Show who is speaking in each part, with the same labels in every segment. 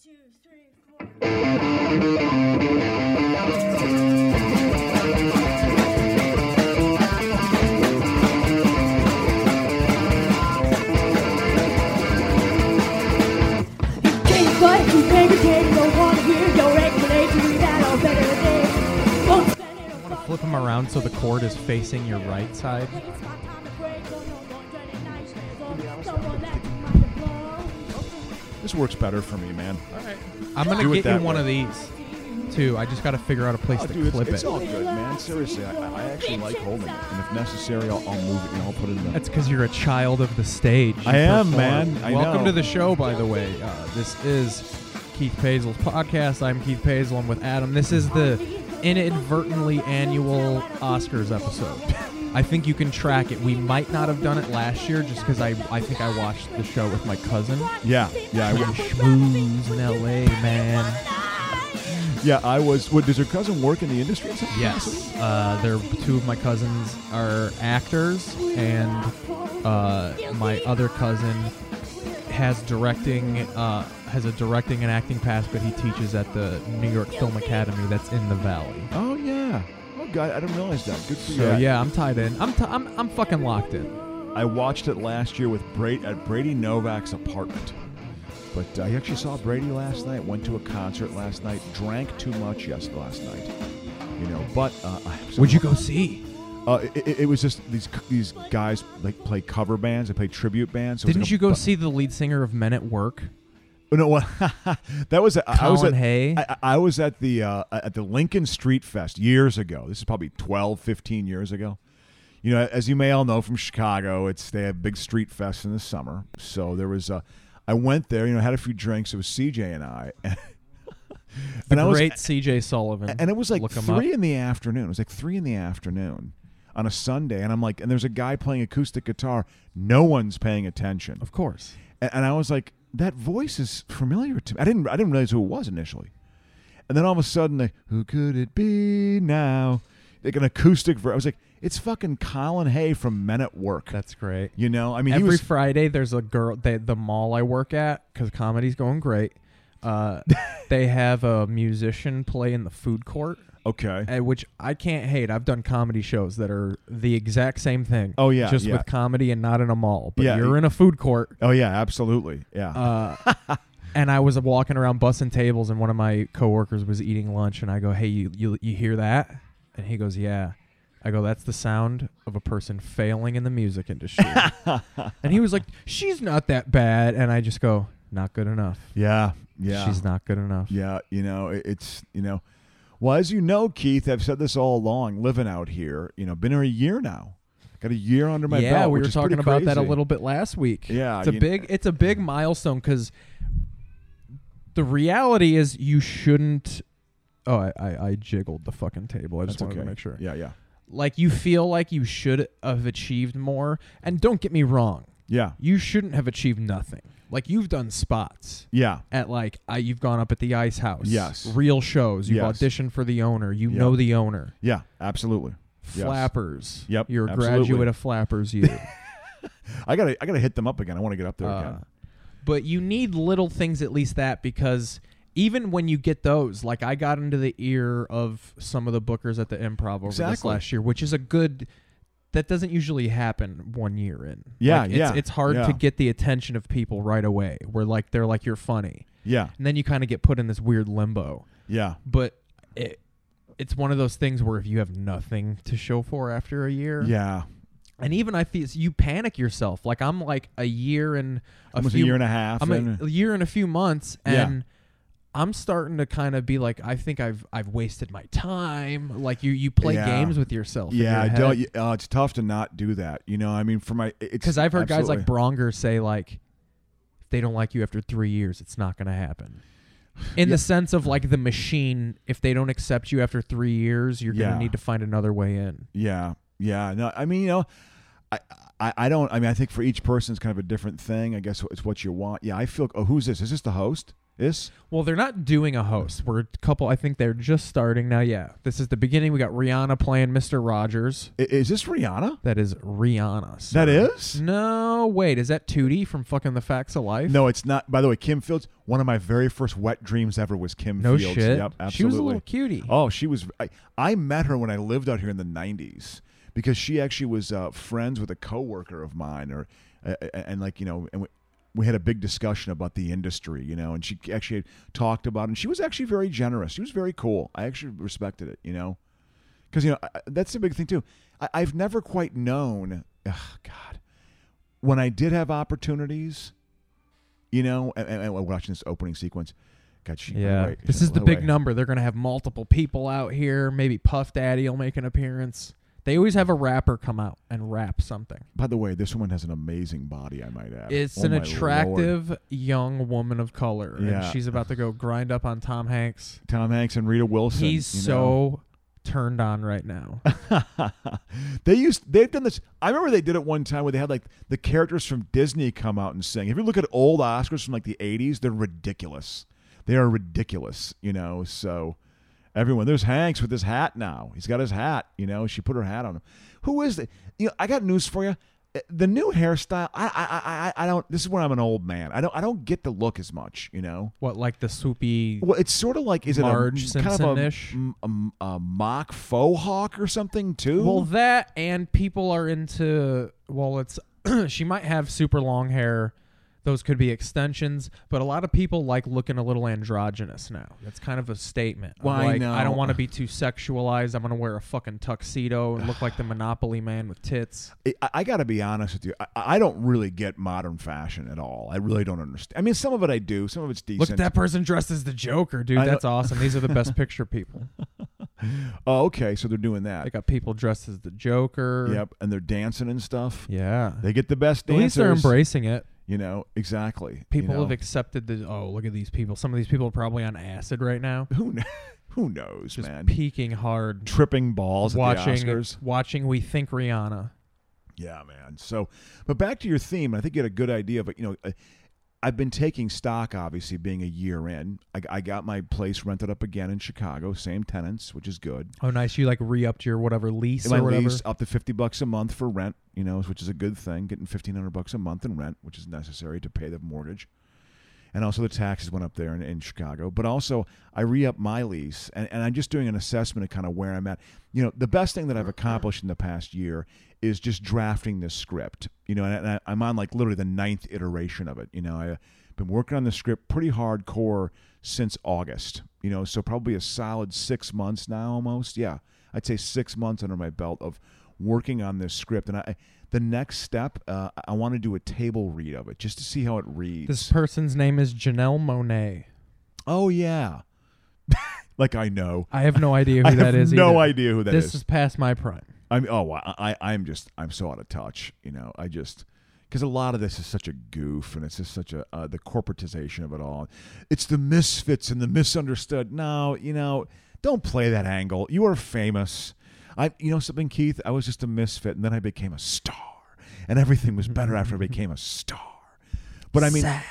Speaker 1: three, four. Change but you can't pretend, don't want to hear your explanation that all better days. Won't spend it on
Speaker 2: Flip them around so the cord is facing your right side.
Speaker 3: This works better for me, man. All right.
Speaker 2: I'm gonna
Speaker 3: Do
Speaker 2: get
Speaker 3: it
Speaker 2: you
Speaker 3: that
Speaker 2: one
Speaker 3: way.
Speaker 2: of these too. I just gotta figure out a place
Speaker 3: Oh,
Speaker 2: to
Speaker 3: dude, it's,
Speaker 2: clip
Speaker 3: it's
Speaker 2: it.
Speaker 3: all good, man. Seriously, I, I actually like holding it, and if necessary, I'll, I'll move it and I'll put it in. The,
Speaker 2: That's because you're a child of the stage. You
Speaker 3: I am,
Speaker 2: perform.
Speaker 3: man. I
Speaker 2: Welcome
Speaker 3: know.
Speaker 2: to the show, by the way. Uh, this is Keith Pazel's podcast. I'm Keith Pazel. I'm with Adam. This is the inadvertently annual Oscars episode. I think you can track it. We might not have done it last year just because I, I think I watched the show with my cousin.
Speaker 3: yeah, yeah, I
Speaker 2: We
Speaker 3: was,
Speaker 2: schmooze in LA, man.
Speaker 3: yeah, I was. What, does your cousin work in the industry? or something?
Speaker 2: Yes, uh, they're two of my cousins are actors, and uh, my other cousin has directing uh, has a directing and acting pass, but he teaches at the New York Film Academy that's in the Valley.
Speaker 3: Oh yeah. Oh god, I didn't realize that. Good for you.
Speaker 2: So yeah, I'm tied in. I'm t- I'm I'm fucking locked in.
Speaker 3: I watched it last year with Brady at Brady Novak's apartment. But uh, I actually saw Brady last night. Went to a concert last night. Drank too much yes last night. You know, but uh, I-
Speaker 2: Would you go see?
Speaker 3: Uh, it- it, it was just these c- these guys like play cover bands. They play tribute bands. So it was
Speaker 2: Didn't
Speaker 3: like a
Speaker 2: you go
Speaker 3: bu-
Speaker 2: see the lead singer of Men at Work?
Speaker 3: Oh, No, well, that was I I was
Speaker 2: Colin
Speaker 3: at
Speaker 2: Hay?
Speaker 3: I, I was at the uh, at the Lincoln Street Fest years ago. This is probably 12, 15 years ago. You know, as you may all know from Chicago, it's they have big street fests in the summer. So there was uh, I went there. You know, had a few drinks. It was CJ and I, and I was
Speaker 2: Great C.J. Sullivan.
Speaker 3: and it was like
Speaker 2: Look 'em
Speaker 3: three
Speaker 2: Up.
Speaker 3: in the afternoon. It was like three in the afternoon on a Sunday, and I'm like, and there's a guy playing acoustic guitar. No one's paying attention.
Speaker 2: Of course.
Speaker 3: And, and I was like, that voice is familiar to me. I didn't I didn't realize who it was initially. And then all of a sudden, like, who could it be now? Like an acoustic version. I was like, it's fucking Colin Hay from Men at Work.
Speaker 2: That's great.
Speaker 3: you know, I mean, he
Speaker 2: Every
Speaker 3: was.
Speaker 2: Friday, there's a girl. They, the mall I work at, because comedy's going great. Uh, they have a musician play in the food court,
Speaker 3: okay.
Speaker 2: eh, which I can't hate. I've done comedy shows that are the exact same thing.
Speaker 3: Oh, yeah,
Speaker 2: just
Speaker 3: yeah.
Speaker 2: with comedy and not in a mall. But
Speaker 3: Yeah,
Speaker 2: you're
Speaker 3: y-
Speaker 2: in a food court.
Speaker 3: Oh yeah, absolutely. Yeah.
Speaker 2: Uh, and I was walking around bussing tables, and one of my coworkers was eating lunch, and I go, "Hey, you you, you hear that?" And he goes, "Yeah." I go, "That's the sound of a person failing in the music industry." and he was like, "She's not that bad," and I just go, "Not good enough.
Speaker 3: yeah. Yeah.
Speaker 2: She's not good enough."
Speaker 3: Yeah, you know, it, it's you know, well, as you know, Keith, I've said this all along. Living out here, you know, been here a year now. Got a year under my
Speaker 2: yeah,
Speaker 3: belt.
Speaker 2: we
Speaker 3: which
Speaker 2: were
Speaker 3: is pretty
Speaker 2: talking about that a
Speaker 3: crazy.
Speaker 2: little bit last week.
Speaker 3: Yeah,
Speaker 2: it's a
Speaker 3: you-
Speaker 2: big it's a big milestone because the reality is you shouldn't. Oh, I, I, I jiggled the fucking table. I just
Speaker 3: That's
Speaker 2: wanted
Speaker 3: okay.
Speaker 2: to make sure.
Speaker 3: Yeah, yeah,
Speaker 2: Like you feel like you should have achieved more. And don't get me wrong,
Speaker 3: yeah,
Speaker 2: you shouldn't have achieved nothing. Like you've done spots
Speaker 3: yeah.
Speaker 2: at like I, you've gone up at the Ice House.
Speaker 3: Yes.
Speaker 2: Real shows. You've
Speaker 3: Yes.
Speaker 2: auditioned for the owner. You
Speaker 3: Yep.
Speaker 2: know the owner.
Speaker 3: Yeah, absolutely. Yes.
Speaker 2: Flappers.
Speaker 3: Yep,
Speaker 2: You're a
Speaker 3: absolutely.
Speaker 2: graduate of Flappers. You.
Speaker 3: I gotta, I gotta hit them up again. I want to get up there
Speaker 2: Uh,
Speaker 3: again.
Speaker 2: But you need little things at least that because even when you get those, like I got into the ear of some of the bookers at the improv over this
Speaker 3: Exactly.
Speaker 2: last year, which is a good that doesn't usually happen one year in.
Speaker 3: Yeah,
Speaker 2: Like, it's,
Speaker 3: yeah,
Speaker 2: It's hard
Speaker 3: yeah.
Speaker 2: to get the attention of people right away. Where like they're like you're funny,
Speaker 3: Yeah,
Speaker 2: and then you kind of get put in this weird limbo.
Speaker 3: yeah,
Speaker 2: But it it's one of those things where if you have nothing to show for after a year,
Speaker 3: yeah.
Speaker 2: and even I feel you panic yourself. Like I'm like a year and a
Speaker 3: Almost
Speaker 2: few
Speaker 3: a year and a half.
Speaker 2: I'm
Speaker 3: in.
Speaker 2: a, a year and a few months,
Speaker 3: Yeah.
Speaker 2: and I'm starting to kind of be like, I think I've I've wasted my time. Like you, you play
Speaker 3: Yeah.
Speaker 2: games with yourself.
Speaker 3: yeah, I don't. you- Uh, it's tough to not do that. You know, I mean, for my, it's
Speaker 2: Because I've heard guys like
Speaker 3: absolutely.
Speaker 2: Bronger say like, if they don't like you after three years, it's not going to happen. In the sense of like the machine, if they don't accept you after three years, you're
Speaker 3: Yeah.
Speaker 2: gonna need to find another way in.
Speaker 3: Yeah, yeah. No, I mean, you know, I, I, I don't. I mean, I think for each person, it's kind of a different thing. I guess it's what you want. Yeah, I feel. Oh, who's this? Is this the host? Is
Speaker 2: Well, they're not doing a host. We're a couple. I think they're just starting now. Yeah, this is the beginning. We got Rihanna playing Mr. Rogers.
Speaker 3: i- is this Rihanna?
Speaker 2: That is Rihanna. sir.
Speaker 3: That is?
Speaker 2: No, wait. Is that Tootie from fucking The Facts of Life?
Speaker 3: No, it's not. By the way, Kim Fields. One of my very first wet dreams ever was Kim
Speaker 2: No
Speaker 3: Fields.
Speaker 2: shit.
Speaker 3: Yep, absolutely.
Speaker 2: She was a little cutie.
Speaker 3: Oh, she was. I, I met her when I lived out here in the '90s because she actually was uh, friends with a coworker of mine, or uh, and like you know, and we, we had a big discussion about the industry, you know, and she actually talked about, it, and she was actually very generous. She was very cool. I actually respected it, you know, because you know I, I- that's the big thing too. I, I've never quite known. Ugh, God, when I did have opportunities, you know, and, and, and we're watching this opening sequence. God, she,
Speaker 2: Yeah.
Speaker 3: right,
Speaker 2: this is the big
Speaker 3: right.
Speaker 2: number. They're going to have multiple people out here. Maybe Puff Daddy will make an appearance. They always have a rapper come out and rap something.
Speaker 3: By the way, this woman has an amazing body, I might add.
Speaker 2: It's
Speaker 3: Oh,
Speaker 2: an
Speaker 3: my lord.
Speaker 2: attractive young woman of color,
Speaker 3: Yeah.
Speaker 2: and she's about to go grind up on Tom Hanks.
Speaker 3: Tom Hanks and Rita Wilson.
Speaker 2: He's
Speaker 3: you
Speaker 2: so
Speaker 3: know.
Speaker 2: turned on right now.
Speaker 3: they used they've done this. I remember they did it one time where they had like the characters from Disney come out and sing. If you look at old Oscars from like the eighties, they're ridiculous. They are ridiculous, you know. So everyone, there's Hanks with his hat now. He's got his hat, you know. She put her hat on him. Who is it? You know, I got news for you. The new hairstyle, I, I, I, I don't. This is where I'm an old man. I don't, I don't get the look as much, you know.
Speaker 2: what like the swoopy?
Speaker 3: Well, it's sort of like is it
Speaker 2: Marge
Speaker 3: a, kind of a,
Speaker 2: Simpson-ish?
Speaker 3: m- a m- a mock faux hawk or something too?
Speaker 2: Well, that and people are into. Well, it's she might have super long hair. Those could be extensions, but a lot of people like looking a little androgynous now. That's kind of a statement. of
Speaker 3: Well, I
Speaker 2: like,
Speaker 3: know.
Speaker 2: I don't want to be too sexualized. I'm gonna wear a fucking tuxedo and look like the Monopoly man with tits.
Speaker 3: I, I got to be honest with you. I, I don't really get modern fashion at all. I really don't understand. I mean, some of it I do. Some of it's decent.
Speaker 2: Look at that person dressed as the Joker, dude.
Speaker 3: I
Speaker 2: That's awesome. These are the best picture people.
Speaker 3: Oh, okay. So they're doing
Speaker 2: They
Speaker 3: that.
Speaker 2: got people dressed as the Joker.
Speaker 3: Yep, and they're dancing and stuff.
Speaker 2: Yeah.
Speaker 3: They get the best
Speaker 2: At least they're
Speaker 3: dancers.
Speaker 2: embracing it.
Speaker 3: You know exactly.
Speaker 2: People
Speaker 3: you know?
Speaker 2: have accepted the. Oh, look at these people. Some of these people are probably on acid right now,
Speaker 3: who kn- who knows,
Speaker 2: just
Speaker 3: man.
Speaker 2: peaking hard,
Speaker 3: Tripping balls at the
Speaker 2: watching,
Speaker 3: Oscars.
Speaker 2: watching. We think Rihanna.
Speaker 3: Yeah, man. So, but back to your theme, I think you had a good idea of it. You know, I- I've been taking stock, obviously, being a year in. I, I got my place rented up again in Chicago, same tenants, which is good.
Speaker 2: Oh, nice. You like re-upped your whatever lease
Speaker 3: my
Speaker 2: or whatever.
Speaker 3: lease up to fifty bucks a month for rent, you know, which is a good thing. Getting fifteen hundred bucks a month in rent, which is necessary to pay the mortgage, and also the taxes went up there in, in Chicago. But also, I re up my lease, and, and I'm just doing an assessment of kind of where I'm at. You know, the best thing that I've accomplished in the past year is just drafting this script. You know, and, I, I'm on like literally the ninth iteration of it. You know, I've been working on the script pretty hardcore since August. You know, so probably a solid six months now, almost. Yeah. I'd say six months under my belt of working on this script, and I the next step uh, I want to do a table read of it just to see how it reads.
Speaker 2: This person's name is Janelle Monet.
Speaker 3: oh yeah, like I know.
Speaker 2: I have no idea who
Speaker 3: I
Speaker 2: that is.
Speaker 3: have no
Speaker 2: either.
Speaker 3: idea who that
Speaker 2: this
Speaker 3: is.
Speaker 2: is past my prime.
Speaker 3: I'm oh I, I I'm just I'm so out of touch. You know I just because a lot of this is such a goof and it's just such a uh, the corporatization of it all. It's the misfits and the misunderstood. No, you know don't play that angle. You are famous. I you know something Keith. I was just a misfit and then I became a star and everything was better after I became a star. But I mean. I,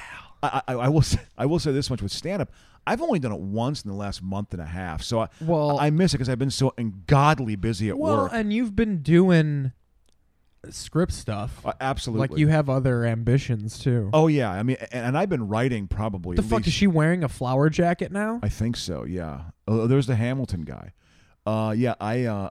Speaker 3: I, I will say, I will say this much with stand up. I've only done it once in the last month and a half, so I,
Speaker 2: Well-
Speaker 3: I miss it because I've been so ungodly busy at
Speaker 2: Well,
Speaker 3: work.
Speaker 2: and you've been doing script stuff.
Speaker 3: Uh, absolutely.
Speaker 2: Like you have other ambitions too.
Speaker 3: Oh yeah, I mean, and, and I've been writing probably.
Speaker 2: the
Speaker 3: at
Speaker 2: fuck is
Speaker 3: least-
Speaker 2: she wearing a flower jacket now?
Speaker 3: I think so. Yeah. Oh, there's the Hamilton guy. Uh, yeah, I. Uh,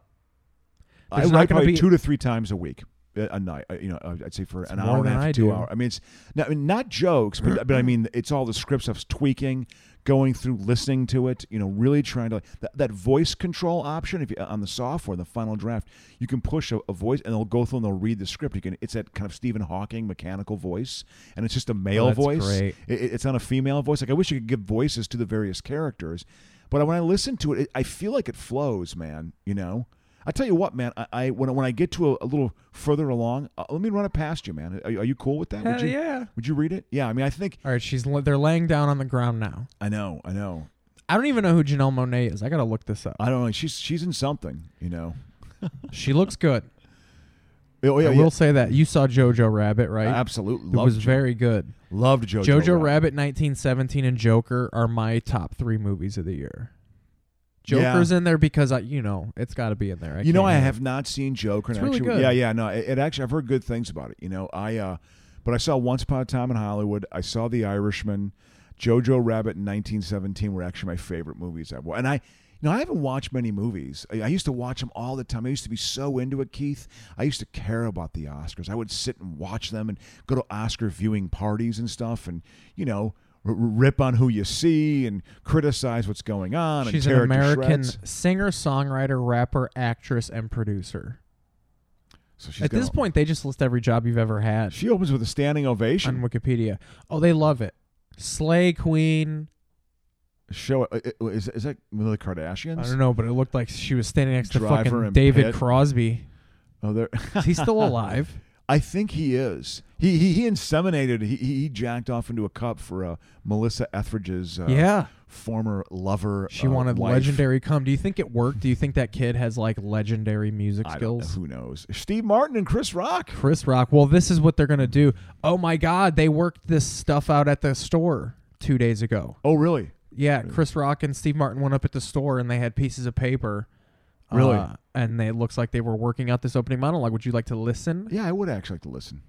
Speaker 3: I
Speaker 2: There's not
Speaker 3: write
Speaker 2: gonna
Speaker 3: probably
Speaker 2: be-
Speaker 3: two to three times a week. uh, A night, Uh, you know, uh, I'd say for an
Speaker 2: more
Speaker 3: hour and a
Speaker 2: than
Speaker 3: half,
Speaker 2: I
Speaker 3: to two
Speaker 2: do.
Speaker 3: hour. I mean, it's not, I mean, not jokes, but but I mean, it's all the script stuff's tweaking, going through, listening to it. You know, really trying to that, that voice control option. If you, on the software, the final draft, you can push a, a voice, and they'll go through and they'll read the script. You can. It's that kind of Stephen Hawking mechanical voice, and it's just a male
Speaker 2: Oh, that's
Speaker 3: voice.
Speaker 2: great.
Speaker 3: It, it- it's not a female voice. Like I wish you could give voices to the various characters, but when I listen to it, it I feel like it flows, man. You know, I tell you what, man. I, I when when I get to a, a little further along, uh, let me run it past you, man. Are, you- are you cool with that? would
Speaker 2: Hell
Speaker 3: you,
Speaker 2: yeah.
Speaker 3: Would you read it? Yeah. I mean, I think
Speaker 2: All right, she's li- they're laying down on the ground now.
Speaker 3: I know. I know.
Speaker 2: I don't even know who Janelle Monet is. I gotta look this up.
Speaker 3: I don't know. She's she's in something. You know.
Speaker 2: She looks good.
Speaker 3: Oh, yeah,
Speaker 2: I
Speaker 3: yeah.
Speaker 2: will say that you saw Jojo Rabbit, right?
Speaker 3: Absolutely.
Speaker 2: It
Speaker 3: loved
Speaker 2: was
Speaker 3: Jo-
Speaker 2: very good.
Speaker 3: loved Jojo.
Speaker 2: Jojo Rabbit.
Speaker 3: Rabbit.
Speaker 2: 1917 and Joker are my top three movies of the year. Joker's in there because I, you know, it's got to be in there. I
Speaker 3: you know,
Speaker 2: can't
Speaker 3: I
Speaker 2: have-
Speaker 3: have not seen Joker. and
Speaker 2: It's really
Speaker 3: actually,
Speaker 2: good.
Speaker 3: Yeah, yeah. No, it, it actually. I've heard good things about it. You know, I. Uh, but I saw Once Upon a Time in Hollywood. I saw The Irishman. Jojo Rabbit and 1917 were actually my favorite movies ever. And I, you know, I haven't watched many movies. I, I used to watch them all the time. I used to be so into it, Keith. I used to care about the Oscars. I would sit and watch them and go to Oscar viewing parties and stuff, and you know. r- r- Rip on who you see and criticize what's going on.
Speaker 2: She's
Speaker 3: and
Speaker 2: an
Speaker 3: tear it to
Speaker 2: American
Speaker 3: shreds.
Speaker 2: singer, songwriter, rapper, actress, and producer.
Speaker 3: So she's
Speaker 2: At this
Speaker 3: gonna-
Speaker 2: point, they just list every job you've ever had
Speaker 3: She opens with a standing ovation.
Speaker 2: on Wikipedia. Oh, they love it. Slay Queen.
Speaker 3: Show uh, uh, is is that one of the Kardashians?
Speaker 2: I don't know, but it looked like she was standing next to
Speaker 3: Driver
Speaker 2: fucking
Speaker 3: and
Speaker 2: David
Speaker 3: Pitt.
Speaker 2: Crosby.
Speaker 3: Oh, there.
Speaker 2: Is he still alive?
Speaker 3: I think he is. He he, he inseminated. He he he jacked off into a cup for uh, Melissa Etheridge's uh,
Speaker 2: yeah.
Speaker 3: former lover.
Speaker 2: She
Speaker 3: uh,
Speaker 2: wanted
Speaker 3: wife.
Speaker 2: legendary cum. Do you think it worked? Do you think that kid has like legendary music
Speaker 3: I don't know.
Speaker 2: skills?
Speaker 3: Who knows? Steve Martin and Chris Rock.
Speaker 2: Chris Rock. Well, this is what they're gonna do. Oh my God, they worked this stuff out at the store two days ago.
Speaker 3: Oh, really?
Speaker 2: Yeah, Chris Rock and Steve Martin went up at the store and they had pieces of paper.
Speaker 3: Really?
Speaker 2: uh, and they it looks like they were working out this opening monologue. Would you like to listen?
Speaker 3: Yeah, I would actually like to listen.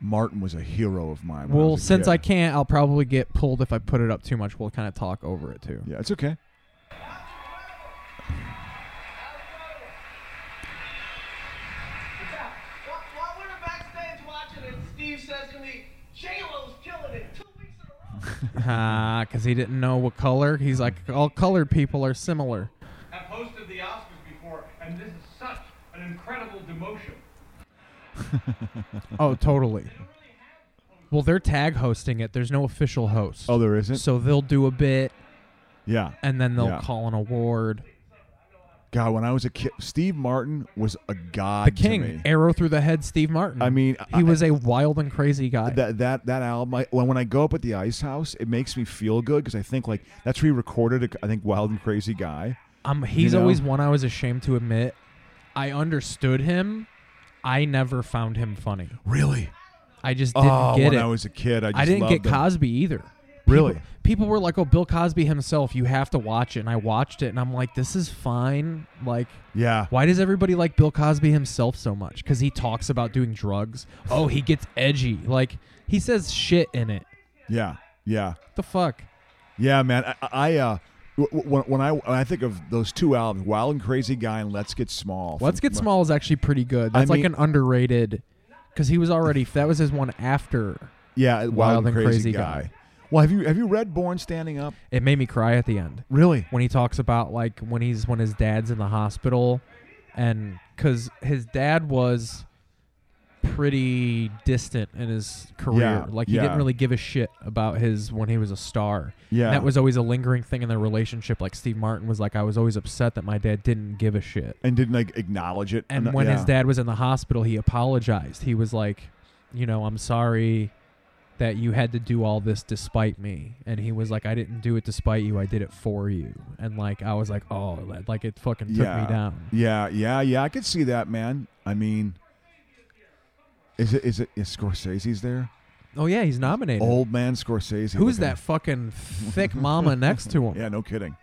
Speaker 3: Martin was a hero of mine. when I
Speaker 2: Well,
Speaker 3: was a
Speaker 2: since
Speaker 3: kid.
Speaker 2: I can't, I'll probably get pulled if I put it up too much. We'll kind of talk over it too.
Speaker 3: Yeah, it's okay.
Speaker 4: While while we were backstage watching it, Steve says to me, J-Lo's killing it two weeks in a row.
Speaker 2: Because Ah, he didn't know what color. He's like, all colored people are similar.
Speaker 5: have hosted the Oscars before, and this is such an incredible demotion.
Speaker 2: Oh, totally. Well, they're tag hosting it. There's no official host.
Speaker 3: Oh, there isn't.
Speaker 2: So they'll do a bit
Speaker 3: yeah.
Speaker 2: and then they'll
Speaker 3: Yeah.
Speaker 2: call an award.
Speaker 3: God, when I was a kid, Steve Martin was a god.
Speaker 2: The
Speaker 3: to
Speaker 2: king,
Speaker 3: me.
Speaker 2: arrow through the head, Steve Martin.
Speaker 3: I mean,
Speaker 2: he
Speaker 3: I-
Speaker 2: was a wild and crazy guy.
Speaker 3: that that that album. I, when when I go up at the Ice House, it makes me feel good because I think like that's where he recorded. I think Wild and Crazy Guy.
Speaker 2: um, he's
Speaker 3: know?
Speaker 2: always one I was ashamed to admit. I understood him. I never found him funny.
Speaker 3: Really?
Speaker 2: I just didn't
Speaker 3: Oh,
Speaker 2: get
Speaker 3: when
Speaker 2: it.
Speaker 3: I was a kid, I just
Speaker 2: I didn't get
Speaker 3: loved him.
Speaker 2: Cosby either.
Speaker 3: Really?
Speaker 2: People, people were like, "Oh, Bill Cosby himself, you have to watch it." And I watched it, and I'm like, "This is fine." Like,
Speaker 3: Yeah.
Speaker 2: Why does everybody like Bill Cosby himself so much? Because he talks about doing drugs. Oh, he gets edgy. Like he says shit in it.
Speaker 3: Yeah. Yeah.
Speaker 2: the fuck?
Speaker 3: Yeah, man. I, I uh, w- w- when, when I when I think of those two albums, Wild and Crazy Guy and Let's Get Small.
Speaker 2: Let's Get
Speaker 3: from-
Speaker 2: Small is actually pretty good.
Speaker 3: I
Speaker 2: That's like
Speaker 3: mean-
Speaker 2: an underrated. Because he was already that was his one after.
Speaker 3: Yeah, Wild,
Speaker 2: Wild
Speaker 3: and
Speaker 2: and Crazy
Speaker 3: Crazy, Guy.
Speaker 2: Guy.
Speaker 3: Well, have you have you read Born Standing Up?
Speaker 2: It made me cry at the end
Speaker 3: Really?
Speaker 2: when he talks about like when he's when his dad's in the hospital, and because his dad was pretty distant in his career.
Speaker 3: Yeah,
Speaker 2: like he
Speaker 3: yeah.
Speaker 2: didn't really give a shit about his when he was a star.
Speaker 3: Yeah.
Speaker 2: That was always a lingering thing in their relationship. Like Steve Martin was like, I was always upset that my dad didn't give a shit.
Speaker 3: And didn't like acknowledge it.
Speaker 2: And
Speaker 3: uh,
Speaker 2: when his
Speaker 3: yeah.
Speaker 2: dad was in the hospital, he apologized. He was like, you know, I'm sorry that you had to do all this despite me. And he was like, I didn't do it despite you. I did it for you. And like, I was like, oh, that- like it fucking took
Speaker 3: yeah.
Speaker 2: me down.
Speaker 3: Yeah, yeah, yeah. I could see that, man. I mean, is it is it is Scorsese's there?
Speaker 2: Oh yeah, he's nominated.
Speaker 3: Old man Scorsese.
Speaker 2: Who's
Speaker 3: looking-
Speaker 2: that fucking thick mama next to him?
Speaker 3: Yeah, no kidding.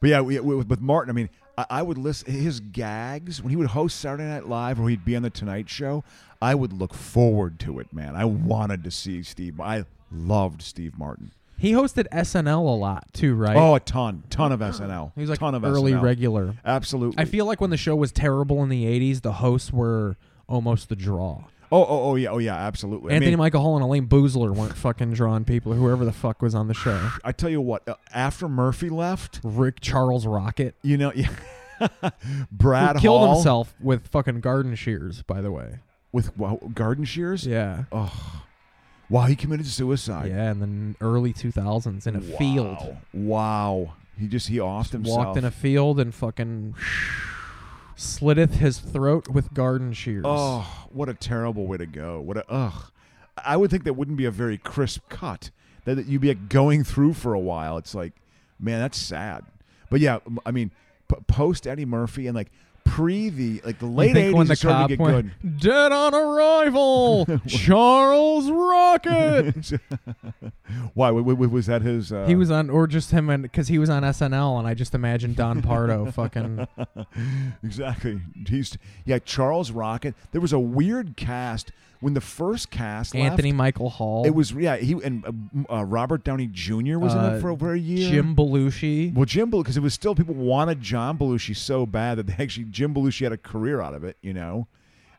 Speaker 3: But yeah, we, we, with Martin, I mean, I, I would listen his gags when he would host Saturday Night Live or he'd be on the Tonight Show. I would look forward to it, man. I wanted to see Steve. I loved Steve Martin.
Speaker 2: He hosted SNL a lot too, right?
Speaker 3: Oh, a ton, ton of SNL.
Speaker 2: he was like
Speaker 3: ton of
Speaker 2: early
Speaker 3: SNL.
Speaker 2: regular.
Speaker 3: Absolutely.
Speaker 2: I feel like when the show was terrible in the 80s, the hosts were almost the draw.
Speaker 3: Oh, oh, oh, yeah, oh, yeah, absolutely. I
Speaker 2: Anthony
Speaker 3: mean-
Speaker 2: Michael Hall and Elaine Boozler weren't fucking drawing people, whoever the fuck was on the show.
Speaker 3: I tell you what, uh, after Murphy left,
Speaker 2: Rick Charles Rocket.
Speaker 3: you know, yeah,
Speaker 2: Who
Speaker 3: Brad
Speaker 2: killed
Speaker 3: Hall
Speaker 2: himself with fucking garden shears, by the way.
Speaker 3: with wow, garden shears.
Speaker 2: Yeah.
Speaker 3: Wow, he committed suicide.
Speaker 2: Yeah, in the early 2000s in a
Speaker 3: Wow.
Speaker 2: field.
Speaker 3: Wow. He just he offed himself.
Speaker 2: Walked in a field and fucking sliteth his throat with garden shears.
Speaker 3: oh, what a terrible way to go. What a ugh. I would think that wouldn't be a very crisp cut. That that you'd be like going through for a while. It's like, man, that's sad. But yeah, m- I mean, p- post Eddie Murphy and like pre the like the
Speaker 2: You
Speaker 3: late
Speaker 2: think when
Speaker 3: eighties
Speaker 2: the
Speaker 3: it started
Speaker 2: cop
Speaker 3: to get
Speaker 2: went, dead on arrival, Charles Rocket.
Speaker 3: good. Why wa- wa- wa- was that his? Uh,
Speaker 2: He was on, or just him, and because he was on SNL, and I just imagined Don Pardo fucking.
Speaker 3: exactly. He's yeah. Charles Rocket. There was a weird cast when the first cast left,
Speaker 2: Anthony Michael Hall.
Speaker 3: It was yeah. He and uh, uh, Robert Downey Jr. was in
Speaker 2: Uh,
Speaker 3: it for over a year.
Speaker 2: Jim Belushi.
Speaker 3: Well, Jim Belushi, because it was still people wanted John Belushi so bad that they actually Jim Belushi had a career out of it, you know,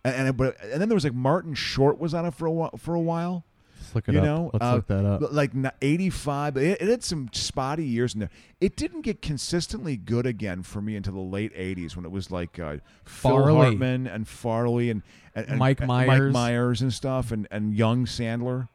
Speaker 3: and and, it- but, and then there was like Martin Short was on it for a while, for a while,
Speaker 2: Let's look it
Speaker 3: you
Speaker 2: up.
Speaker 3: know,
Speaker 2: Let's
Speaker 3: uh,
Speaker 2: look that up.
Speaker 3: l- Like eighty five, it, it had some spotty years in there. It didn't get consistently good again for me until the late eighties when it was like uh, Phil
Speaker 2: Farley.
Speaker 3: Hartman and Farley and, and, and
Speaker 2: Mike
Speaker 3: and
Speaker 2: Myers.
Speaker 3: Mike Myers and stuff, and and young Sandler.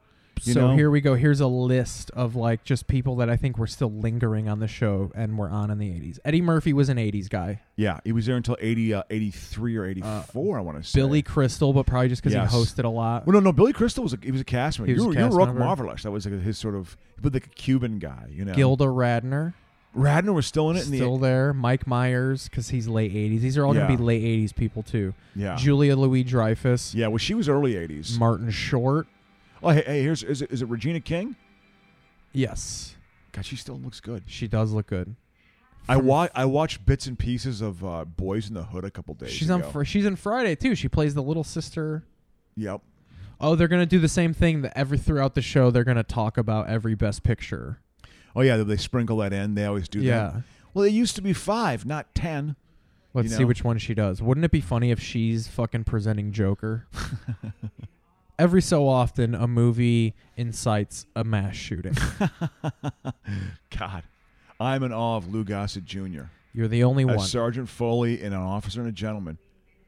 Speaker 3: You
Speaker 2: so
Speaker 3: know?
Speaker 2: here we go. Here's a list of like just people that I think were still lingering on the show and were on in the 80s. Eddie Murphy was an 80s guy.
Speaker 3: yeah, he was there until 80, uh, 83 or eighty four. I want to say
Speaker 2: Billy Crystal, but probably just because
Speaker 3: Yes.
Speaker 2: he hosted a lot.
Speaker 3: Well, no, no. Billy Crystal was a, he was a cast member.
Speaker 2: He was
Speaker 3: you
Speaker 2: a
Speaker 3: were,
Speaker 2: cast
Speaker 3: you were Rock
Speaker 2: member.
Speaker 3: Marvelous. That was like his sort of, but like a Cuban guy, you know.
Speaker 2: Gilda Radner,
Speaker 3: Radner was still in it. In
Speaker 2: still
Speaker 3: the,
Speaker 2: there. Mike Myers, because he's late 80s. These are all going to
Speaker 3: Yeah.
Speaker 2: be late 80s people, too.
Speaker 3: Yeah.
Speaker 2: Julia Louis Dreyfus,
Speaker 3: yeah, well, she was early '80s.
Speaker 2: Martin Short.
Speaker 3: oh, hey, hey, here's is it, is it Regina King?
Speaker 2: Yes,
Speaker 3: God, she still looks good.
Speaker 2: she does look good.
Speaker 3: I wa- I watched bits and pieces of uh, Boys in the Hood a couple days.
Speaker 2: She's
Speaker 3: ago.
Speaker 2: on. Fr- she's in Friday too. She plays the little sister.
Speaker 3: Yep.
Speaker 2: Oh, they're gonna do the same thing that every throughout the show. They're gonna talk about every best picture.
Speaker 3: Oh yeah, they sprinkle that in. They always do
Speaker 2: Yeah.
Speaker 3: that. Well, it used to be five, not ten.
Speaker 2: Let's
Speaker 3: You
Speaker 2: see
Speaker 3: know?
Speaker 2: which one she does. Wouldn't it be funny if she's fucking presenting Joker? every so often, a movie incites a mass shooting.
Speaker 3: God, I'm in awe of Lou Gossett Jr.
Speaker 2: You're the only
Speaker 3: A
Speaker 2: one.
Speaker 3: Sergeant Foley and an officer and a gentleman.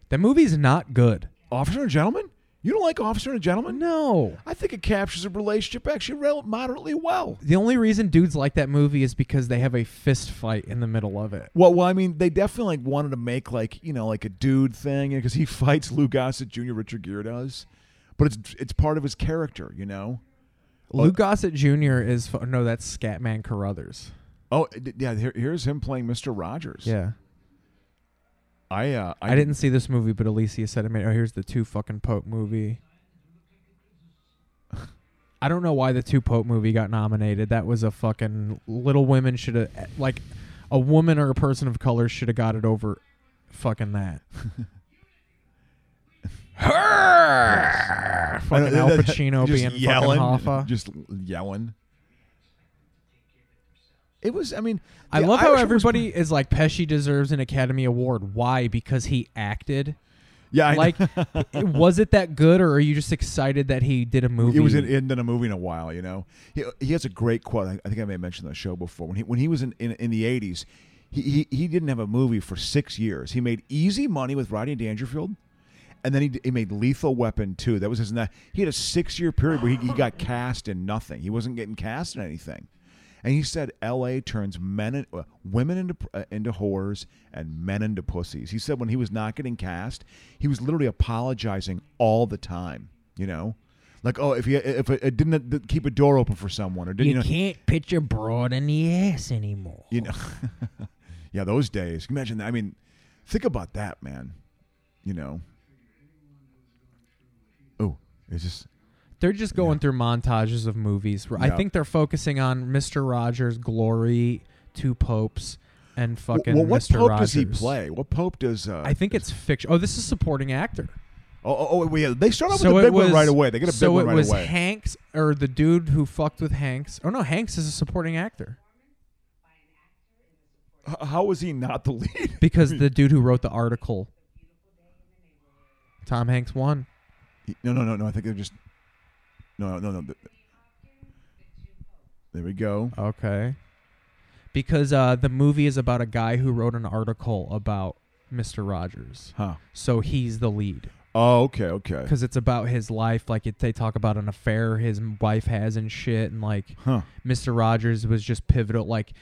Speaker 2: That movie's not good.
Speaker 3: Officer and a gentleman? You don't like officer and a gentleman?
Speaker 2: No.
Speaker 3: I think it captures a relationship actually rel- moderately well.
Speaker 2: The only reason dudes like that movie is because they have a fist fight in the middle of it.
Speaker 3: Well, well, I mean, they definitely like wanted to make like you know like a dude thing because he fights Lou Gossett Jr. Richard Gere does, but it's it's part of his character, you know.
Speaker 2: Lou Gossett Jr. is fu- no, that's Scatman Carruthers.
Speaker 3: Oh d- yeah, here, here's him playing Mister Rogers.
Speaker 2: Yeah.
Speaker 3: I uh, I,
Speaker 2: I didn't see this movie, but Alicia said it made. Oh, here's the two fucking Pope movie. I don't know why the two Pope movie got nominated. That was a fucking Little Women should have like a woman or a person of color should have got it over fucking that. Her fucking Al Pacino
Speaker 3: just
Speaker 2: being
Speaker 3: yelling,
Speaker 2: fucking Hoffa.
Speaker 3: just yelling. It was. I mean,
Speaker 2: I
Speaker 3: the
Speaker 2: love how
Speaker 3: Irishman was-
Speaker 2: everybody is like Pesci deserves an Academy Award. Why? Because he acted.
Speaker 3: yeah, I know.
Speaker 2: like was it that good or are you just excited that he did a movie
Speaker 3: It was in, it hadn't done a movie in a while, you know. He, he has a great quote. I, I think I may have mentioned on the show before. When he when he was in, in, in the eighties, he, he he didn't have a movie for six years. He made easy money with Rodney Dangerfield, and then he, d- he made Lethal Weapon too. That was his. na- He had a six year period where he, he got cast in nothing. He wasn't getting cast in anything. And he said, "L.A. turns men, in, uh, women into uh, into whores and men into pussies." He said when he was not getting cast, he was literally apologizing all the time. You know, like oh, if he if it didn't th- keep a door open for someone or didn't you, know,
Speaker 2: can't pitch a broad in the ass anymore
Speaker 3: you know, yeah, those days. Can you Imagine that. I mean, think about that, man. You know. Oh, is this?
Speaker 2: they're just going through montages of movies where i
Speaker 3: Yeah.
Speaker 2: think they're focusing on mr rogers glory two popes and fucking
Speaker 3: well, what
Speaker 2: mr
Speaker 3: pope
Speaker 2: rogers
Speaker 3: does he play? What pope does? Uh,
Speaker 2: i think it's fiction oh this is supporting actor
Speaker 3: Oh, oh, oh yeah, they start off
Speaker 2: so
Speaker 3: with a
Speaker 2: it
Speaker 3: big
Speaker 2: was
Speaker 3: one right away. They get a big
Speaker 2: so
Speaker 3: one
Speaker 2: it
Speaker 3: right
Speaker 2: was
Speaker 3: away.
Speaker 2: hanks or the dude who fucked with hanks oh no hanks is a supporting actor
Speaker 3: H- How was he not the lead?
Speaker 2: because the dude who wrote the article tom hanks won
Speaker 3: No, no, no, no. I think they're just. No, no, no. no. There we go.
Speaker 2: Okay. Because uh, the movie is about a guy who wrote an article about Mr. Rogers.
Speaker 3: Huh.
Speaker 2: So he's the lead
Speaker 3: Oh, okay, okay.
Speaker 2: because it's about his life. Like it, they talk about an affair his wife has and shit, and like
Speaker 3: Huh.
Speaker 2: Mr. Rogers was just pivotal. Like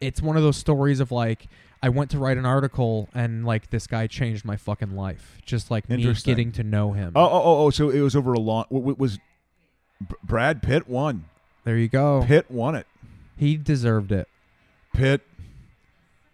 Speaker 2: it's one of those stories of like I went to write an article and like this guy changed my fucking life. Just like me
Speaker 3: Interesting.
Speaker 2: getting to know him.
Speaker 3: Oh, oh, oh, oh. So it was over a long. What what was? B- Brad Pitt won.
Speaker 2: there you go.
Speaker 3: Pitt won it.
Speaker 2: He deserved it.
Speaker 3: Pitt.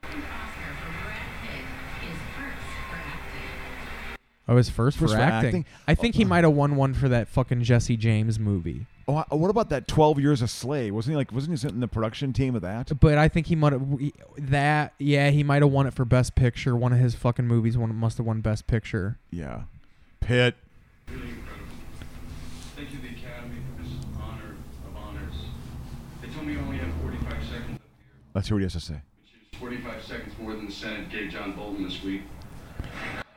Speaker 6: Oscar for Brad Pitt is first for
Speaker 2: Oh, his first,
Speaker 3: First
Speaker 2: for,
Speaker 3: for
Speaker 2: acting.
Speaker 3: acting?
Speaker 2: I think he might have won one for that fucking Jesse James movie.
Speaker 3: Oh, I- what about that Twelve Years a Slave? Wasn't he like? Wasn't he in the production team of that?
Speaker 2: But I think he might have that. Yeah, he might have won it for Best Picture. One of his fucking movies won must have won Best Picture.
Speaker 3: Yeah, Pitt.
Speaker 5: Really incredible. Thank you, the Academy, for this honor of honors. They told me you only had 45 seconds up here,
Speaker 3: Let's hear what he has to say.
Speaker 5: which is 45 seconds more than the Senate gave John Bolton this week.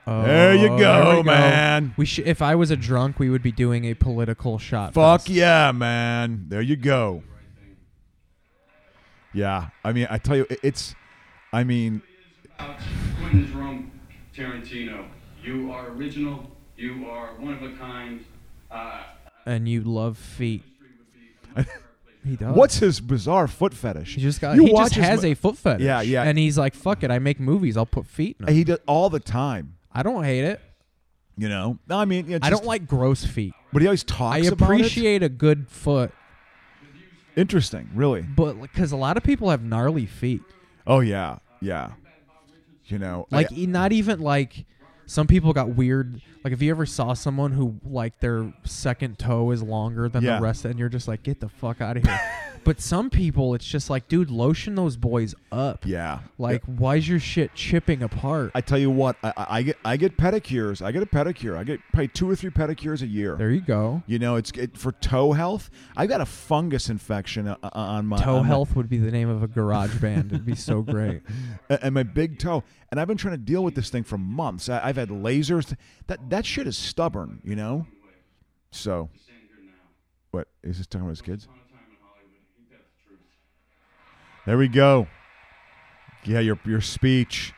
Speaker 3: There you
Speaker 2: Oh,
Speaker 3: go,
Speaker 2: we
Speaker 3: man.
Speaker 2: We sh- if I was a drunk, we would be doing a political shot.
Speaker 3: Fuck
Speaker 2: fest.
Speaker 3: yeah, man. There you go. Yeah, I mean, I tell you, it- it's. I mean,
Speaker 5: Out, Quentin Jerome Tarantino, you are original, you are one of a kind. Uh,
Speaker 2: And you love feet.
Speaker 5: history would be a much better place.
Speaker 2: He does.
Speaker 3: what's his bizarre foot fetish?
Speaker 2: Oh. he just got?
Speaker 3: You
Speaker 2: he
Speaker 3: watch
Speaker 2: just
Speaker 3: his
Speaker 2: has
Speaker 3: mo-
Speaker 2: a foot fetish.
Speaker 3: Yeah, yeah.
Speaker 2: And he's like, fuck it. I make movies. I'll put feet in 'em."
Speaker 3: He does all the time.
Speaker 2: I don't hate it.
Speaker 3: You know. No, I mean, it's
Speaker 2: I
Speaker 3: just-
Speaker 2: don't like gross feet.
Speaker 3: But he always
Speaker 2: I
Speaker 3: talks about it.
Speaker 2: appreciate a good foot,
Speaker 3: Interesting, really.
Speaker 2: but because a lot of people have gnarly feet.
Speaker 3: Oh yeah, yeah. You know,
Speaker 2: like
Speaker 3: I-
Speaker 2: e not even like some people got weird like if you ever saw someone who like their second toe is longer than
Speaker 3: Yeah.
Speaker 2: the rest and you're just like get the fuck out of here but some people it's just like dude lotion those boys up
Speaker 3: yeah.
Speaker 2: like why's your shit chipping apart
Speaker 3: I tell you what, I, I I get I get pedicures. I get a pedicure. I get probably two or three pedicures a year.
Speaker 2: there you go
Speaker 3: you know, it's it, for toe health. I got a fungus infection uh, uh, on my
Speaker 2: toe
Speaker 3: on my-
Speaker 2: health would be the name of a garage band it'd be so great
Speaker 3: a- and my big toe. And I've been trying to deal with this thing for months. I, I've had lasers. That that shit is stubborn, you know. So, what is this talking about his kids? There we go. Yeah, your your speech,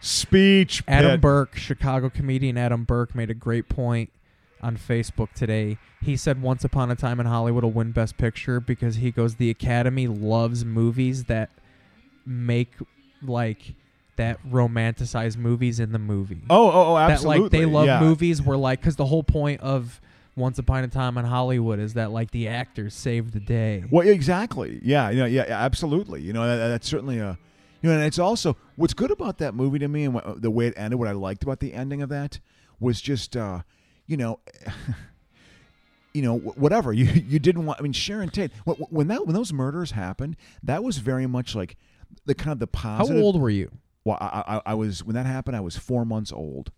Speaker 3: speech.
Speaker 2: Adam
Speaker 3: Pitt.
Speaker 2: Burke, Chicago comedian Adam Burke, made a great point on Facebook today. He said Once Upon a Time in Hollywood will win Best Picture because he goes, The Academy loves movies that make, like, that romanticize movies in the movie.
Speaker 3: Oh, oh, oh,
Speaker 2: that,
Speaker 3: absolutely.
Speaker 2: like, they love
Speaker 3: yeah.
Speaker 2: movies where, like, because the whole point of Once Upon a Time in Hollywood is that, like, the actors save the day.
Speaker 3: Well, exactly. Yeah, you know, yeah, yeah, absolutely. You know, that, that's certainly a, you know, and it's also what's good about that movie to me and what, the way it ended. What I liked about the ending of that was just, uh, you know, you know, wh- whatever you you didn't want. I mean, Sharon Tate. wh- wh- When that when those murders happened, that was very much like the kind of the
Speaker 2: How
Speaker 3: positive.
Speaker 2: old were you?
Speaker 3: Well, I, I, I was when that happened. I was four months old.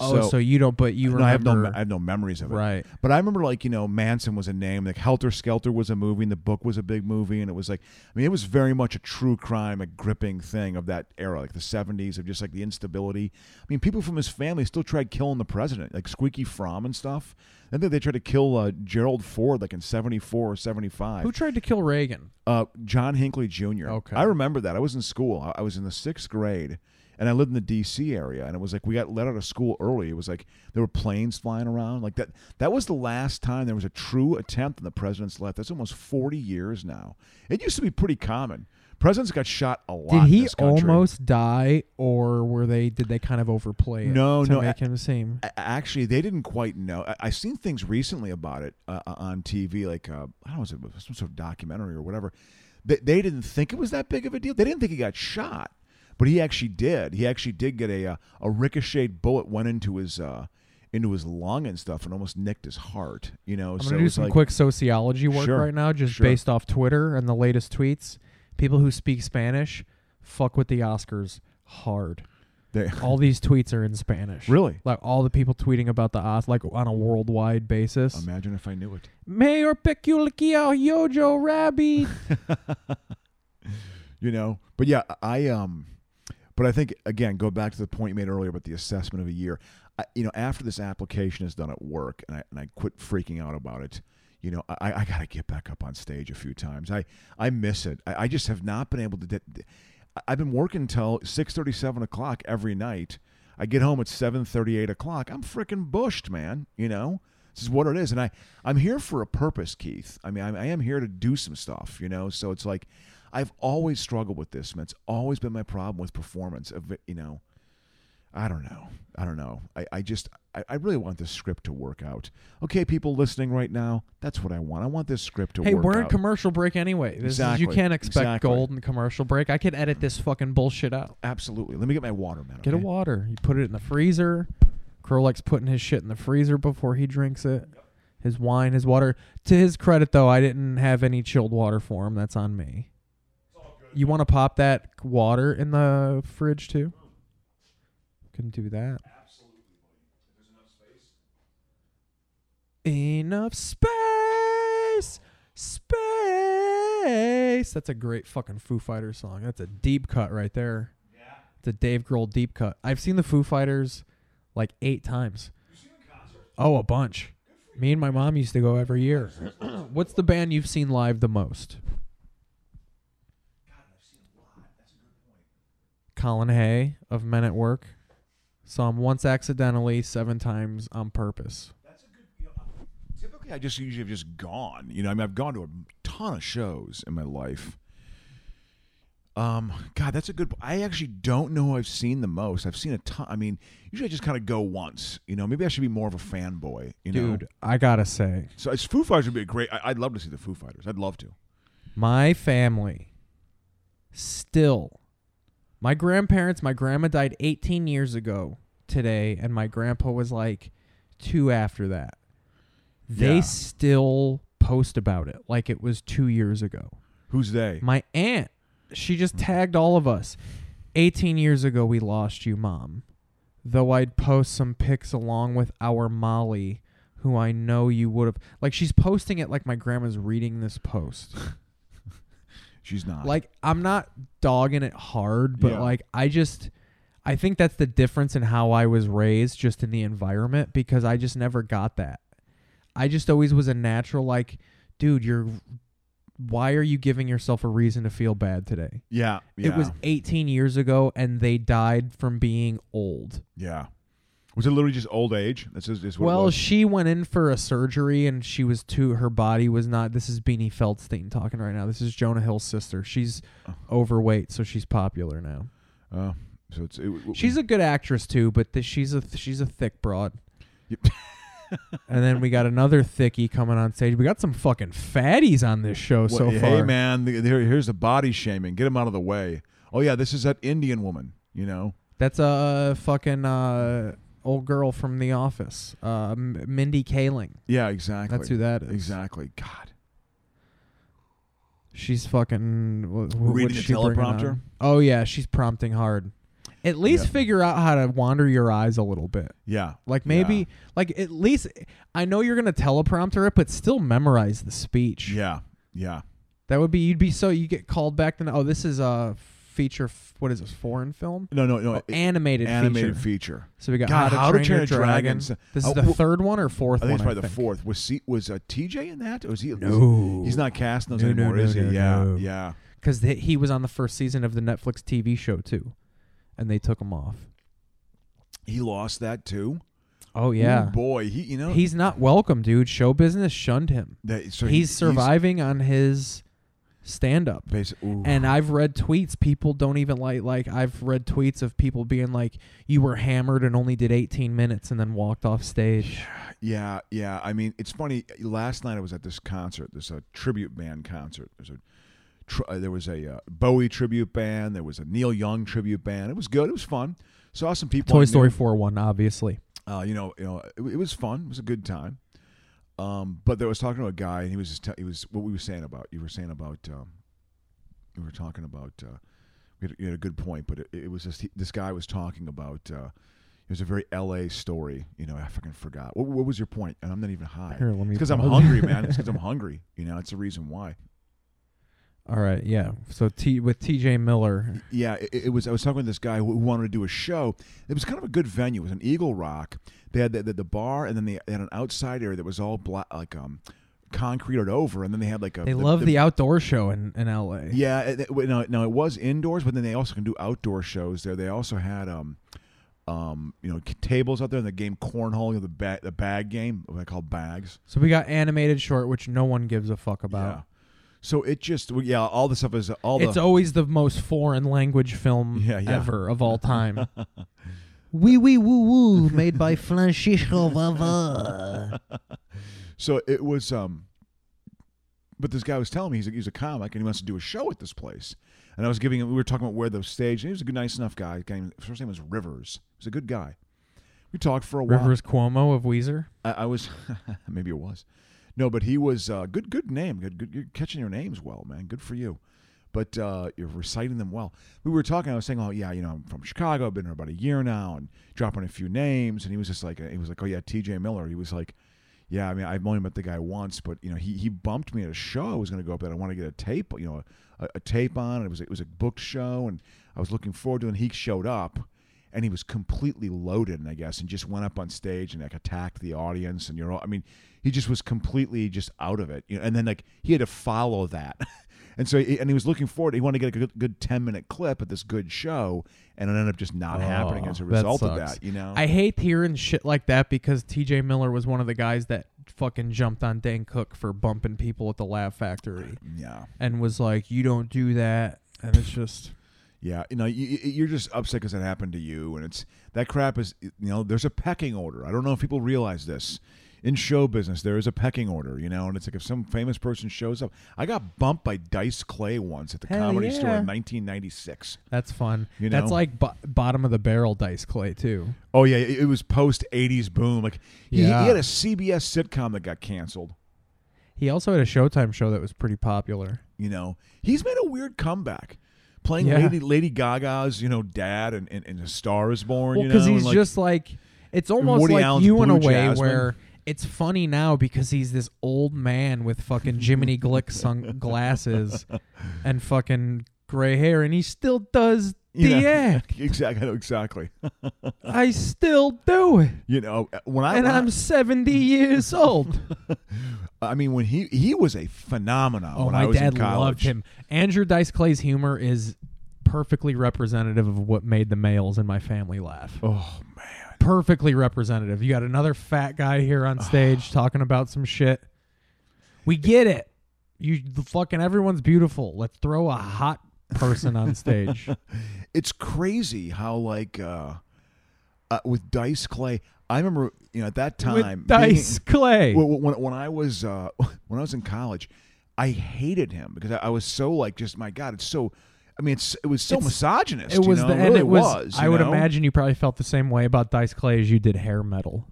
Speaker 2: oh, so you don't, but you
Speaker 3: no,
Speaker 2: remember.
Speaker 3: I have no, me- I have no memories of it.
Speaker 2: Right.
Speaker 3: But I remember, like you know, Manson was a name. Like Helter Skelter was a movie, and the book was a big movie, and it was like, I mean, it was very much a true crime, a gripping thing of that era, like the '70s of just like the instability. I mean, people from his family still tried killing the president, like Squeaky Fromm and stuff. I think they tried to kill uh, Gerald Ford, like in '74 or '75.
Speaker 2: Who tried to kill Reagan?
Speaker 3: Uh, John Hinckley Jr.
Speaker 2: Okay.
Speaker 3: I remember that. I was in school. I- I was in the sixth grade, and I lived in the D.C. area. And it was like we got let out of school early. It was like there were planes flying around. Like that. That was the last time there was a true attempt on the president's life. That's almost forty years now. It used to be pretty common. Presidents got shot a lot.
Speaker 2: Did
Speaker 3: in
Speaker 2: he
Speaker 3: this country.
Speaker 2: almost die, or were they? Did they kind of overplay it?
Speaker 3: No,
Speaker 2: to
Speaker 3: no,
Speaker 2: make
Speaker 3: a-
Speaker 2: him seem.
Speaker 3: A- Actually, they didn't quite know. I- I've seen things recently about it uh, uh, on TV, like uh, I don't know, was it some sort of documentary or whatever. They, they didn't think it was that big of a deal. They didn't think he got shot, but he actually did. He actually did get a uh, a ricocheted bullet went into his uh, into his lung and stuff, and almost nicked his heart. You know,
Speaker 2: I'm
Speaker 3: so
Speaker 2: gonna
Speaker 3: it
Speaker 2: do
Speaker 3: was
Speaker 2: some
Speaker 3: like,
Speaker 2: quick sociology work
Speaker 3: Sure,
Speaker 2: right now, just
Speaker 3: sure.
Speaker 2: based off Twitter and the latest tweets. People who speak Spanish fuck with the Oscars hard.
Speaker 3: They,
Speaker 2: All these tweets are in Spanish.
Speaker 3: Really?
Speaker 2: Like all the people tweeting about the Oscars, like on a worldwide basis.
Speaker 3: imagine if I knew it.
Speaker 2: Mayor Peculiquia Yojo Rabbit.
Speaker 3: you know but yeah i um but i think again go back to the point you made earlier about the assessment of a year I, you know after this application is done at work and i, and I quit freaking out about it you know I, I gotta get back up on stage a few times i i miss it i, I just have not been able to de- de- I- i've been working till 6.37 o'clock every night i get home at 7.38 o'clock i'm freaking bushed man you know this is what it is and i i'm here for a purpose keith i mean I'm, i am here to do some stuff you know so it's like I've always struggled with this, man. It's always been my problem with performance. Of it, you know, I don't know. I don't know. I, I just I, I really want this script to work out. Okay, people listening right now, that's what I want. I want this script to
Speaker 2: Hey,
Speaker 3: work
Speaker 2: we're in
Speaker 3: out.
Speaker 2: commercial break anyway. This is, you
Speaker 3: Exactly,
Speaker 2: can't expect
Speaker 3: exactly.
Speaker 2: gold in commercial break. I could edit this fucking bullshit out.
Speaker 3: Absolutely. Let me get my water, man.
Speaker 2: Get a
Speaker 3: okay?
Speaker 2: water. You put it in the freezer. Crow likes putting his shit in the freezer before he drinks it. His wine, his water. To his credit, though, I didn't have any chilled water for him. That's on me. You want to pop that water in the fridge too? Can do that. Enough space, space. That's a great fucking Foo Fighters song. That's a deep cut right there. Yeah. It's a Dave Grohl deep cut. I've seen the Foo Fighters like eight times. Oh, a bunch. Me and my mom used to go every year. What's the band you've seen live the most? Colin Hay of Men at Work. Saw him once accidentally, seven times on purpose.
Speaker 3: Typically, I just usually have just gone. You know, I mean, I've gone to a ton of shows in my life. Um, God, that's a good. I actually don't know who I've seen the most. I've seen a ton. I mean, usually I just kind of go once. You know, maybe I should be more of a fanboy. You know,
Speaker 2: Dude, I gotta say,
Speaker 3: So it's Foo Fighters would be a great. I, I'd love to see the Foo Fighters. I'd love to.
Speaker 2: my family still. My grandparents, my grandma died 18 years ago today, and my grandpa was like two after that. They
Speaker 3: Yeah.
Speaker 2: still post about it like it was two years ago.
Speaker 3: Who's they?
Speaker 2: My aunt, she just tagged all of us. 18 years ago, we lost you, mom. Though I'd post some pics along with our Molly, who I know you would have. Like, she's posting it like my grandma's reading this post.
Speaker 3: She's not.
Speaker 2: like, I'm not dogging it hard, but
Speaker 3: Yeah.
Speaker 2: like, I just. I think that's the difference in how I was raised, just in the environment, because I just never got that. I just always was a natural, like, dude, you're. Why are you giving yourself a reason to feel bad today?
Speaker 3: yeah, yeah,
Speaker 2: It was 18 years ago, and they died from being old.
Speaker 3: yeah. Was it literally just old age? That's just, just what it
Speaker 2: Well,
Speaker 3: was?
Speaker 2: she went in for a surgery, and she was too. Her body was not. This is Beanie Feldstein talking right now. This is Jonah Hill's sister. She's overweight, so she's popular now.
Speaker 3: Uh, so it's it,
Speaker 2: She's a good actress too, but th- she's a she's a thick broad.
Speaker 3: Yep.
Speaker 2: and then we got another thickie coming on stage. We got some fucking fatties on this show
Speaker 3: Well,
Speaker 2: so
Speaker 3: hey,
Speaker 2: far.
Speaker 3: man, the, here, here's the body shaming. Get him out of the way. Oh yeah, this is that Indian woman. You know,
Speaker 2: That's a fucking uh, old girl from The Office, uh, M- Mindy Kaling.
Speaker 3: yeah, exactly.
Speaker 2: That's who that is.
Speaker 3: Exactly. God,
Speaker 2: She's fucking wh- wh-
Speaker 3: Reading
Speaker 2: what's
Speaker 3: the
Speaker 2: she bringing
Speaker 3: teleprompter?
Speaker 2: on? Oh yeah, she's prompting hard. At least
Speaker 3: Yeah.
Speaker 2: figure out how to wander your eyes a little bit.
Speaker 3: yeah.
Speaker 2: Like maybe,
Speaker 3: Yeah.
Speaker 2: like at least I know you're gonna teleprompter it, but still memorize the speech.
Speaker 3: Yeah, yeah.
Speaker 2: That would be you'd be so you get called back to oh this is a feature. F- what is this foreign film?
Speaker 3: No, no, no. it-
Speaker 2: Oh, animated
Speaker 3: animated
Speaker 2: feature.
Speaker 3: feature.
Speaker 2: So we got
Speaker 3: God,
Speaker 2: how, to Train Your Dragon.
Speaker 3: Dragons.
Speaker 2: This
Speaker 3: Uh,
Speaker 2: is the
Speaker 3: w-
Speaker 2: third one or fourth
Speaker 3: I think it's
Speaker 2: one.
Speaker 3: probably the fourth. Was C, was uh, TJ in that? Or was he? was-
Speaker 2: No.
Speaker 3: he's not cast in those
Speaker 2: No, no,
Speaker 3: anymore,
Speaker 2: no,
Speaker 3: is he?
Speaker 2: no,
Speaker 3: yeah,
Speaker 2: no.
Speaker 3: yeah.
Speaker 2: because he was on the first season of the Netflix TV show too, and they took him off.
Speaker 3: He lost that too.
Speaker 2: Oh yeah,
Speaker 3: Ooh, boy. He, you know,
Speaker 2: He's not welcome, dude. Show business shunned him.
Speaker 3: that, so
Speaker 2: he's surviving on his stand up.
Speaker 3: basi- ooh.
Speaker 2: And I've read tweets. People don't even like like I've read tweets of people being like, You were hammered and only did eighteen minutes and then walked off stage.
Speaker 3: Yeah, yeah. I mean, it's funny. Last night I was at this concert, this uh, tribute band concert. There's a, tr- uh, there was a uh, Bowie tribute band. There was a Neil Young tribute band. It was good. It was fun. Saw some people. I
Speaker 2: Toy
Speaker 3: knew.
Speaker 2: Story four one, obviously.
Speaker 3: Uh, you know, you know, it, it was fun. It was a good time. Um, but there I was talking to a guy, and he was just tell he was what we were saying about you were saying about um, we were talking about uh, we had, you had a good point, but it, it was just he, this guy was talking about uh, it was a very L.A. story. You know, I fucking forgot what, what was your point, and I'm not even high.
Speaker 2: Here, let me
Speaker 3: Because I'm
Speaker 2: pause.
Speaker 3: hungry, man. It's because I'm hungry. You know, it's the reason why.
Speaker 2: All right, yeah. So T with TJ Miller.
Speaker 3: Yeah, it, it was. I was talking with this guy who wanted to do a show. It was kind of a good venue. It was an Eagle Rock. They had the, the, the bar, and then they had an outside area that was all black, like um, concreted over, and then they had like a.
Speaker 2: They love the, outdoor show in, in LA.
Speaker 3: Yeah, it, it- no, no, it was indoors, but then they also can do outdoor shows there. They also had um, um, you know, c- tables out there, and the game cornhole, you know, the bag, the bag game, what I call bags.
Speaker 2: So we got animated short, which no one gives a fuck about.
Speaker 3: Yeah. So it just, well, yeah, all the stuff is all
Speaker 2: It's
Speaker 3: the.
Speaker 2: always the most foreign language film
Speaker 3: Yeah, yeah.
Speaker 2: ever of all time. Wee wee woo woo, made by Francisco Vava.
Speaker 3: So it was um but this guy was telling me he's a, he's a comic and he wants to do a show at this place. And I was giving him we were talking about where the stage and he was a good nice enough guy. His name- his first name was Rivers. He was a good guy. We talked for a while.
Speaker 2: Rivers Cuomo of Weezer.
Speaker 3: I, I was maybe it was. No, but he was uh, good. Good name. Good, good. You're catching your names well, man. Good for you. But uh, you're reciting them well. We were talking. I was saying, oh yeah, you know, I'm from Chicago. I've been here about a year now, and dropping a few names. And he was just like, he was like, oh yeah, T.J. Miller. He was like, yeah, I mean, I've only met the guy once, but you know, he he bumped me at a show. I was going to go up there. I want to get a tape, you know, a, a tape on. And it was it was a booked show, and I was looking forward to. it. And he showed up, and he was completely loaded, I guess, and just went up on stage and like attacked the audience. And you're, all, I mean, he just was completely just out of it, you know. And then like he had to follow that, and so and he was looking forward. He wanted to get a good, good ten minute clip at this good show, and it ended up just not happening
Speaker 2: Oh,
Speaker 3: as a
Speaker 2: that
Speaker 3: result of
Speaker 2: sucks.
Speaker 3: that, you know.
Speaker 2: I hate hearing shit like that because TJ Miller was one of the guys that fucking jumped on Dan Cook for bumping people at the Laugh Factory
Speaker 3: yeah.
Speaker 2: and was like, "You don't do that." And it's just
Speaker 3: Yeah, you know, you, you- you're just upset because it happened to you, and it's that crap is, you know, there's a pecking order. I don't know if people realize this. In show business, there is a pecking order, you know, and it's like if some famous person shows up. I got bumped by Dice Clay once at the
Speaker 2: Hell
Speaker 3: comedy store
Speaker 2: yeah.
Speaker 3: in 1996.
Speaker 2: that's fun.
Speaker 3: You
Speaker 2: That's
Speaker 3: know?
Speaker 2: like bo- bottom of the barrel dice clay too.
Speaker 3: Oh yeah, it it was post 80s boom. Like he,
Speaker 2: Yeah.
Speaker 3: he had a CBS sitcom that got canceled.
Speaker 2: He also had a Showtime show that was pretty popular.
Speaker 3: You know, he's made a weird comeback, playing
Speaker 2: Yeah.
Speaker 3: Lady Lady Gaga's, you know, dad, and and, and A Star Is Born.
Speaker 2: Well,
Speaker 3: you know,
Speaker 2: because
Speaker 3: and,
Speaker 2: he's
Speaker 3: like-
Speaker 2: just like it's almost
Speaker 3: Woody
Speaker 2: like
Speaker 3: Allen's
Speaker 2: you in a
Speaker 3: Blue
Speaker 2: way
Speaker 3: Jasmine.
Speaker 2: where it's funny now because he's this old man with fucking Jiminy Glick sunglasses and fucking gray hair, and he still does
Speaker 3: you
Speaker 2: the
Speaker 3: know,
Speaker 2: act.
Speaker 3: exactly, I know, exactly.
Speaker 2: I still do it,
Speaker 3: You know, uh, when I
Speaker 2: and
Speaker 3: I,
Speaker 2: I'm 70 years old.
Speaker 3: I mean, when he he was a phenomenon.
Speaker 2: Oh,
Speaker 3: when I
Speaker 2: my
Speaker 3: was
Speaker 2: dad
Speaker 3: in college.
Speaker 2: loved him. Andrew Dice Clay's humor is perfectly representative of what made the males in my family laugh.
Speaker 3: Oh man,
Speaker 2: perfectly representative. You got another fat guy here on stage talking about some shit. We get it. You the fucking everyone's beautiful. Let's throw a hot person on stage.
Speaker 3: it's crazy how like uh, uh, with Dice Clay. I remember you know at that time
Speaker 2: With
Speaker 3: being-
Speaker 2: Dice Clay.
Speaker 3: Well, when, when I was uh, when I was in college, I hated him because I, I was so like just my God, it's so. I mean, it's it was so
Speaker 2: It's-
Speaker 3: misogynist.
Speaker 2: it was
Speaker 3: you
Speaker 2: the
Speaker 3: know? it
Speaker 2: and
Speaker 3: really
Speaker 2: it was,
Speaker 3: you
Speaker 2: I would
Speaker 3: know?
Speaker 2: imagine you probably felt the same way about Dice Clay as you did hair metal.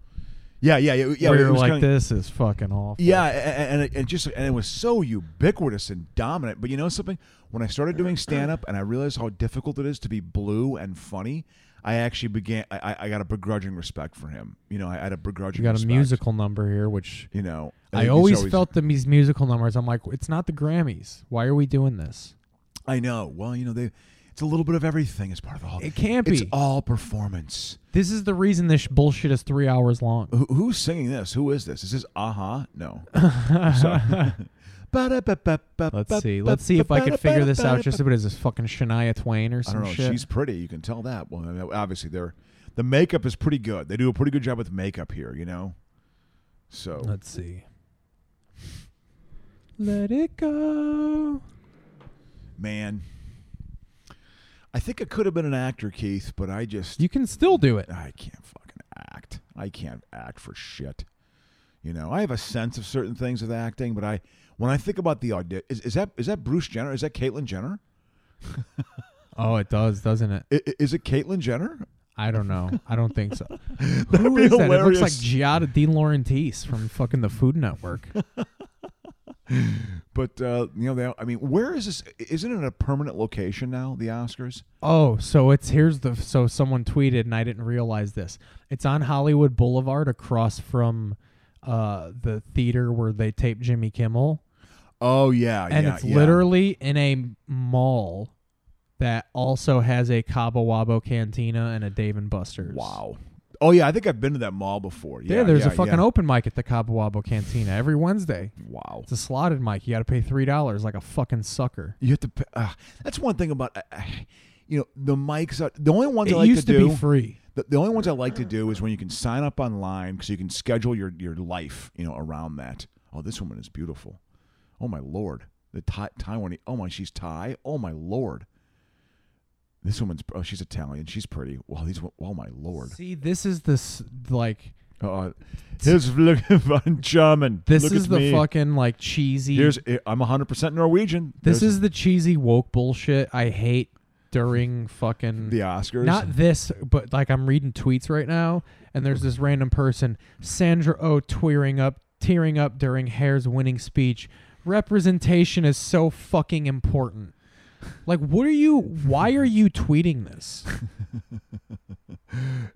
Speaker 3: Yeah, yeah, yeah. yeah
Speaker 2: where
Speaker 3: it
Speaker 2: you're
Speaker 3: was
Speaker 2: like,
Speaker 3: kinda-
Speaker 2: this is fucking awful.
Speaker 3: Yeah, a- a- and it, it just and it was so ubiquitous and dominant. But you know something? When I started doing stand up and I realized how difficult it is to be blue and funny, I actually began. I, I- I got a begrudging respect for him. You know, I had a begrudging.
Speaker 2: You got a
Speaker 3: respect,
Speaker 2: musical number here, which
Speaker 3: You know,
Speaker 2: I
Speaker 3: he's
Speaker 2: always, felt that these musical numbers. I'm like, it's not the Grammys. Why are we doing this?
Speaker 3: I know. Well, you know, they. It's a little bit of everything as part of the whole.
Speaker 2: It can't
Speaker 3: It's
Speaker 2: be.
Speaker 3: all performance.
Speaker 2: This is the reason this bullshit is three hours long.
Speaker 3: Who, who's singing this? Who is this? Is this Aha? No. Sorry.
Speaker 2: Let's see. Let's see if I can figure this out. Just if it is this fucking Shania Twain or
Speaker 3: I
Speaker 2: some
Speaker 3: don't know.
Speaker 2: shit.
Speaker 3: She's pretty. You can tell that. Well, I mean, obviously they're the makeup is pretty good. They do a pretty good job with makeup here. You know. So
Speaker 2: Let's see. Let it go.
Speaker 3: man, I think I could have been an actor, Keith, but I just
Speaker 2: You can still do it.
Speaker 3: I can't fucking act. I can't act for shit. You know, I have a sense of certain things with acting, but I when I think about the audition, is, is that is that Bruce Jenner? Is that Caitlyn Jenner?
Speaker 2: Oh, it does, doesn't it?
Speaker 3: I- i- Is it Caitlyn Jenner?
Speaker 2: I don't know. I don't think so.
Speaker 3: That'd
Speaker 2: Who
Speaker 3: be
Speaker 2: is that? It looks like
Speaker 3: hilarious.
Speaker 2: Giada De Laurentiis from fucking the Food Network.
Speaker 3: But uh, you know, they, I mean, where is this? Isn't it a permanent location now? The Oscars?
Speaker 2: Oh, so it's here's the so someone tweeted and I didn't realize this. It's on Hollywood Boulevard across from uh the theater where they tape Jimmy Kimmel.
Speaker 3: Oh yeah,
Speaker 2: and
Speaker 3: yeah,
Speaker 2: it's
Speaker 3: yeah.
Speaker 2: literally in a mall that also has a Cabo Wabo Cantina and a Dave and Buster's.
Speaker 3: wow. Oh yeah, I think I've been to that mall before. Yeah,
Speaker 2: Yeah, there's
Speaker 3: yeah,
Speaker 2: a fucking
Speaker 3: yeah.
Speaker 2: open mic at the Cabo Wabo Cantina every Wednesday.
Speaker 3: Wow.
Speaker 2: It's a slotted mic. You got to pay three dollars like a fucking sucker.
Speaker 3: You have to. pay- Uh, that's one thing about. Uh, uh, you know the mics. Are, the only ones
Speaker 2: It
Speaker 3: I like
Speaker 2: used
Speaker 3: to,
Speaker 2: to,
Speaker 3: do.
Speaker 2: be free.
Speaker 3: The, the only ones I like to do is when you can sign up online because you can schedule your, your life, you know, around that. Oh, this woman is beautiful. Oh my lord, the Thai, Taiwanese. Oh my, she's Thai. Oh my lord, this woman's. Oh, she's Italian. She's pretty. Wow, these. wo- Oh my lord.
Speaker 2: See, this is this like
Speaker 3: Uh, here's looking fun German.
Speaker 2: this
Speaker 3: Look
Speaker 2: is
Speaker 3: at
Speaker 2: the
Speaker 3: me. eh,
Speaker 2: fucking like cheesy.
Speaker 3: Here's I'm 100 percent Norwegian.
Speaker 2: this
Speaker 3: There's-
Speaker 2: is the cheesy woke bullshit I hate during fucking
Speaker 3: The Oscars?
Speaker 2: Not this, but like I'm reading tweets right now, and there's this random person, Sandra O, oh, tearing up, tearing up during Hare's winning speech. Representation is so fucking important. Like, what are you? Why are you tweeting this?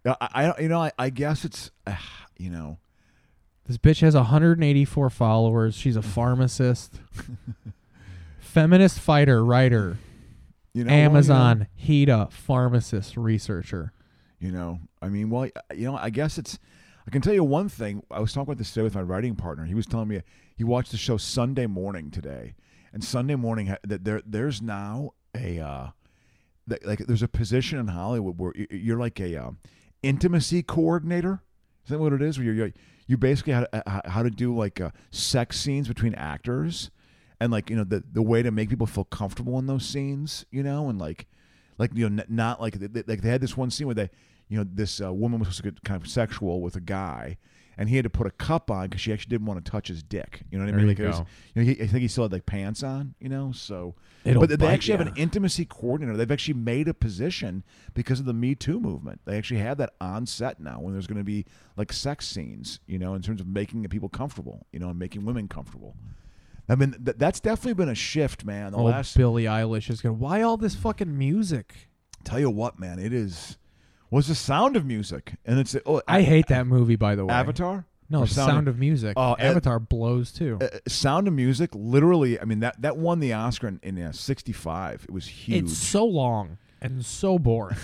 Speaker 3: I, I you know I, I guess it's uh, you know
Speaker 2: This bitch has 184 followers. She's a pharmacist, feminist fighter, writer,
Speaker 3: you know well, you know-
Speaker 2: Amazon, Heda, pharmacist, researcher.
Speaker 3: You know, I mean, well, you know, I guess it's. I can tell you one thing. I was talking about this today with my writing partner. He was telling me he watched the show Sunday morning today, and Sunday morning ha- that there there's now a uh, that, like there's a position in Hollywood where y- you're like a um, intimacy coordinator. Is that what it is? Where you're, you're you basically how to, uh, how to do like uh, sex scenes between actors, and like you know the the way to make people feel comfortable in those scenes, you know, and like like you know n- not like th- th- like they had this one scene where they you know this uh, woman was supposed to get kind of sexual with a guy and he had to put a cup on because she actually didn't want to touch his dick you know what i
Speaker 2: There
Speaker 3: mean
Speaker 2: you
Speaker 3: like it was-
Speaker 2: go.
Speaker 3: you know, he, i think he still had like pants on you know so
Speaker 2: It'll
Speaker 3: but they- they
Speaker 2: bite
Speaker 3: actually have
Speaker 2: ya.
Speaker 3: an intimacy coordinator they've actually made a position because of the me too movement they actually have that on set now when there's going to be like sex scenes you know in terms of making people comfortable you know and making women comfortable i mean th- that's definitely been a shift man the
Speaker 2: Oh,
Speaker 3: last
Speaker 2: Billie Eilish is gonna. Why all this fucking music?
Speaker 3: Tell you what, man, it is was the sound of music, and it's oh,
Speaker 2: I hate that movie, by the way.
Speaker 3: Avatar.
Speaker 2: No,
Speaker 3: Or
Speaker 2: Sound, of Music.
Speaker 3: Oh, Av-
Speaker 2: Avatar blows too.
Speaker 3: uh, Sound of Music. Literally, I mean that that won the Oscar in, in uh, '65. It was huge.
Speaker 2: it's so long and so boring.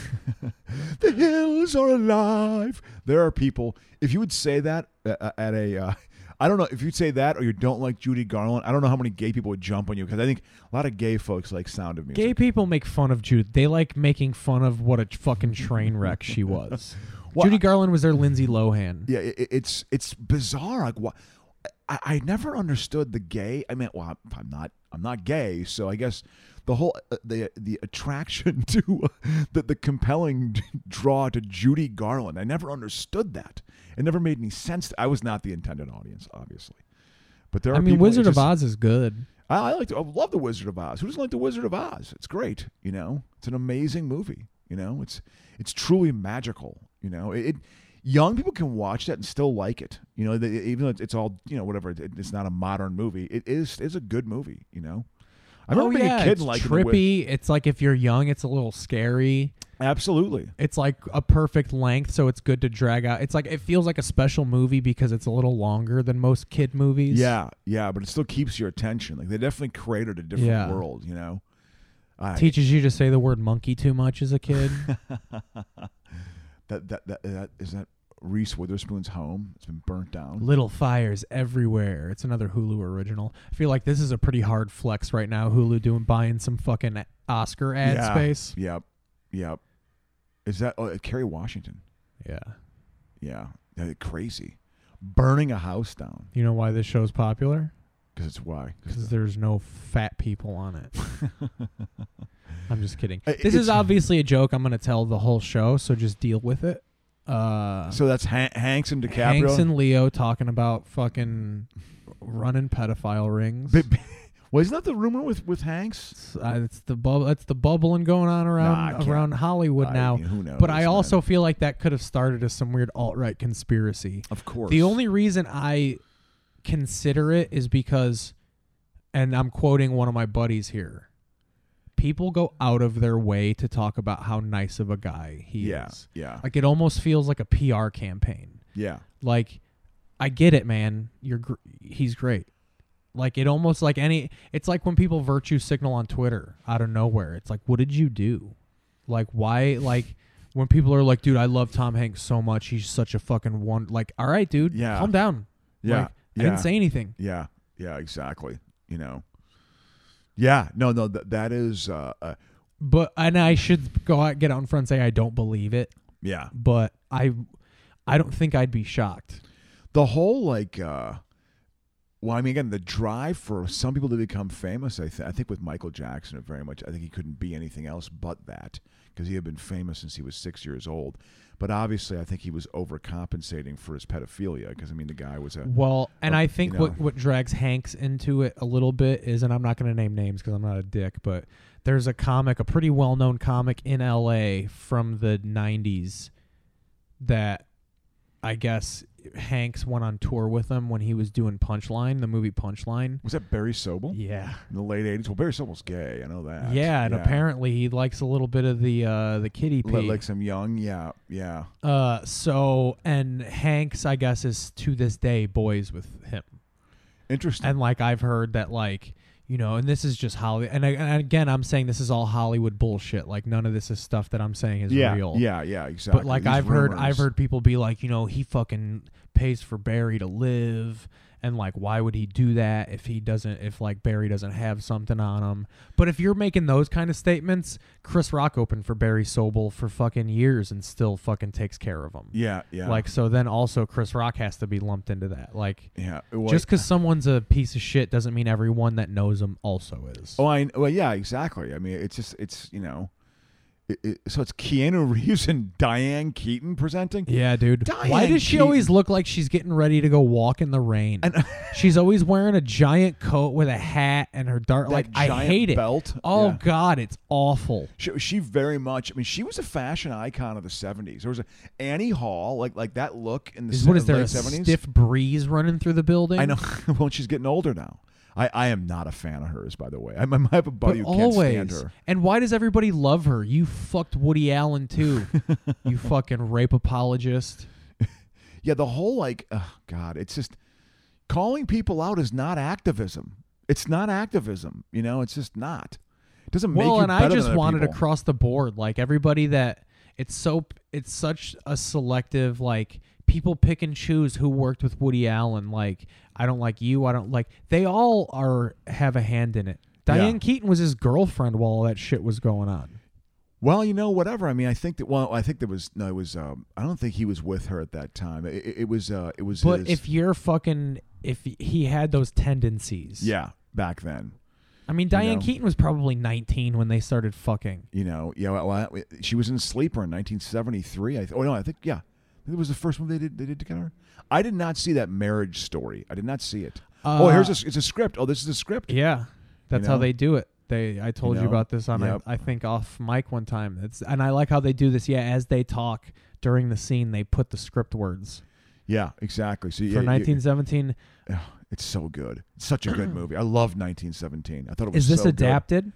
Speaker 3: the hills are alive. There are people. If you would say that uh, uh, at a, uh, I don't know if you'd say that or you don't like Judy Garland. I don't know how many gay people would jump on you because I think a lot of gay folks like Sound of Music.
Speaker 2: Gay people make fun of Jude. They like making fun of what a fucking train wreck she was.
Speaker 3: Well,
Speaker 2: Judy
Speaker 3: I-
Speaker 2: Garland was their Lindsay Lohan.
Speaker 3: Yeah, it, it's it's bizarre. Like what? I, I never understood the gay. I mean, well, I'm, I'm not I'm not gay, so I guess the whole uh, the the attraction to uh, the the compelling draw to Judy Garland. I never understood that. It never made any sense. I was not the intended audience, obviously. But there are
Speaker 2: I mean,
Speaker 3: people- it
Speaker 2: Wizard of
Speaker 3: just-
Speaker 2: Oz is good.
Speaker 3: I, I like to, I love the Wizard of Oz. Who doesn't like the Wizard of Oz? It's great. You know, it's an amazing movie. You know, it's it's truly magical. You know, it, it- young people can watch that and still like it. You know, they, even though it's, it's all you know, whatever. It, it's not a modern movie. It is is a good movie. You know, I remember
Speaker 2: oh,
Speaker 3: being
Speaker 2: yeah,
Speaker 3: a kid
Speaker 2: it's
Speaker 3: like
Speaker 2: trippy. It's like if you're young, it's a little scary.
Speaker 3: Absolutely.
Speaker 2: It's like a perfect length, so it's good to drag out. It's like it feels like a special movie because it's a little longer than most kid movies.
Speaker 3: Yeah, yeah, but it still keeps your attention. Like they definitely created a different
Speaker 2: Yeah.
Speaker 3: world. You know, I,
Speaker 2: Teaches you to say the word monkey too much as a kid.
Speaker 3: that, that that that is that Reese Witherspoon's home. It's been burnt down.
Speaker 2: Little fires everywhere. It's another Hulu original. I feel like this is a pretty hard flex right now. Hulu doing buying some fucking Oscar ad
Speaker 3: yeah.
Speaker 2: space.
Speaker 3: Yep. Yep. Is that oh, Kerry Washington?
Speaker 2: Yeah.
Speaker 3: Yeah. Uh, crazy. Burning a house down
Speaker 2: You know why this show's popular?
Speaker 3: because it's why. 'Cause
Speaker 2: Because there's no fat people on it. I'm just kidding.
Speaker 3: Uh,
Speaker 2: This
Speaker 3: it's-
Speaker 2: is obviously a joke. I'm going to tell the whole show, so just deal with it. Uh,
Speaker 3: So that's Han- Hanks and DiCaprio.
Speaker 2: Hanks and Leo talking about fucking running pedophile rings.
Speaker 3: Ba- ba- well, isn't that the rumor with with Hanks?
Speaker 2: It's, uh, it's the bubble. That's the bubbling going on
Speaker 3: I
Speaker 2: around
Speaker 3: can't-
Speaker 2: around Hollywood
Speaker 3: I-
Speaker 2: now.
Speaker 3: who knows,
Speaker 2: But I
Speaker 3: man.
Speaker 2: also feel like that could have started as some weird alt right conspiracy.
Speaker 3: Of course.
Speaker 2: The only reason I consider it is because, and I'm quoting one of my buddies here. People go out of their way to talk about how nice of a guy he
Speaker 3: Yeah.
Speaker 2: is.
Speaker 3: Yeah.
Speaker 2: Like it almost feels like a PR campaign
Speaker 3: Yeah.
Speaker 2: like i get it man you're gr- he's great like it almost like any it's like when people virtue signal on twitter out of nowhere it's like what did you do like why like when people are like dude i love tom hanks so much he's such a fucking one like all right dude
Speaker 3: Yeah.
Speaker 2: calm down
Speaker 3: Yeah.
Speaker 2: like,
Speaker 3: yeah.
Speaker 2: i didn't say anything
Speaker 3: Yeah, yeah, exactly. You know. Yeah. No. No. That that is. Uh, uh,
Speaker 2: but and i should go out get out in front and say i don't believe it
Speaker 3: yeah.
Speaker 2: but i i don't think i'd be shocked
Speaker 3: the whole like uh w- Well, I mean, again, the drive for some people to become famous, I, th- I think with Michael Jackson, it very much, I think he couldn't be anything else but that because he had been famous since he was six years old. But obviously, I think he was overcompensating for his pedophilia because, I mean, the guy was a.
Speaker 2: Well, and
Speaker 3: Uh,
Speaker 2: I
Speaker 3: you
Speaker 2: think
Speaker 3: know.
Speaker 2: what what drags Hanks into it a little bit is, and I'm not going to name names because I'm not a dick, but there's a comic, a pretty well known comic in L.A. from the '90s that I guess Hanks went on tour with him when he was doing Punchline, the movie Punchline.
Speaker 3: was that Barry Sobel
Speaker 2: Yeah.
Speaker 3: in the late 80s? Well, Barry Sobel's gay. I know that.
Speaker 2: Yeah, and apparently he likes a little bit of the uh, the kitty pee.
Speaker 3: Li- Like some young, yeah, yeah.
Speaker 2: Uh, so and Hanks, I guess, is to this day boys with him,
Speaker 3: Interesting.
Speaker 2: and like I've heard that like you know, and this is just Hollywood. And, I- and again, I'm saying this is all Hollywood bullshit. Like none of this is stuff that I'm saying is
Speaker 3: yeah,
Speaker 2: real.
Speaker 3: yeah, yeah, exactly.
Speaker 2: But like
Speaker 3: These
Speaker 2: I've heard, I've
Speaker 3: rumors.
Speaker 2: heard people be like, you know, he fucking pays for Barry to live, and like, why would he do that if he doesn't, if like Barry doesn't have something on him? But if you're making those kind of statements, Chris Rock opened for Barry Sobel for fucking years and still fucking takes care of him.
Speaker 3: Yeah, yeah.
Speaker 2: Like so, then also Chris Rock has to be lumped into that. Like,
Speaker 3: yeah. Well,
Speaker 2: just because someone's a piece of shit doesn't mean everyone that knows him also is.
Speaker 3: Oh, I well, yeah, exactly. I mean, it's just it's you know, it, it, so it's Keanu Reeves and Diane Keaton presenting.
Speaker 2: Yeah, dude.
Speaker 3: Diane
Speaker 2: Why does she
Speaker 3: Keaton.
Speaker 2: always look like she's getting ready to go walk in the rain?
Speaker 3: And-
Speaker 2: she's always wearing a giant coat with a hat and her dark
Speaker 3: That
Speaker 2: like I
Speaker 3: giant
Speaker 2: hate it.
Speaker 3: belt.
Speaker 2: Oh
Speaker 3: Yeah.
Speaker 2: god, it's awful.
Speaker 3: She, she very much. I mean, she was a fashion icon of the '70s. There was a Annie Hall, like like that look in the
Speaker 2: Is
Speaker 3: se-
Speaker 2: what is there
Speaker 3: late
Speaker 2: a
Speaker 3: 70s.
Speaker 2: stiff breeze running through the building?
Speaker 3: I know. well, she's getting older now. I, I am not a fan of hers, by the way. I, I have a buddy
Speaker 2: But
Speaker 3: who
Speaker 2: always.
Speaker 3: can't stand her.
Speaker 2: And why does everybody love her? You fucked Woody Allen too. you fucking rape apologist.
Speaker 3: Yeah, the whole like, oh God, it's just calling people out is not activism. It's not activism. You know, it's just not. It doesn't make
Speaker 2: well
Speaker 3: you
Speaker 2: and i
Speaker 3: better
Speaker 2: just
Speaker 3: than other
Speaker 2: wanted
Speaker 3: people.
Speaker 2: across the board like everybody that it's so it's such a selective like people pick and choose who worked with woody allen like i don't like you i don't like they all are have a hand in it diane
Speaker 3: Yeah.
Speaker 2: keaton was his girlfriend while all that shit was going on
Speaker 3: Well, you know, whatever. I mean, I think that. Well, I think there was no. It was. Um, I don't think he was with her at that time. It, it, it was. Uh, it was.
Speaker 2: but
Speaker 3: his-
Speaker 2: if you're fucking if he had those tendencies
Speaker 3: yeah, back then,
Speaker 2: i mean diane
Speaker 3: know.
Speaker 2: keaton was probably 19 when they started fucking
Speaker 3: you know, yeah. Well, I- she was in Sleeper in 1973. I th- oh no, I think yeah, it was the first one they did. They did together. I did not see that marriage story. I did not see it. oh,
Speaker 2: Uh,
Speaker 3: here's a, s- it's a script. Oh, this is a script.
Speaker 2: Yeah, that's how
Speaker 3: know?
Speaker 2: they do it. They, I told you,
Speaker 3: know?
Speaker 2: about this on, a-
Speaker 3: Yep.
Speaker 2: I think, off mic one time. It's and I like how they do this. Yeah, as they talk during the scene, they put the script words
Speaker 3: Yeah, exactly. So yeah,
Speaker 2: for
Speaker 3: you-
Speaker 2: 1917.
Speaker 3: Ugh, it's so good. It's such a good movie. I love 1917. I thought it was.
Speaker 2: Is this
Speaker 3: so good.
Speaker 2: adapted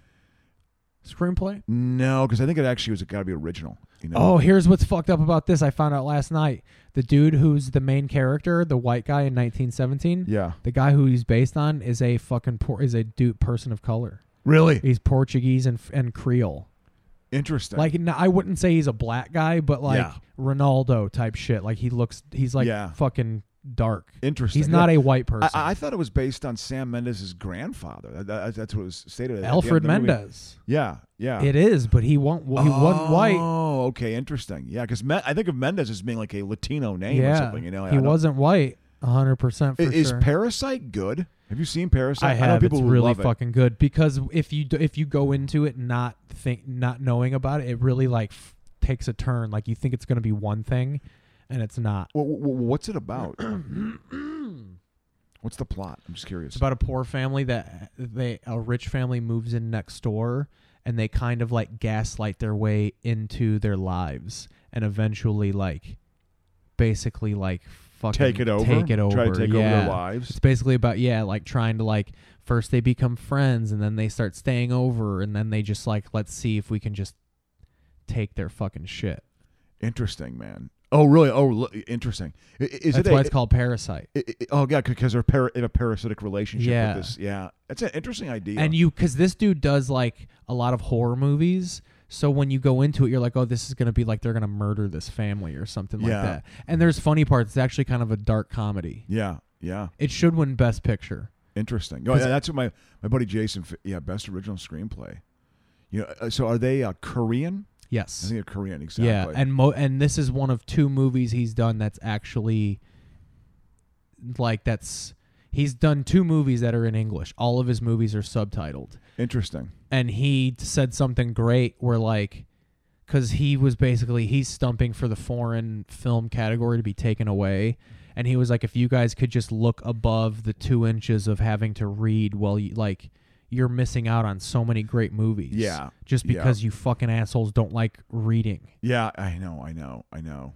Speaker 2: screenplay?
Speaker 3: No, because I think it actually was got to be original. You know.
Speaker 2: Oh, here's what's fucked up about this. I found out last night. The dude who's the main character, the white guy in 1917.
Speaker 3: Yeah.
Speaker 2: The guy who he's based on is a fucking por- is a dude person of color.
Speaker 3: Really
Speaker 2: He's Portuguese and and Creole.
Speaker 3: interesting.
Speaker 2: Like n I wouldn't say he's a black guy, but like
Speaker 3: Yeah.
Speaker 2: Ronaldo type shit. Like he looks, he's like
Speaker 3: Yeah.
Speaker 2: fucking dark.
Speaker 3: Interesting.
Speaker 2: He's not
Speaker 3: Yeah.
Speaker 2: a white person.
Speaker 3: I, I thought it was based on Sam Mendes' grandfather. That- that- that's what it was stated. at the end of
Speaker 2: Alfred
Speaker 3: the movie.
Speaker 2: Mendez.
Speaker 3: Yeah, yeah.
Speaker 2: It is, but he won't. He wasn't white.
Speaker 3: Oh, okay, interesting. Yeah, because I think of Mendes as being like a Latino name or
Speaker 2: Yeah,
Speaker 3: something. You know, I
Speaker 2: he
Speaker 3: don't-
Speaker 2: wasn't white. hundred percent for
Speaker 3: I- Is
Speaker 2: sure.
Speaker 3: Parasite good? Have you seen Parasite?
Speaker 2: I
Speaker 3: know
Speaker 2: have.
Speaker 3: people
Speaker 2: it's
Speaker 3: who
Speaker 2: really
Speaker 3: love it.
Speaker 2: fucking good because if you do, if you go into it not think not knowing about it, it really like f- takes a turn. Like you think it's gonna be one thing, and it's not.
Speaker 3: Wha- wha- wha- what's it about? what's the plot? I'm just curious.
Speaker 2: It's about a poor family that they a rich family moves in next door and they kind of like gaslight their way into their lives and eventually like basically like fucking
Speaker 3: take it over.
Speaker 2: Take it over.
Speaker 3: Try to take over
Speaker 2: yeah.
Speaker 3: their lives.
Speaker 2: It's basically about yeah, like trying to like first they become friends and then they start staying over and then they just like let's see if we can just take their fucking shit.
Speaker 3: Interesting, man. Oh, really? Oh, lo- interesting. I- i- Is
Speaker 2: That's
Speaker 3: it?
Speaker 2: why
Speaker 3: a,
Speaker 2: it's called Parasite.
Speaker 3: i- i- oh, yeah, because they're para- in a parasitic relationship
Speaker 2: Yeah.
Speaker 3: with this. Yeah, that's an interesting idea.
Speaker 2: and you because this dude does like a lot of horror movies so when you go into it you're like oh this is gonna be like they're gonna murder this family or something
Speaker 3: Yeah.
Speaker 2: like that and there's funny parts it's actually kind of a dark comedy
Speaker 3: yeah, yeah,
Speaker 2: it should win best picture
Speaker 3: interesting. Oh, yeah, that's what my my buddy Jason. F- Yeah, best original screenplay. You know, uh, so are they uh, Korean? I
Speaker 2: yes
Speaker 3: think they're Korean, exactly.
Speaker 2: yeah and mo and this is one of two movies he's done that's actually like that's He's done two movies that are in English. All of his movies are subtitled.
Speaker 3: Interesting.
Speaker 2: and he said something great where like because he was basically he's stumping for the foreign film category to be taken away and he was like if you guys could just look above the two inches of having to read well you, like you're missing out on so many great movies
Speaker 3: Yeah,
Speaker 2: just
Speaker 3: yeah.
Speaker 2: because you fucking assholes don't like reading
Speaker 3: Yeah, I know, I know, I know.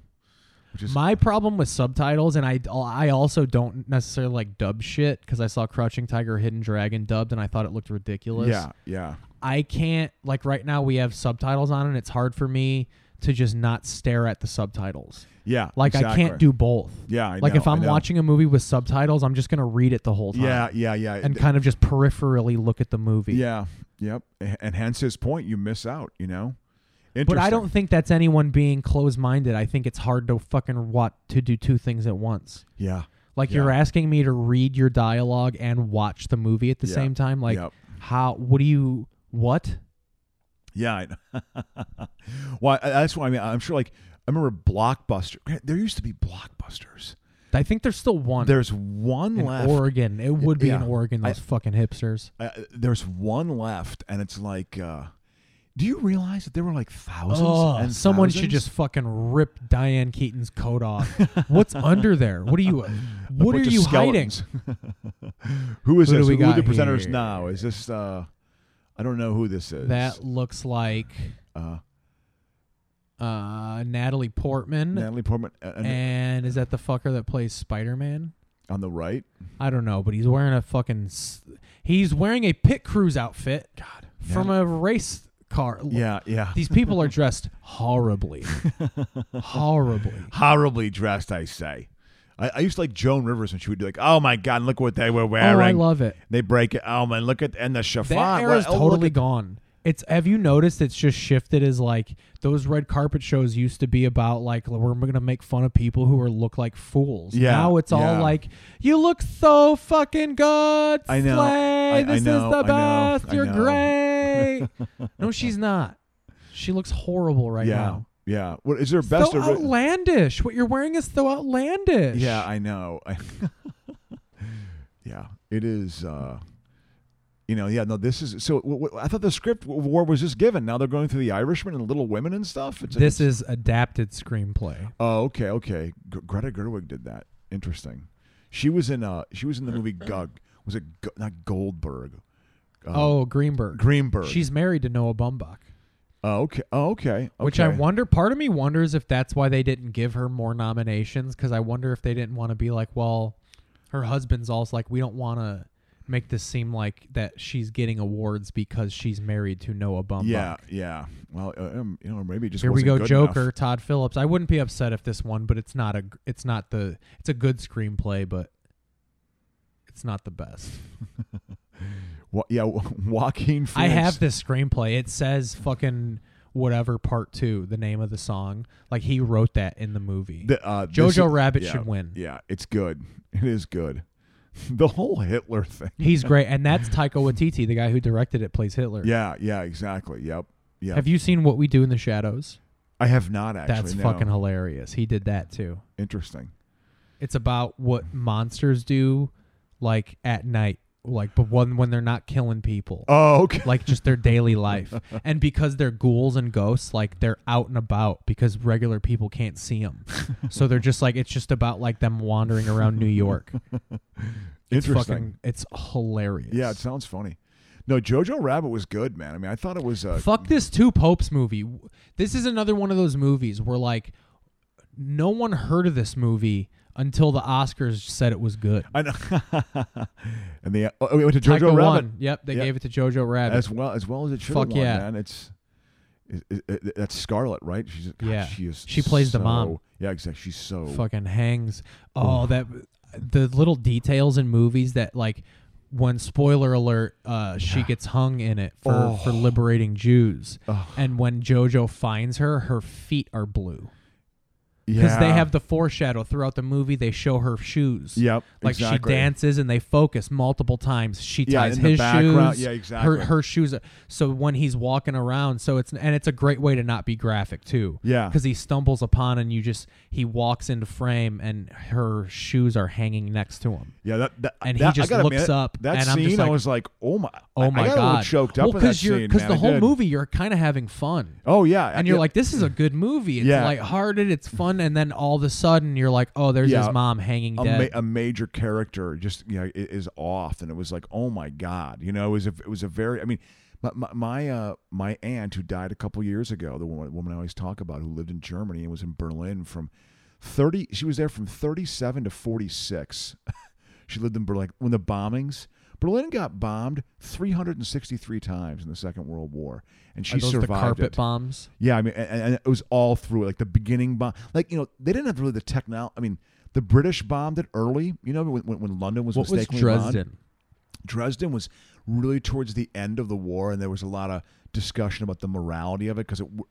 Speaker 3: Which is
Speaker 2: my problem with subtitles, and I I also don't necessarily like dub shit because I saw Crouching Tiger, Hidden Dragon dubbed, and I thought it looked ridiculous.
Speaker 3: yeah, yeah.
Speaker 2: I can't like right now we have subtitles on and it's hard for me to just not stare at the subtitles.
Speaker 3: Yeah.
Speaker 2: Like I
Speaker 3: exactly.
Speaker 2: can't do both.
Speaker 3: Yeah, I
Speaker 2: like if
Speaker 3: know, I
Speaker 2: I'm
Speaker 3: know.
Speaker 2: watching a movie with subtitles, I'm just gonna read it the whole time.
Speaker 3: Yeah, yeah, yeah.
Speaker 2: And kind of just peripherally look at the movie.
Speaker 3: yeah, yep. And hence his point, you miss out, you know? Interesting.
Speaker 2: But I don't think that's anyone being closed minded. I think it's hard to fucking want to do two things at once.
Speaker 3: Yeah.
Speaker 2: Like
Speaker 3: Yeah.
Speaker 2: you're asking me to read your dialogue and watch the movie at the
Speaker 3: Yeah.
Speaker 2: same time. Like
Speaker 3: Yep.
Speaker 2: how what do you what?
Speaker 3: Yeah. I know. well, I- that's why I mean, I'm sure like I remember Blockbuster. There used to be Blockbusters.
Speaker 2: I think there's still one.
Speaker 3: There's one
Speaker 2: in
Speaker 3: left.
Speaker 2: Oregon. It would be in
Speaker 3: yeah.
Speaker 2: Oregon. Those fucking hipsters.
Speaker 3: uh, there's one left, and it's like, uh, do you realize that there were like thousands?
Speaker 2: Oh,
Speaker 3: and
Speaker 2: someone should
Speaker 3: thousands?
Speaker 2: just fucking rip Diane Keaton's coat off. What's under there? What are you? What are
Speaker 3: bunch of
Speaker 2: you hiding?
Speaker 3: skeletons. who is
Speaker 2: Who do
Speaker 3: this?
Speaker 2: we
Speaker 3: Who are the
Speaker 2: got
Speaker 3: presenters
Speaker 2: here?
Speaker 3: now? Is this? uh I don't know who this is.
Speaker 2: That looks like
Speaker 3: uh,
Speaker 2: uh, Natalie Portman,
Speaker 3: Natalie Portman uh, and-
Speaker 2: and is that the fucker that plays Spider Man?
Speaker 3: on the right.
Speaker 2: I don't know, but he's wearing a fucking. s- He's wearing a pit crews outfit. God, from a race car.
Speaker 3: Yeah, yeah.
Speaker 2: These people are dressed horribly, horribly.
Speaker 3: Horribly dressed, I say. I, I used to like Joan Rivers when she would be like, "Oh my God, look what they were wearing."
Speaker 2: Oh, I love it.
Speaker 3: They break it. Oh man, look at and the chiffon.
Speaker 2: That era is
Speaker 3: Well, oh, look
Speaker 2: totally
Speaker 3: at-
Speaker 2: gone. It's have you noticed it's just shifted as like those red carpet shows used to be about like we're gonna make fun of people who are look like fools.
Speaker 3: Yeah,
Speaker 2: Now it's all
Speaker 3: yeah.
Speaker 2: like you look so fucking good.
Speaker 3: I know.
Speaker 2: Slay.
Speaker 3: I- I
Speaker 2: this
Speaker 3: know, I
Speaker 2: is the
Speaker 3: know,
Speaker 2: best.
Speaker 3: I
Speaker 2: You're
Speaker 3: know."
Speaker 2: great. no, she's not. She looks horrible right
Speaker 3: yeah,
Speaker 2: now.
Speaker 3: yeah. What is there? Best
Speaker 2: so
Speaker 3: ori-
Speaker 2: outlandish. What you're wearing is so outlandish.
Speaker 3: Yeah, I know. I- yeah, it is. uh You know, yeah. No, this is so. W- w- I thought the script w- war was just given. Now they're going through the Irishman and Little Women and stuff. It's,
Speaker 2: This
Speaker 3: it's-
Speaker 2: is adapted screenplay.
Speaker 3: Oh, okay, okay. Gr- Greta Gerwig did that. Interesting. She was in. Uh, she was in the movie Gug. Was it Go- not Goldberg? Uh,
Speaker 2: oh, Greenberg.
Speaker 3: Greenberg.
Speaker 2: She's married to Noah Baumbach.
Speaker 3: Oh, okay. Oh, okay.
Speaker 2: Which I
Speaker 3: okay.
Speaker 2: wonder, part of me wonders if that's why they didn't give her more nominations because I wonder if they didn't want to be like, well, her husband's also like, we don't want to make this seem like that she's getting awards because she's married to Noah Baumbach.
Speaker 3: Yeah, yeah. Well, uh, um, you know, maybe it just
Speaker 2: Here we
Speaker 3: wasn't
Speaker 2: go,
Speaker 3: good
Speaker 2: Joker,
Speaker 3: enough.
Speaker 2: Todd Phillips. I wouldn't be upset if this won, but it's not a, it's not the, it's a good screenplay, but it's not the best.
Speaker 3: Wa- yeah, Joaquin. Phoenix.
Speaker 2: I have this screenplay. It says fucking whatever part two, the name of the song. Like he wrote that in the movie.
Speaker 3: The, uh,
Speaker 2: Jojo
Speaker 3: this is-
Speaker 2: Rabbit
Speaker 3: yeah,
Speaker 2: should win.
Speaker 3: Yeah, it's good. It is good. The whole Hitler thing.
Speaker 2: He's great, and that's Taika Waititi, the guy who directed it, plays Hitler.
Speaker 3: Yeah, yeah, exactly. Yep, yeah.
Speaker 2: Have you seen What We Do in the Shadows?
Speaker 3: I have not actually.
Speaker 2: That's
Speaker 3: no.
Speaker 2: fucking hilarious. He did that too.
Speaker 3: interesting.
Speaker 2: It's about what monsters do, like at night, like but when when they're not killing people,
Speaker 3: Oh, okay.
Speaker 2: like just their daily life, and because they're ghouls and ghosts, like they're out and about because regular people can't see them, so they're just like it's just about like them wandering around New York. It's
Speaker 3: interesting.
Speaker 2: fucking, it's hilarious.
Speaker 3: yeah, it sounds funny. No, Jojo Rabbit was good, man. I mean, I thought it was. Uh,
Speaker 2: Fuck this two popes movie. W- This is another one of those movies where like no one heard of this movie until the Oscars said it was good.
Speaker 3: I know. and the oh, we went to Jojo
Speaker 2: Taika
Speaker 3: Rabbit
Speaker 2: won. Yep, they
Speaker 3: Yeah.
Speaker 2: gave it to Jojo Rabbit.
Speaker 3: as well as well as it should
Speaker 2: Fuck
Speaker 3: have won,
Speaker 2: yeah.
Speaker 3: man. It's it, it, it- that's Scarlet, right? She's God,
Speaker 2: Yeah.
Speaker 3: She is.
Speaker 2: She plays the
Speaker 3: so-
Speaker 2: mom.
Speaker 3: Yeah, exactly. She's so
Speaker 2: Fucking hangs. Oh, that the little details in movies that like when spoiler alert, uh, she gets hung in it for
Speaker 3: Oh.
Speaker 2: for liberating Jews,
Speaker 3: Oh.
Speaker 2: and when Jojo finds her, her feet are blue. because they
Speaker 3: Yeah.
Speaker 2: have the foreshadow throughout the movie. They show her shoes.
Speaker 3: Yep,
Speaker 2: like
Speaker 3: exactly.
Speaker 2: she dances and they focus multiple times. She
Speaker 3: Yeah,
Speaker 2: ties
Speaker 3: in the
Speaker 2: his
Speaker 3: background.
Speaker 2: shoes.
Speaker 3: Yeah, exactly.
Speaker 2: Her her shoes. are- So when he's walking around, so it's and it's a great way to not be graphic too.
Speaker 3: Yeah.
Speaker 2: because he stumbles upon and you just he walks into frame and her shoes are hanging next to him.
Speaker 3: Yeah, that, that
Speaker 2: And he
Speaker 3: that,
Speaker 2: just
Speaker 3: I gotta
Speaker 2: looks
Speaker 3: admit,
Speaker 2: up,
Speaker 3: That
Speaker 2: and
Speaker 3: scene,
Speaker 2: I'm just
Speaker 3: I
Speaker 2: like,
Speaker 3: was like, oh my, I-
Speaker 2: Oh my
Speaker 3: I got a
Speaker 2: god!
Speaker 3: little choked up
Speaker 2: well,
Speaker 3: in that
Speaker 2: you're
Speaker 3: scene, man,
Speaker 2: the
Speaker 3: I
Speaker 2: whole
Speaker 3: did.
Speaker 2: movie you're kind of having fun.
Speaker 3: Oh yeah,
Speaker 2: And you're
Speaker 3: yeah.
Speaker 2: like, this is a good movie. It's
Speaker 3: Yeah.
Speaker 2: lighthearted. It's fun. And then all of a sudden, you're like, oh, there's
Speaker 3: Yeah.
Speaker 2: his mom hanging
Speaker 3: a,
Speaker 2: dead.
Speaker 3: ma- a major character just you know i- is off and it was like oh my god you know it was a, it was a very i mean my my my, uh, my aunt who died a couple years ago the woman, woman i always talk about who lived in germany and was in berlin from 30 she was there from 37 to 46 she lived in berlin when the bombings berlin got bombed 363 times in the second world war and she
Speaker 2: Are those
Speaker 3: survived
Speaker 2: the carpet
Speaker 3: it.
Speaker 2: bombs?
Speaker 3: Yeah, I mean, and, and it was all through it, like the beginning bomb. Like you know, they didn't have really the technology. I mean, the British bombed it early. You know, when, when, when London was
Speaker 2: What was
Speaker 3: mistakenly bombed.
Speaker 2: Dresden?
Speaker 3: Dresden was really towards the end of the war, and there was a lot of discussion about the morality of it because it w-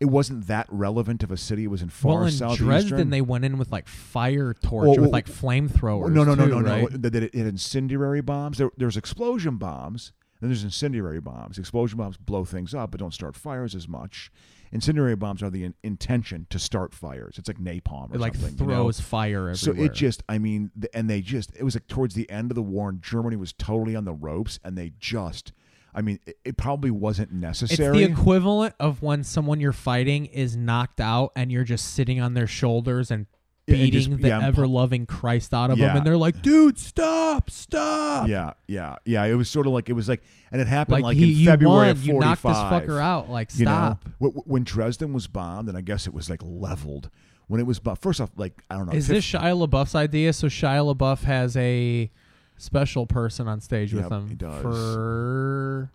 Speaker 3: it wasn't that relevant of a city. It was in far
Speaker 2: Well, in
Speaker 3: southeastern.
Speaker 2: Dresden, they went in with like fire torch,
Speaker 3: Well, well,
Speaker 2: with like flamethrowers.
Speaker 3: no, no, no,
Speaker 2: too,
Speaker 3: no,
Speaker 2: Oh, right?
Speaker 3: no. They, they had incendiary bombs. There, there's explosion bombs. Then there's incendiary bombs. Explosion bombs blow things up, but don't start fires as much. Incendiary bombs are the in- intention to start fires. It's like napalm or
Speaker 2: It like
Speaker 3: something.
Speaker 2: throws
Speaker 3: you know?
Speaker 2: fire everywhere.
Speaker 3: So it just, I mean, th- and they just, it was like towards the end of the war, and Germany was totally on the ropes, and they just, I mean, it, it probably wasn't
Speaker 2: It's
Speaker 3: necessary.
Speaker 2: the equivalent of when someone you're fighting is knocked out and you're just sitting on their shoulders and
Speaker 3: Yeah, and
Speaker 2: beating
Speaker 3: just-
Speaker 2: the
Speaker 3: yeah, and pu-
Speaker 2: ever loving Christ out of
Speaker 3: Yeah.
Speaker 2: them. And they're like, dude, stop, stop.
Speaker 3: yeah, yeah, yeah. It was sort of like it was like, and it happened
Speaker 2: Like,
Speaker 3: like,
Speaker 2: he,
Speaker 3: in
Speaker 2: you
Speaker 3: February
Speaker 2: won.
Speaker 3: of
Speaker 2: You knocked this
Speaker 3: 45.
Speaker 2: fucker out. Like,
Speaker 3: You know,
Speaker 2: stop.
Speaker 3: wh- wh- when Dresden was bombed, and I guess it was like leveled. When it was bombed, first off, like I don't know.
Speaker 2: Is this Shia LaBeouf's idea? So Shia LaBeouf has a special person on stage
Speaker 3: Yep,
Speaker 2: with him
Speaker 3: he does.
Speaker 2: for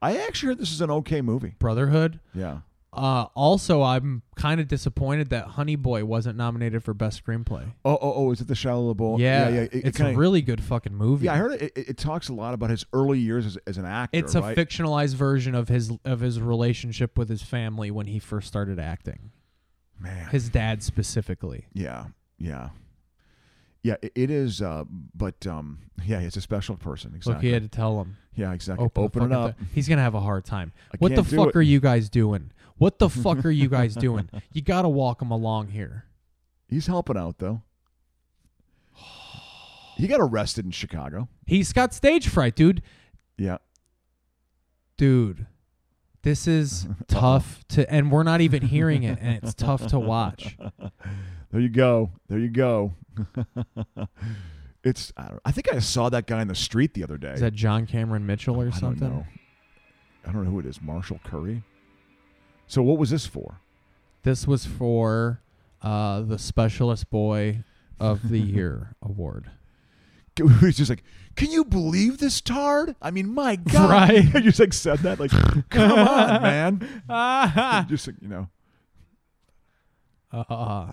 Speaker 3: I actually heard this is an okay movie.
Speaker 2: Brotherhood.
Speaker 3: Yeah.
Speaker 2: Uh, also, I'm kind of disappointed that Honey Boy wasn't nominated for best screenplay.
Speaker 3: Oh, oh, oh! Is it the Shia LaBeouf?
Speaker 2: yeah,
Speaker 3: yeah. It, it
Speaker 2: it's
Speaker 3: kinda-
Speaker 2: a really good fucking movie.
Speaker 3: Yeah, I heard it, it. It talks a lot about his early years as, as an actor.
Speaker 2: It's a
Speaker 3: right?
Speaker 2: fictionalized version of his of his relationship with his family when he first started acting.
Speaker 3: man.
Speaker 2: His dad specifically.
Speaker 3: Yeah, yeah, yeah. i- it is, uh, but um, yeah, it's a special person.
Speaker 2: Look, Oh, he
Speaker 3: Exactly.
Speaker 2: had to tell him.
Speaker 3: yeah, exactly.
Speaker 2: open,
Speaker 3: Open,
Speaker 2: the
Speaker 3: it
Speaker 2: fucking
Speaker 3: up.
Speaker 2: thing. He's gonna have a hard time.
Speaker 3: I
Speaker 2: what the
Speaker 3: can't do
Speaker 2: fuck
Speaker 3: it.
Speaker 2: are you guys doing? What the fuck are you guys doing? You gotta walk him along here.
Speaker 3: He's helping out though. He got arrested in Chicago.
Speaker 2: He's got stage fright, dude.
Speaker 3: Yeah,
Speaker 2: Dude, this is tough to, and we're not even hearing it, and it's tough to watch.
Speaker 3: there you go. There you go. it's. I, don't, I think I saw that guy in the street the other day.
Speaker 2: Is that John Cameron Mitchell or
Speaker 3: I don't
Speaker 2: something?
Speaker 3: know. I don't know who it is. Marshall Curry. So what was this for?
Speaker 2: This was for uh, the Specialist Boy of the Year award.
Speaker 3: He's just like, can you believe this tard? I mean, my God.
Speaker 2: Right.
Speaker 3: you just like said that. Like, come on, man.
Speaker 2: Ah.
Speaker 3: Just like, you know.
Speaker 2: Uh,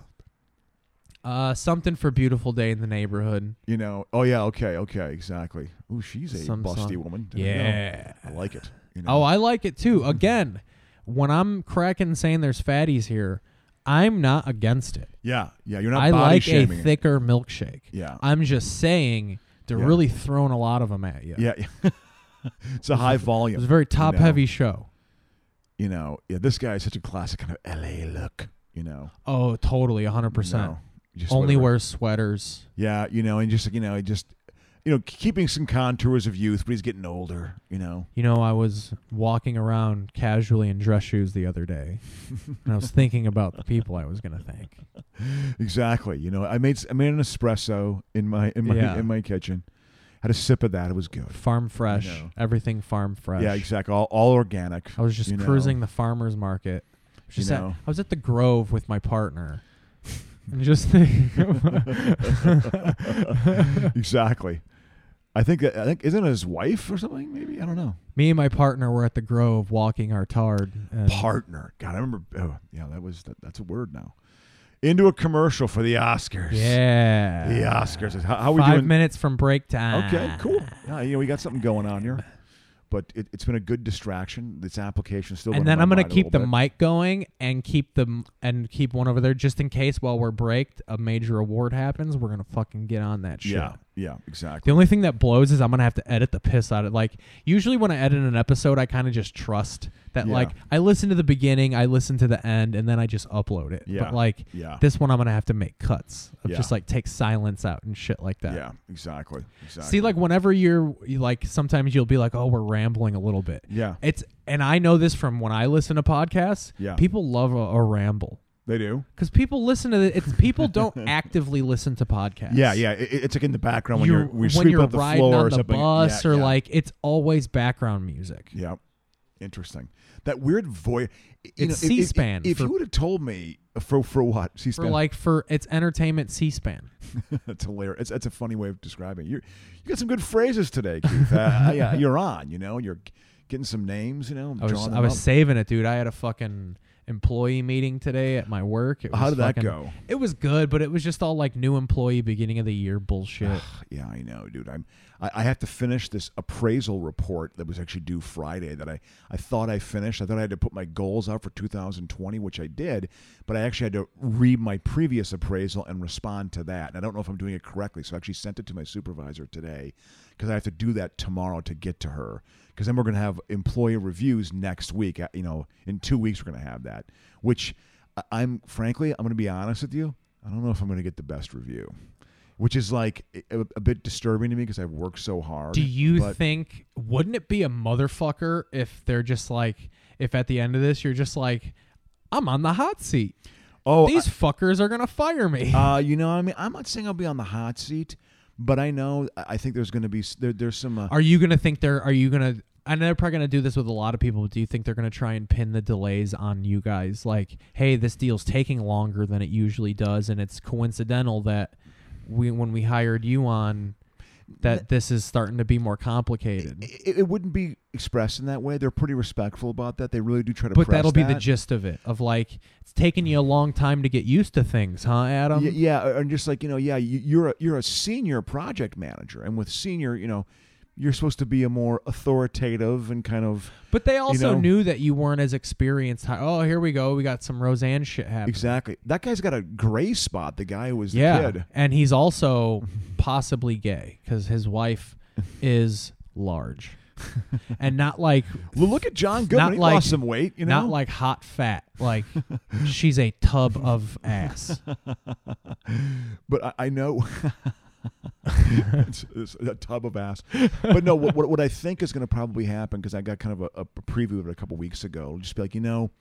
Speaker 2: uh, something for beautiful day in the neighborhood.
Speaker 3: You know. Oh, yeah. Okay. Okay. Exactly. Ooh, she's a
Speaker 2: Some
Speaker 3: busty
Speaker 2: song.
Speaker 3: woman. There you go.
Speaker 2: Yeah.
Speaker 3: I like it. You know?
Speaker 2: Oh, I like it too. Again, when I'm cracking saying there's fatties here, I'm not against it.
Speaker 3: yeah. Yeah. You're not
Speaker 2: I
Speaker 3: body
Speaker 2: like
Speaker 3: shaming.
Speaker 2: a
Speaker 3: it.
Speaker 2: thicker milkshake.
Speaker 3: Yeah.
Speaker 2: I'm just saying they're
Speaker 3: Yeah.
Speaker 2: really throwing a lot of them at you.
Speaker 3: Yeah. yeah. it's a high volume.
Speaker 2: It was a very top
Speaker 3: you know?
Speaker 2: heavy show.
Speaker 3: You know. Yeah. This guy is such a classic kind of LA look. You know.
Speaker 2: Oh, totally, 100%.
Speaker 3: No, just
Speaker 2: Only
Speaker 3: whatever.
Speaker 2: wears sweaters.
Speaker 3: Yeah, you know, and just you know, just you know, keeping some contours of youth, but he's getting older. You know,
Speaker 2: You know, I was walking around casually in dress shoes the other day, and I was thinking about the people I was going to thank.
Speaker 3: exactly. You know, I made I made an espresso in my in my
Speaker 2: Yeah.
Speaker 3: in my kitchen. Had a sip of that. It was good.
Speaker 2: Farm fresh,
Speaker 3: know.
Speaker 2: everything farm fresh.
Speaker 3: Yeah, exactly. All, all organic.
Speaker 2: I was just
Speaker 3: you know.
Speaker 2: cruising the farmers market. Just at-
Speaker 3: know.
Speaker 2: I was at the Grove with my partner, and just thinking of-
Speaker 3: exactly. I think that I think isn't it his wife or something? Maybe I don't know.
Speaker 2: me and my partner were at the Grove walking our tard. And
Speaker 3: Partner. God, I remember. Oh, yeah, that was that, that's a word now. Into a commercial for the Oscars.
Speaker 2: yeah,
Speaker 3: The Oscars. How, how we
Speaker 2: Five
Speaker 3: doing?
Speaker 2: minutes from break time.
Speaker 3: Okay, cool. Yeah, you know, we got something going on here. But it, it's been a good distraction. Its application is still.
Speaker 2: and
Speaker 3: going
Speaker 2: then I'm
Speaker 3: going
Speaker 2: gonna
Speaker 3: to
Speaker 2: keep the mic going and keep the and keep one over there just in case while we're braked a major award happens. We're gonna fucking get on that shit.
Speaker 3: Yeah, yeah,
Speaker 2: The
Speaker 3: exactly.
Speaker 2: only thing that blows is I'm gonna have to edit the piss out of. Like usually when I edit an episode, I kind of just trust that.
Speaker 3: Yeah.
Speaker 2: Like I listen to the beginning, I listen to the end, and then I just upload it.
Speaker 3: Yeah.
Speaker 2: But like
Speaker 3: Yeah.
Speaker 2: this one, I'm gonna have to make cuts. Of
Speaker 3: Yeah.
Speaker 2: Just like take silence out and shit like that.
Speaker 3: yeah, exactly. Exactly.
Speaker 2: See, like whenever you're you, like, sometimes you'll be like, "Oh, we're rambling a little bit."
Speaker 3: Yeah.
Speaker 2: It's and I know this from when I listen to podcasts.
Speaker 3: Yeah.
Speaker 2: People love a, a ramble
Speaker 3: they do.
Speaker 2: because people listen to the, it's people don't actively listen to podcasts.
Speaker 3: Yeah, yeah. It, it's like in the background when
Speaker 2: You're-
Speaker 3: you're, we sweep
Speaker 2: you're
Speaker 3: up the
Speaker 2: riding
Speaker 3: floor
Speaker 2: on
Speaker 3: or
Speaker 2: the
Speaker 3: something. Yeah,
Speaker 2: bus or
Speaker 3: yeah.
Speaker 2: like it's always background music.
Speaker 3: Yeah. Interesting. That weird voice.
Speaker 2: It's C-SPAN
Speaker 3: If,
Speaker 2: for-
Speaker 3: you would have told me for for what
Speaker 2: For
Speaker 3: C-SPAN,
Speaker 2: like for it's entertainment C-SPAN.
Speaker 3: that's hilarious. It's, that's a funny way of describing it. You you got some good phrases today, Keith. Uh, yeah, you're on. You know, you're getting some names. You know,
Speaker 2: I was
Speaker 3: drawing
Speaker 2: I
Speaker 3: them
Speaker 2: was
Speaker 3: up.
Speaker 2: saving it, dude. I had a fucking employee meeting today at my work. It
Speaker 3: How
Speaker 2: was
Speaker 3: did that
Speaker 2: fucking-
Speaker 3: go?
Speaker 2: It was good, but it was just all like new employee beginning of the year bullshit.
Speaker 3: Yeah, I know, dude. I'm. I, I have to finish this appraisal report that was actually due Friday. That I I thought I finished. I thought I had to put my goals out for 2020, which I did. But I actually had to read my previous appraisal and respond to that. And I don't know if I'm doing it correctly, so I actually sent it to my supervisor today because I have to do that tomorrow to get to her. Because then we're going to have employee reviews next week. Uh, You know, in two weeks we're going to have that. Which I- I'm frankly, I'm going to be honest with you. I don't know if I'm going to get the best review which is like a, a bit disturbing to me because I've worked so hard.
Speaker 2: Do you
Speaker 3: but
Speaker 2: think wouldn't it be a motherfucker if they're just like if at the end of this you're just like I'm on the hot seat.
Speaker 3: Oh,
Speaker 2: These fuckers are gonna fire me.
Speaker 3: I- uh, you know, what I mean, I'm not saying I'll be on the hot seat, but I know I I think there's going to be s- there, there's some. Uh,
Speaker 2: are you gonna think they're? Are you gonna? I know they're probably gonna do this with a lot of people. But do you think they're gonna try and pin the delays on you guys? Like, hey, this deal's taking longer than it usually does, and it's coincidental that we when we hired you on that this is starting to be more complicated.
Speaker 3: it, it wouldn't be expressed in that way. They're pretty respectful about that. They really do try to.
Speaker 2: But
Speaker 3: press
Speaker 2: that'll be the
Speaker 3: that.
Speaker 2: gist of it. Of like, it's taking you a long time to get used to things, huh, Adam?
Speaker 3: Yeah, yeah, and just like you know, yeah, you, you're a, you're a senior project manager, and with senior, you know, you're supposed to be a more authoritative and kind of
Speaker 2: But they also
Speaker 3: know?
Speaker 2: knew that you weren't as experienced. Hi- Oh, here we go. We got some Roseanne shit happening.
Speaker 3: exactly. That guy's got a gray spot. The guy who was the
Speaker 2: Yeah,
Speaker 3: kid.
Speaker 2: and he's also possibly gay because his wife is large, and not like
Speaker 3: Well, look at John Goodman.
Speaker 2: not
Speaker 3: he
Speaker 2: like
Speaker 3: lost some weight. You know,
Speaker 2: not like hot fat. Like she's a tub of ass.
Speaker 3: but I, I know it's, it's a tub of ass. But no, what, what, what I think is going to probably happen because I got kind of a, a preview of it a couple weeks ago. it'll Just be like, you know,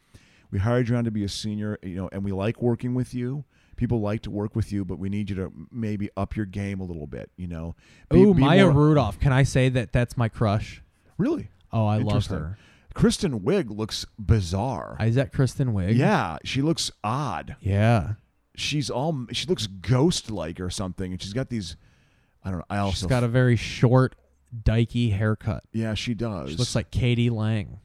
Speaker 3: we hired you on to be a senior, you know, and we like working with you. People like to work with you, but we need you to maybe up your game a little bit. You know, Be-
Speaker 2: Ooh,
Speaker 3: be
Speaker 2: Maya
Speaker 3: more-
Speaker 2: Rudolph. Can I say that that's my crush?
Speaker 3: really?
Speaker 2: Oh, I love
Speaker 3: Interesting.
Speaker 2: her.
Speaker 3: Kristen Wiig looks bizarre.
Speaker 2: Is that Kristen Wiig?
Speaker 3: yeah, she looks odd.
Speaker 2: yeah.
Speaker 3: She's all she looks ghost like or something, and she's got these. I don't know. I also
Speaker 2: She's got a very short, dykey haircut.
Speaker 3: yeah, she does.
Speaker 2: She looks like Katie Lang.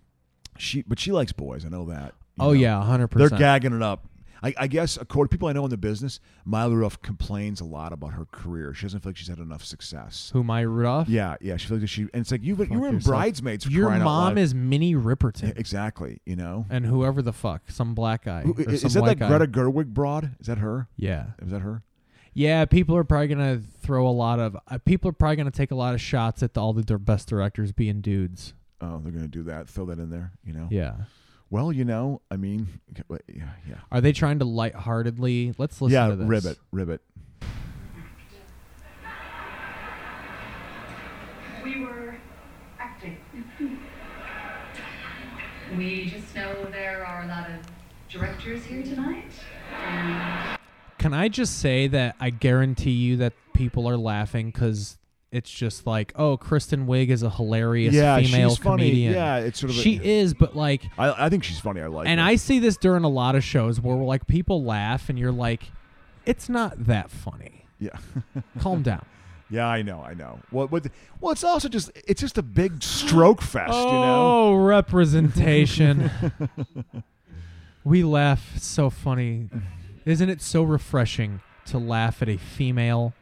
Speaker 3: She, but she likes boys. I know that. you
Speaker 2: Oh
Speaker 3: know.
Speaker 2: yeah, hundred
Speaker 3: they're
Speaker 2: percent.
Speaker 3: gagging it up. I, I guess according to people I know in the business, Milo Ruff complains a lot about her career. She doesn't feel like she's had enough success.
Speaker 2: Who Maya Rudolph?
Speaker 3: Yeah, yeah. She feels like she, and it's like you, you were in
Speaker 2: yourself.
Speaker 3: bridesmaids. for
Speaker 2: Your
Speaker 3: crying out
Speaker 2: mom
Speaker 3: loud.
Speaker 2: is Minnie Riperton.
Speaker 3: Yeah, exactly. You know,
Speaker 2: and whoever the fuck, some black guy.
Speaker 3: Who-
Speaker 2: or
Speaker 3: is,
Speaker 2: some
Speaker 3: is that
Speaker 2: white
Speaker 3: that
Speaker 2: guy.
Speaker 3: Greta Gerwig broad? Is that her?
Speaker 2: Yeah,
Speaker 3: Is that her?
Speaker 2: yeah. People are probably gonna throw a lot of. Uh, people are probably gonna take a lot of shots at the, all the dir- best directors being dudes.
Speaker 3: Oh, they're gonna do that. Throw that in there. You know.
Speaker 2: Yeah.
Speaker 3: Well, you know, I mean, yeah, yeah,
Speaker 2: Are they trying to lightheartedly? Let's listen
Speaker 3: yeah.
Speaker 2: to this.
Speaker 3: Ribbit, ribbit.
Speaker 6: We were acting. we just know there are a lot of directors here tonight. And
Speaker 2: Can I just say that I guarantee you that people are laughing because it's just like, oh, Kristen Wiig is a hilarious
Speaker 3: Yeah,
Speaker 2: female
Speaker 3: she's funny.
Speaker 2: comedian.
Speaker 3: Yeah, it's sort of a-
Speaker 2: she is, but like,
Speaker 3: I, I think she's funny. I like.
Speaker 2: and
Speaker 3: her.
Speaker 2: I see this during a lot of shows where like people laugh and you're like, it's not that funny.
Speaker 3: Yeah.
Speaker 2: Calm down.
Speaker 3: Yeah, I know, I know. Well, but well, it's also just it's just a big stroke fest, you know.
Speaker 2: Oh, representation. we laugh so funny. Isn't it so refreshing to laugh at a female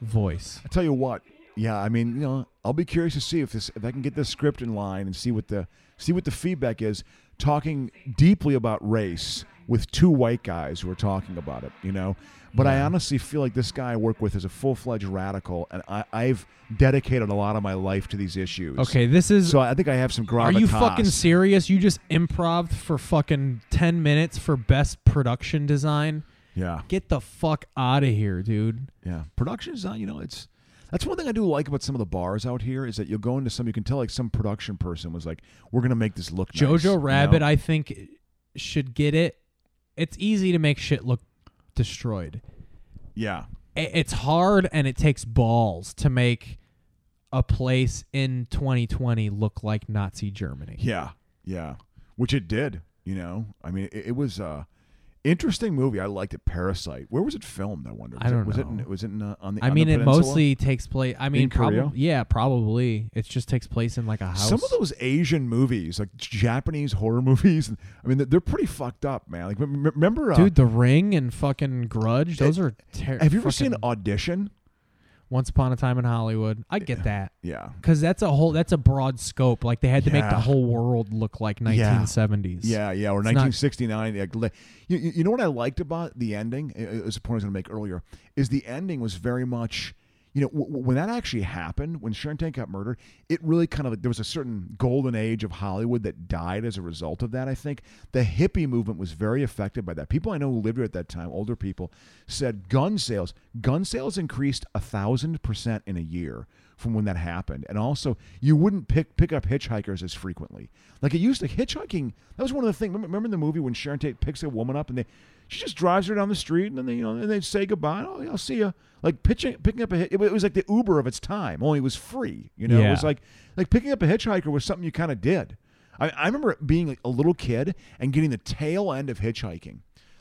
Speaker 2: voice?
Speaker 3: I tell you what, yeah, I mean, you know, I'll be curious to see if this if I can get this script in line and see what the see what the feedback is talking deeply about race with two white guys who are talking about it, you know. But I honestly feel like this guy I work with is a full fledged radical, and I, I've dedicated a lot of my life to these issues.
Speaker 2: Okay, this is.
Speaker 3: So I think I have some gravitas.
Speaker 2: are you fucking serious? You just improv for fucking ten minutes for best production design.
Speaker 3: Yeah,
Speaker 2: Get the fuck out of here, dude.
Speaker 3: yeah. Production design, you know, it's that's one thing I do like about some of the bars out here is that you'll go into some, you can tell like some production person was like, "We're gonna make this look." nice," you know?
Speaker 2: Jojo Rabbit, I think, should get it. It's easy to make shit look destroyed.
Speaker 3: yeah,
Speaker 2: I- It's hard and it takes balls to make a place in 2020 look like Nazi Germany.
Speaker 3: Yeah, yeah, which it did. You know, I mean, it, it was a interesting movie. I liked it. Parasite. Where was it filmed? I wonder. Was
Speaker 2: I don't
Speaker 3: it, Was it
Speaker 2: know.
Speaker 3: in, was it in, uh, on the?
Speaker 2: I
Speaker 3: on
Speaker 2: mean,
Speaker 3: the
Speaker 2: it
Speaker 3: peninsula?
Speaker 2: mostly takes place. I mean,
Speaker 3: Korea?
Speaker 2: probably. Yeah, probably. It just takes place in like a house.
Speaker 3: Some of those Asian movies, like Japanese horror movies, I mean, they're- they're pretty fucked up, man. Like, rem- rem- remember, uh,
Speaker 2: Dude, The Ring and fucking Grudge. Those are terrible.
Speaker 3: have you ever seen Audition?
Speaker 2: Once Upon a Time in Hollywood? I get that.
Speaker 3: Yeah,
Speaker 2: Cause that's a whole that's a broad scope. Like they had to make the
Speaker 3: Yeah.
Speaker 2: whole world look like 1970s.
Speaker 3: Yeah, yeah, or
Speaker 2: It's not-
Speaker 3: 1969. like, li- you, you you know what I liked about the ending? It, it was a point I was going to make earlier. Is the ending was very much, you know, w- w- when that actually happened, when Sharon Tate got murdered, it really kind of there was a certain golden age of Hollywood that died as a result of that. I think the hippie movement was very affected by that. People I know who lived here at that time, older people, said gun sales, gun sales increased a thousand percent in a year from when that happened. And also, you wouldn't pick pick up hitchhikers as frequently. Like it used to hitchhiking. That was one of the things. Remember, remember in the movie when Sharon Tate picks a woman up and they, she just drives her down the street and then they, you know, and they say goodbye. Oh, yeah, I'll see you. Like pitching, picking up a hit. It, wa- it was like the Uber of its time. Only it was free. You know, it was
Speaker 2: Yeah.
Speaker 3: like like picking up a hitchhiker was something you kind of did. I, I remember being a little kid and getting the tail end of hitchhiking.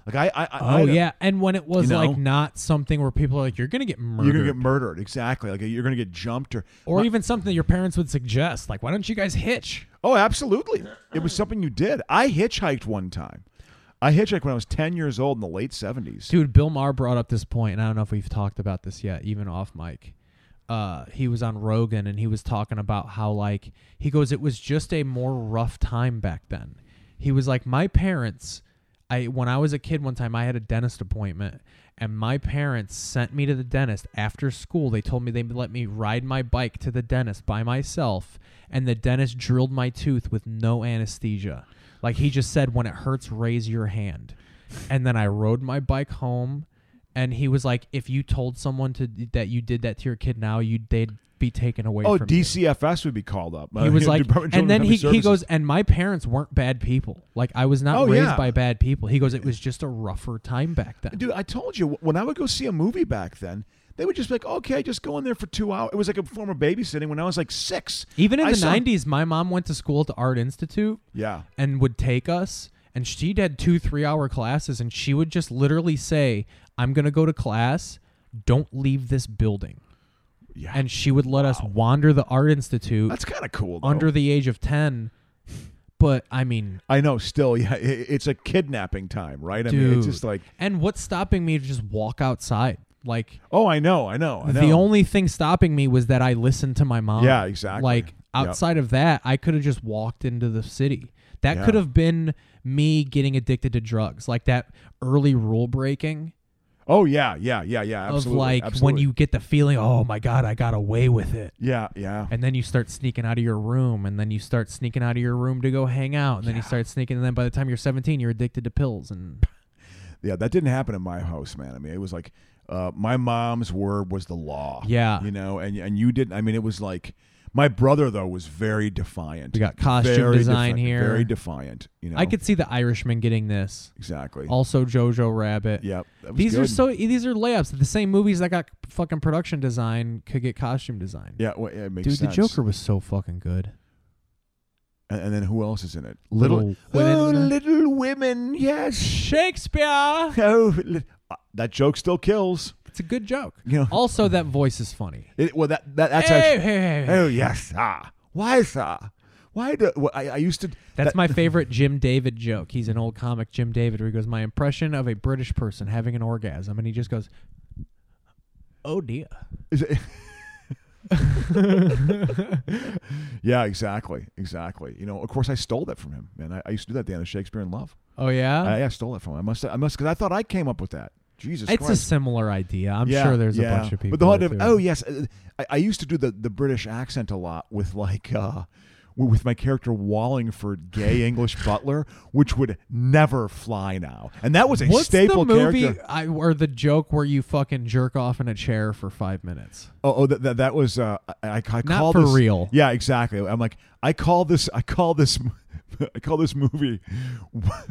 Speaker 3: Like I, I, I I
Speaker 2: Oh
Speaker 3: had a-
Speaker 2: yeah, and when it was
Speaker 3: You know?
Speaker 2: like not something where people are like, "You're gonna get murdered,"
Speaker 3: You're gonna get murdered, exactly. Like you're gonna get jumped, or
Speaker 2: or even something that your parents would suggest, like, "Why don't you guys hitch?"
Speaker 3: Oh, absolutely. It was something you did. I hitchhiked one time. I hitchhiked when I was 10 years old in the late 70s.
Speaker 2: Dude, Bill Maher brought up this point, and I don't know if we've talked about this yet, even off mic. Uh, he was on Rogan, and he was talking about how like he goes, it was just a more rough time back then. He was like, my parents. I when I was a kid one time I had a dentist appointment and my parents sent me to the dentist after school. They told me they would let me ride my bike to the dentist by myself and the dentist drilled my tooth with no anesthesia. Like he just said when it hurts raise your hand. And then I rode my bike home and he was like if you told someone to that you did that to your kid now you they'd be taken away
Speaker 3: Oh,
Speaker 2: from you."
Speaker 3: DCFS would be called up.
Speaker 2: He
Speaker 3: Uh,
Speaker 2: was like,
Speaker 3: Department of
Speaker 2: and
Speaker 3: Children
Speaker 2: then he,
Speaker 3: Family
Speaker 2: he goes,
Speaker 3: Services.
Speaker 2: and my parents weren't bad people. Like I was not
Speaker 3: Oh,
Speaker 2: raised
Speaker 3: yeah.
Speaker 2: by bad people. He goes, it was just a rougher time back then.
Speaker 3: Dude, I told you, when I would go see a movie back then, they would just be like, okay, just go in there for two hours. It was like a form of babysitting when I was like six.
Speaker 2: Even in
Speaker 3: I
Speaker 2: the
Speaker 3: saw-
Speaker 2: '90s, my mom went to school at the art institute
Speaker 3: Yeah.
Speaker 2: and would take us, and she had two three-hour classes, and she would just literally say, "I'm gonna go to class. Don't leave this building."
Speaker 3: Yeah.
Speaker 2: And she would let us wander the art institute
Speaker 3: That's kind of cool, though.
Speaker 2: under the age of ten. But I mean,
Speaker 3: I know, still, yeah. It, it's a kidnapping time, right? I
Speaker 2: dude,
Speaker 3: mean, it's just like,
Speaker 2: and what's stopping me to just walk outside? Like,
Speaker 3: oh, I know, I know, I know.
Speaker 2: The only thing stopping me was that I listened to my mom.
Speaker 3: Yeah, exactly.
Speaker 2: Like
Speaker 3: Yep.
Speaker 2: outside of that, I could have just walked into the city. That
Speaker 3: Yeah.
Speaker 2: could have been me getting addicted to drugs, like that early rule breaking
Speaker 3: Oh, yeah, yeah, yeah, yeah. Absolutely.
Speaker 2: of like
Speaker 3: absolutely.
Speaker 2: when you get the feeling, oh my god, I got away with it.
Speaker 3: Yeah, yeah.
Speaker 2: And then you start sneaking out of your room, and then you start sneaking out of your room to go hang out, and then you start sneaking. And then by the time you're 17, you're addicted to pills. And
Speaker 3: Yeah, that didn't happen in my house, man. I mean, it was like uh, my mom's word was the law.
Speaker 2: Yeah.
Speaker 3: you know, and and you didn't. I mean, it was like my brother though was very defiant.
Speaker 2: We got costume
Speaker 3: Very
Speaker 2: design
Speaker 3: defiant-
Speaker 2: here.
Speaker 3: Very defiant. You know,
Speaker 2: I could see the Irishman getting this.
Speaker 3: exactly.
Speaker 2: Also, Jojo Rabbit.
Speaker 3: Yep, that was
Speaker 2: these are
Speaker 3: good.
Speaker 2: so these are layups. The same movies that got fucking production design could get costume design.
Speaker 3: yeah, well, yeah, it makes
Speaker 2: Dude,
Speaker 3: sense.
Speaker 2: the Joker was so fucking good.
Speaker 3: and, and then who else is in it?
Speaker 2: Little
Speaker 3: oh,
Speaker 2: Women.
Speaker 3: little women. Yes.
Speaker 2: Shakespeare.
Speaker 3: Oh, li- uh, that joke still kills.
Speaker 2: It's a good joke.
Speaker 3: You know-
Speaker 2: Also, that voice is funny.
Speaker 3: It, well, that, that that's
Speaker 2: Hey,
Speaker 3: actually.
Speaker 2: hey, hey, hey.
Speaker 3: Oh yes, ah, why sir? Why do well, I, I used to?
Speaker 2: That's my favorite Jim David joke. He's an old comic, Jim David, where he goes, "My impression of a British person having an orgasm," and he just goes, "Oh dear."
Speaker 3: Is it- Yeah, exactly, exactly. You know, of course, I stole that from him, man. I, I used to do that, Dan, the Shakespeare in Love.
Speaker 2: Oh yeah,
Speaker 3: I, I stole it from him. I must, I must, because I thought I came up with that. Jesus
Speaker 2: it's
Speaker 3: Christ.
Speaker 2: a similar idea. I'm
Speaker 3: Yeah,
Speaker 2: sure there's
Speaker 3: yeah.
Speaker 2: a bunch of people.
Speaker 3: But the whole
Speaker 2: that
Speaker 3: idea
Speaker 2: do
Speaker 3: of- oh
Speaker 2: it.
Speaker 3: yes, uh, I, I used to do the, the British accent a lot with like uh, w- with my character Wallingford, gay English butler, which would never fly now, and that was a
Speaker 2: What's
Speaker 3: staple
Speaker 2: the movie
Speaker 3: character.
Speaker 2: I, or the joke where you fucking jerk off in a chair for five minutes?
Speaker 3: Oh, oh that, that that was uh, I, I call
Speaker 2: Not for
Speaker 3: this,
Speaker 2: real.
Speaker 3: Yeah, exactly. I'm like I call this I call this I call this movie what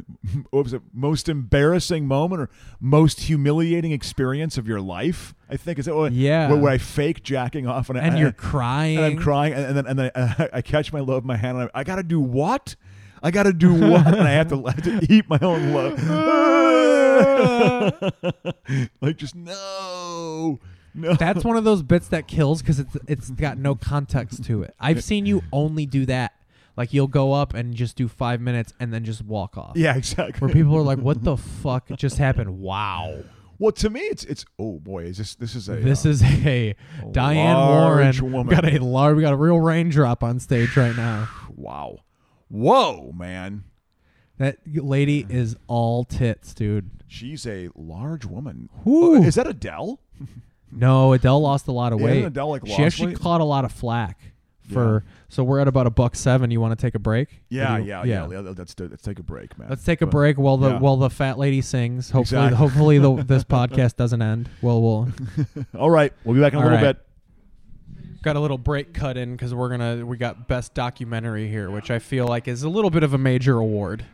Speaker 3: was it most embarrassing moment or most humiliating experience of your life? I think is it what,
Speaker 2: Yeah.
Speaker 3: where, where I fake jacking off Uh, and, I-
Speaker 2: And
Speaker 3: I-
Speaker 2: you're crying.
Speaker 3: and I'm crying and, and then and then I, I catch my love in my hand and I, I gotta do what? I gotta do what? and I have to, I have to eat my own love. like just no, no.
Speaker 2: That's one of those bits that kills because it's it's got no context to it. I've seen you only do that. Like you'll go up and just do five minutes and then just walk off.
Speaker 3: yeah, exactly.
Speaker 2: Where people are like, "What the fuck just happened?" Wow.
Speaker 3: Well, to me, it's it's oh boy, is this this is a
Speaker 2: This
Speaker 3: uh,
Speaker 2: is a Diane Warren.
Speaker 3: large woman.
Speaker 2: We got a large. We got a real raindrop on stage right now.
Speaker 3: wow, whoa, man,
Speaker 2: That lady is all tits, dude.
Speaker 3: she's a large woman.
Speaker 2: Whew.
Speaker 3: Uh, is that Adele?
Speaker 2: No, Adele lost a lot of
Speaker 3: Yeah,
Speaker 2: weight.
Speaker 3: Adele, like,
Speaker 2: she
Speaker 3: lost
Speaker 2: actually
Speaker 3: weight.
Speaker 2: caught a lot of flack for. So we're at about a buck seven. You want to take a break?
Speaker 3: Yeah,
Speaker 2: Or do you-
Speaker 3: yeah, yeah, yeah. Let's do- let's take a break, man.
Speaker 2: Let's take a break while the
Speaker 3: yeah.
Speaker 2: while the fat lady sings. Hopefully,
Speaker 3: Exactly.
Speaker 2: hopefully the, this podcast doesn't end. Well, we'll
Speaker 3: All right, we'll be back in a
Speaker 2: All
Speaker 3: little
Speaker 2: right.
Speaker 3: bit.
Speaker 2: got a little break cut in because we're gonna we got best documentary here, which I feel like is a little bit of a major award.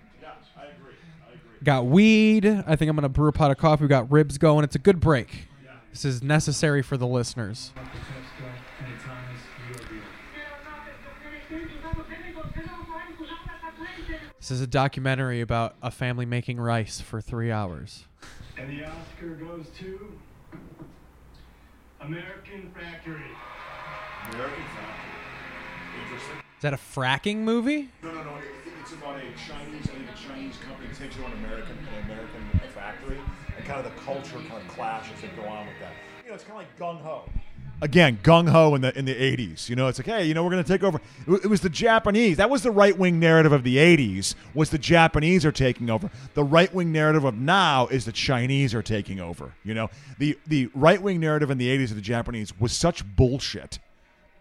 Speaker 2: Got weed. I think I'm gonna brew a pot of coffee. We got ribs going. It's a good break. This is necessary for the listeners. This is a documentary about a family making rice for three hours.
Speaker 5: And the Oscar goes to American Factory.
Speaker 7: American Factory. Interesting.
Speaker 2: Is that a fracking movie?
Speaker 7: No, no, no. It, it's about a Chinese, I think a Chinese company takes on an American, an American factory, and kind of the culture kind of clashes that go on with that. You know, it's kind of like gung ho.
Speaker 3: Again, gung ho in the in the '80s. You know, it's like, hey, you know, we're gonna take over. It wa- It was the Japanese. That was the right wing narrative of the '80s. Was the Japanese are taking over. The right wing narrative of now is the Chinese are taking over. You know, the the right wing narrative in the '80s of the Japanese was such bullshit.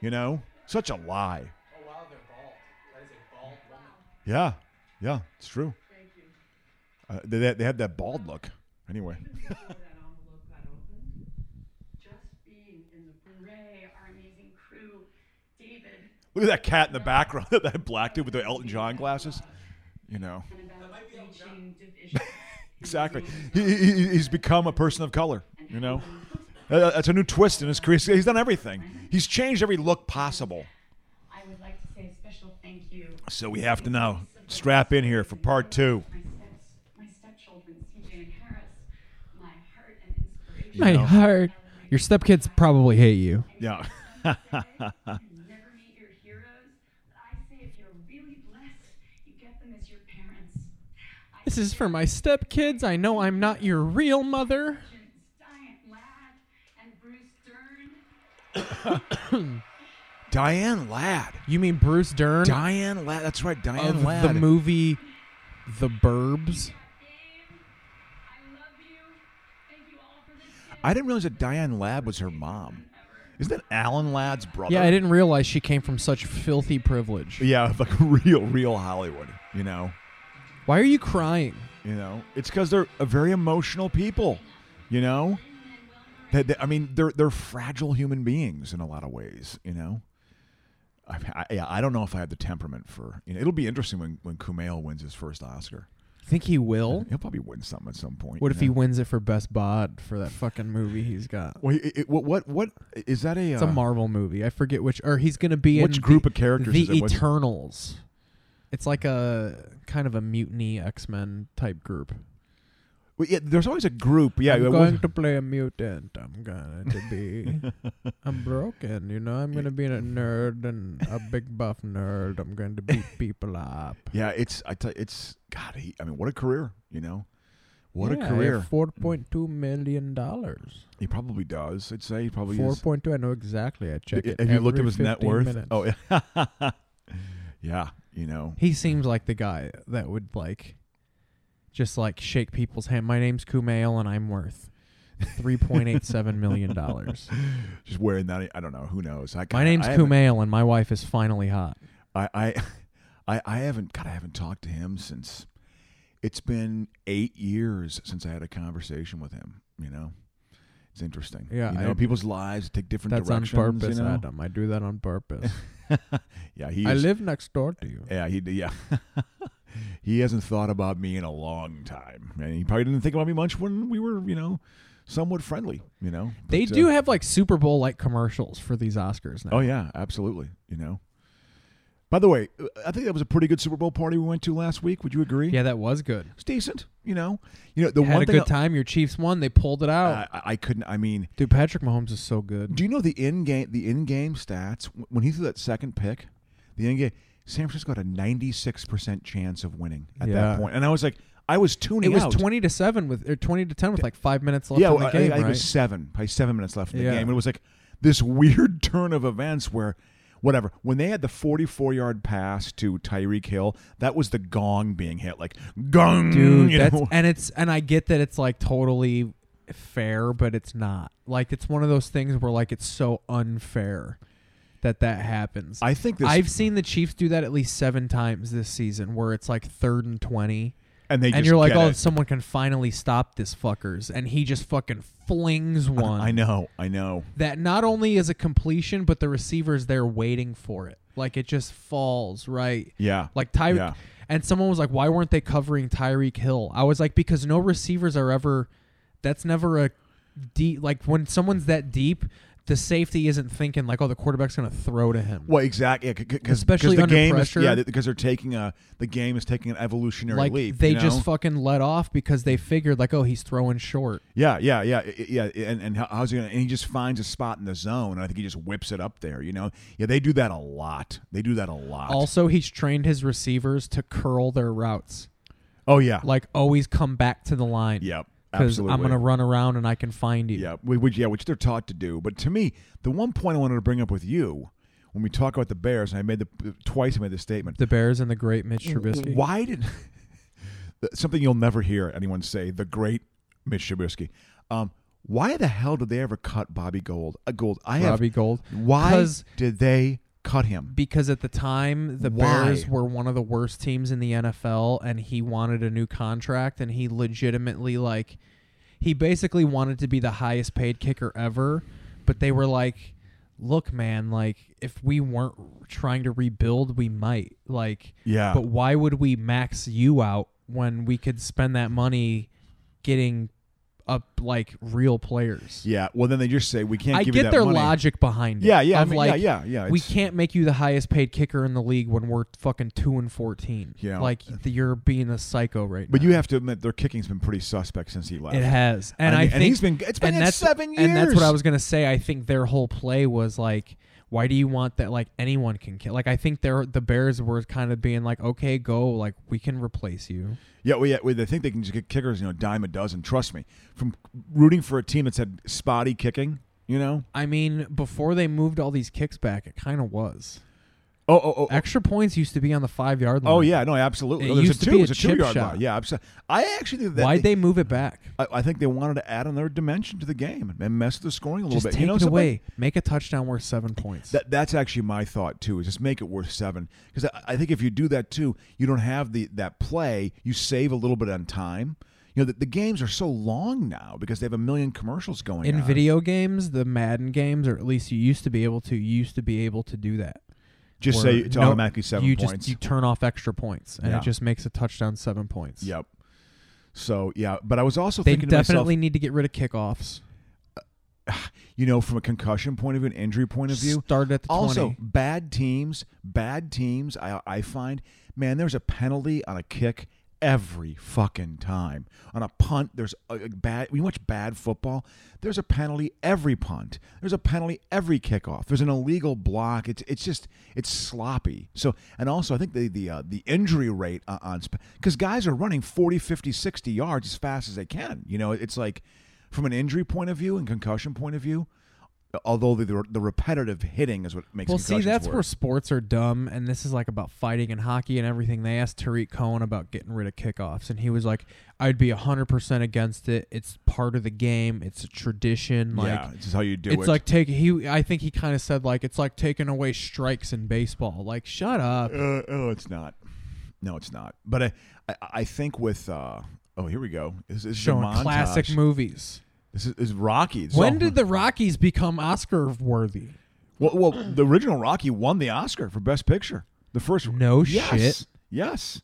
Speaker 3: You know, such a lie.
Speaker 2: Oh wow, they're bald. That is a bald woman.
Speaker 3: Yeah, yeah, it's true. Uh, they- they, they had that bald look. Anyway,
Speaker 6: Just being in the Beret, our amazing crew, David,
Speaker 3: look at that cat in the background. that black dude with the Elton John glasses. You know,
Speaker 6: and about reaching division.
Speaker 3: exactly. He, he, he's become a person of color. You know, Uh, that's a new twist in his career. He's done everything. He's changed every look possible.
Speaker 6: I would like to say a special thank you.
Speaker 3: So we have to now strap in here for part two.
Speaker 6: My steps, my stepchildren, CJ and Harris, my heart and inspiration.
Speaker 2: My heart. Your stepkids probably hate you.
Speaker 3: Yeah.
Speaker 6: You never meet your heroes, but I say if you're really blessed, you get them as your parents. I
Speaker 2: This is for my stepkids. I know I'm not your real mother.
Speaker 6: mentioned Diane Ladd and Bruce Dern.
Speaker 3: Diane Ladd.
Speaker 2: You mean Bruce Dern
Speaker 3: Diane Ladd. That's right. Diane
Speaker 2: of
Speaker 3: Ladd.
Speaker 2: the movie The Burbs?
Speaker 6: Dave, I love you. Thank you all for this.
Speaker 3: I didn't realize that Diane Ladd was her mom. Isn't that Alan Ladd's brother?
Speaker 2: Yeah, I didn't realize she came from such filthy privilege.
Speaker 3: Yeah, of, like real, real Hollywood. You know,
Speaker 2: Why are you crying?
Speaker 3: you know, it's because they're a very emotional people. You know, they, they- I mean, they're they're fragile human beings in a lot of ways. You know, I, I, yeah, I don't know if I have the temperament for. You know, it'll be interesting when when Kumail wins his first Oscar.
Speaker 2: Think he will?
Speaker 3: He'll probably win something at some point.
Speaker 2: What
Speaker 3: you
Speaker 2: if he
Speaker 3: know?
Speaker 2: wins it for Best Bod for that fucking movie he's got?
Speaker 3: Well, it, it- what what what is that a?
Speaker 2: It's a
Speaker 3: uh,
Speaker 2: Marvel movie. I forget which. Or he's gonna be
Speaker 3: Which
Speaker 2: in
Speaker 3: group
Speaker 2: the-
Speaker 3: of characters
Speaker 2: The
Speaker 3: is it? What's-
Speaker 2: Eternals. It's like a kind of a mutiny X Men type group.
Speaker 3: well, yeah, there's always a group. Yeah,
Speaker 2: I'm
Speaker 3: it
Speaker 2: going
Speaker 3: was-
Speaker 2: to play a mutant. I'm going to be. I'm broken, you know. I'm going to be a nerd and a big buff nerd. I'm going to beat people up.
Speaker 3: yeah. It's I tell you, it's God. He, I mean, what a career. You know, What a career.
Speaker 2: Four point two million dollars.
Speaker 3: He probably does. I'd say he probably
Speaker 2: Four
Speaker 3: is.
Speaker 2: point two. I know exactly. I check it.
Speaker 3: Have you looked up
Speaker 2: every
Speaker 3: his net
Speaker 2: 15
Speaker 3: worth?
Speaker 2: minutes.
Speaker 3: Oh, yeah. yeah. You know,
Speaker 2: he seems like the guy that would like, just like shake people's hand. My name's Kumail, and I'm worth three point eight seven million dollars.
Speaker 3: just wearing that. I don't know. Who knows? I,
Speaker 2: My
Speaker 3: kinda-
Speaker 2: name's
Speaker 3: I haven't-
Speaker 2: Kumail, and my wife is finally hot.
Speaker 3: I, I, I, I haven't. God, I haven't talked to him since. It's been eight years since I had a conversation with him. You know, it's interesting.
Speaker 2: Yeah,
Speaker 3: you know,
Speaker 2: I-
Speaker 3: people's lives take different
Speaker 2: That's on
Speaker 3: directions.
Speaker 2: purpose,
Speaker 3: you know?
Speaker 2: Adam. I do that on purpose.
Speaker 3: yeah, he.
Speaker 2: I
Speaker 3: is-
Speaker 2: live next door to you.
Speaker 3: Yeah, he. Yeah, he hasn't thought about me in a long time, and he probably didn't think about me much when we were, you know, somewhat friendly. You know,
Speaker 2: They
Speaker 3: But,
Speaker 2: do
Speaker 3: uh,
Speaker 2: have like Super Bowl like commercials for these Oscars now.
Speaker 3: Oh yeah, absolutely. You know. By the way, I think that was a pretty good Super Bowl party we went to last week. Would you agree?
Speaker 2: yeah, that was good.
Speaker 3: It's decent. You know. You know the
Speaker 2: Had
Speaker 3: one
Speaker 2: a
Speaker 3: thing
Speaker 2: good time. Your Chiefs won. They pulled it out.
Speaker 3: I, I- I couldn't. I mean,
Speaker 2: Dude, Patrick Mahomes is so good.
Speaker 3: do you know the in game the in game stats Wh- when he threw that second pick? The in game, San Francisco had a ninety six percent chance of winning at
Speaker 2: Yeah.
Speaker 3: that point, and I was like, I was tuning
Speaker 2: It was
Speaker 3: out.
Speaker 2: twenty to seven with or twenty to ten with like five minutes left
Speaker 3: yeah,
Speaker 2: in
Speaker 3: well,
Speaker 2: the
Speaker 3: I-
Speaker 2: game,
Speaker 3: I, think
Speaker 2: right?
Speaker 3: it was seven, probably seven minutes left in the
Speaker 2: Yeah.
Speaker 3: game. It was like this weird turn of events where, whatever, when they had the 44 yard pass to Tyreek Hill, that was the gong being hit, like gong,
Speaker 2: Dude,
Speaker 3: you
Speaker 2: that's
Speaker 3: know?
Speaker 2: and it's and I get that it's like totally fair, but it's not. Like it's one of those things where like it's so unfair that that happens.
Speaker 3: I think this,
Speaker 2: I've seen the Chiefs do that at least seven times this season, where it's like third and twenty,
Speaker 3: and they
Speaker 2: and
Speaker 3: just
Speaker 2: you're like,
Speaker 3: get
Speaker 2: "Oh,
Speaker 3: it.
Speaker 2: someone can finally stop this fuckers," and he just fucking flings one.
Speaker 3: I know, I know.
Speaker 2: that not only is a completion, but the receiver's there waiting for it. Like it just falls right.
Speaker 3: Yeah.
Speaker 2: Like Tyreek,
Speaker 3: Yeah.
Speaker 2: and someone was like, "Why weren't they covering Tyreek Hill?" I was like, "Because no receivers are ever. That's never a deep. Like when someone's that deep, the safety isn't thinking like, oh, the quarterback's gonna throw to him.
Speaker 3: Well, exactly, because
Speaker 2: Especially
Speaker 3: the
Speaker 2: under
Speaker 3: game
Speaker 2: pressure.
Speaker 3: Is, yeah, because they're taking a the game is taking an evolutionary
Speaker 2: like
Speaker 3: leap.
Speaker 2: they
Speaker 3: you know?
Speaker 2: just fucking let off because they figured like, oh, he's throwing short.
Speaker 3: Yeah, yeah, yeah, i- i- yeah. And and how, how's he gonna? And he just finds a spot in the zone, and I think he just whips it up there. You know, yeah, they do that a lot. They do that a lot.
Speaker 2: Also, he's trained his receivers to curl their routes.
Speaker 3: oh yeah,
Speaker 2: Like always, come back to the line.
Speaker 3: Yep,
Speaker 2: because I'm
Speaker 3: absolutely.
Speaker 2: gonna run around and I can find you.
Speaker 3: yeah, whi- which yeah, which they're taught to do. But to me, the one point I wanted to bring up with you when we talk about the Bears, and I made the twice I made this statement.
Speaker 2: The Bears and the great Mitch Trubisky.
Speaker 3: Why did something you'll never hear anyone say? The great Mitch Trubisky. Um, why the hell did they ever cut Bobby Gold? Uh, Gold. I have.
Speaker 2: Robbie Gold.
Speaker 3: Why
Speaker 2: 'Cause-
Speaker 3: did they cut him?
Speaker 2: because at the time the
Speaker 3: Why?
Speaker 2: Bears were one of the worst teams in the NFL and he wanted a new contract and he legitimately like he basically wanted to be the highest paid kicker ever, but they were like, "Look, man, like if we weren't trying to rebuild, we might like
Speaker 3: Yeah.
Speaker 2: but why would we max you out when we could spend that money getting up like real players?"
Speaker 3: Yeah. Well, then they just say we can't
Speaker 2: I
Speaker 3: give
Speaker 2: get
Speaker 3: you that
Speaker 2: their
Speaker 3: money.
Speaker 2: logic behind it.
Speaker 3: Yeah, yeah, I
Speaker 2: of
Speaker 3: mean,
Speaker 2: like,
Speaker 3: yeah, yeah, yeah,
Speaker 2: We
Speaker 3: it's-
Speaker 2: can't make you the highest paid kicker in the league when we're fucking two and fourteen.
Speaker 3: Yeah.
Speaker 2: like th- you're being a psycho right
Speaker 3: But
Speaker 2: now.
Speaker 3: you have to admit their kicking's been pretty suspect since he left.
Speaker 2: it has, and
Speaker 3: I
Speaker 2: I,
Speaker 3: mean, and
Speaker 2: think
Speaker 3: he's been- it's been
Speaker 2: and
Speaker 3: in
Speaker 2: that's-
Speaker 3: seven
Speaker 2: and that's what I
Speaker 3: years.
Speaker 2: was gonna say. I think their whole play was like, why do you want that? Like anyone can kick. Like I think they're the Bears were kind of being like, okay, go, like we can replace you.
Speaker 3: Yeah, well, yeah, well, they think they can just get kickers, you know, dime a dozen. Trust me, from rooting for a team that's had spotty kicking, you know.
Speaker 2: I mean, before they moved all these kicks back, it kind of was.
Speaker 3: Oh, oh, oh, oh,
Speaker 2: Extra points used to be on the five yard line.
Speaker 3: oh, yeah, no, absolutely.
Speaker 2: It
Speaker 3: There's
Speaker 2: used
Speaker 3: a
Speaker 2: to
Speaker 3: two,
Speaker 2: be a
Speaker 3: it's a
Speaker 2: chip
Speaker 3: two-yard
Speaker 2: shot.
Speaker 3: line. Yeah, absolutely. I actually think that
Speaker 2: Why'd they move it back?
Speaker 3: I, I think they wanted to add another dimension to the game and mess with the scoring a little
Speaker 2: Just
Speaker 3: bit.
Speaker 2: take
Speaker 3: you know,
Speaker 2: it
Speaker 3: something?
Speaker 2: away. Make a touchdown worth seven points.
Speaker 3: That, that's actually my thought too. Is just make it worth seven because I, I think if you do that too, you don't have the that play. You save a little bit on time. You know, the, the games are so long now because they have a million commercials going
Speaker 2: in
Speaker 3: on.
Speaker 2: video games, the Madden games, or at least you used to be able to, you used to be able to do that.
Speaker 3: Just
Speaker 2: where
Speaker 3: say it's
Speaker 2: no-
Speaker 3: automatically seven
Speaker 2: you
Speaker 3: points.
Speaker 2: Just, you turn off extra points, and
Speaker 3: Yeah.
Speaker 2: it just makes a touchdown seven points.
Speaker 3: yep. So yeah, but I was also
Speaker 2: They
Speaker 3: thinking to myself,
Speaker 2: definitely need to get rid of kickoffs.
Speaker 3: you know, from a concussion point of view, an injury point of view.
Speaker 2: Start at the
Speaker 3: also,
Speaker 2: 20.
Speaker 3: bad teams, bad teams. I I find, man, there's a penalty on a kick every fucking time. On a punt, there's a, a bad. We watch bad football. There's a penalty every punt. There's a penalty every kickoff. There's an illegal block. It's it's just it's sloppy. So and also I think the the uh, the injury rate uh, on because guys are running 40, 50, 60 yards as fast as they can. You know, it's like from an injury point of view and concussion point of view. Although the, the, the repetitive hitting is what makes
Speaker 2: Well, see,
Speaker 3: concussions
Speaker 2: that's
Speaker 3: worse.
Speaker 2: where sports are dumb, and this is like about fighting and hockey and everything. They asked Tariq Cohen about getting rid of kickoffs, and he was like, "I'd be hundred percent against it. It's part of the game. It's a tradition. Like,
Speaker 3: yeah, this is how you do
Speaker 2: it's
Speaker 3: it.
Speaker 2: like taking he. I think he kind of said like it's like taking away strikes in baseball. Like, shut up.
Speaker 3: Uh, oh, it's not. No, it's not. But I, I, I think with. Uh, oh, here we go. This, this is a
Speaker 2: Showing classic
Speaker 3: montage.
Speaker 2: movies.
Speaker 3: This is, is Rocky. So-
Speaker 2: When did the Rockies become Oscar worthy?
Speaker 3: Well, well, the original Rocky won the Oscar for Best Picture. The first.
Speaker 2: No
Speaker 3: yes,
Speaker 2: shit.
Speaker 3: Yes.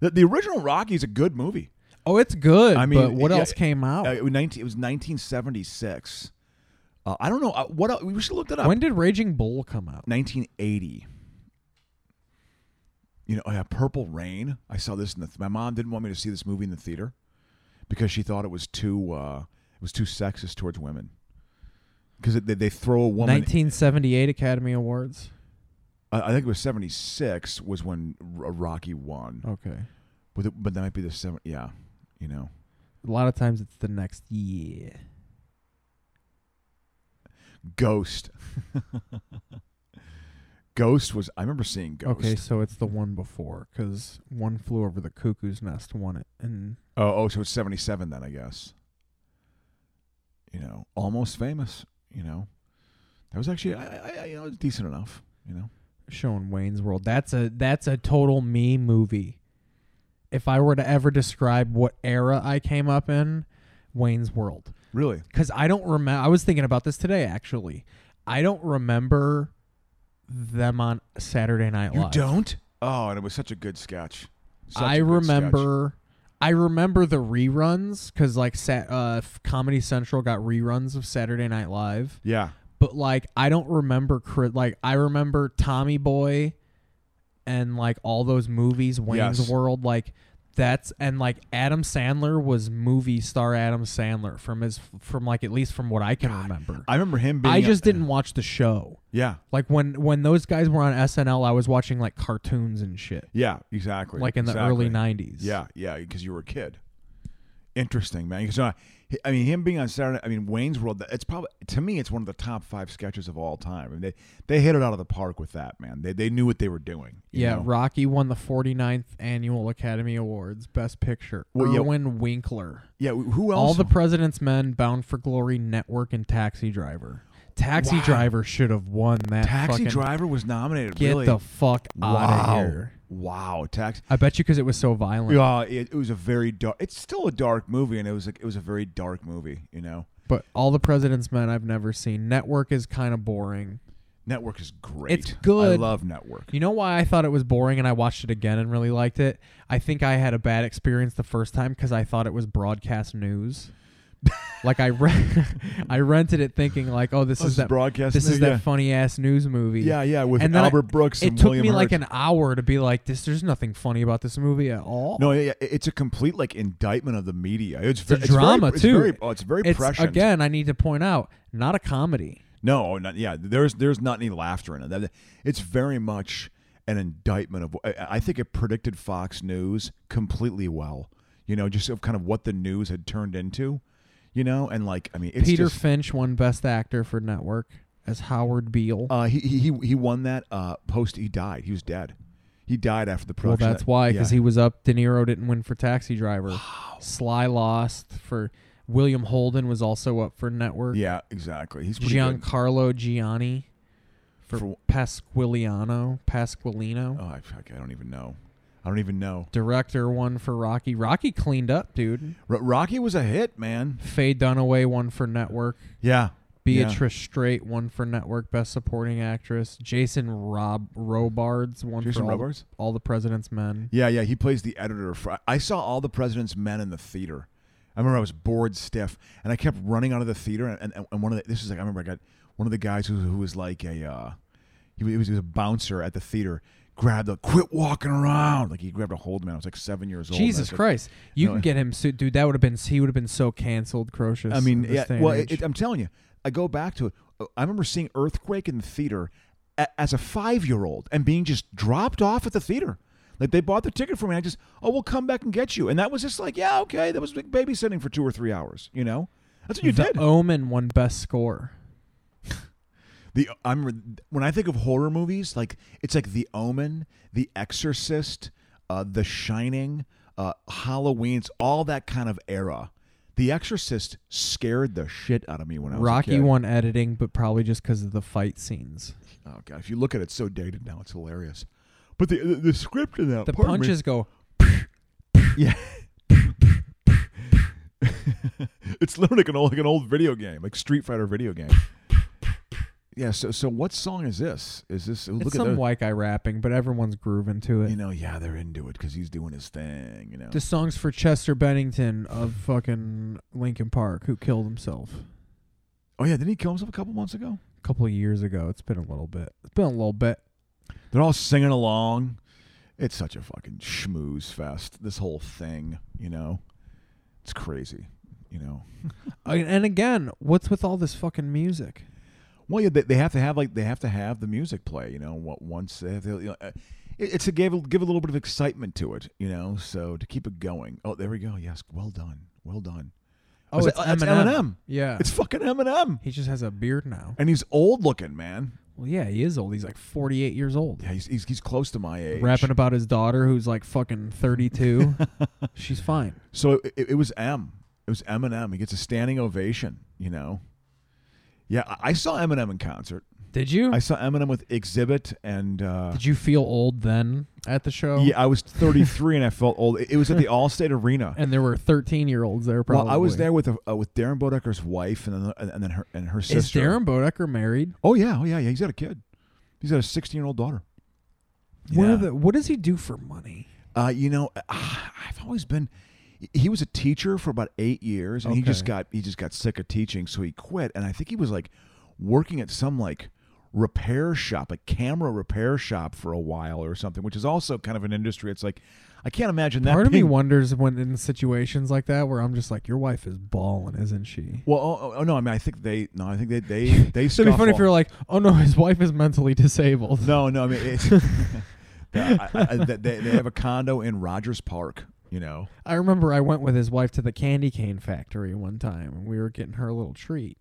Speaker 3: The, the original Rocky is a good movie.
Speaker 2: Oh, it's good.
Speaker 3: I mean,
Speaker 2: but what
Speaker 3: yeah,
Speaker 2: else came out?
Speaker 3: Uh, it, was 19, it was 1976. Uh, I don't know uh, what else, we should look that up.
Speaker 2: when did Raging Bull come out?
Speaker 3: 1980. You know, yeah, Purple Rain. I saw this in the. my mom didn't want me to see this movie in the theater because she thought it was too uh, it was too sexist towards women. Because they, they throw a woman.
Speaker 2: 1978 Academy Awards.
Speaker 3: I I think it was 76 was when R- uh, Rocky won.
Speaker 2: Okay.
Speaker 3: But, it, but that might be the seven. Yeah, you know.
Speaker 2: A lot of times it's the next year.
Speaker 3: Ghost. Ghost was. I remember seeing Ghost.
Speaker 2: Okay, so it's the one before because one flew over the cuckoo's nest won it, and
Speaker 3: Oh, oh, so it's seventy seven then, I guess. You know, almost famous. You know, that was actually, I, I, I you know, decent enough. You know,
Speaker 2: showing Wayne's World. That's a that's a total me movie. If I were to ever describe what era I came up in, Wayne's World.
Speaker 3: really.
Speaker 2: because I don't remember. I was thinking about this today, actually. I don't remember them on Saturday Night
Speaker 3: You
Speaker 2: Live.
Speaker 3: don't? Oh, and it was such a good sketch. Such
Speaker 2: I
Speaker 3: a good
Speaker 2: remember. I remember the reruns because like sat, uh, f- Comedy Central got reruns of Saturday Night Live,
Speaker 3: sketch. Yeah,
Speaker 2: but like I don't remember cri- like I remember Tommy Boy, and like all those movies, Wayne's
Speaker 3: Yes.
Speaker 2: World, like that's and like Adam Sandler was movie star Adam Sandler from his from like at least from what I can remember.
Speaker 3: I remember him. being
Speaker 2: I
Speaker 3: a-
Speaker 2: just didn't watch the show.
Speaker 3: Yeah,
Speaker 2: Like when when those guys were on SNL, I was watching like cartoons and shit,
Speaker 3: yeah, exactly.
Speaker 2: like in the
Speaker 3: exactly.
Speaker 2: early '90s.
Speaker 3: Yeah, yeah, because you were a kid. Interesting, man. Because I mean, him being on Saturday, I mean, Wayne's World. It's probably to me, it's one of the top five sketches of all time. I mean, they they hit it out of the park with that, man. They they knew what they were doing. you
Speaker 2: yeah.
Speaker 3: know?
Speaker 2: Rocky won the 49th annual Academy Awards Best Picture.
Speaker 3: Well, yeah.
Speaker 2: Erwin Winkler,
Speaker 3: Yeah, who else?
Speaker 2: All the President's Men, Bound for Glory, Network, and Taxi Driver. Taxi
Speaker 3: Wow.
Speaker 2: Driver should have won that.
Speaker 3: Taxi
Speaker 2: fucking-
Speaker 3: Driver was nominated.
Speaker 2: Get
Speaker 3: really?
Speaker 2: the fuck out
Speaker 3: wow.
Speaker 2: of here!
Speaker 3: Wow, Taxi.
Speaker 2: I bet you because it was so violent.
Speaker 3: Yeah, it, it was a very dark. It's still a dark movie, and it was like it was a very dark movie. You know,
Speaker 2: But All the President's Men, I've never seen. Network is kind of boring.
Speaker 3: Network is great.
Speaker 2: It's good.
Speaker 3: I love Network.
Speaker 2: You know why I thought it was boring and I watched it again and really liked it? I think I had a bad experience the first time because I thought it was broadcast news. like I re- I rented it thinking like, oh, this
Speaker 3: Oh, this
Speaker 2: is
Speaker 3: is
Speaker 2: that
Speaker 3: broadcast
Speaker 2: This
Speaker 3: news,
Speaker 2: is
Speaker 3: yeah.
Speaker 2: that funny ass news movie.
Speaker 3: Yeah, yeah, with
Speaker 2: and then I-
Speaker 3: Albert Brooks
Speaker 2: It
Speaker 3: and
Speaker 2: took
Speaker 3: William
Speaker 2: me like
Speaker 3: Hurt.
Speaker 2: an hour to be like, this. There's nothing funny about this movie at all.
Speaker 3: No, yeah, yeah, it's a complete like indictment of the media. It's,
Speaker 2: it's a
Speaker 3: ve- it's
Speaker 2: drama
Speaker 3: very,
Speaker 2: too.
Speaker 3: It's very, oh, it's very prescient.
Speaker 2: Again, I need to point out, not a comedy.
Speaker 3: No, not, yeah. There's there's not any laughter in it. That- It's very much an indictment of. I I think it predicted Fox News completely well. You know, just of kind of what the news had turned into. You know, and like I mean, it's
Speaker 2: Peter
Speaker 3: just,
Speaker 2: Finch won Best Actor for Network as Howard Beale.
Speaker 3: uh, he he he- he won that uh, post. He died. He was dead. He died after the
Speaker 2: Well,
Speaker 3: production.
Speaker 2: that's why, because
Speaker 3: yeah.
Speaker 2: he was up. De Niro didn't win for Taxi Driver. Sly lost for. William Holden was also up for Network.
Speaker 3: Yeah, exactly. He's pretty good.
Speaker 2: Giancarlo Gianni for,
Speaker 3: For-
Speaker 2: Pasquiliano. Pasquilino.
Speaker 3: Oh, I, fuck, I don't even know. I don't even know.
Speaker 2: Director won for Rocky. Rocky cleaned up, dude.
Speaker 3: R- Rocky was a hit, man.
Speaker 2: Faye Dunaway won for Network.
Speaker 3: Yeah. Yeah.
Speaker 2: Beatrice Straight won for Network Best Supporting Actress. Jason Rob Robards won for
Speaker 3: Jason
Speaker 2: all the-
Speaker 3: Robards?
Speaker 2: all the President's Men.
Speaker 3: Yeah, yeah, he plays the editor. For, I saw all the President's Men in the theater. I remember I was bored stiff, and I kept running out of the theater. And, and, and one of the, this is like I remember I got one of the guys who, who was like a uh, he, was, he was a bouncer at the theater grabbed a quit walking around. Like he grabbed a hold of me. I was like seven years old. and I
Speaker 2: Jesus
Speaker 3: was like-
Speaker 2: Christ! You
Speaker 3: No,
Speaker 2: can
Speaker 3: it-
Speaker 2: get him, su- dude. That would have been he would have been so canceled, Crocious.
Speaker 3: I mean,
Speaker 2: in this
Speaker 3: yeah,
Speaker 2: day and
Speaker 3: well,
Speaker 2: age.
Speaker 3: it, it- I'm telling you, I go back to it. Uh, I remember seeing Earthquake in the theater a, as a five year old and being just dropped off at the theater. Like they bought the ticket for me. And I just, oh, we'll come back and get you. And that was just like, yeah, okay. That was like babysitting for two or three hours. You know, that's what you
Speaker 2: the
Speaker 3: did.
Speaker 2: Omen won best score.
Speaker 3: The I'm re- when I think of horror movies, like it's like The Omen, The Exorcist, uh, The Shining, uh, Halloween's, all that kind of era. The Exorcist scared the shit out of me when I was a
Speaker 2: Rocky
Speaker 3: kid.
Speaker 2: won editing, but probably just because of the fight scenes.
Speaker 3: Oh god, if you look at it, it's so dated now. It's hilarious. But the the, the script in that
Speaker 2: The
Speaker 3: pardon me.
Speaker 2: punches go.
Speaker 3: yeah. it's literally like an old like an old video game, like Street Fighter video game. Yeah. So so what song is this? Is this oh, look
Speaker 2: It's
Speaker 3: at
Speaker 2: some
Speaker 3: the-
Speaker 2: white guy rapping, but everyone's grooving to it.
Speaker 3: you know? Yeah, they're into it because he's doing his thing. You know.
Speaker 2: the song's for Chester Bennington of fucking Lincoln Park, who killed himself
Speaker 3: oh yeah, didn't he kill himself a couple months ago?
Speaker 2: a couple of years ago. It's been a little bit. It's been a little bit.
Speaker 3: They're all singing along. It's such a fucking schmooze fest. This whole thing, you know, it's crazy. You know.
Speaker 2: I- And again, what's with all this fucking music?
Speaker 3: Well, yeah, they, they have to have like they have to have the music play. You know, what once they have to, you know, uh, it, it's a give give a little bit of excitement to it. You know, so to keep it going. Oh, there we go. Yes, well done, well done.
Speaker 2: Oh,
Speaker 3: Is
Speaker 2: it's
Speaker 3: that- that's
Speaker 2: Eminem.
Speaker 3: uh, Eminem.
Speaker 2: Yeah,
Speaker 3: It's fucking Eminem,
Speaker 2: he just has a beard now.
Speaker 3: and he's old looking, man.
Speaker 2: Well, yeah, he is old. He's like 48 years old.
Speaker 3: Yeah, he's he's, he's close to my age.
Speaker 2: Rapping about his daughter, who's like fucking 32. She's fine.
Speaker 3: So it, it was M. It was Eminem. He gets a standing ovation. You know. Yeah, I- I saw Eminem in concert.
Speaker 2: Did you?
Speaker 3: I saw Eminem with Exhibit and uh,
Speaker 2: Did you feel old then at the show?
Speaker 3: yeah, I was 33 and I felt old. It, it was at the Allstate Arena.
Speaker 2: And there were 13 year olds there, probably.
Speaker 3: Well, I was there with a, uh, with Darren Bodecker's wife and then and then her and her sister.
Speaker 2: Is Darren Bodecker married?
Speaker 3: Oh yeah, oh yeah, yeah. He's got a kid. He's got a 16 year old daughter.
Speaker 2: What,
Speaker 3: Yeah.
Speaker 2: are the, what does he do for money?
Speaker 3: Uh, you know, ah, I've always been. He was a teacher for about eight years, and he just
Speaker 2: Okay.
Speaker 3: got he just got sick of teaching, so he quit. And I think he was like working at some like repair shop, a camera repair shop for a while or something, which is also kind of an industry. It's like I can't imagine that.
Speaker 2: Part of me
Speaker 3: being-
Speaker 2: wonders when in situations like that where I'm just like, your wife is balling, isn't she?
Speaker 3: Well, oh, oh, oh, no, I mean, I think they no, I think they they they.
Speaker 2: It'd be funny if
Speaker 3: scuffle.
Speaker 2: you're like, oh no, his wife is mentally disabled.
Speaker 3: No, no. I mean, it's, I, I, I- they, they have a condo in Rogers Park. You know,
Speaker 2: I remember I went with his wife to the candy cane factory one time and we were getting her a little treat.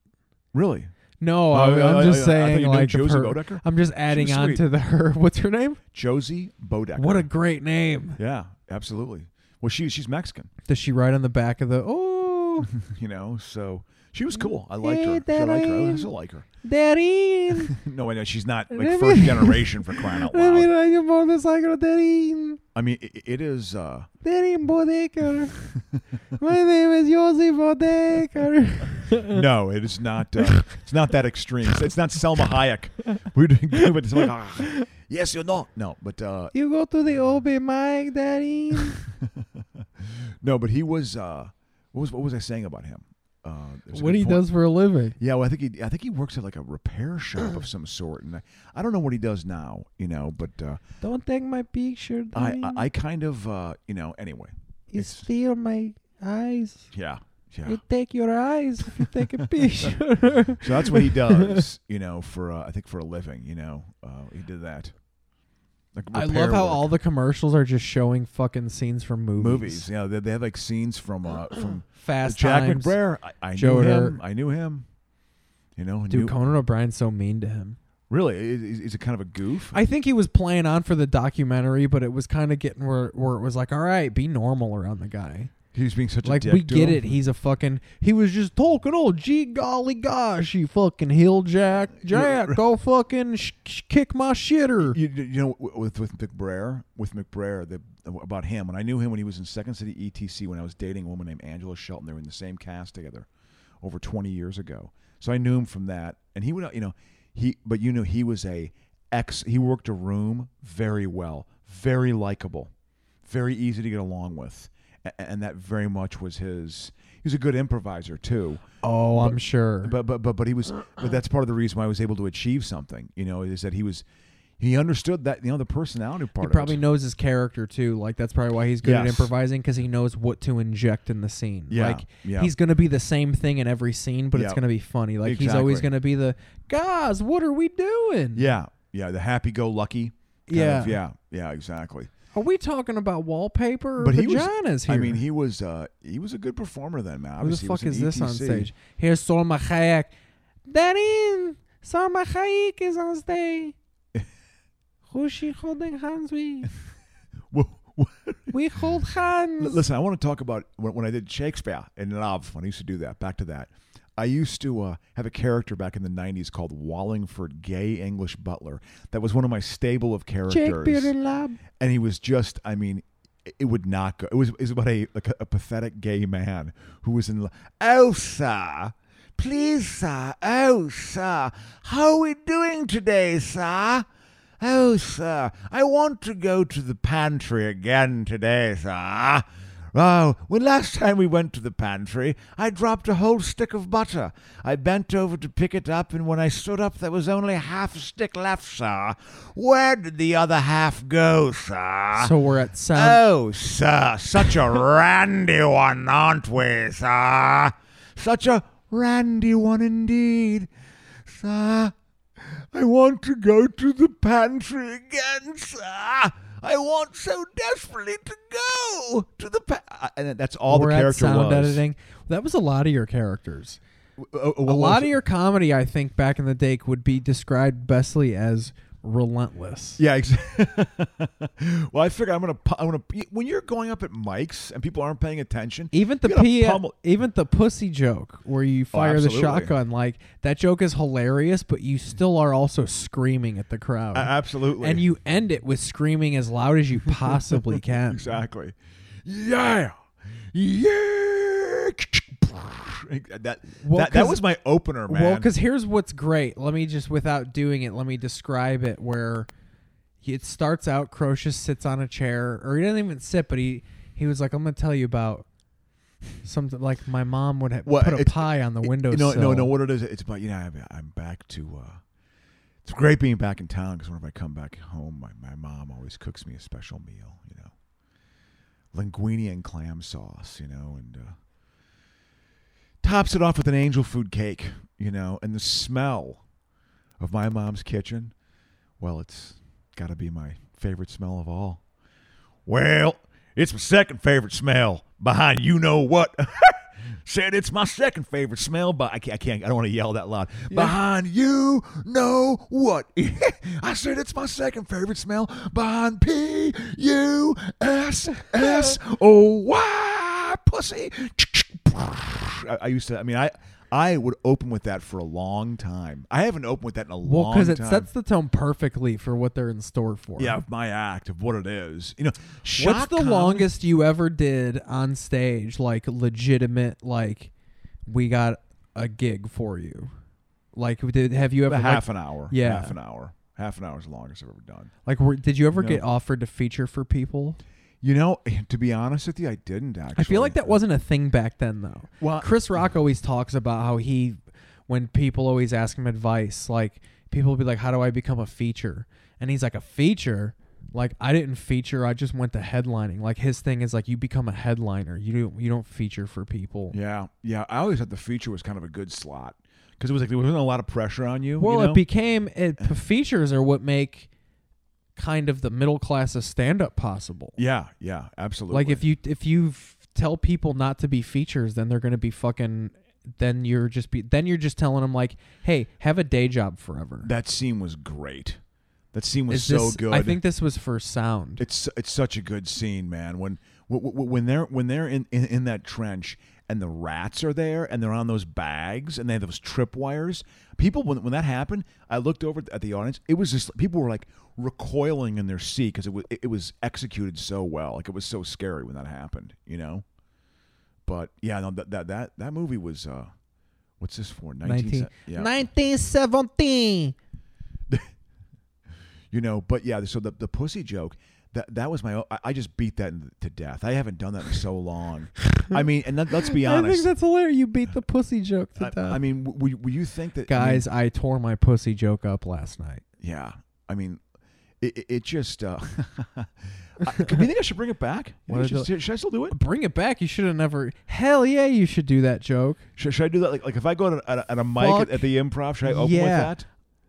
Speaker 3: really.
Speaker 2: No,
Speaker 3: Oh,
Speaker 2: I, am
Speaker 3: yeah, I-
Speaker 2: just
Speaker 3: I- I thought
Speaker 2: saying,
Speaker 3: you knew
Speaker 2: like,
Speaker 3: Josie
Speaker 2: her-
Speaker 3: Bodecker?
Speaker 2: I'm just adding
Speaker 3: was
Speaker 2: on
Speaker 3: sweet.
Speaker 2: to the her. What's her name?
Speaker 3: Josie Bodecker.
Speaker 2: What a great name.
Speaker 3: yeah, absolutely. Well, she she's Mexican.
Speaker 2: Does she write on the back of the? Oh,
Speaker 3: You know, so she was cool. I liked
Speaker 2: Hey,
Speaker 3: her. I like her. I
Speaker 2: Darlene.
Speaker 3: still like her.
Speaker 2: Darin.
Speaker 3: No, I know she's not
Speaker 2: Really?
Speaker 3: like first generation for crying out
Speaker 2: I mean,
Speaker 3: loud.
Speaker 2: I am on this like Darin.
Speaker 3: I mean, i it is. Uh,
Speaker 2: Darin Bodecker. My name is Josie Bodecker.
Speaker 3: no, it is not. Uh, it's not that extreme. It's, it's not Selma Hayek. We're doing good, but it's like, ah, yes, you know. No, but uh,
Speaker 2: you go to the open mic, Darin.
Speaker 3: No, but he was. Uh, what was what was I saying about him? Uh, there's a
Speaker 2: what
Speaker 3: good
Speaker 2: he
Speaker 3: point.
Speaker 2: does for a living.
Speaker 3: Yeah, well, I think he I think he works at like a repair shop of some sort, and I, I don't know what he does now. You know, but uh,
Speaker 2: Don't take my picture.
Speaker 3: I,
Speaker 2: Darin.
Speaker 3: I I kind of uh, you know anyway.
Speaker 2: you
Speaker 3: it's-
Speaker 2: steal my eyes.
Speaker 3: Yeah, yeah.
Speaker 2: You take your eyes if you take a picture.
Speaker 3: so that's what he does. You know, for uh, I think for a living. You know, uh, he did that. Like
Speaker 2: I
Speaker 3: repair
Speaker 2: love how
Speaker 3: work.
Speaker 2: all the commercials are just showing fucking scenes from movies.
Speaker 3: movies. Yeah, they, they have like scenes from uh, from
Speaker 2: Fast
Speaker 3: Jack
Speaker 2: Times.
Speaker 3: McBrayer. I, I knew
Speaker 2: Joe
Speaker 3: him.
Speaker 2: Dirt.
Speaker 3: I knew him. You know,
Speaker 2: Dude,
Speaker 3: knew-
Speaker 2: Conan O'Brien's so mean to him.
Speaker 3: really, he's, he's a kind of a goof.
Speaker 2: I think he was playing on for the documentary, but it was kind of getting where where it was like, all right, be normal around the guy.
Speaker 3: he's being such a
Speaker 2: Like
Speaker 3: dick
Speaker 2: we
Speaker 3: to
Speaker 2: get
Speaker 3: him.
Speaker 2: it. He's a fucking. He was just talking. Oh, gee, golly, gosh, you fucking hill jack, Jack, go fucking sh- sh- kick my shitter.
Speaker 3: You, you know, w- with with McBrayer, with McBrayer, the, about him. When I knew him, when he was in Second City ETC, when I was dating a woman named Angela Shelton, they were in the same cast together, over twenty years ago. So I knew him from that, and he would, you know, he. But you know, he was a ex. He worked a room very well, very likable, very easy to get along with, and, and that very much was his. He was a good improviser too
Speaker 2: Oh, I'm sure.
Speaker 3: but but but but he was but that's part of the reason why I was able to achieve something you know is that he was He understood that you know the personality part.
Speaker 2: He
Speaker 3: of it.
Speaker 2: probably knows his character too. Like that's probably why he's good at
Speaker 3: Yes.
Speaker 2: improvising because he knows what to inject in the scene.
Speaker 3: Yeah,
Speaker 2: like
Speaker 3: yeah.
Speaker 2: he's gonna be the same thing in every scene, but it's
Speaker 3: Yeah.
Speaker 2: gonna be funny. Like he's always
Speaker 3: Exactly.
Speaker 2: gonna be the guys. What are we doing?
Speaker 3: Yeah, yeah, the happy-go-lucky. kind
Speaker 2: Yeah.
Speaker 3: of- yeah, yeah, exactly.
Speaker 2: Are we talking about wallpaper or
Speaker 3: But he
Speaker 2: vaginas
Speaker 3: was.
Speaker 2: here?
Speaker 3: I mean, he was. Uh, he was a good performer then, man.
Speaker 2: Who the
Speaker 3: Obviously, he was
Speaker 2: fuck
Speaker 3: an E
Speaker 2: is this on
Speaker 3: ETC.
Speaker 2: stage? Here's Salma Hayek. Darin, Salma Hayek is on stage. Who's she holding hands with?
Speaker 3: Well, well,
Speaker 2: We hold hands.
Speaker 3: Listen, I want to talk about when, when I did Shakespeare in Love. When I used to do that, back to that. I used to uh, have a character back in the '90s called Wallingford Gay English Butler. That was one of my stable of characters.
Speaker 2: Shakespeare in love.
Speaker 3: and he was just i mean it- it would not go it was it was about a like a, a pathetic gay man who was in love oh sir please sir oh sir how are we doing today sir oh sir i want to go to the pantry again today sir Oh, when last time we went to the pantry, I dropped a whole stick of butter. I bent over to pick it up, and when I stood up, there was only half a stick left, sir. Where did the other half go, sir?
Speaker 2: So we're at sound.
Speaker 3: Oh, sir, such a randy one, aren't we, sir? Such a randy one indeed. Sir, I want to go to the pantry again, sir. I want so desperately to go to the pa- and that's all
Speaker 2: we're
Speaker 3: the
Speaker 2: at
Speaker 3: character
Speaker 2: sound
Speaker 3: was. Uh,
Speaker 2: editing. That was a lot of your characters. a lot of your comedy, I think, back in the day would be described bestly as relentless.
Speaker 3: Yeah, exactly. well, I figure I'm gonna, pu- I'm gonna. When you're going up at mics and people aren't paying attention,
Speaker 2: Even the
Speaker 3: you're gonna
Speaker 2: P-
Speaker 3: pummel- Oh,
Speaker 2: even the pussy joke where you fire the
Speaker 3: absolutely.
Speaker 2: shotgun, like that joke is hilarious, but you still are also screaming at the crowd.
Speaker 3: A- absolutely.
Speaker 2: And you end it with screaming as loud as you possibly can.
Speaker 3: Exactly. Yeah. Yeah. That,
Speaker 2: Well,
Speaker 3: that, that
Speaker 2: 'cause-
Speaker 3: was my opener, man.
Speaker 2: Well, because here's what's great. Let me just, without doing it, let me describe it. Where he- it starts out, Crocius sits on a chair, or he doesn't even sit, but he he was like, "I'm gonna tell you about something." Like my mom would ha-
Speaker 3: Well,
Speaker 2: put a
Speaker 3: it's-
Speaker 2: pie on the
Speaker 3: no,
Speaker 2: windowsill.
Speaker 3: no, no, What it is, it's about you know. I'm, I'm back to. uh It's great being back in town because whenever I come back home, my, my mom always cooks me a special meal. You know, linguine and clam sauce. You know, and uh tops it off with an angel food cake. You know, and the smell of my mom's kitchen. Well, it's got to be my favorite smell of all. Well, it's my second favorite smell behind you know what. Said it's my second favorite smell, but I can't. I, can't, I don't want to yell that loud. Behind you know what? I said it's my second favorite smell behind P U S S O Y pussy. I, I used to. I mean, I I would open with that for a long time. I haven't opened with that in a
Speaker 2: Well,
Speaker 3: long time.
Speaker 2: because it sets the tone perfectly for what they're in store for.
Speaker 3: Yeah, of my act of what it is. You know,
Speaker 2: What's
Speaker 3: shock
Speaker 2: the
Speaker 3: comedy-
Speaker 2: longest you ever did on stage, like legitimate, like we got a gig for you? Like, did have you ever
Speaker 3: About
Speaker 2: like-
Speaker 3: half an hour.
Speaker 2: Yeah.
Speaker 3: half an hour. Half an hour is the longest I've ever done.
Speaker 2: Like, were, did you ever
Speaker 3: No.
Speaker 2: get offered to feature for people?
Speaker 3: You know, to be honest with you, I didn't actually.
Speaker 2: I feel like that wasn't a thing back then, though.
Speaker 3: Well-
Speaker 2: Chris Rock always talks about how he, when people always ask him advice, like people will be like, "How do I become a feature?" And he's like, "A feature." Like I didn't feature, I just went to headlining. Like his thing is like you become a headliner. You don't you don't feature for people.
Speaker 3: Yeah, yeah. I always thought the feature was kind of a good slot because it was like there wasn't a lot of pressure on you.
Speaker 2: Well,
Speaker 3: you know?
Speaker 2: it became it p- features are what make kind of the middle class of stand up possible.
Speaker 3: Yeah, yeah, absolutely.
Speaker 2: Like if you if you f- tell people not to be features, then they're gonna be fucking. Then you're just be then you're just telling them like, hey, have a day job forever.
Speaker 3: that scene was great. That scene was
Speaker 2: Is
Speaker 3: so
Speaker 2: this-
Speaker 3: good.
Speaker 2: I think this was for sound.
Speaker 3: It's it's such a good scene, man. When w- w- when they're when they're in, in, in that trench and the rats are there and they're on those bags and they have those trip wires. People when when that happened, I looked over at the audience. It was just people were like recoiling in their seat because it was it was executed so well. Like it was so scary when that happened, you know. But yeah, no, that that that that movie was. uh What's this for?
Speaker 2: 19,
Speaker 3: 19, yeah.
Speaker 2: 1917.
Speaker 3: You know, but yeah, so the, the pussy joke, that that was my o- I I just beat that to death. I haven't done that in so long. I mean, and let, let's be
Speaker 2: I think
Speaker 3: honest.
Speaker 2: that's hilarious. You beat the pussy joke to
Speaker 3: I,
Speaker 2: death.
Speaker 3: I mean, w- would, would you think that I mean,
Speaker 2: Guys, I tore my pussy joke up last night.
Speaker 3: yeah. I mean, It, it- it just. Uh, I- do you think I should bring it back? You
Speaker 2: What
Speaker 3: think I
Speaker 2: is
Speaker 3: should, should I still do it?
Speaker 2: Bring it back. You should have never. Hell yeah, you should do that joke.
Speaker 3: Should, should I do that? Like, like if I go to, at, a, at a mic
Speaker 2: Fuck.
Speaker 3: at, at the improv, should I open with
Speaker 2: Yeah.
Speaker 3: that?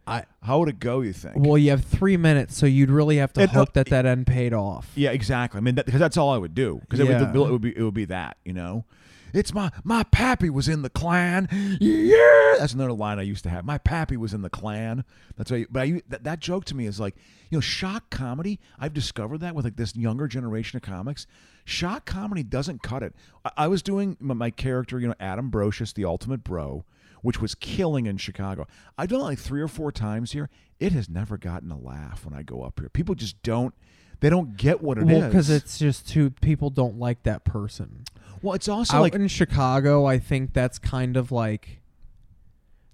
Speaker 2: I
Speaker 3: How would it go? You think?
Speaker 2: well, you have three minutes, so you'd really have to
Speaker 3: And, uh,
Speaker 2: hope that that end paid off.
Speaker 3: yeah, exactly. I mean, because that's all I would do. Because it,
Speaker 2: Yeah.
Speaker 3: would, it would be it would be that. You know, it's my my pappy was in the clan. Yeah, that's another line I used to have. My pappy was in the clan. That's why. But I, that, that joke to me is like, you know, shock comedy. I've discovered that with like this younger generation of comics. Shock comedy doesn't cut it. I, I was doing my, my character, you know, Adam Brocious, the ultimate bro, which was killing in Chicago. I've done it like three or four times here. It has never gotten a laugh when I go up here. People just don't. They don't get what it is.
Speaker 2: Well, because it's just too people don't like that person.
Speaker 3: well, it's also
Speaker 2: Out
Speaker 3: like
Speaker 2: in Chicago, I think that's kind of like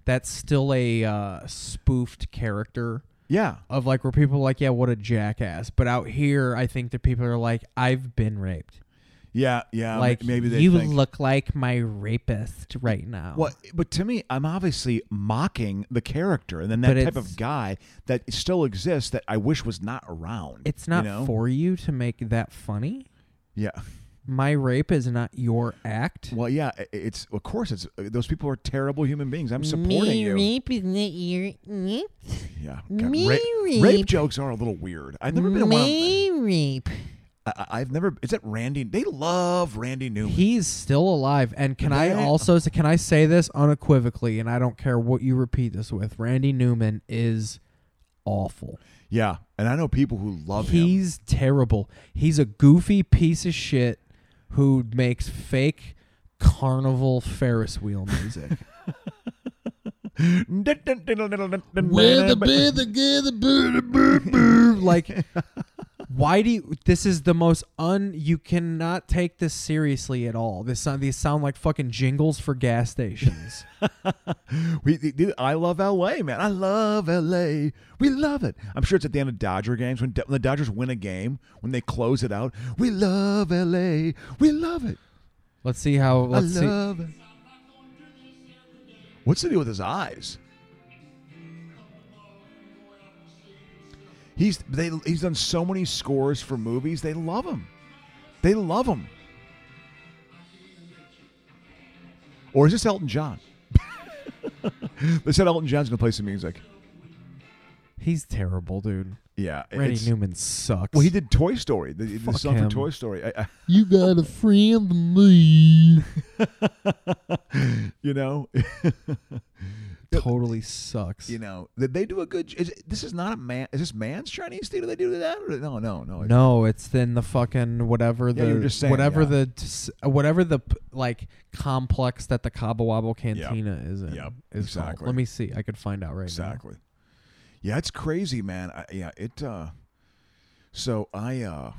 Speaker 2: that's still a uh, spoofed character
Speaker 3: yeah,
Speaker 2: of like where people are like, yeah, what a jackass. But out here, I think that people are like, I've been raped.
Speaker 3: yeah, yeah. m-
Speaker 2: like
Speaker 3: Uh, maybe they
Speaker 2: you
Speaker 3: think,
Speaker 2: look like my rapist right now.
Speaker 3: Well, but to me, I'm obviously mocking the character and then
Speaker 2: But
Speaker 3: that type
Speaker 2: it's-
Speaker 3: of guy that still exists that I wish was not around.
Speaker 2: It's not
Speaker 3: you know?
Speaker 2: for you to make that funny.
Speaker 3: yeah.
Speaker 2: My rape is not your act.
Speaker 3: Well, yeah. i- It's of course it's those people are terrible human beings. I'm supporting you.
Speaker 8: rape is not your act.
Speaker 3: Yeah. God,
Speaker 8: Me
Speaker 3: rape, rape
Speaker 8: rape.
Speaker 3: jokes are a little weird. I've never been around.
Speaker 8: Me rape.
Speaker 3: I, I- I've never. Is that Randy? They love Randy Newman.
Speaker 2: He's still alive, and can I
Speaker 3: That-
Speaker 2: also can I say this unequivocally? And I don't care what you repeat this with. Randy Newman is awful.
Speaker 3: yeah, and I know people who love him.
Speaker 2: He's terrible. He's a goofy piece of shit who makes fake carnival Ferris wheel music.
Speaker 8: Where the bear, the girl, the bird, the bird.
Speaker 2: like why do you this is the most un you cannot take this seriously at all this sound these sound like fucking jingles for gas stations
Speaker 3: We, th- th- I love LA, man. I love LA. We love it. I'm sure it's at the end of Dodger games when, Do- when the Dodgers win a game, when they close it out. We love LA. We love it.
Speaker 2: let's see how let's
Speaker 3: I
Speaker 2: see
Speaker 3: love it. What's the deal with his eyes? He's they he's done so many scores for movies. They love him. They love him. Or is this Elton John? they said Elton John's gonna play some music.
Speaker 2: he's terrible dude
Speaker 3: Yeah,
Speaker 2: randy
Speaker 3: it's-
Speaker 2: newman sucks
Speaker 3: Well, he did Toy Story. The, the
Speaker 2: Fuck
Speaker 3: song
Speaker 2: him.
Speaker 3: for Toy Story. I, I,
Speaker 8: You got a friend in me.
Speaker 3: you know,
Speaker 2: totally sucks
Speaker 3: you know that they do a good. Is, this is not a man. Is this man's Chinese theater? They do that? Or, no, no, no.
Speaker 2: no it's in the fucking whatever
Speaker 3: Yeah,
Speaker 2: the
Speaker 3: you were just saying,
Speaker 2: whatever
Speaker 3: yeah.
Speaker 2: the t- whatever the p- like complex that the cabo wabo cantina is in
Speaker 3: Yep,
Speaker 2: is
Speaker 3: exactly.
Speaker 2: called. let me see i could find out right
Speaker 3: Exactly. Yeah, it's crazy, man. I, yeah, it. uh So I, uh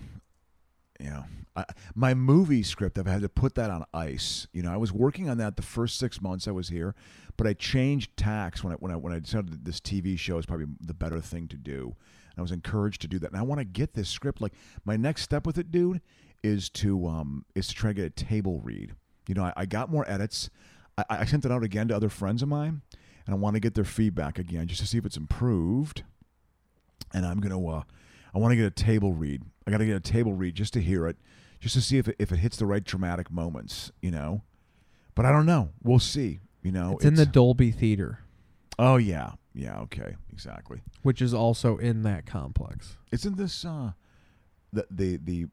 Speaker 3: you know, I, my movie script. I've had to put that on ice. You know, I was working on that the first six months I was here, but I changed tax when I when I when I decided that this TV show is probably the better thing to do. And I was encouraged to do that, and I want to get this script. Like my next step with it, dude, is to um is to try to get a table read. You know, I, I got more edits. I, I sent it out again to other friends of mine, and I want to get their feedback again just to see if it's improved. And I'm gonna, uh, I want to get a table read. I got to get a table read just to hear it, just to see if it, if it hits the right dramatic moments, you know. But I don't know. We'll see. You know,
Speaker 2: now it's in the dolby theater
Speaker 3: oh yeah, yeah, okay, exactly.
Speaker 2: which is also in that complex
Speaker 3: Isn't this uh, the the the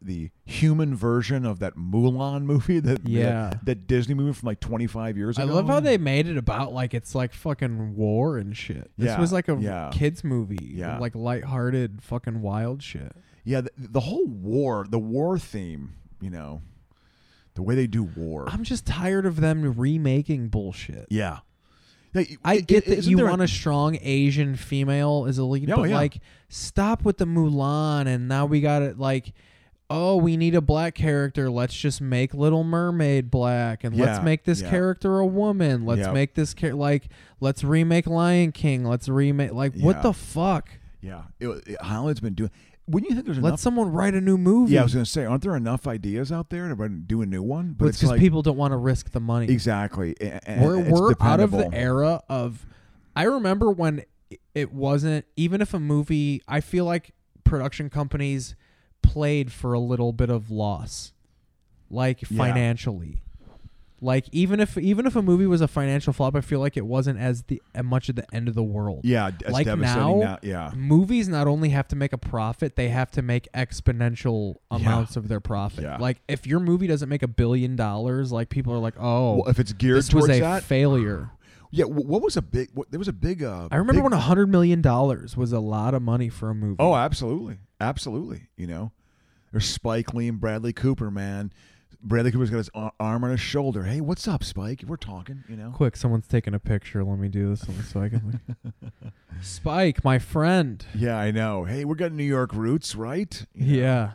Speaker 3: the human version of that Mulan movie that
Speaker 2: Yeah.
Speaker 3: that, that Disney movie from like 25 years
Speaker 2: I
Speaker 3: ago?
Speaker 2: love how they made it about like it's like fucking war and shit. This
Speaker 3: Yeah,
Speaker 2: was like a
Speaker 3: yeah.
Speaker 2: kids movie,
Speaker 3: Yeah.
Speaker 2: like lighthearted fucking wild shit.
Speaker 3: Yeah, the, the whole war, the war theme, you know, the way they do war.
Speaker 2: I'm just tired of them remaking bullshit.
Speaker 3: yeah. They-
Speaker 2: I
Speaker 3: it-
Speaker 2: get
Speaker 3: it-
Speaker 2: that
Speaker 3: isn't
Speaker 2: you
Speaker 3: there a- Oh,
Speaker 2: want a strong Asian female as a lead,
Speaker 3: Yeah,
Speaker 2: but
Speaker 3: yeah.
Speaker 2: like stop with the Mulan and now we got it like oh, we need a black character. Let's just make Little Mermaid black and
Speaker 3: Yeah,
Speaker 2: let's make this
Speaker 3: yeah.
Speaker 2: character a woman. Let's
Speaker 3: Yep.
Speaker 2: make this char- like let's remake Lion King. Let's remake like
Speaker 3: Yeah.
Speaker 2: what the fuck?
Speaker 3: Yeah, it, it- Hollywood's been doing. Wouldn't you think there's
Speaker 2: Let
Speaker 3: enough?
Speaker 2: someone write a new movie.
Speaker 3: yeah, I was gonna say, aren't there enough ideas out there to run- do a new one? But
Speaker 2: But
Speaker 3: it's
Speaker 2: it's because
Speaker 3: like
Speaker 2: people don't want to risk the money.
Speaker 3: exactly. a- a-
Speaker 2: We're
Speaker 3: it's
Speaker 2: we're out of the
Speaker 3: dependable.
Speaker 2: era of. I remember when it wasn't even if a movie I feel like production companies played for a little bit of loss like financially like even if even if a movie was a financial flop I feel like it wasn't as the as much at the end of the world
Speaker 3: Yeah, as
Speaker 2: like now,
Speaker 3: devastating now- yeah.
Speaker 2: movies not only have to make a profit they have to make exponential amounts of their profit
Speaker 3: Yeah.
Speaker 2: like if your movie doesn't make a billion dollars like people are like oh
Speaker 3: Well, if it's geared
Speaker 2: this was
Speaker 3: towards
Speaker 2: a
Speaker 3: that-
Speaker 2: failure
Speaker 3: Yeah, wh- what was a big? What, there was a big. Uh,
Speaker 2: I remember
Speaker 3: big-
Speaker 2: when a hundred million dollars was a lot of money for a movie.
Speaker 3: Oh, absolutely, absolutely. You know, there's Spike Lee and Bradley Cooper. Man, Bradley Cooper's got his ar- arm on his shoulder. Hey, what's up, Spike? We're talking. You know.
Speaker 2: quick! Someone's taking a picture. Let me do this one so I can. Spike, my friend.
Speaker 3: Yeah, I know. Hey, we're got New York roots, right? You know,
Speaker 2: Yeah.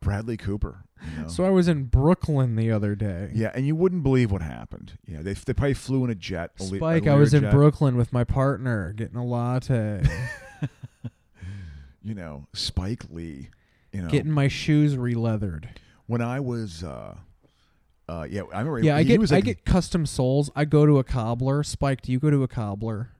Speaker 3: Bradley Cooper. you know.
Speaker 2: So I was in Brooklyn the other day.
Speaker 3: Oh. yeah, and you wouldn't believe what happened. Yeah, they, they probably flew in a uh, jet. a Le- a
Speaker 2: Spike, I was in
Speaker 3: Learjet.
Speaker 2: Brooklyn with my partner getting a latte,
Speaker 3: You know, Spike Lee. You know,
Speaker 2: getting my shoes re-leathered.
Speaker 3: when I was, uh, uh, yeah, I remember.
Speaker 2: Yeah, I
Speaker 3: he
Speaker 2: get
Speaker 3: was
Speaker 2: I
Speaker 3: like-
Speaker 2: get custom soles. I go to a cobbler. Spike, do you go to a cobbler?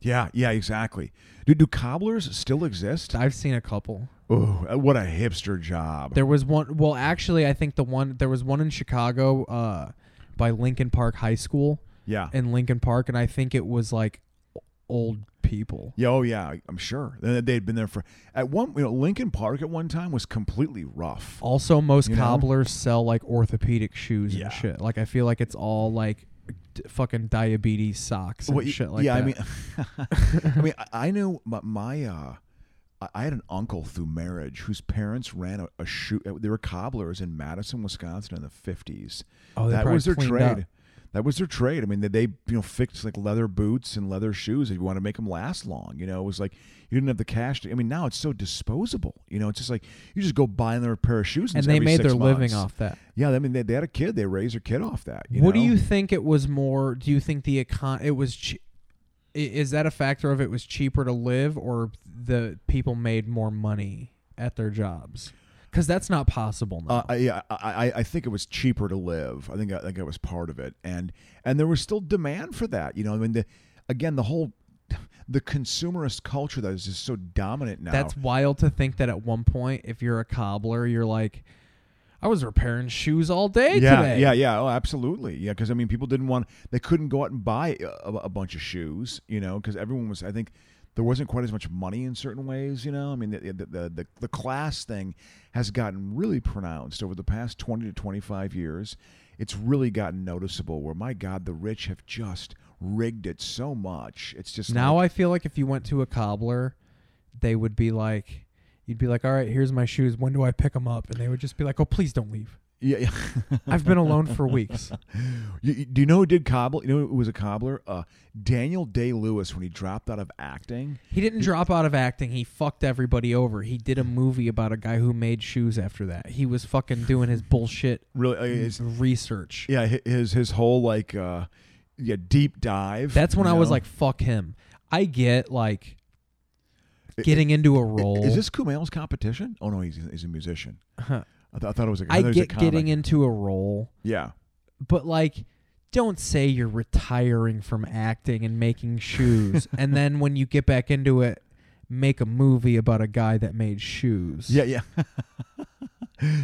Speaker 3: Yeah, yeah, exactly. Do do cobblers still exist?
Speaker 2: I've seen a couple.
Speaker 3: Oh, what a hipster job!
Speaker 2: There was one. Well, actually, I think the one there was one in Chicago uh, by Lincoln Park High School
Speaker 3: yeah,
Speaker 2: in Lincoln Park, and I think it was like o- old people.
Speaker 3: yeah, oh yeah, I'm sure They- they'd been there for at one. You know, Lincoln Park at one time was completely rough.
Speaker 2: Also, most
Speaker 3: You know?
Speaker 2: cobblers sell like orthopedic shoes
Speaker 3: Yeah.
Speaker 2: and shit. Like I feel like it's all like d- fucking diabetes socks and
Speaker 3: Well, y-
Speaker 2: shit like
Speaker 3: yeah,
Speaker 2: that.
Speaker 3: I mean, I mean, I- I knew my, my uh, I- I had an uncle through marriage whose parents ran a, a shoe. They were cobblers in Madison, Wisconsin, in the fifties.
Speaker 2: Oh, they
Speaker 3: that
Speaker 2: probably
Speaker 3: was their
Speaker 2: cleaned
Speaker 3: trade.
Speaker 2: up.
Speaker 3: That was their trade. I mean, they, they you know fixed like leather boots and leather shoes. If you want to make them last long, you know, it was like you didn't have the cash. to I mean, now it's so disposable. You know, it's just like you just go buy another pair of shoes.
Speaker 2: and they
Speaker 3: every
Speaker 2: made
Speaker 3: six
Speaker 2: their living
Speaker 3: months.
Speaker 2: off that.
Speaker 3: Yeah, I mean, they, they had a kid. They raised their kid off that. You
Speaker 2: what do
Speaker 3: know?
Speaker 2: you think it was more? Do you think the econ it was? Che- i- is that a factor of it was cheaper to live, or the people made more money at their jobs? Because that's not possible now.
Speaker 3: Uh, I- yeah, I, I, I think it was cheaper to live. I think I think it was part of it, and and there was still demand for that. You know, I mean, the, again, the whole the consumerist culture that is just so dominant now.
Speaker 2: That's wild to think that at one point, if you're a cobbler, you're like, I was repairing shoes all day
Speaker 3: yeah,
Speaker 2: today.
Speaker 3: yeah, yeah. Oh, absolutely. Yeah, because I mean, people didn't want they couldn't go out and buy a, a bunch of shoes. You know, because everyone was. I think there wasn't quite as much money in certain ways. You know, I mean, the the the, the, the class thing has gotten really pronounced over the past twenty to twenty five years. It's really gotten noticeable. Where my God, the rich have just rigged it so much. It's just
Speaker 2: Now
Speaker 3: like,
Speaker 2: I feel like if you went to a cobbler, they would be like, you'd be like, all right, here's my shoes. When do I pick them up? And they would just be like, oh, please don't leave.
Speaker 3: yeah. yeah.
Speaker 2: I've been alone for weeks.
Speaker 3: You- you- do you know who did cobble? You know who was a cobbler? Uh, Daniel Day Lewis when he dropped out of acting.
Speaker 2: He didn't drop out of acting. He fucked everybody over. He did a movie about a guy who made shoes after that. He was fucking doing his bullshit
Speaker 3: Really, uh,
Speaker 2: Mm,
Speaker 3: it's
Speaker 2: research.
Speaker 3: yeah hi- his his whole like uh yeah deep dive
Speaker 2: That's when
Speaker 3: you
Speaker 2: I was
Speaker 3: know?
Speaker 2: like, fuck him. I get like getting into a
Speaker 3: I-
Speaker 2: role.
Speaker 3: is this kumail's competition oh no he's, he's a musician I, th- I thought it was like
Speaker 2: I
Speaker 3: thought he was a
Speaker 2: get
Speaker 3: comic.
Speaker 2: getting into a role,
Speaker 3: yeah
Speaker 2: but like don't say you're retiring from acting and making shoes and then when you get back into it make a movie about a guy that made shoes.
Speaker 3: yeah yeah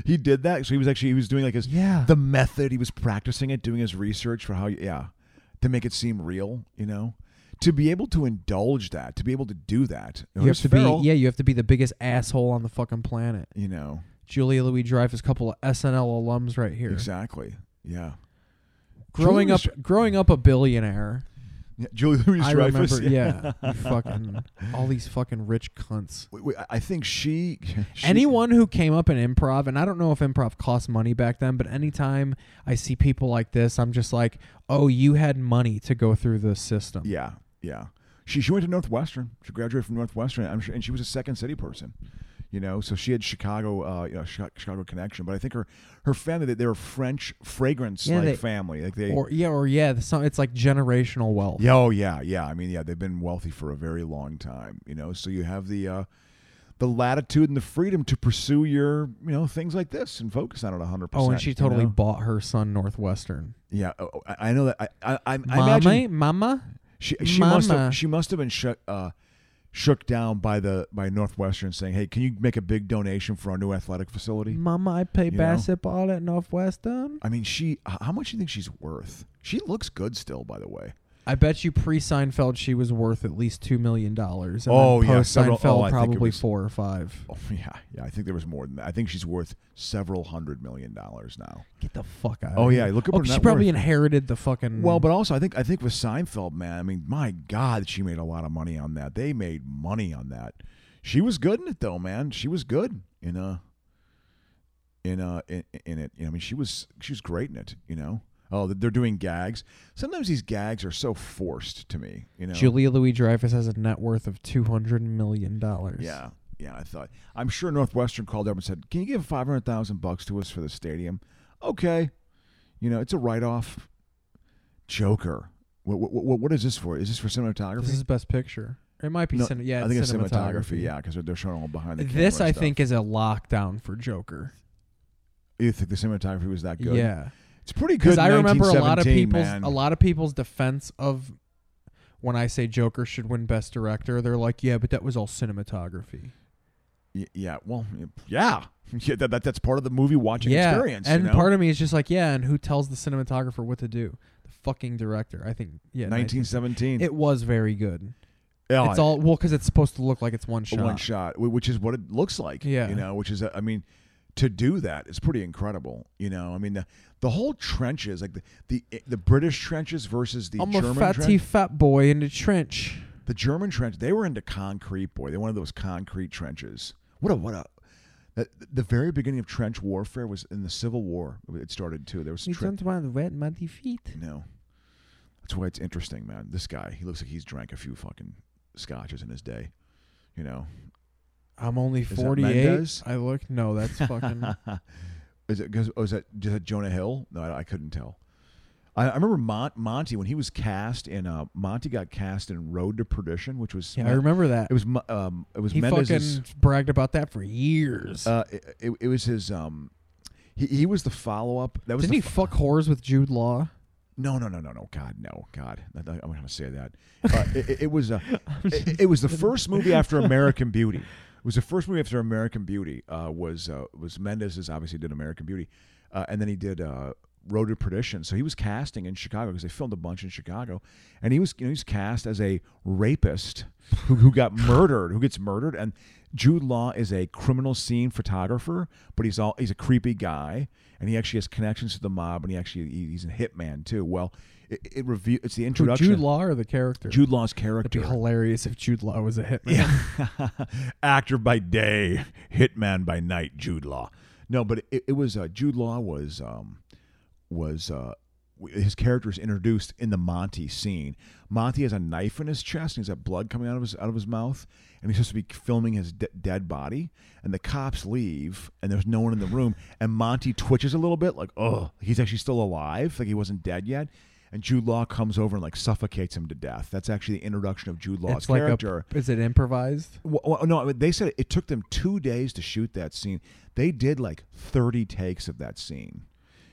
Speaker 3: he did that so he was actually he was doing like his
Speaker 2: Yeah.
Speaker 3: the method he was practicing it doing his research for how yeah to make it seem real you know to be able to indulge that to be able to do that
Speaker 2: You have
Speaker 3: It's
Speaker 2: to
Speaker 3: feral,
Speaker 2: be yeah, you have to be the biggest asshole on the fucking planet.
Speaker 3: you know
Speaker 2: Julia Louis Dreyfus, couple of SNL alums right here.
Speaker 3: exactly yeah
Speaker 2: Growing up,
Speaker 3: Julia
Speaker 2: growing up a billionaire.
Speaker 3: Yeah, Julie Louis
Speaker 2: I
Speaker 3: Dreyfus.
Speaker 2: remember, yeah, you fucking all these fucking rich cunts.
Speaker 3: Wait, wait, I- I think she, she
Speaker 2: Anyone who came up in improv, and I don't know if improv cost money back then, but anytime I see people like this, I'm just like, oh, you had money to go through the system.
Speaker 3: Yeah, yeah. She she went to Northwestern. She graduated from Northwestern. I'm sure, and she was a second city person. You know, so she had Chicago, uh, you know, Chi- Chicago connection. But I think her her family they, they were French fragrance like
Speaker 2: Yeah, they-
Speaker 3: family. Like they.
Speaker 2: Or yeah, or yeah, the, so- it's like generational wealth.
Speaker 3: yeah, oh yeah, yeah. I mean, yeah, they've been wealthy for a very long time. You know, so you have the. Uh, the latitude and the freedom to pursue your, you know, things like this and focus on it 100%.
Speaker 2: Oh, and she
Speaker 3: you
Speaker 2: totally
Speaker 3: know? oh,
Speaker 2: bought her son Northwestern.
Speaker 3: Yeah, oh, I I know that. I, I, I, I
Speaker 2: Mama,
Speaker 3: imagine.
Speaker 2: mama,
Speaker 3: She she must
Speaker 2: Mama.
Speaker 3: have she must have been shook uh, shook down by the by Northwestern saying, "Hey, can you make a big donation for our new athletic facility?"
Speaker 2: Mama, I play
Speaker 3: You know?
Speaker 2: basketball at Northwestern.
Speaker 3: I mean, she h- how much do you think she's worth? She looks good still, by the way.
Speaker 2: I bet you pre Seinfeld she was worth at least two million dollars.
Speaker 3: Oh, yeah,
Speaker 2: post
Speaker 3: several-
Speaker 2: Seinfeld
Speaker 3: oh, I think it
Speaker 2: probably
Speaker 3: was-
Speaker 2: four or five.
Speaker 3: Oh yeah, yeah. I think there was more than that. I think she's worth several hundred million dollars now.
Speaker 2: Get the fuck out.
Speaker 3: Oh,
Speaker 2: of
Speaker 3: yeah,
Speaker 2: here.
Speaker 3: look at
Speaker 2: oh,
Speaker 3: her
Speaker 2: she
Speaker 3: net
Speaker 2: probably
Speaker 3: worth.
Speaker 2: inherited the fucking.
Speaker 3: Well, but also I think I think with Seinfeld, man. I mean, my God, she made a lot of money on that. They made money on that. She was good in it though, man. She was good in uh in uh in, in it. You know, I mean, she was she was great in it. You know. Oh, they're doing gags. Sometimes these gags are so forced to me. You know.
Speaker 2: Julia Louis Dreyfus has a net worth of two hundred million dollars.
Speaker 3: Yeah, yeah. I thought I'm sure Northwestern called up and said, "Can you give five hundred thousand bucks to us for the stadium?" Okay, you know it's a write-off. Joker. What what, what, what is this for? Is this for cinematography?
Speaker 2: this is best picture. It might be.
Speaker 3: No,
Speaker 2: cin- yeah,
Speaker 3: I think it's
Speaker 2: cinematography.
Speaker 3: cinematography. Yeah, because they're showing all behind the.
Speaker 2: This
Speaker 3: camera
Speaker 2: I
Speaker 3: stuff.
Speaker 2: think is a lockdown for Joker.
Speaker 3: You think the cinematography was that good?
Speaker 2: Yeah,
Speaker 3: it's pretty good.
Speaker 2: because I remember a lot of
Speaker 3: 1917,
Speaker 2: people's
Speaker 3: man.
Speaker 2: a lot of people's defense of when I say Joker should win Best Director, they're like, yeah, but that was all cinematography.
Speaker 3: Y- Yeah, well, yeah, yeah. That, that that's part of the movie watching
Speaker 2: yeah,
Speaker 3: experience.
Speaker 2: and
Speaker 3: you know?
Speaker 2: part of me is just like, yeah, and who tells the cinematographer what to do? The fucking director. I think. Yeah, 19.
Speaker 3: 1917.
Speaker 2: It was very good.
Speaker 3: Oh, Yeah,
Speaker 2: it's all well because it's supposed to look like it's one
Speaker 3: a
Speaker 2: shot.
Speaker 3: one shot, wh- which is what it looks like.
Speaker 2: Yeah.
Speaker 3: you know, which is I mean, to do that is pretty incredible. You know, I mean the the whole trenches, like the the, the British trenches versus the
Speaker 2: I'm a
Speaker 3: German
Speaker 2: fatty
Speaker 3: trench.
Speaker 2: fat boy in the trench.
Speaker 3: The German trench, they were into concrete, boy. They wanted those concrete trenches. What a what a. The, the very beginning of trench warfare was in the Civil War. It started too. There was trench.
Speaker 2: want to wet my feet.
Speaker 3: No. That's why it's interesting, man. This guy, he looks like he's drank a few fucking scotches in his day. You know,
Speaker 2: I'm only
Speaker 3: that
Speaker 2: 48.
Speaker 3: Mendez?
Speaker 2: I look. No, that's fucking.
Speaker 3: is it? 'cause- Oh, is that is that Jonah Hill? No, I, I couldn't tell. I, I remember Mon- Monty when he was cast in. Uh, Monty got cast in Road to Perdition, which was
Speaker 2: yeah, I
Speaker 3: Me-
Speaker 2: remember that.
Speaker 3: It was Mo- um, it was
Speaker 2: he
Speaker 3: Mendez's.
Speaker 2: fucking bragged about that for years.
Speaker 3: Uh, it, it, it was his. Um, he, he was the follow up. That was
Speaker 2: Didn't
Speaker 3: the
Speaker 2: he
Speaker 3: fo-
Speaker 2: fuck whores with Jude Law?
Speaker 3: No, no, no, no, no. God, no, God. I, am going to say that. Uh, it, it- it was a. It, it was the first movie after American Beauty. It was the first movie after American Beauty. Uh, was uh, was Mendez's obviously did American Beauty, uh, and then he did. Uh, Road to Perdition. So he was casting in Chicago because they filmed a bunch in Chicago, and he was you know he's cast as a rapist who, who got murdered, who gets murdered, and Jude Law is a criminal scene photographer, but he's all he's a creepy guy, and he actually has connections to the mob, and he actually he- he's a hitman too. Well, it, it review it's the
Speaker 2: Who,
Speaker 3: introduction.
Speaker 2: Jude Law or the character?
Speaker 3: Jude Law's
Speaker 2: It'd be
Speaker 3: character,
Speaker 2: hilarious if Jude Law was a hitman.
Speaker 3: actor by day, hitman by night, Jude Law. No, but it, it was uh, Jude Law was um, was uh, w- his character is introduced in the Monty scene. Monty has a knife in his chest and he's got blood coming out of his out of his mouth, and he's supposed to be filming his de- dead body. And the cops leave, and there's no one in the room. And Monty twitches a little bit, like, oh, he's actually still alive, like he wasn't dead yet. And Jude Law comes over and like suffocates him to death. That's actually the introduction of Jude Law's
Speaker 2: it's like
Speaker 3: character.
Speaker 2: a. Is it improvised?
Speaker 3: Well, well, no, I mean, they said it took them two days to shoot that scene. They did like thirty takes of that scene,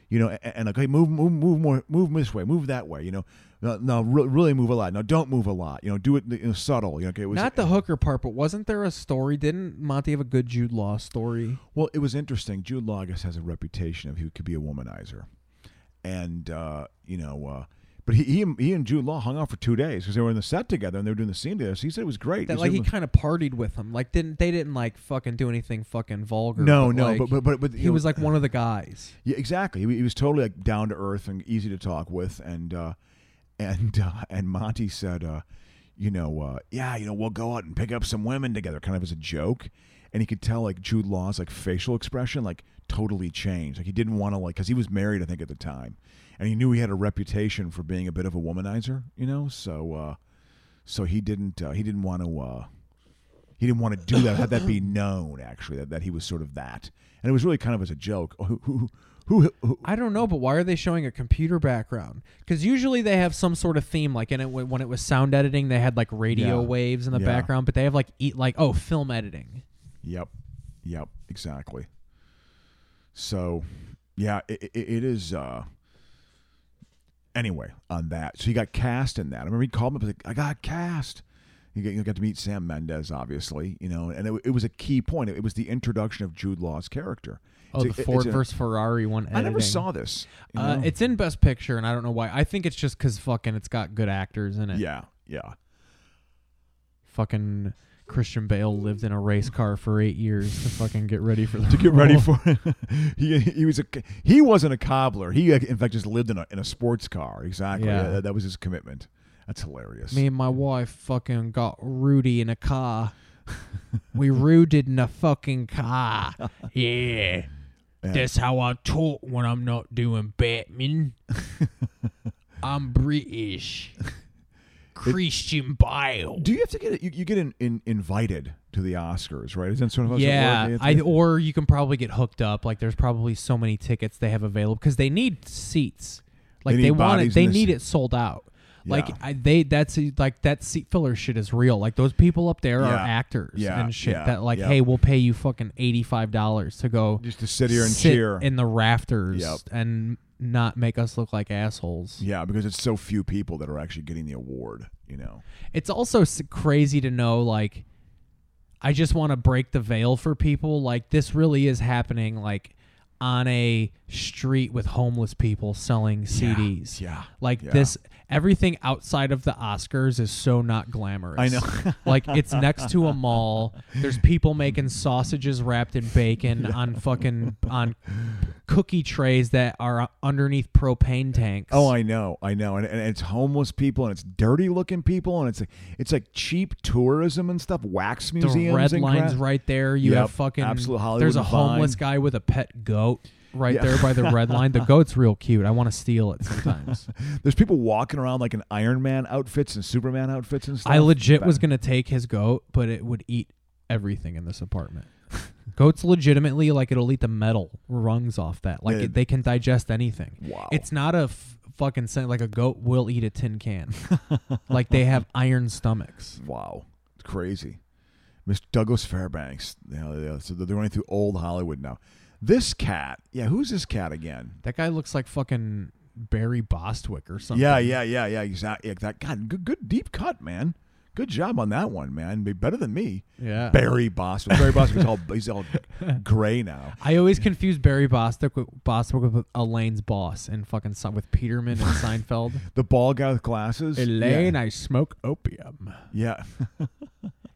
Speaker 3: you know, and, and like, hey, move, move, move more, move this way, move that way, you know, no, no re- really move a lot, no, don't move a lot, you know, do it you know, subtle, you know. Okay, it was
Speaker 2: Not the hooker part, but wasn't there a story? Didn't Monty have a good Jude Law story?
Speaker 3: Well, it was interesting. Jude Law I guess, has a reputation of he could be a womanizer, and uh, you know, uh, but he, he he and Jude Law hung out for two days because they were in the set together and they were doing the scene together. So he said it was great.
Speaker 2: That
Speaker 3: He
Speaker 2: like
Speaker 3: said
Speaker 2: he
Speaker 3: it was-
Speaker 2: kind of partied with him. Like didn't they didn't like fucking do anything fucking vulgar?
Speaker 3: No, no,
Speaker 2: like,
Speaker 3: but- but- but- but,
Speaker 2: he
Speaker 3: you know-
Speaker 2: was like one of the guys.
Speaker 3: Yeah, exactly. He, he was totally like down to earth and easy to talk with, and uh, and uh, and Monty said, uh, you know, uh, yeah, you know, we'll go out and pick up some women together, kind of as a joke, and he could tell like Jude Law's like facial expression like totally changed. Like he didn't want to like because he was married, I think, at the time, and he knew he had a reputation for being a bit of a womanizer, you know, so uh, so he didn't uh, he didn't want to. Uh, he didn't want to do that. Had that be known, actually, that, that he was sort of that, and it was really kind of as a joke. Oh, Who, who, who, who
Speaker 2: I don't know, but why are they showing a computer background? Because usually they have some sort of theme. Like in it when it was sound editing, they had like radio
Speaker 3: Yeah.
Speaker 2: waves in the
Speaker 3: Yeah.
Speaker 2: background, but they have like eat like oh film editing.
Speaker 3: Yep. Yep. Exactly. So, yeah, it, it, it is. Uh, anyway, on that, so he got cast in that. I remember he called me up like, "I got cast." You get- you got to meet Sam Mendes, obviously, you know, and it, it was a key point. It was the introduction of Jude Law's character.
Speaker 2: Oh,
Speaker 3: It's a-
Speaker 2: the
Speaker 3: it's
Speaker 2: Ford
Speaker 3: a-
Speaker 2: versus Ferrari one.
Speaker 3: I never
Speaker 2: editing.
Speaker 3: saw this. you
Speaker 2: Uh,
Speaker 3: know?
Speaker 2: It's in Best Picture, and I don't know why. I think it's just because fucking it's got good actors in it.
Speaker 3: yeah, yeah.
Speaker 2: Fucking Christian Bale lived in a race car for eight years to fucking get ready for the
Speaker 3: to get ready
Speaker 2: role.
Speaker 3: for it. he he was a he wasn't a cobbler. He in fact just lived in a in a sports car. Exactly. Uh,
Speaker 2: Yeah.
Speaker 3: That, that was his commitment. That's hilarious.
Speaker 2: Me and my wife fucking got Rudy in a car. we rooted in a fucking car. Yeah. That's how I talk when I'm not doing Batman. I'm British. Christian Bale.
Speaker 3: Do you have to get it? You, you get in, in, invited to the Oscars, right? Isn't sort of
Speaker 2: Yeah,
Speaker 3: it's-
Speaker 2: I, or you can probably get hooked up. Like, there's probably so many tickets they have available because they need seats. Like
Speaker 3: They
Speaker 2: they,
Speaker 3: need
Speaker 2: want it,
Speaker 3: bodies
Speaker 2: they
Speaker 3: in the
Speaker 2: need
Speaker 3: seat.
Speaker 2: it sold out. Like
Speaker 3: Yeah.
Speaker 2: I, they, that's like that seat filler shit is real. Like those people up there are
Speaker 3: Yeah.
Speaker 2: actors
Speaker 3: Yeah.
Speaker 2: and shit.
Speaker 3: Yeah.
Speaker 2: That like,
Speaker 3: Yep.
Speaker 2: hey, we'll pay you fucking eighty five dollars to go
Speaker 3: just to sit here and
Speaker 2: sit
Speaker 3: cheer.
Speaker 2: in the rafters
Speaker 3: Yep.
Speaker 2: and not make us look like assholes.
Speaker 3: yeah, because it's so few people that are actually getting the award. You know,
Speaker 2: it's also s- crazy to know like i just want to break the veil for people like this really is happening like on a street with homeless people selling cds
Speaker 3: yeah,
Speaker 2: like
Speaker 3: yeah.
Speaker 2: this everything outside of the oscars is so not glamorous
Speaker 3: I know.
Speaker 2: like it's next to a mall there's people making sausages wrapped in bacon on fucking on cookie trays that are underneath propane tanks
Speaker 3: Oh, I know, I know, and, and it's homeless people, and it's dirty looking people, and it's like it's like cheap tourism and stuff, wax
Speaker 2: the
Speaker 3: museums.
Speaker 2: red
Speaker 3: and
Speaker 2: line's
Speaker 3: crap.
Speaker 2: right there. You
Speaker 3: Yep,
Speaker 2: have fucking
Speaker 3: absolute Hollywood
Speaker 2: There's a
Speaker 3: and
Speaker 2: homeless
Speaker 3: Vine.
Speaker 2: guy with a pet goat right
Speaker 3: Yeah.
Speaker 2: there by the red line. The goat's real cute. I want to steal it sometimes.
Speaker 3: There's people walking around like in Iron Man outfits and Superman outfits and stuff.
Speaker 2: I legit
Speaker 3: But-
Speaker 2: was gonna take his goat, but it would eat everything in this apartment. Goats legitimately like it'll eat the metal rungs off that. Like
Speaker 3: Yeah.
Speaker 2: it, they can digest anything.
Speaker 3: Wow.
Speaker 2: It's not a f- fucking scent. Like a goat will eat a tin can. like they have iron stomachs.
Speaker 3: Wow, it's crazy. Miss Douglas Fairbanks. You know, yeah, so they're running through old Hollywood now. This cat. Yeah, who's this cat again?
Speaker 2: That guy looks like fucking Barry Bostwick or something.
Speaker 3: Yeah, yeah, yeah, yeah. Exactly. Yeah, that God, good, good deep cut, man. Good job on that one, man. Be better than me.
Speaker 2: Yeah.
Speaker 3: Barry Bostwick. Barry Bostwick's all he's all gray now.
Speaker 2: I always confuse Barry Bostwick with, Bostwick with Elaine's boss and fucking Sein- with Peterman and Seinfeld.
Speaker 3: The bald guy with glasses.
Speaker 2: Elaine, I smoke opium.
Speaker 3: Yeah.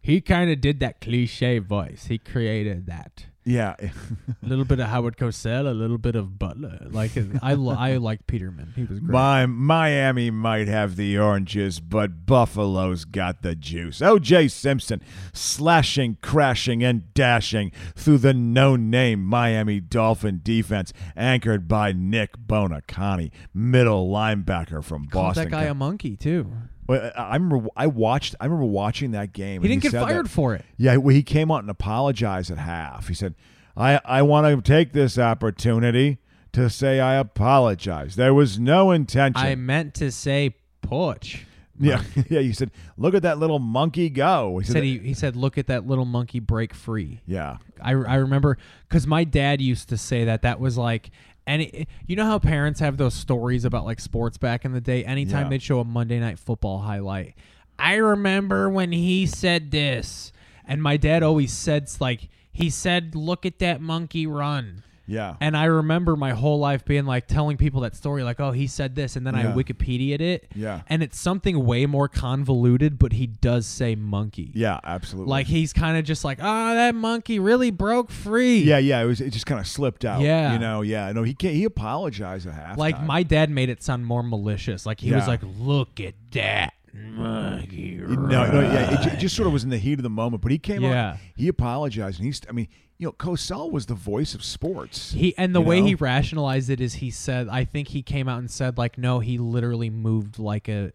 Speaker 2: He kind of did that cliche voice. He created that.
Speaker 3: Yeah. eh, yeah.
Speaker 2: A little bit of Howard Cosell, a little bit of Butler. Like I, lo- I liked Peterman. He was great.
Speaker 3: My Miami might have the oranges, but Buffalo's got the juice. O.J. Simpson slashing, crashing, and dashing through the no-name Miami Dolphin defense, anchored by Nick Bonacani, middle linebacker from
Speaker 2: Called
Speaker 3: Boston.
Speaker 2: that guy a monkey too.
Speaker 3: Well, I I remember I watched. I remember watching that game.
Speaker 2: He
Speaker 3: and
Speaker 2: didn't get
Speaker 3: said
Speaker 2: fired
Speaker 3: that-
Speaker 2: for it.
Speaker 3: Yeah, well, he came out and apologized at half. He said, "I I want to take this opportunity." To say I apologize. There was no intention.
Speaker 2: I meant to say porch.
Speaker 3: Yeah, yeah. You said, "Look at that little monkey go." He
Speaker 2: Said he, he said, look at that little monkey break free.
Speaker 3: "Yeah,
Speaker 2: I, I remember because my dad used to say that that was like any you know how parents have those stories about like sports back in the day anytime
Speaker 3: Yeah.
Speaker 2: they'd show a monday night football highlight i remember when he said this and my dad always said like he said look at that monkey run
Speaker 3: yeah,
Speaker 2: and I remember my whole life being like telling people that story, like, oh, he said this, and then I
Speaker 3: Yeah.
Speaker 2: Wikipedia'd it.
Speaker 3: Yeah.
Speaker 2: And it's something way more convoluted, but he does say monkey.
Speaker 3: yeah." Absolutely.
Speaker 2: Like he's kind of just like, ah, that monkey really broke free.
Speaker 3: yeah, yeah. It was. It just kind of slipped out.
Speaker 2: Yeah.
Speaker 3: you know. Yeah, no. He can't, he apologized at half.
Speaker 2: Like my dad made it sound more malicious. Like he was
Speaker 3: Yeah.
Speaker 2: like, look at that monkey.
Speaker 3: No, no. Yeah, it ju- just sort of was in the heat of the moment. But he came
Speaker 2: Yeah.
Speaker 3: out. He apologized, and he's. I mean, you know, Cosell was the voice of sports.
Speaker 2: He and the
Speaker 3: you
Speaker 2: way
Speaker 3: know?
Speaker 2: he rationalized it is he said, I think he came out and said like, no, he literally moved like a,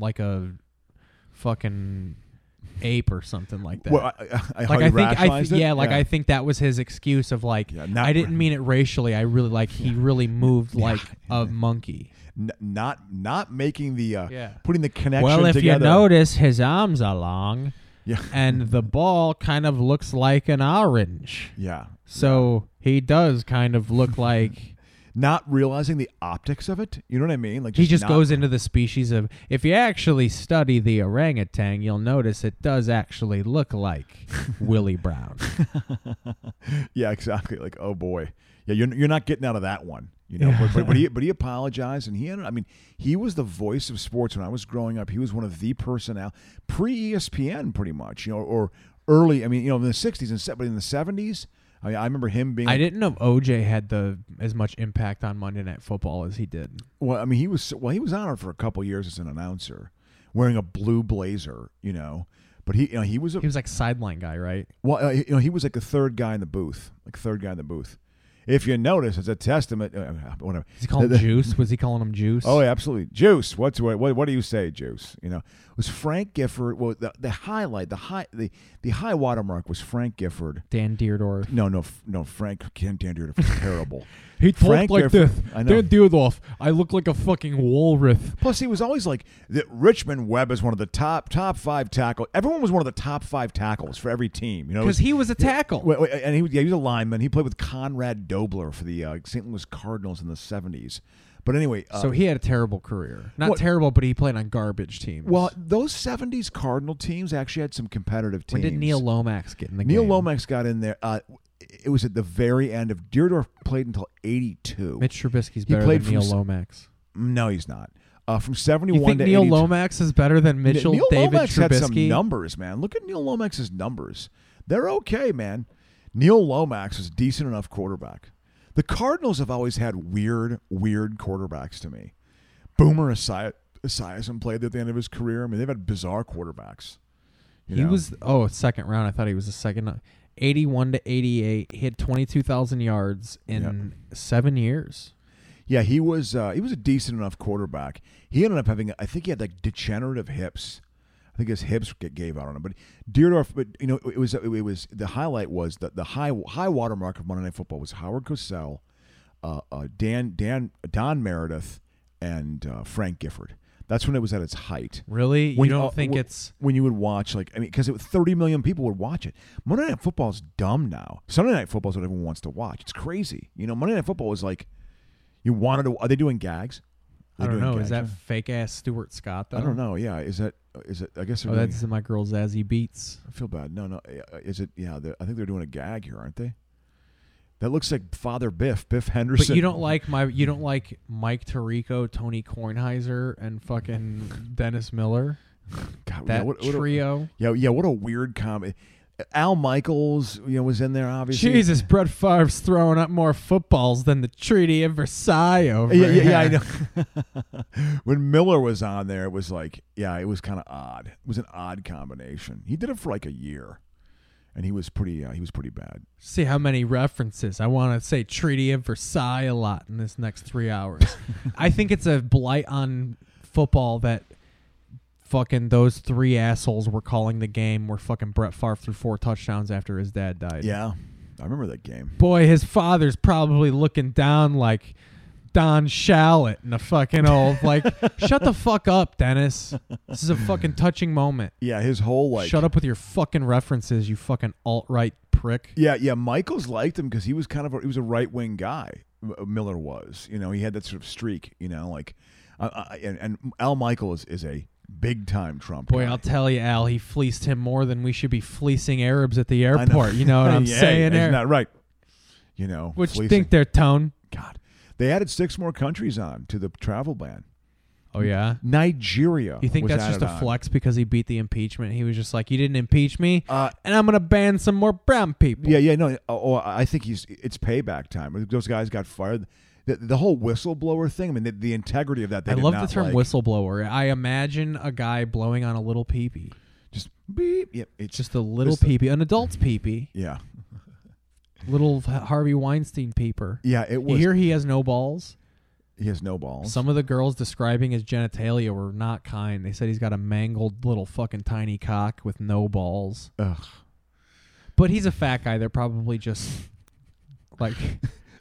Speaker 2: like a, fucking ape or something like that.
Speaker 3: Well, I, I, I, how
Speaker 2: like
Speaker 3: he
Speaker 2: I think, I
Speaker 3: rationalized
Speaker 2: th-
Speaker 3: it?
Speaker 2: yeah, like I think that was his excuse of like,
Speaker 3: Yeah, not-
Speaker 2: I didn't mean it racially. I really like he really moved like a monkey.
Speaker 3: N- not not making the uh,
Speaker 2: Yeah.
Speaker 3: putting the connection.
Speaker 2: Well, if
Speaker 3: together.
Speaker 2: you notice, his arms are long,
Speaker 3: Yeah.
Speaker 2: and the ball kind of looks like an orange.
Speaker 3: Yeah.
Speaker 2: So he does kind of look like
Speaker 3: not realizing the optics of it. You know what I mean? Like
Speaker 2: He just
Speaker 3: not-
Speaker 2: goes into the species of. If you actually study the orangutan, you'll notice it does actually look like Willie Brown.
Speaker 3: Yeah, exactly. Like, oh boy, yeah, you're you're not getting out of that one, you know. But, but, but he but he apologized, and he ended. I mean, he was the voice of sports when I was growing up. He was one of the personnel pre ESPN, pretty much, you know, or early. I mean, you know, in the '60s and se- but in the '70s, I mean, I remember him being.
Speaker 2: I didn't know OJ had the as much impact on Monday Night Football as he did.
Speaker 3: Well, I mean, he was well, he was honored for a couple years as an announcer, wearing a blue blazer, you know. But he, you know, he was a
Speaker 2: He was like sideline guy, right?
Speaker 3: Well, uh, you know, he was like the third guy in the booth, like third guy in the booth. If you notice, it's a testament. Uh, whatever.
Speaker 2: Is he calling
Speaker 3: The- the-
Speaker 2: Juice? Was he calling him Juice?
Speaker 3: Oh, yeah, absolutely, Juice. What's what, what? What do you say, Juice? You know, it was Frank Gifford? Well, the, the highlight, the high, the the high watermark was Frank Gifford.
Speaker 2: Dan Deardorff.
Speaker 3: No, no, f- no. Frank Ken Dandridge was terrible.
Speaker 2: He talked
Speaker 3: Frank
Speaker 2: like
Speaker 3: Gifford-
Speaker 2: this.
Speaker 3: I know.
Speaker 2: Dan Deardorff. I look like a fucking walrus.
Speaker 3: Plus, he was always like that. Richmond Webb is one of the top top five tackle. Everyone was one of the top five tackles for every team. You know, It
Speaker 2: Because
Speaker 3: was-
Speaker 2: he was a tackle.
Speaker 3: Wait, wait, and he was, yeah, he was a lineman. He played with Conrad Dobler for the uh, St. Louis Cardinals in the '70s. But anyway, uh,
Speaker 2: so he had a terrible career. Not
Speaker 3: What-
Speaker 2: terrible, but he played on garbage teams.
Speaker 3: well, those '70s Cardinal teams actually had some competitive teams.
Speaker 2: when did Neil Lomax get in the
Speaker 3: Neil
Speaker 2: game?
Speaker 3: Lomax got in there. Uh, it was at the very end of Deardorff played until '82.
Speaker 2: Mitch Trubisky's better
Speaker 3: played
Speaker 2: than
Speaker 3: from
Speaker 2: Neil
Speaker 3: s-
Speaker 2: Lomax.
Speaker 3: No, he's not. Uh, from
Speaker 2: You
Speaker 3: '71
Speaker 2: think
Speaker 3: to
Speaker 2: Neil
Speaker 3: 82
Speaker 2: Lomax is better than
Speaker 3: Ne-
Speaker 2: Mitchell
Speaker 3: Neil
Speaker 2: David
Speaker 3: Lomax
Speaker 2: Trubisky?
Speaker 3: had some numbers, man. Look at Neil Lomax's numbers. They're okay, man. Neil Lomax was a decent enough quarterback. The Cardinals have always had weird, weird quarterbacks to me. Boomer Esiason played there at the end of his career. I mean, they've had bizarre quarterbacks. you
Speaker 2: He
Speaker 3: know?
Speaker 2: was oh second round. I thought he was a second. Eighty-one to eighty-eight. He had twenty-two thousand yards in seven years.
Speaker 3: yeah, he was uh, he was a decent enough quarterback. He ended up having I think he had like degenerative hips. I think his hips get gave out on him. But Deardorff, but you know, it was it was the highlight was that the high high watermark of Monday Night Football was Howard Cosell, uh, uh, Dan Dan Don Meredith, and uh, Frank Gifford. That's when it was at its height.
Speaker 2: Really?
Speaker 3: When-
Speaker 2: you don't
Speaker 3: uh,
Speaker 2: think
Speaker 3: w-
Speaker 2: it's
Speaker 3: when you would watch like I mean because thirty million people would watch it. Monday Night Football's dumb now. Sunday Night Football's what everyone wants to watch. It's crazy. You know, Monday Night Football was like you wanted to. Are they doing gags? Are
Speaker 2: I
Speaker 3: they
Speaker 2: don't
Speaker 3: doing
Speaker 2: know. Is that
Speaker 3: gags?
Speaker 2: fake ass Stuart Scott though?
Speaker 3: I don't know. Yeah, is that is it? I guess they're
Speaker 2: Oh,
Speaker 3: doing,
Speaker 2: that's my girl Zazie Beats.
Speaker 3: I feel bad. No, no. uh, Is it? Yeah, they're- I think they're doing a gag here, aren't they? That looks like Father Biff, Biff Henderson.
Speaker 2: But you don't like my you don't like Mike Tirico, Tony Kornheiser, and fucking Dennis Miller.
Speaker 3: God, yeah,
Speaker 2: That
Speaker 3: what- what a-
Speaker 2: trio.
Speaker 3: yeah, yeah. What a weird comedy. Al Michaels, you know, was in there obviously.
Speaker 2: Jesus, Brett Favre's throwing up more footballs than the Treaty of Versailles over
Speaker 3: yeah, yeah, yeah, I
Speaker 2: here.
Speaker 3: know. when Miller was on there, it was like, yeah, it was kind of odd. It was an odd combination. He did it for like a year, and he was pretty, uh, he was pretty bad.
Speaker 2: see how many references. I want to say Treaty of Versailles a lot in this next three hours. I think it's a blight on football that fucking those three assholes were calling the game where fucking Brett Favre threw four touchdowns after his dad died.
Speaker 3: Yeah, I remember that game.
Speaker 2: Boy, his father's probably looking down like Don Shallot in a fucking old like shut the fuck up, Dennis. This is a fucking touching moment.
Speaker 3: Yeah, his whole like,
Speaker 2: shut up with your fucking references, you fucking alt right prick.
Speaker 3: Yeah, yeah. Michaels liked him because he was kind of a, he was a right wing guy. M- uh, Miller was, you know, he had that sort of streak, you know, like, uh, uh, and, and Al Michaels is a big time Trump.
Speaker 2: Boy,
Speaker 3: guy.
Speaker 2: I'll tell you, Al, he fleeced him more than we should be fleecing Arabs at the
Speaker 3: I know.
Speaker 2: airport. You know what I'm
Speaker 3: Yeah,
Speaker 2: saying?
Speaker 3: Isn't
Speaker 2: There,
Speaker 3: that right? You know,
Speaker 2: what you
Speaker 3: fleecing.
Speaker 2: think there, Tone?
Speaker 3: God, they added six more countries on to the travel ban.
Speaker 2: Oh yeah.
Speaker 3: Nigeria.
Speaker 2: You think
Speaker 3: was
Speaker 2: that's just
Speaker 3: added
Speaker 2: a
Speaker 3: on.
Speaker 2: flex because he beat the impeachment? He was just like, "You didn't impeach me,
Speaker 3: Uh,
Speaker 2: and I'm gonna ban some more brown people."
Speaker 3: Yeah, yeah, no. Oh, I think he's. It's payback time. Those guys got fired. The, the whole whistleblower thing. I mean, the, the integrity of that. They
Speaker 2: I
Speaker 3: did
Speaker 2: love the
Speaker 3: not
Speaker 2: term
Speaker 3: like.
Speaker 2: whistleblower. I imagine a guy blowing on a little peepee,
Speaker 3: Just beep. Yeah, it's
Speaker 2: just a little
Speaker 3: Listen.
Speaker 2: peepee, an adult's peepee,
Speaker 3: yeah,
Speaker 2: little Harvey Weinstein peeper.
Speaker 3: yeah. It
Speaker 2: You
Speaker 3: was.
Speaker 2: hear he has no balls.
Speaker 3: he has no balls.
Speaker 2: Some of the girls describing his genitalia were not kind. They said he's got a mangled little fucking tiny cock with no balls.
Speaker 3: Ugh.
Speaker 2: But he's a fat guy. They're probably just like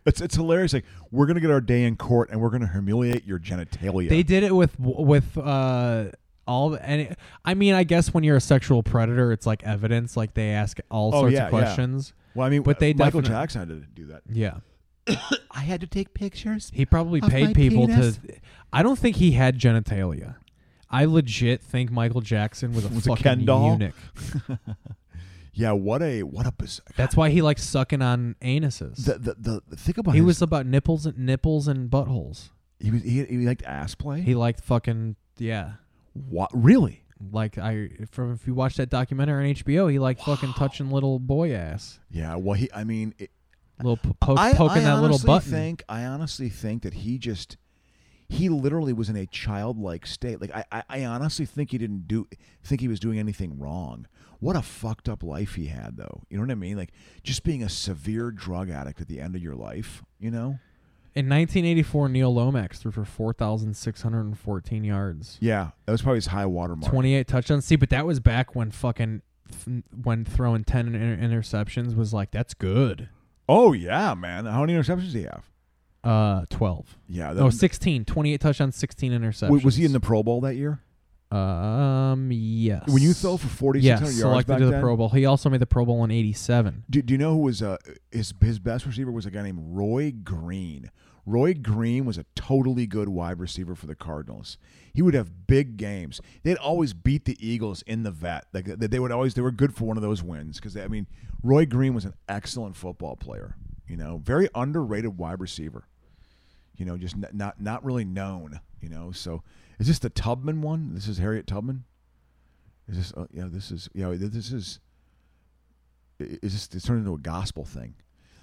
Speaker 3: It's it's hilarious. Like we're gonna get our day in court, and we're gonna humiliate your genitalia.
Speaker 2: they did it with with uh all the- and it, I mean I guess when you're a sexual predator, it's like evidence. Like they ask all
Speaker 3: Oh,
Speaker 2: sorts
Speaker 3: yeah, yeah.
Speaker 2: of questions.
Speaker 3: well, I mean,
Speaker 2: but they
Speaker 3: Michael
Speaker 2: definite-
Speaker 3: Jackson had to do that.
Speaker 2: Yeah.
Speaker 9: I had to take pictures.
Speaker 2: He probably
Speaker 9: Of
Speaker 2: paid
Speaker 9: my
Speaker 2: people
Speaker 9: penis?
Speaker 2: to. I don't think he had genitalia. I legit think Michael Jackson was a
Speaker 3: Was a
Speaker 2: fucking
Speaker 3: Ken doll?
Speaker 2: eunuch.
Speaker 3: Yeah, what a what a bizarre.
Speaker 2: That's why he likes sucking on anuses.
Speaker 3: The, the, the, the- think about
Speaker 2: he
Speaker 3: his-
Speaker 2: was about nipples and nipples and buttholes.
Speaker 3: he was he, he liked ass play.
Speaker 2: He liked fucking yeah.
Speaker 3: what really?
Speaker 2: Like I from if you watch that documentary on HBO, he liked fucking touching little boy ass,
Speaker 3: Yeah, well he I mean it,
Speaker 2: little po- poke,
Speaker 3: I,
Speaker 2: poking
Speaker 3: I
Speaker 2: that little
Speaker 3: honestly
Speaker 2: button.
Speaker 3: Think, I honestly think that he just he literally was in a childlike state. Like I, I, I honestly think he didn't do think he was doing anything wrong. What a fucked up life he had though. You know what I mean? Like just being a severe drug addict at the end of your life, you know?
Speaker 2: In 1984, Neil Lomax threw for 4,614 yards.
Speaker 3: Yeah. That was probably his high water mark.
Speaker 2: 28 touchdowns. See, but that was back when fucking th- when throwing 10 inter- interceptions was like that's good.
Speaker 3: Oh yeah, man. How many interceptions did he have?
Speaker 2: Uh 12.
Speaker 3: Yeah,
Speaker 2: No, 16, 28 touchdowns, 16 interceptions.
Speaker 3: Um, Wait, was he in the Pro Bowl that year?
Speaker 2: Um yes.
Speaker 3: When you throw for forty six
Speaker 2: yes,
Speaker 3: hundred yards
Speaker 2: selected
Speaker 3: back
Speaker 2: to the
Speaker 3: then?
Speaker 2: Pro Bowl. He also made the Pro Bowl in 87.
Speaker 3: Do, do you know who was uh, his his best receiver was a guy named Roy Green. Roy Green was a totally good wide receiver for the Cardinals. He would have big games. They'd always beat the Eagles in the vet. Like they they would always they were good for one of those wins because I mean Roy Green was an excellent football player. You know, very underrated wide receiver. You know, just n- not not really known. You know, so is this the Tubman one? This is Harriet Tubman. Is this? Uh, yeah, this is. Yeah, this is. i- Is this? It's turned into a gospel thing.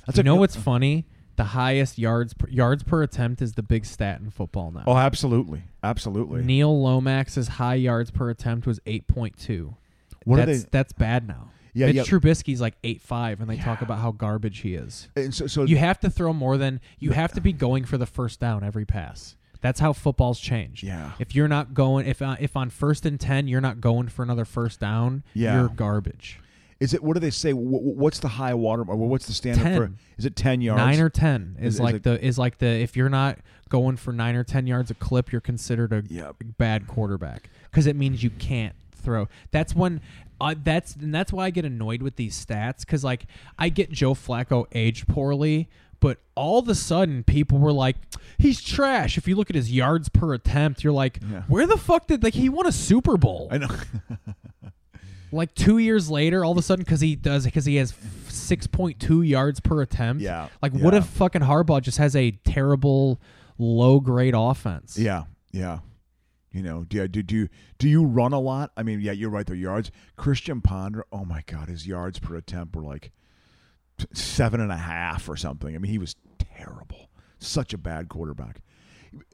Speaker 3: That's
Speaker 2: you
Speaker 3: like-
Speaker 2: know what's funny? The highest yards per, yards per attempt is the big stat in football now.
Speaker 3: Oh, absolutely, absolutely.
Speaker 2: Neil Lomax's high yards per attempt was 8.2.
Speaker 3: What are
Speaker 2: that's,
Speaker 3: they-
Speaker 2: that's bad now.
Speaker 3: Yeah,
Speaker 2: Mitch
Speaker 3: yeah.
Speaker 2: Trubisky's like 8.5, and they talk about how garbage he is.
Speaker 3: and so, so
Speaker 2: You have to throw more than you have to be going for the first down every pass. That's how football's changed.
Speaker 3: Yeah.
Speaker 2: If you're not going, if uh, if on first and ten you're not going for another first down,
Speaker 3: Yeah.
Speaker 2: you're garbage.
Speaker 3: is it? What do they say? Wh- wh- What's the high water? Or what's the standard
Speaker 2: 10.
Speaker 3: for? Is it ten yards?
Speaker 2: Nine or ten is,
Speaker 3: Is- is
Speaker 2: like
Speaker 3: it-
Speaker 2: the is like the if you're not going for nine or ten yards a clip, you're considered a
Speaker 3: Yep.
Speaker 2: bad quarterback because it means you can't throw. That's when uh, that's and that's why I get annoyed with these stats because like I get Joe Flacco aged poorly. But all of a sudden, people were like, "He's trash." If you look at his yards per attempt, you're like,
Speaker 3: Yeah.
Speaker 2: "Where the fuck did like he won a Super Bowl?"
Speaker 3: I know.
Speaker 2: like two years later, all of a sudden, because he does, because he has six point two yards per attempt.
Speaker 3: Yeah,
Speaker 2: Like, what
Speaker 3: yeah.
Speaker 2: if fucking Harbaugh just has a terrible, low grade offense?
Speaker 3: yeah, yeah. You know, do, do do you- do you run a lot? I mean, yeah, you're right. Their yards. Christian Ponder. Oh my God, his yards per attempt were like t- seven and a half or something. I mean, he was terrible. Such a bad quarterback.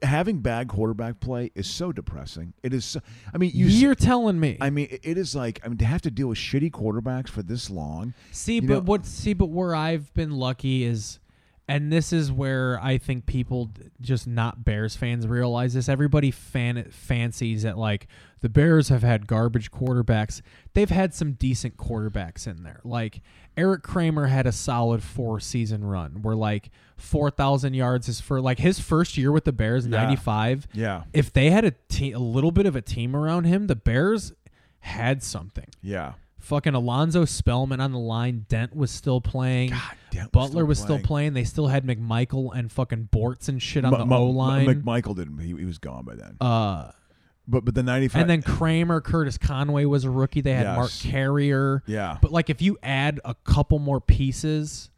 Speaker 3: Having bad quarterback play is so depressing. It is. So, I mean, you. s-
Speaker 2: You're telling me.
Speaker 3: I mean, it is like I mean to have to deal with shitty quarterbacks for this long.
Speaker 2: see,
Speaker 3: you
Speaker 2: but
Speaker 3: know-
Speaker 2: what? See, but where I've been lucky is, and this is where I think people, d- just not Bears fans, realize this. Everybody fan fancies that like the Bears have had garbage quarterbacks. They've had some decent quarterbacks in there, like. Eric Kramer had a solid four season run where like 4,000 yards is for like his first year with the Bears, 95.
Speaker 3: Yeah.
Speaker 2: If they had a, te- a little bit of a team around him, the Bears had something.
Speaker 3: Yeah.
Speaker 2: Fucking Alonzo Spellman on the line. Dent was still playing.
Speaker 3: God, Dent
Speaker 2: Butler
Speaker 3: was still
Speaker 2: was still
Speaker 3: playing.
Speaker 2: playing. They still had McMichael and fucking Bortz and shit on
Speaker 3: M-
Speaker 2: the
Speaker 3: M-
Speaker 2: O line.
Speaker 3: McMichael didn't. He, he was gone by then.
Speaker 2: uh,
Speaker 3: but but the ninety five.
Speaker 2: and then Kramer, Curtis Conway was a rookie. They had Mark
Speaker 3: Yes.
Speaker 2: Carrier.
Speaker 3: Yeah.
Speaker 2: But like, if you add a couple more pieces,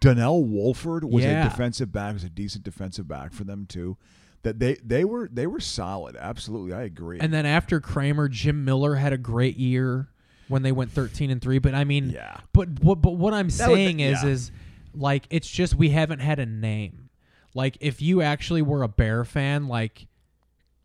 Speaker 3: Donnell Wolford was
Speaker 2: Yeah.
Speaker 3: a defensive back, was a decent defensive back for them too. That they they were they were solid. Absolutely, I agree.
Speaker 2: and then after Kramer, Jim Miller had a great year when they went thirteen and three. But I mean,
Speaker 3: Yeah.
Speaker 2: But what? But what I'm
Speaker 3: was-
Speaker 2: saying is,
Speaker 3: yeah.
Speaker 2: is like it's just we haven't had a name. Like if you actually were a Bear fan, like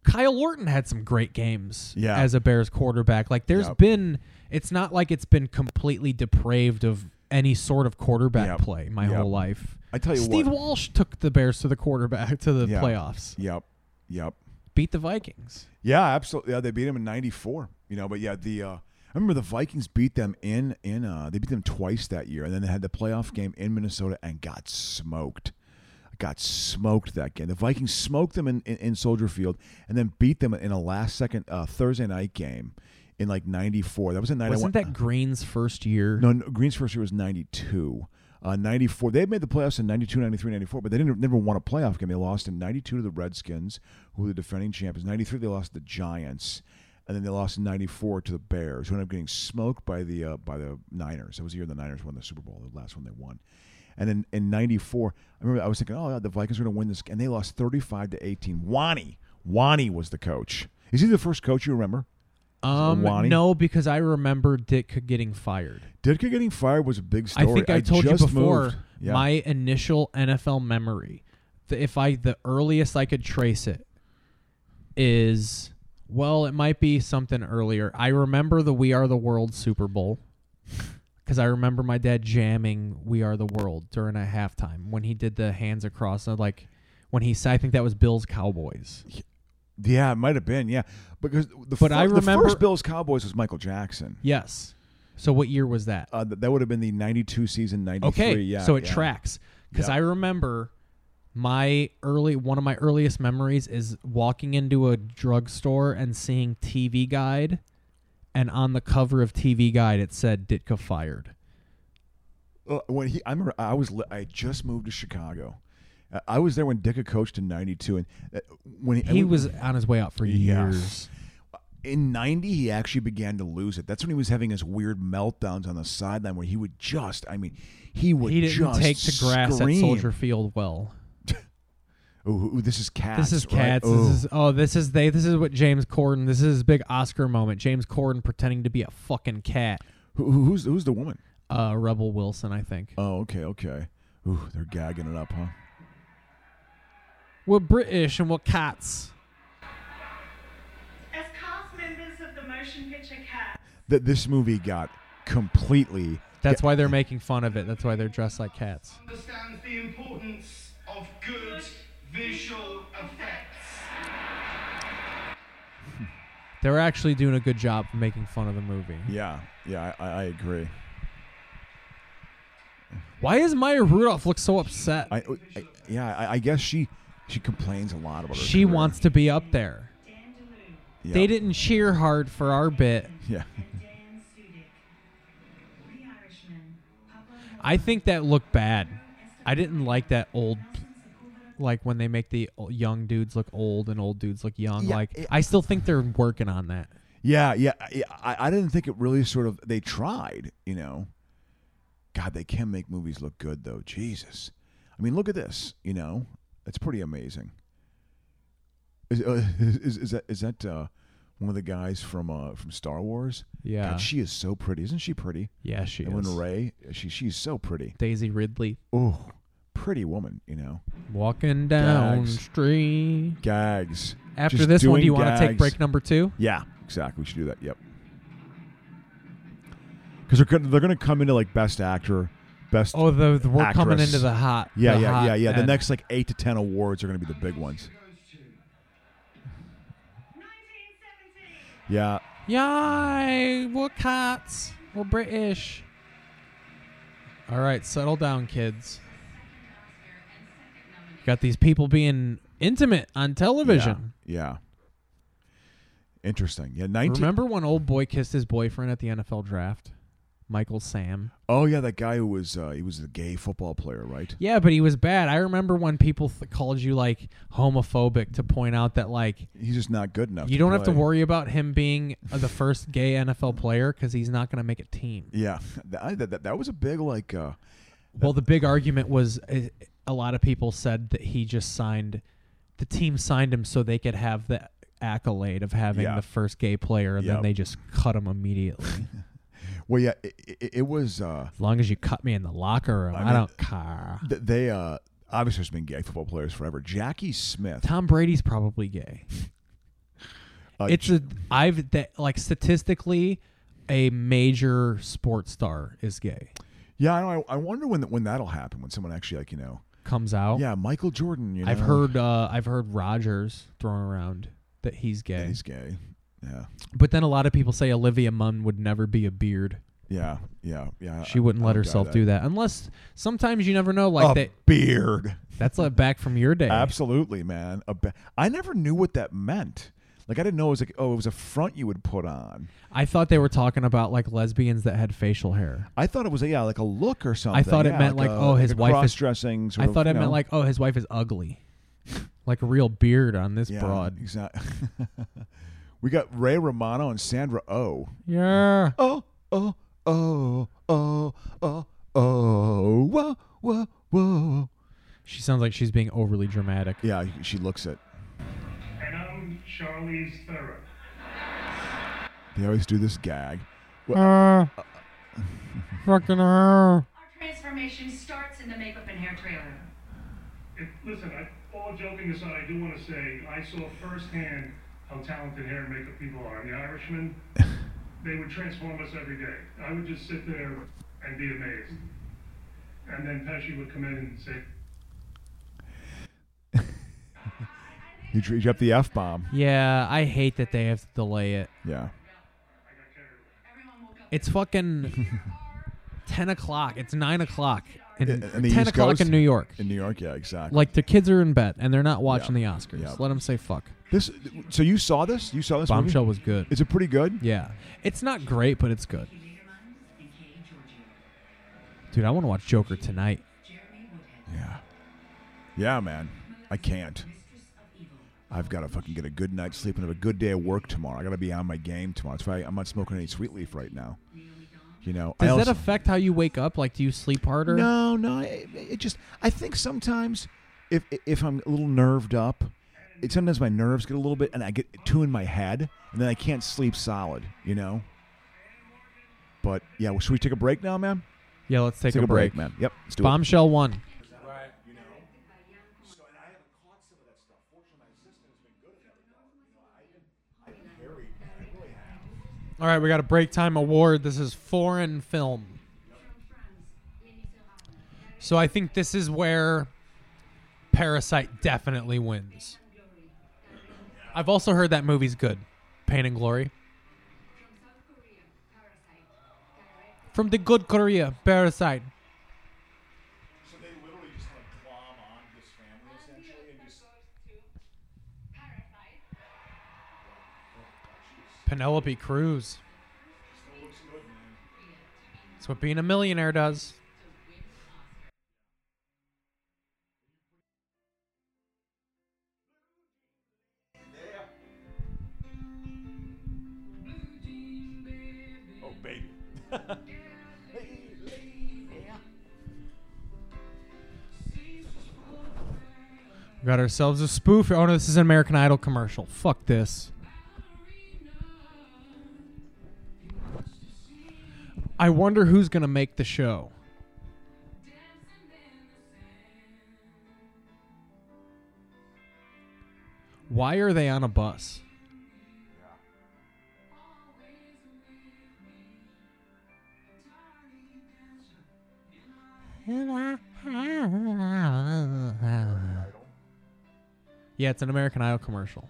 Speaker 2: Kyle Orton had some great games
Speaker 3: Yeah.
Speaker 2: as a Bears quarterback. Like there's
Speaker 3: Yep.
Speaker 2: been, it's not like it's been completely depraved of any sort of quarterback
Speaker 3: Yep.
Speaker 2: play my
Speaker 3: Yep.
Speaker 2: whole life.
Speaker 3: I tell you
Speaker 2: Steve
Speaker 3: what.
Speaker 2: Walsh took the Bears to the quarterback to the
Speaker 3: Yeah.
Speaker 2: playoffs,
Speaker 3: yep, yep,
Speaker 2: beat the Vikings.
Speaker 3: yeah, absolutely. Yeah, they beat him in ninety four. You know, but yeah, the uh, I remember the Vikings beat them in in uh, they beat them twice that year, and then they had the playoff game in Minnesota and got smoked. Got smoked that game. The Vikings smoked them in, in, in Soldier Field and then beat them in a last second uh, Thursday night game in like '94. That was a night I
Speaker 2: Wasn't
Speaker 3: went.
Speaker 2: that Green's first year?
Speaker 3: No, no Green's first year was 92. Uh, 94. They made the playoffs in 92, 93, 94, but they didn't never won a playoff game. They lost in 92 to the Redskins, who were the defending champions. 93, they lost to the Giants. And then they lost in 94 to the Bears, who ended up getting smoked by the uh, by the Niners. That was the year the Niners won the Super Bowl, the last one they won. And then in 94, I remember I was thinking, oh, yeah, the Vikings are going to win this. And they lost 35 to 18. Wani. Wani was the coach. Is he the first coach you remember?
Speaker 2: Um,
Speaker 3: Wani?
Speaker 2: no, because I remember Ditka getting fired.
Speaker 3: Ditka getting fired was a big
Speaker 2: I
Speaker 3: story.
Speaker 2: think I, told you
Speaker 3: just
Speaker 2: before
Speaker 3: moved. Yeah.
Speaker 2: my initial NFL memory. The, if I the earliest I could trace it is well, it might be something earlier. I remember the We Are the World Super Bowl because I remember my dad jamming "We Are the World" during a halftime when he did the hands across, uh, like when he said, I think that was Bills Cowboys.
Speaker 3: yeah, it might have been. Yeah, because the,
Speaker 2: But
Speaker 3: fir-
Speaker 2: I
Speaker 3: the
Speaker 2: remember-
Speaker 3: first Bills Cowboys was Michael Jackson.
Speaker 2: Yes. So what year was that?
Speaker 3: Uh, that, that would have been the 92 season, 93.
Speaker 2: Okay,
Speaker 3: yeah.
Speaker 2: so it
Speaker 3: yeah.
Speaker 2: tracks because
Speaker 3: Yeah.
Speaker 2: I remember my early one of my earliest memories is walking into a drugstore and seeing TV Guide, and on the cover of TV Guide it said Ditka fired.
Speaker 3: Uh, when he, I remember, I was, li- I just moved to Chicago. Uh, I was there when Dicka coached in '92, and uh, when he, and
Speaker 2: He
Speaker 3: we-
Speaker 2: was on his way out for
Speaker 3: Yes.
Speaker 2: years.
Speaker 3: in 90 he actually began to lose it that's when he was having his weird meltdowns on the sideline where he would just i mean he would
Speaker 2: He didn't
Speaker 3: just
Speaker 2: take to grass
Speaker 3: scream.
Speaker 2: at Soldier Field well.
Speaker 3: ooh, ooh, this is cats
Speaker 2: This is
Speaker 3: right?
Speaker 2: cats.
Speaker 3: Ooh.
Speaker 2: This is oh, this is they. This is what James Corden. This is his big Oscar moment. James Corden pretending to be a fucking cat.
Speaker 3: Who- who- who's who's the woman
Speaker 2: Uh, Rebel Wilson, I think.
Speaker 3: oh okay okay ooh they're gagging it up huh
Speaker 2: We're British and we're cats.
Speaker 6: As cast members of the Motion Picture Cast,
Speaker 3: that this movie got completely
Speaker 2: That's why they're making fun of it. That's why they're dressed like cats.
Speaker 5: Understands the importance of good visual effects.
Speaker 2: They're actually doing a good job of making fun of the movie.
Speaker 3: yeah yeah i, I agree
Speaker 2: Why is Maya Rudolph look so upset?
Speaker 3: I, I yeah I, I guess she she complains a lot about her
Speaker 2: she
Speaker 3: career.
Speaker 2: wants to be up there.
Speaker 6: Dandaloo,
Speaker 3: yeah.
Speaker 2: They didn't cheer hard for our bit.
Speaker 3: yeah
Speaker 6: Dan Sudik, The Irishman, Pablo
Speaker 2: I think that looked bad. I didn't like that old, like when they make the o- young dudes look old and old dudes look young.
Speaker 3: Yeah,
Speaker 2: like
Speaker 3: it-
Speaker 2: I still think they're working on that.
Speaker 3: Yeah, yeah. I, I I didn't think it really sort of. They tried, you know. God, they can make movies look good, though. Jesus. I mean, look at this, you know. It's pretty amazing. Is, uh, is, is that, is that uh, one of the guys from uh, from Star Wars?
Speaker 2: Yeah.
Speaker 3: God, she is so pretty. Isn't she pretty?
Speaker 2: Yeah, she
Speaker 3: Ellen
Speaker 2: is.
Speaker 3: Ray, uh, she, she's so pretty.
Speaker 2: Daisy Ridley
Speaker 3: Oh, pretty woman, you know.
Speaker 2: walking down
Speaker 3: Gags.
Speaker 2: street.
Speaker 3: Gags.
Speaker 2: After
Speaker 3: Just
Speaker 2: this one, do
Speaker 3: doing
Speaker 2: you want to take
Speaker 3: gags.
Speaker 2: break number two?
Speaker 3: Yeah, exactly. We should do that. Yep. Because they're gonna, they're going to come into like best actor, best.
Speaker 2: Oh, the, the we're coming
Speaker 3: actress.
Speaker 2: into the hot.
Speaker 3: yeah,
Speaker 2: the
Speaker 3: yeah,
Speaker 2: hot
Speaker 3: yeah, yeah. The
Speaker 2: end.
Speaker 3: next like eight to ten awards are going to be the big ones.
Speaker 6: 1917.
Speaker 3: Yeah,
Speaker 2: Yay, we're cats. We're British. All right, settle down, kids. Got these people being intimate on television.
Speaker 3: Yeah. yeah. Interesting. Yeah, nineteen.
Speaker 2: Remember when old boy kissed his boyfriend at the NFL draft? Michael Sam.
Speaker 3: Oh yeah, that guy who was uh, he was the gay football player, right?
Speaker 2: Yeah, but he was bad. I remember when people th- called you like homophobic to point out that like
Speaker 3: He's just not good enough.
Speaker 2: you don't have to
Speaker 3: play.
Speaker 2: worry about him being uh, the first gay NFL player because he's not going to make a team.
Speaker 3: Yeah, that, that, that, that was a big like. Uh,
Speaker 2: Well, the big argument was uh, a lot of people said that he just signed, the team signed him so they could have the accolade of having
Speaker 3: Yeah.
Speaker 2: the first gay player, and
Speaker 3: Yep.
Speaker 2: then they just cut him immediately. as
Speaker 3: well, yeah, it, it, it was. Uh,
Speaker 2: long as you cut me in the locker room, I,
Speaker 3: mean-
Speaker 2: don't care.
Speaker 3: th- they uh, obviously there's been gay football players forever. Jackie Smith.
Speaker 2: Tom Brady's probably gay.
Speaker 3: uh,
Speaker 2: it's a I've that like statistically, a major sports star is gay.
Speaker 3: Yeah, I, know, I I wonder when when that'll happen when someone actually like you know.
Speaker 2: Comes out.
Speaker 3: Yeah, Michael Jordan. You know,
Speaker 2: Oh. I've heard uh, I've heard Rogers thrown around that he's
Speaker 3: that
Speaker 2: gay.
Speaker 3: he's gay. Yeah,
Speaker 2: but then a lot of people say Olivia Munn would never be a beard.
Speaker 3: yeah, yeah, yeah.
Speaker 2: She wouldn't let herself do that unless sometimes you never know. Like
Speaker 3: a
Speaker 2: that,
Speaker 3: beard.
Speaker 2: that's like back from your day.
Speaker 3: Absolutely, man. A be- I never knew what that meant. Like I didn't know it was like oh it was a front you would put on.
Speaker 2: I thought they were talking about like lesbians that had facial hair.
Speaker 3: I thought it was a, yeah like a look or something.
Speaker 2: I thought it
Speaker 3: Yeah,
Speaker 2: meant like,
Speaker 3: a-
Speaker 2: oh his
Speaker 3: a
Speaker 2: wife is
Speaker 3: cross-dressing. Sort
Speaker 2: I
Speaker 3: of,
Speaker 2: thought
Speaker 3: you
Speaker 2: it meant
Speaker 3: know?
Speaker 2: like oh his wife is ugly, like a real beard on this
Speaker 3: yeah,
Speaker 2: broad.
Speaker 3: Exactly. we got Ray Romano and Sandra Oh.
Speaker 2: Yeah.
Speaker 3: oh, oh, oh, oh, oh, oh, whoa, whoa, whoa.
Speaker 2: She sounds like she's being overly dramatic.
Speaker 3: Yeah, she looks it.
Speaker 5: And I'm Charlie's Theron.
Speaker 3: They always do this gag. Uh.
Speaker 2: fucking her.
Speaker 6: Our transformation starts in the makeup and hair trailer.
Speaker 5: If, listen, I, all joking aside, I do want to say I saw firsthand how talented hair and makeup people are. I mean, Irishmen, they would transform us every day. I would just sit there and be amazed. And then Pesci would come in and say,
Speaker 3: He dr- he dropped the F bomb.
Speaker 2: Yeah, I hate that they have to delay it.
Speaker 3: Yeah.
Speaker 5: I got carried away.
Speaker 6: Everyone woke up.
Speaker 2: It's fucking ten o'clock. It's nine o'clock. In,
Speaker 3: In the
Speaker 2: ten
Speaker 3: East
Speaker 2: o'clock
Speaker 3: Coast?
Speaker 2: in New York.
Speaker 3: In New York, yeah, exactly.
Speaker 2: Like the kids are in bed and they're not watching
Speaker 3: Yeah.
Speaker 2: the Oscars.
Speaker 3: Yeah.
Speaker 2: Let them say fuck.
Speaker 3: this. So you saw this? You saw this movie?
Speaker 2: Bombshell was good.
Speaker 3: Is it pretty good?
Speaker 2: yeah, it's not great, but it's good.
Speaker 6: Lederman and Kay Giorgio.
Speaker 2: Dude, I want to watch Joker tonight.
Speaker 6: Jeremy Woodhead,
Speaker 3: Yeah. Yeah, man. I can't.
Speaker 6: Mistress of Evil.
Speaker 3: I've got to fucking get a good night's sleep and have a good day at work tomorrow. I got to be on my game tomorrow. That's why I'm not smoking any sweet leaf right now. You know, I
Speaker 2: Does that
Speaker 3: also-
Speaker 2: affect how you wake up? Like, do you sleep harder?
Speaker 3: No, no. It, it just I think sometimes if if I'm a little nerved up, it, sometimes my nerves get a little bit, and I get two in my head, and then I can't sleep solid. You know. But yeah, well, should we take a break now, man?
Speaker 2: Yeah, let's take,
Speaker 3: Take, a break. man. Yep, let's do it.
Speaker 2: Bombshell one. All right, we got a break time award. This is foreign film. So I think this is where Parasite definitely wins. I've also heard that movie's good. Pain and Glory. From the good Korea, Parasite.
Speaker 7: So they literally just like glom on this family essentially and just
Speaker 2: Penelope Cruz. It's what being a millionaire does.
Speaker 7: oh baby.
Speaker 2: We got ourselves a spoof. Oh no, this is an American Idol commercial. Fuck this. I wonder who's gonna make the show. Why are they on a bus? Yeah, it's an American Idol commercial.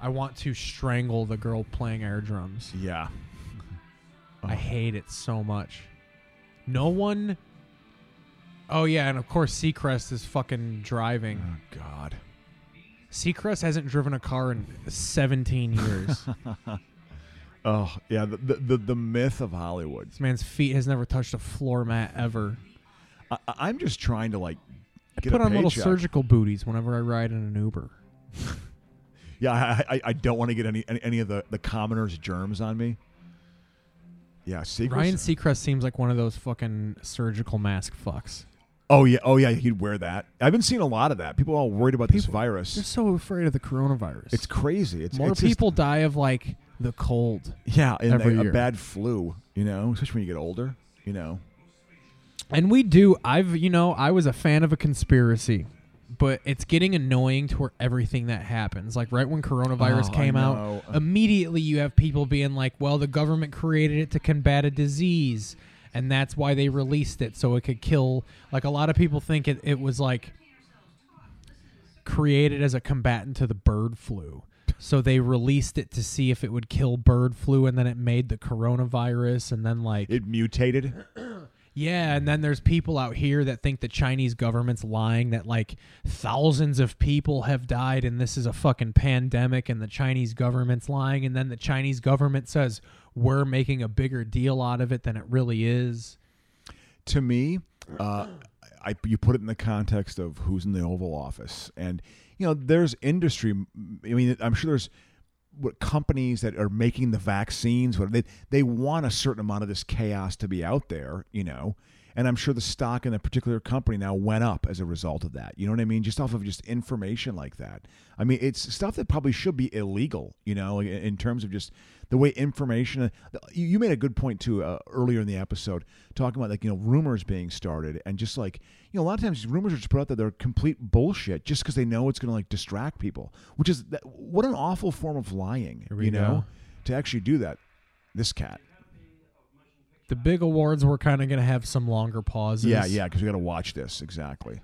Speaker 2: I want to strangle the girl playing air drums.
Speaker 3: Yeah.
Speaker 2: I hate it so much. No one. Oh yeah, and of course Seacrest is fucking driving.
Speaker 3: Oh God.
Speaker 2: Seacrest hasn't driven a car in 17 years.
Speaker 3: Oh yeah. The the, the, the myth of Hollywood.
Speaker 2: this man's feet has never touched a floor mat ever.
Speaker 3: I, I- I'm just trying to like.
Speaker 2: I
Speaker 3: Get
Speaker 2: put
Speaker 3: a
Speaker 2: on little
Speaker 3: paycheck.
Speaker 2: surgical booties whenever I ride in an Uber.
Speaker 3: Yeah, I, I, I don't want to get any, any any of the the commoners' germs on me. Yeah, secret.
Speaker 2: Ryan Seacrest seems like one of those fucking surgical mask fucks.
Speaker 3: Oh yeah, oh yeah, he'd wear that. I've been seeing a lot of that. People are all worried about this
Speaker 2: They're
Speaker 3: virus.
Speaker 2: so afraid of the coronavirus.
Speaker 3: It's crazy. It's
Speaker 2: more
Speaker 3: it's just-
Speaker 2: people die of like the cold.
Speaker 3: yeah, and
Speaker 2: every
Speaker 3: a, a
Speaker 2: year.
Speaker 3: bad flu. You know, especially when you get older. You know,
Speaker 2: And we do. I've, you know, I was a fan of a conspiracy, but it's getting annoying to where everything that happens. Like right when coronavirus
Speaker 3: Oh, I
Speaker 2: came out,
Speaker 3: know.
Speaker 2: immediately you have people being like, well, the government created it to combat a disease, and that's why they released it so it could kill. Like a lot of people think it, it was like created as a combatant to the bird flu. So they released it to see if it would kill bird flu, and then it made the coronavirus, and then like
Speaker 3: it mutated.
Speaker 2: Yeah, and then there's people out here that think the Chinese government's lying that like thousands of people have died and this is a fucking pandemic and the Chinese government's lying and then the Chinese government says we're making a bigger deal out of it than it really is.
Speaker 3: to me, uh, I, you put it in the context of who's in the Oval Office, and you know, there's industry. I mean, I'm sure there's what companies that are making the vaccines. What they they want a certain amount of this chaos to be out there, you know. And I'm sure the stock in a particular company now went up as a result of that. You know what I mean? Just off of just information like that. I mean, it's stuff that probably should be illegal. You know, in, in terms of just the way information. You, you made a good point too uh, earlier in the episode, talking about like you know rumors being started and just like you know a lot of times rumors are just put out there they're complete bullshit just because they know it's going to like distract people, which is that, what an awful form of lying.
Speaker 2: we
Speaker 3: You know,
Speaker 2: go.
Speaker 3: to actually do that. This cat.
Speaker 2: The big awards we're kind of going to have some longer pauses.
Speaker 3: Yeah, yeah, because we got to watch this exactly.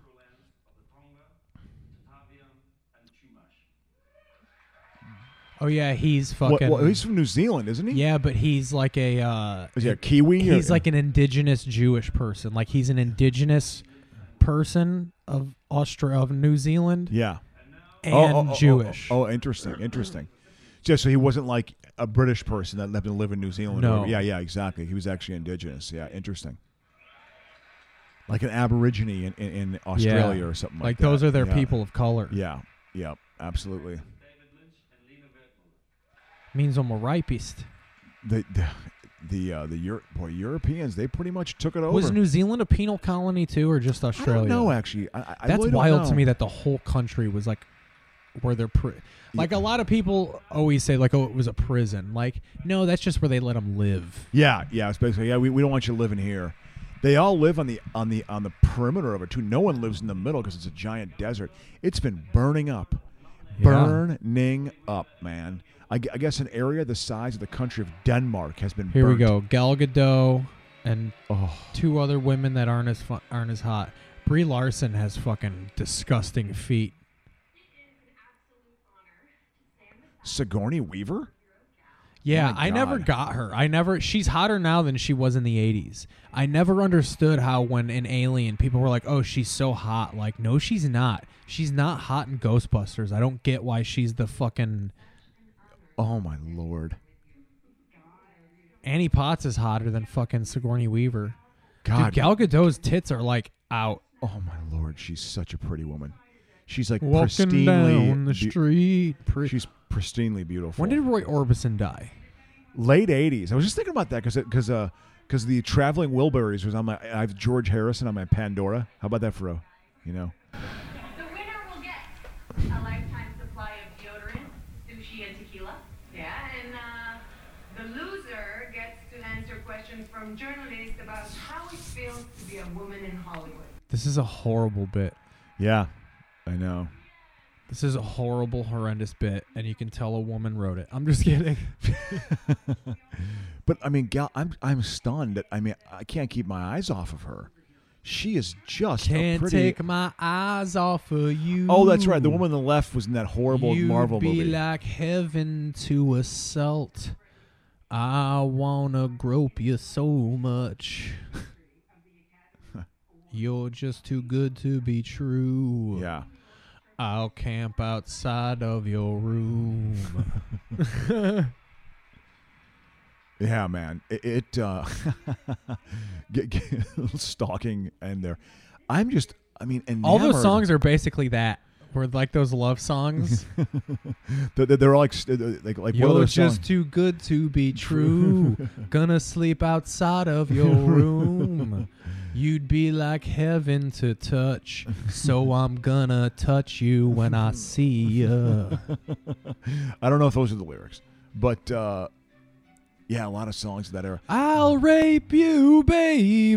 Speaker 2: Oh yeah, he's
Speaker 3: Well,
Speaker 2: fucking
Speaker 3: well, he's from New Zealand, isn't he?
Speaker 2: Yeah, but he's like a uh
Speaker 3: Is he a Kiwi? or-
Speaker 2: he's like an indigenous Jewish person. Like he's an indigenous person of Austra of New Zealand
Speaker 3: yeah,
Speaker 2: and
Speaker 3: Oh, oh, oh, oh,
Speaker 2: Jewish.
Speaker 3: Oh, interesting, interesting. Yeah, so he wasn't like a British person that lived and live in New Zealand. or
Speaker 2: No.
Speaker 3: whatever. Yeah, yeah, exactly. He was actually indigenous. Yeah, interesting. Like an Aborigine in, in, in Australia or something like, that.
Speaker 2: those are their
Speaker 3: Yeah.
Speaker 2: people of color.
Speaker 3: Yeah, yeah, absolutely.
Speaker 2: Means I'm a rapist.
Speaker 3: The the the, uh, the Euro- boy Europeans they pretty much took it over.
Speaker 2: Was New Zealand a penal colony too, or just
Speaker 3: I
Speaker 2: Australia?
Speaker 3: don't know actually. I, I- I
Speaker 2: That's
Speaker 3: really don't
Speaker 2: wild to
Speaker 3: know.
Speaker 2: me that the whole country was like, where they're pri- like a lot of people always say like, oh, it was a prison. Like, no, that's just where they let them live.
Speaker 3: Yeah, yeah. It's basically yeah. We, we don't want you living here. They all live on the on the on the perimeter of it too. No one lives in the middle because it's a giant desert. It's been burning up,
Speaker 2: Yeah.
Speaker 3: burning up, man. I, gu- I guess an area the size of the country of Denmark has been.
Speaker 2: Here
Speaker 3: burnt.
Speaker 2: we go, Oh. Gal Gadot and two other women that aren't as fu- aren't as hot. Brie Larson has fucking disgusting feet.
Speaker 3: Sigourney Weaver.
Speaker 2: Yeah,
Speaker 3: Oh my
Speaker 2: I never
Speaker 3: God.
Speaker 2: got her. I never. She's hotter now than she was in the '80s. I never understood how when an alien, people were like, "Oh, she's so hot." Like, no, she's not. She's not hot in Ghostbusters. I don't get why she's the fucking
Speaker 3: Oh my lord.
Speaker 2: Annie Potts is hotter than fucking Sigourney Weaver.
Speaker 3: God.
Speaker 2: Dude, Gal Gadot's tits are like out.
Speaker 3: Oh my lord. She's such a pretty woman. She's like
Speaker 2: Walking
Speaker 3: pristinely.
Speaker 2: down the
Speaker 3: beau-
Speaker 2: street. Pretty.
Speaker 3: She's pristinely beautiful.
Speaker 2: when did Roy Orbison die?
Speaker 3: late '80s. I was just thinking about that because because uh because the traveling Wilburys was on my. I have George Harrison on my Pandora. How about that for a, you know?
Speaker 6: The winner will get a lifetime supply of deodorant, sushi, and tequila. Yeah, and uh, the loser gets to answer questions from journalists about how it feels to be a woman in Hollywood.
Speaker 2: This is a horrible bit.
Speaker 3: Yeah, I know.
Speaker 2: This is a horrible, horrendous bit, and you can tell a woman wrote it. I'm just kidding.
Speaker 3: But I mean, gal, I'm I'm stunned. That, I mean, I can't keep my eyes off of her. She is just a
Speaker 2: Can't
Speaker 3: pretty.
Speaker 2: take my eyes off of you.
Speaker 3: oh, that's right. The woman on the left was in that horrible
Speaker 2: You'd
Speaker 3: Marvel
Speaker 2: be
Speaker 3: movie.
Speaker 2: like heaven to assault. I wanna grope you so much. You're just too good to be true.
Speaker 3: yeah.
Speaker 2: I'll camp outside of your room.
Speaker 3: Yeah, man. It, it uh, get, get a little stalking and there. I'm just. I mean, and
Speaker 2: All those songs are basically that. Were like those love songs.
Speaker 3: They're, they're all like st- they're like like what are
Speaker 2: You're
Speaker 3: those
Speaker 2: just
Speaker 3: songs?
Speaker 2: too good to be true. Gonna sleep outside of your room. You'd be like heaven to touch. So I'm gonna touch you when I see ya.
Speaker 3: I don't know if those are the lyrics, but uh, yeah, a lot of songs that are
Speaker 2: I'll rape you, baby.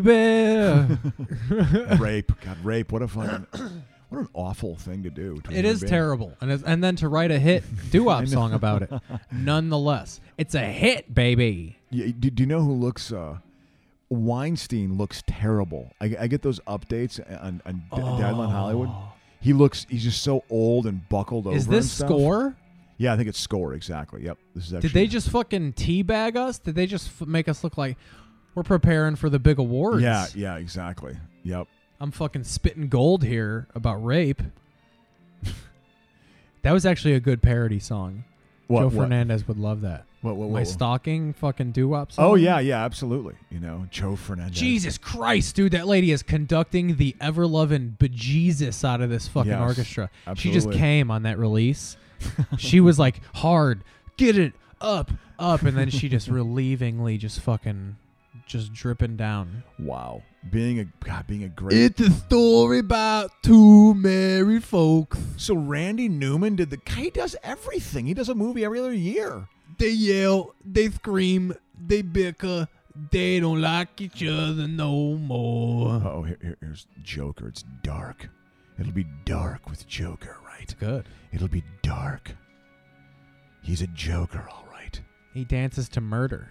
Speaker 3: rape. God, rape. What a fucking, what an awful thing to do. to a
Speaker 2: It
Speaker 3: human
Speaker 2: is
Speaker 3: being.
Speaker 2: terrible. And, it's, and then to write a hit doo wop song about it. Nonetheless, it's a hit, baby.
Speaker 3: Yeah, do, do you know who looks? Uh, Weinstein looks terrible. I, I get those updates on, on D- Deadline Hollywood. He looks. He's just so old and buckled over.
Speaker 2: Oh. Is
Speaker 3: and
Speaker 2: this
Speaker 3: stuff.
Speaker 2: score?
Speaker 3: Yeah, I think it's score exactly. Yep. This is actually.
Speaker 2: Did they just fucking teabag us? Did they just f- make us look like We're preparing for the big awards.
Speaker 3: Yeah, yeah, exactly. Yep.
Speaker 2: I'm fucking spitting gold here about rape. that was actually a good parody song.
Speaker 3: What?
Speaker 2: Joe
Speaker 3: what?
Speaker 2: Fernandez would love that.
Speaker 3: What? What? what,
Speaker 2: My
Speaker 3: what?
Speaker 2: stocking fucking doo wop song.
Speaker 3: Oh yeah, yeah, absolutely. You know, Joe Fernandez.
Speaker 2: Jesus Christ, dude, that lady is conducting the ever loving bejesus out of this fucking
Speaker 3: Yes,
Speaker 2: orchestra. She just
Speaker 3: absolutely.
Speaker 2: came on that release. she was like, hard, get it up, up. And then she just relievingly just fucking just dripping down.
Speaker 3: Wow. Being a God, being a great.
Speaker 2: It's a story about two married folks.
Speaker 3: so Randy Newman did the. He does everything. He does a movie every other year.
Speaker 2: They yell, they scream, they bicker, they don't like each other no more.
Speaker 3: Oh, here, here- here's Joker. It's dark. It'll be dark with Joker, right?
Speaker 2: Good.
Speaker 3: It'll be dark. He's a Joker, all right.
Speaker 2: He dances to murder.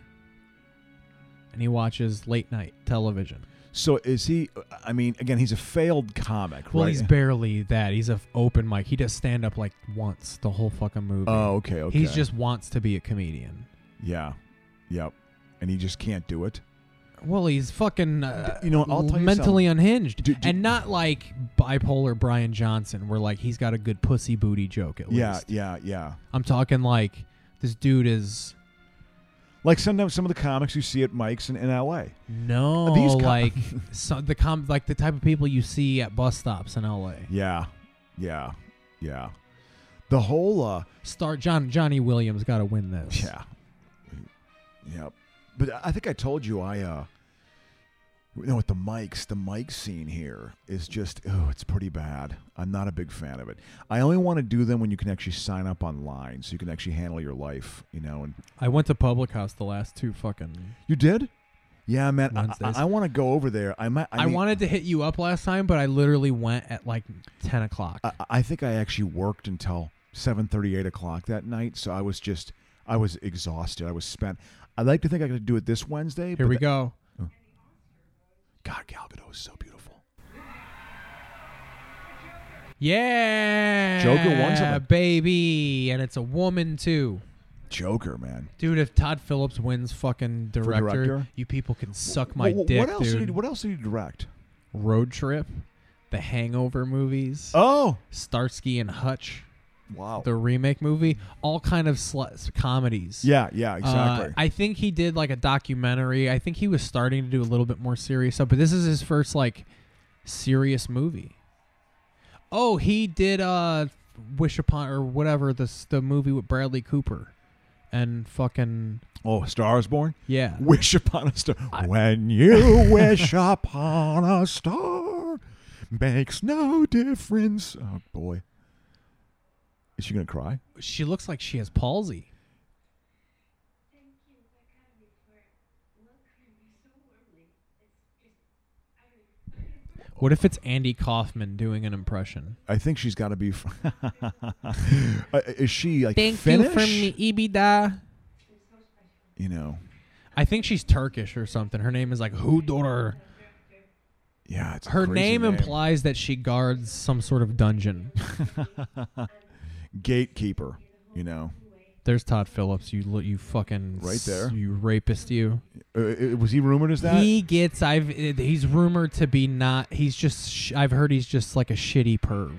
Speaker 2: And he watches late night television.
Speaker 3: So is he? I mean, again, he's a failed comic,
Speaker 2: Well,
Speaker 3: right?
Speaker 2: he's barely that. He's a f- open mic. He does stand up like once the whole fucking movie.
Speaker 3: oh, okay, okay.
Speaker 2: He just wants to be a comedian.
Speaker 3: yeah, yep, and he just can't do it.
Speaker 2: Well, he's fucking uh,
Speaker 3: You know what, I'll tell you
Speaker 2: mentally unhinged
Speaker 3: Do- do-
Speaker 2: and not like bipolar Brian Johnson where like he's got a good pussy booty joke at
Speaker 3: Yeah,
Speaker 2: least.
Speaker 3: yeah, yeah.
Speaker 2: I'm talking like this dude is
Speaker 3: Like sometimes some of the comics you see at Mike's in, in L.A.
Speaker 2: no
Speaker 3: These com-
Speaker 2: like so, the com- like the type of people you see at bus stops in LA.
Speaker 3: Yeah, yeah, yeah. The whole, uh,
Speaker 2: Start John Johnny Williams got to win this.
Speaker 3: yeah, yep. But I think I told you I, uh, you know, with the mics, the mic scene here is just, oh, it's pretty bad. I'm not a big fan of it. I only want to do them when you can actually sign up online, so you can actually handle your life, you know. And
Speaker 2: I went to Public House the last two fucking
Speaker 3: you did, yeah, man. I,
Speaker 2: Wednesdays.
Speaker 3: want to go over there. I might. I,
Speaker 2: I,
Speaker 3: mean,
Speaker 2: wanted to hit you up last time, but I literally went at like ten o'clock.
Speaker 3: I, I think I actually worked until 7:30, 8 o'clock that night. So I was just, I was exhausted. I was spent. I like to think I could do it this Wednesday.
Speaker 2: Here we go.
Speaker 3: God, Gal Gadot is so beautiful.
Speaker 2: Yeah,
Speaker 3: Joker won something.
Speaker 2: baby, and it's a woman too,
Speaker 3: Joker, man.
Speaker 2: dude. If Todd Phillips wins fucking director,
Speaker 3: director?
Speaker 2: you people can suck my
Speaker 3: Wh- wh-
Speaker 2: dick,
Speaker 3: What else
Speaker 2: dude.
Speaker 3: did he, What else did he direct?
Speaker 2: Road Trip, the Hangover movies,
Speaker 3: Oh,
Speaker 2: Starsky and Hutch,
Speaker 3: wow.
Speaker 2: the remake movie, all kind of sl- comedies.
Speaker 3: yeah, yeah,
Speaker 2: Uh,
Speaker 3: exactly.
Speaker 2: I think he did like a documentary. I think he was starting to do a little bit more serious stuff, but this is his first like serious movie. Oh, he did uh Wish Upon or whatever this the movie with Bradley Cooper and fucking
Speaker 3: oh, Stars Born.
Speaker 2: yeah.
Speaker 3: Wish upon a star. when you wish upon a star, makes no difference. Oh boy, is she gonna cry?
Speaker 2: She looks like she has palsy. What if it's Andy Kaufman doing an impression?
Speaker 3: I think she's got to be. Fr- Uh, is she like Finnish?
Speaker 2: Ibida.
Speaker 3: You know,
Speaker 2: I think she's Turkish or something. Her name is like Hudor.
Speaker 3: yeah. It's a
Speaker 2: Her
Speaker 3: crazy
Speaker 2: name, implies that she guards some sort of dungeon.
Speaker 3: gatekeeper. You know,
Speaker 2: There's Todd Phillips. You li- you fucking
Speaker 3: Right there.
Speaker 2: s- you rapist. You.
Speaker 3: Uh, uh, was he rumored as that?
Speaker 2: he gets. I've. uh, He's rumored to be not. He's just. Sh- I've heard he's just like a shitty perv.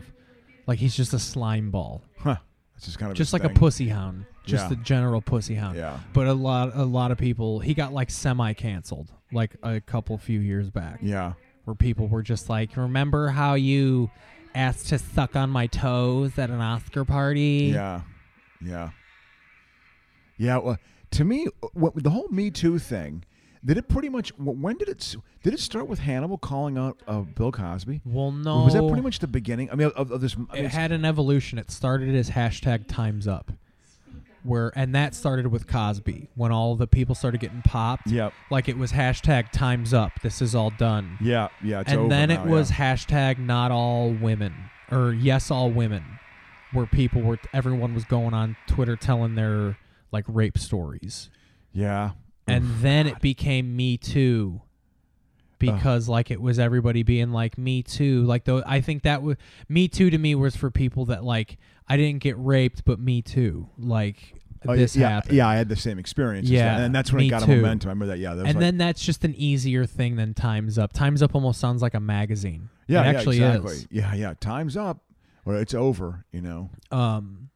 Speaker 2: Like he's just a slime ball.
Speaker 3: huh. That's just kind of
Speaker 2: Just
Speaker 3: his
Speaker 2: like a
Speaker 3: thing.
Speaker 2: pussy hound. Just
Speaker 3: Yeah.
Speaker 2: a general pussy hound.
Speaker 3: Yeah.
Speaker 2: But a lot. A lot of people. He got like semi canceled. Like a couple few years back.
Speaker 3: Yeah.
Speaker 2: where people were just like, "Remember how you asked to suck on my toes at an Oscar party?"
Speaker 3: Yeah, yeah, yeah. Well, to me, uh, what, the whole Me Too thing did it pretty much. wh- When did it? s- Did it start with Hannibal calling out uh, Bill Cosby?
Speaker 2: Well, no.
Speaker 3: Was that pretty much the beginning? I mean, of, of this. I mean,
Speaker 2: It
Speaker 3: it's-
Speaker 2: had an evolution. It started as hashtag Times Up, where and that started with Cosby when all the people started getting popped.
Speaker 3: Yep.
Speaker 2: Like it was hashtag Times Up. This is all done.
Speaker 3: yeah, yeah. It's over
Speaker 2: and then
Speaker 3: now,
Speaker 2: it was
Speaker 3: yeah.
Speaker 2: hashtag Not All Women or Yes All Women, where people were everyone was going on Twitter telling their like rape stories.
Speaker 3: Yeah.
Speaker 2: and then it became me too because like it was everybody being like me too like though i think that was me too to me was for people that like i didn't get raped but me too like
Speaker 3: Oh,
Speaker 10: this
Speaker 3: yeah,
Speaker 10: happened.
Speaker 3: Yeah, I had the same experience. as
Speaker 10: Yeah,
Speaker 3: that. and that's when it
Speaker 2: me
Speaker 3: got
Speaker 2: too.
Speaker 3: a momentum. I remember that. Yeah, that was
Speaker 2: and
Speaker 3: like,
Speaker 2: then that's just an easier thing than Times Up. Times Up almost sounds like a magazine. it
Speaker 3: yeah, yeah,
Speaker 2: actually
Speaker 3: exactly.
Speaker 2: is.
Speaker 3: Yeah, yeah. Time's up, or it's over. You know.
Speaker 2: Um,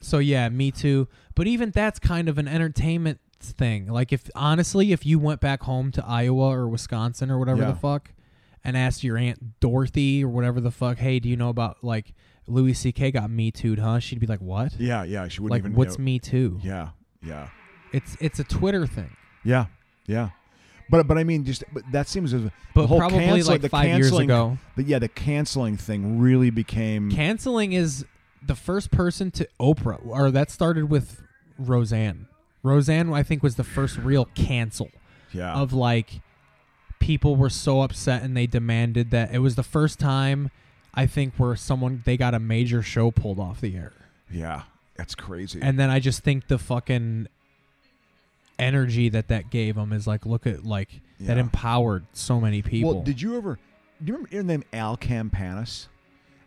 Speaker 2: so yeah, me too. But even that's kind of an entertainment thing. Like if honestly, if you went back home to Iowa or Wisconsin or whatever
Speaker 3: Yeah.
Speaker 2: the fuck, and asked your aunt Dorothy or whatever the fuck, hey, do you know about like Louis C.K. got me too'd, huh? She'd be like, what?
Speaker 3: Yeah, yeah. She wouldn't
Speaker 2: like
Speaker 3: even.
Speaker 2: what's
Speaker 3: you know-
Speaker 2: me too?
Speaker 3: Yeah, yeah,
Speaker 2: It's it's a Twitter thing.
Speaker 3: yeah, yeah. But but I mean, just but that seems as
Speaker 2: But
Speaker 3: the whole
Speaker 2: probably,
Speaker 3: cancel-
Speaker 2: like,
Speaker 3: the
Speaker 2: five years
Speaker 3: canceling- Mm.
Speaker 2: ago.
Speaker 3: The, yeah, the canceling thing really became.
Speaker 2: Canceling is the first person to Oprah, or that started with Roseanne. Roseanne, I think, was the first real cancel
Speaker 3: yeah.
Speaker 2: of like people were so upset and they demanded that it was the first time I think where someone they got a major show pulled off the air.
Speaker 3: yeah. That's crazy.
Speaker 2: And then I just think the fucking energy that that gave them is like look at like that
Speaker 3: Yeah.
Speaker 2: empowered so many people.
Speaker 3: Well, did you ever? Do you remember your name Al Campanis?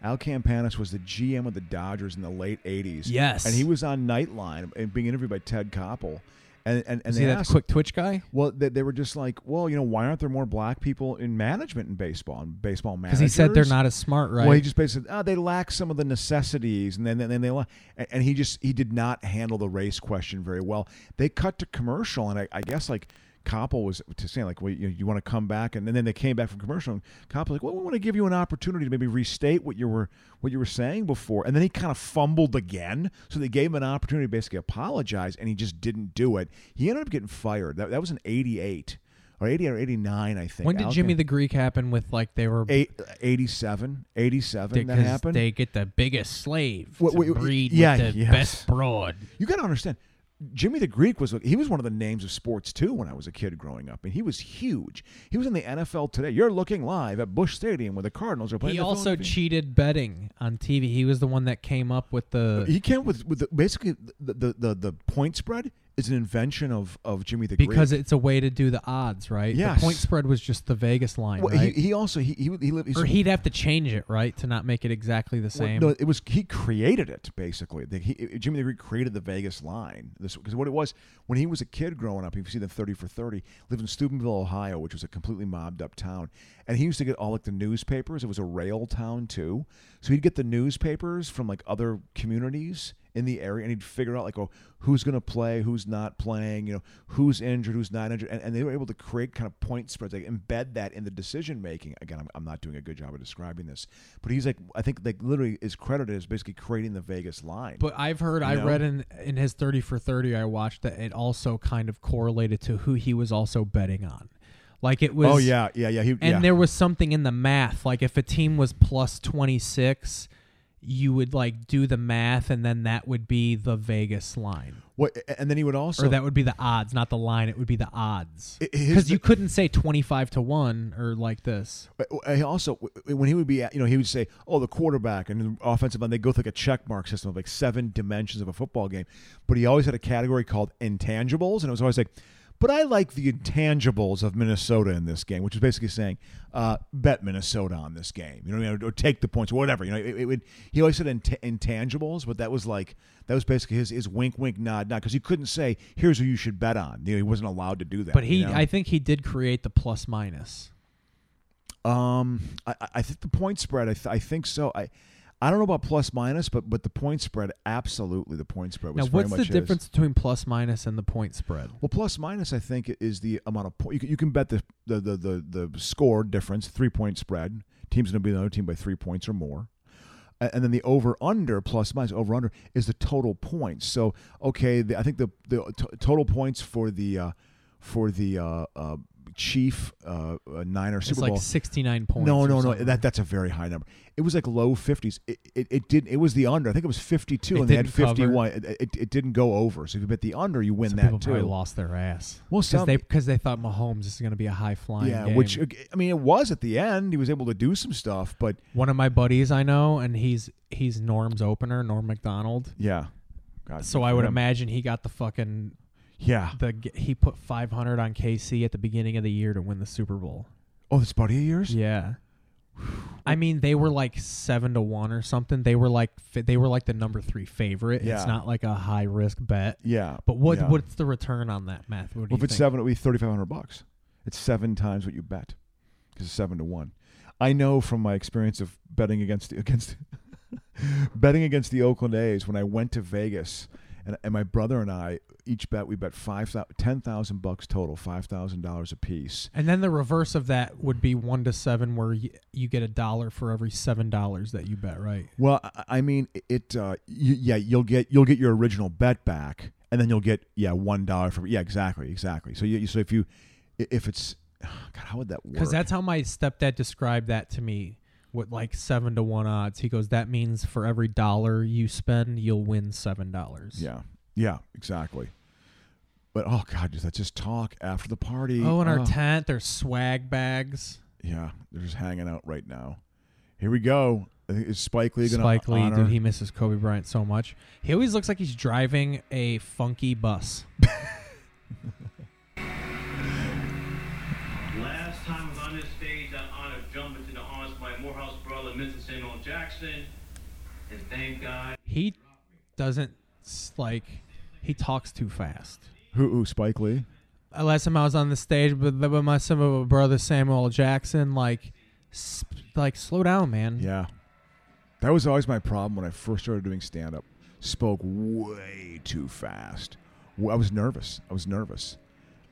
Speaker 3: Al Campanis was the GM of the Dodgers in the late '80s.
Speaker 2: Yes.
Speaker 3: and he was on Nightline and being interviewed by Ted Koppel, and and, and
Speaker 2: Is
Speaker 3: they
Speaker 2: he that
Speaker 3: asked,
Speaker 2: quick twitch guy?
Speaker 3: well, they, they were just like, well, you know, why aren't there more black people in management in baseball and baseball managers?
Speaker 2: Because he said they're not as smart, right?
Speaker 3: Well, he just basically said, oh, they lack some of the necessities, and then then, then they lack, and, and he just he did not handle the race question very well. They cut to commercial, and I, I guess like Koppel was to saying like, well, you, you want to come back, and, then they came back from commercial, and Koppel like, well, we want to give you an opportunity to maybe restate what you were what you were saying before, and then he kind of fumbled again, so they gave him an opportunity to basically apologize, and he just didn't do it. He ended up getting fired. That, that was an '88 or '80 or '89, I think.
Speaker 2: when did
Speaker 3: Al
Speaker 2: Jimmy
Speaker 3: Camp-
Speaker 2: the Greek happen with like they were
Speaker 3: Eight, 87, 87 that
Speaker 2: because
Speaker 3: happened.
Speaker 2: They get the biggest slave
Speaker 3: Wha-
Speaker 2: to
Speaker 3: wha-
Speaker 2: breed
Speaker 3: yeah,
Speaker 2: with the
Speaker 3: yes.
Speaker 2: best broad.
Speaker 3: You got to understand, Jimmy the Greek was he was one of the names of sports too when I was a kid growing up, and he was huge. He was in the NFL today. You're looking live at Bush Stadium where the Cardinals are playing.
Speaker 2: He
Speaker 3: the
Speaker 2: also
Speaker 3: Philadelphia-
Speaker 2: cheated betting on TV. He was the one that came up with the
Speaker 3: he came up with, with the, basically the, the the the point spread is an invention of of Jimmy the Greek
Speaker 2: because it's a way to do the odds, right?
Speaker 3: Yes.
Speaker 2: The point spread was just the Vegas line,
Speaker 3: Well,
Speaker 2: right?
Speaker 3: he, he also he he, he lived. he's-
Speaker 2: or he'd have to change it, right, to not make it exactly the
Speaker 3: Well,
Speaker 2: same.
Speaker 3: no, it was he created it basically. The, he, Jimmy the Greek created the Vegas line. This because what it was when he was a kid growing up. If you see the Thirty for Thirty, lived in Steubenville, Ohio, which was a completely mobbed up town, and he used to get all like the newspapers. It was a rail town too, so he'd get the newspapers from like other communities in the area, and he'd figure out like, oh, who's going to play, who's not playing, you know, who's injured, who's not injured, and, and they were able to create kind of point spreads, like embed that in the decision making. Again, I'm, I'm not doing a good job of describing this, but he's like, I think like literally is credited as basically creating the Vegas line.
Speaker 2: But I've heard, I
Speaker 3: know?
Speaker 2: read in in his thirty for thirty, I watched that it also kind of correlated to who he was also betting on. Like it was,
Speaker 3: oh yeah, yeah, yeah, he,
Speaker 2: and
Speaker 3: yeah.
Speaker 2: there was something in the math. Like if a team was plus twenty six, you would like do the math, and then that would be the Vegas line,
Speaker 3: what, and then he would also
Speaker 2: or that would be the odds, not the line. It would be the odds
Speaker 3: I- his-
Speaker 2: because you couldn't say twenty five to one or like this.
Speaker 3: But uh, he also, when he would be, at- you know, he would say, "Oh, the quarterback and the offensive line." They go through like a check mark system of like seven dimensions of a football game. But he always had a category called intangibles, and it was always like, "But I like the intangibles of Minnesota in this game," which was basically saying, uh, "Bet Minnesota on this game," you know, what I mean? or, or take the points, or whatever. You know, it, it would. He always said int- intangibles, but that was like that was basically his his wink, wink, nod, nod, because he couldn't say, "Here's who you should bet on." You know, he wasn't allowed to do that.
Speaker 2: But he,
Speaker 3: you know?
Speaker 2: I think he did create the plus minus.
Speaker 3: Um, I, I- I think the point spread. I, th- I think so. I I don't know about plus minus, but but the point spread, absolutely, the point spread.
Speaker 2: Now,
Speaker 3: Was
Speaker 2: what's
Speaker 3: very
Speaker 2: the
Speaker 3: much his.
Speaker 2: difference between plus minus and the point spread?
Speaker 3: Well, plus minus, I think, is the amount of point you can, you can bet the the, the the the score difference, three point spread. Teams going to be the other team by three points or more. A- And then the over under plus minus over under is the total points. So okay, the, I think the the t- total points for the uh, for the uh, uh, Chief uh, uh, Niner
Speaker 2: It's
Speaker 3: Super
Speaker 2: like
Speaker 3: Bowl
Speaker 2: sixty nine points.
Speaker 3: no,
Speaker 2: or
Speaker 3: no, no.
Speaker 2: something.
Speaker 3: That that's a very high number. It was like low fifties. It, it it did. It was the under. I think it was fifty two,
Speaker 2: It
Speaker 3: and they had
Speaker 2: didn't cover.
Speaker 3: fifty one. It, it, it didn't go over. So if you bet the under, you win
Speaker 2: Some people
Speaker 3: that
Speaker 2: probably
Speaker 3: too.
Speaker 2: lost their ass.
Speaker 3: Well,
Speaker 2: because
Speaker 3: some-
Speaker 2: they because they thought Mahomes is going to be a high flying.
Speaker 3: Yeah,
Speaker 2: game.
Speaker 3: which uh, I mean, it was at the end. He was able to do some stuff, but
Speaker 2: One of my buddies I know, and he's he's Norm's opener, Norm McDonald.
Speaker 3: yeah. God,
Speaker 2: So
Speaker 3: good
Speaker 2: I
Speaker 3: for
Speaker 2: would
Speaker 3: him.
Speaker 2: imagine he got the fucking
Speaker 3: Yeah.
Speaker 2: the g- he put 500 on KC at the beginning of the year to win the Super Bowl.
Speaker 3: Oh, this buddy of yours.
Speaker 2: Yeah, I mean, they were like seven to one or something. They were like fi- they were like the number three favorite.
Speaker 3: Yeah.
Speaker 2: It's not like a high risk bet.
Speaker 3: Yeah,
Speaker 2: But what
Speaker 3: yeah.
Speaker 2: what's the return on that, Matt? What do
Speaker 3: Well, if
Speaker 2: you
Speaker 3: it's
Speaker 2: think?
Speaker 3: seven, it'll be thirty five hundred bucks. It's seven times what you bet because it's seven to one. I know from my experience of betting against against betting against the Oakland A's when I went to Vegas and, and my brother and I each bet we bet five thou- ten thousand bucks total, five thousand dollars apiece.
Speaker 2: And then the reverse of that would be one to seven, where you, you get a dollar for every seven dollars that you bet, right?
Speaker 3: Well, I- I mean, it. Uh, you, yeah, you'll get you'll get your original bet back, and then you'll get yeah one dollar from yeah exactly exactly. So you so if you if it's God, how would that work?
Speaker 2: Because that's how my stepdad described that to me with like seven to one odds. He goes, "That means for every dollar you spend, you'll win seven dollars."
Speaker 3: Yeah. Yeah, exactly. But oh god, just that's just talk after the party.
Speaker 2: Oh, in our
Speaker 3: Oh,
Speaker 2: tent, there's swag bags.
Speaker 3: Yeah, they're just hanging out right now. Here we go. I think- Is Spike Lee gonna
Speaker 2: Spike Lee,
Speaker 3: honor?
Speaker 2: dude, he misses Kobe Bryant so much. He always looks like he's driving a funky bus.
Speaker 10: Last time I was on this stage, I honored jumping to the arms of my Morehouse brother, Mr. St. L. Jackson. And thank God.
Speaker 2: He doesn't s- like. He talks too fast.
Speaker 3: who, who Spike Lee?
Speaker 2: Uh, Last time I was on the stage with, with my some of my brother Samuel L. Jackson, like, sp- like slow down, man.
Speaker 3: Yeah. That was always my problem when I first started doing stand up. Spoke way too fast. W- I was nervous. I was nervous.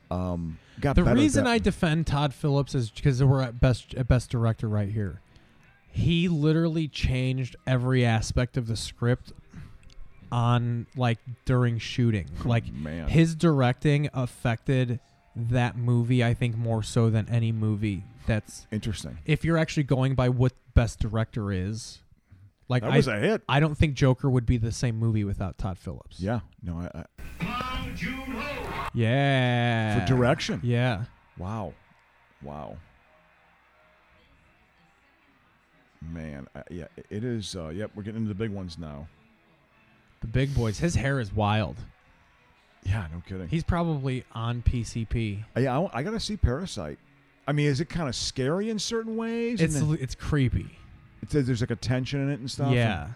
Speaker 3: Um got
Speaker 2: The
Speaker 3: better at
Speaker 2: reason
Speaker 3: that.
Speaker 2: I defend Todd Phillips is because we're at best at best director right here. He literally changed every aspect of the script on like during shooting. Like
Speaker 3: man.
Speaker 2: his directing affected that movie I think more so than any movie that's
Speaker 3: Interesting.
Speaker 2: if you're actually going by what best director is. Like
Speaker 3: That
Speaker 2: I,
Speaker 3: was a hit.
Speaker 2: I don't think Joker would be the same movie without Todd Phillips.
Speaker 3: Yeah. No, I, I
Speaker 10: Bong Joon Ho.
Speaker 2: Yeah.
Speaker 3: for direction.
Speaker 2: Yeah.
Speaker 3: Wow. Wow. Man, I, yeah, i- it is. Uh, yep, we're getting into the big ones now.
Speaker 2: The big boys. His hair is wild.
Speaker 3: Yeah, no kidding. Uh,
Speaker 2: He's probably on PCP.
Speaker 3: yeah, I, wa- I gotta see Parasite. I mean, is it kind of scary in certain ways?
Speaker 2: It's
Speaker 3: and then
Speaker 2: it's creepy.
Speaker 3: it says there's like a tension in it and stuff. and-
Speaker 2: Yeah.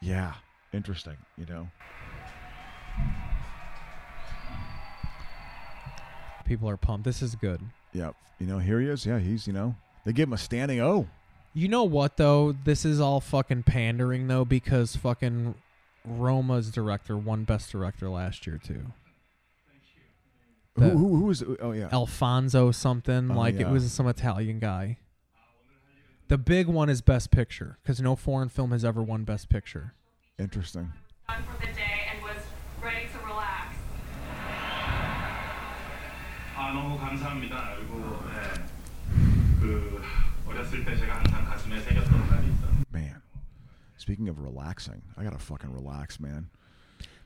Speaker 3: yeah. Interesting. You know.
Speaker 2: People are pumped. This is good.
Speaker 3: Yep. You know, here he is. Yeah, he's. You know, they give him a standing O.
Speaker 2: You know what though? This is all fucking pandering though because fucking Roma's director won best director last year too.
Speaker 3: Who,
Speaker 2: The-
Speaker 3: who, who is? it? Oh yeah.
Speaker 2: Alfonso something
Speaker 3: Oh,
Speaker 2: like
Speaker 3: yeah.
Speaker 2: it was some Italian guy. The big one is best picture cuz no foreign film has ever won best picture.
Speaker 3: Interesting.
Speaker 6: Done for the day and was ready to relax.
Speaker 10: 아, 너무 감사합니다. 그리고, 예. 그, 어렸을 때 제가 항상 가슴에 새겼던 날이 있었는데.
Speaker 3: Man. Speaking of relaxing, I gotta fucking relax, man.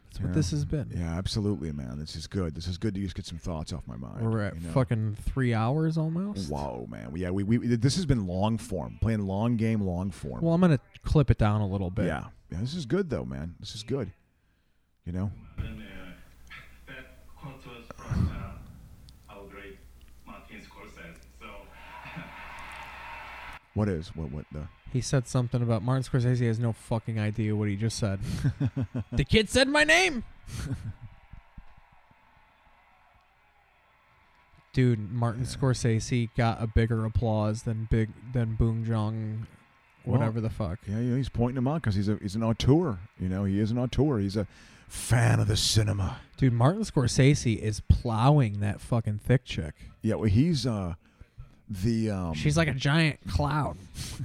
Speaker 2: That's what
Speaker 3: Yeah.
Speaker 2: this has been.
Speaker 3: Yeah, absolutely, man. This is good. This is good to just get some thoughts off my mind.
Speaker 2: We're at
Speaker 3: you know?
Speaker 2: fucking 3 hours almost.
Speaker 3: Whoa, man. Yeah, we, we this has been long form, playing long game, long form.
Speaker 2: Well, I'm going to clip it down a little bit.
Speaker 3: yeah. yeah, this is good though, man. This is good. You know,
Speaker 10: And, 예, that quote was from uh, our great Martin Scorsese. So,
Speaker 3: what is what what the
Speaker 2: He said something about Martin Scorsese has no fucking idea what he just said. the kid said my name. Dude, Martin Scorsese got a bigger applause than big than Boon Jong,
Speaker 3: Well,
Speaker 2: whatever the fuck.
Speaker 3: yeah, you know, he's pointing him out because he's a he's an auteur. You know, he is an auteur. He's a fan of the cinema.
Speaker 2: Dude, Martin Scorsese is plowing that fucking thick chick.
Speaker 3: Yeah, well, he's uh the um.
Speaker 2: She's like a giant cloud.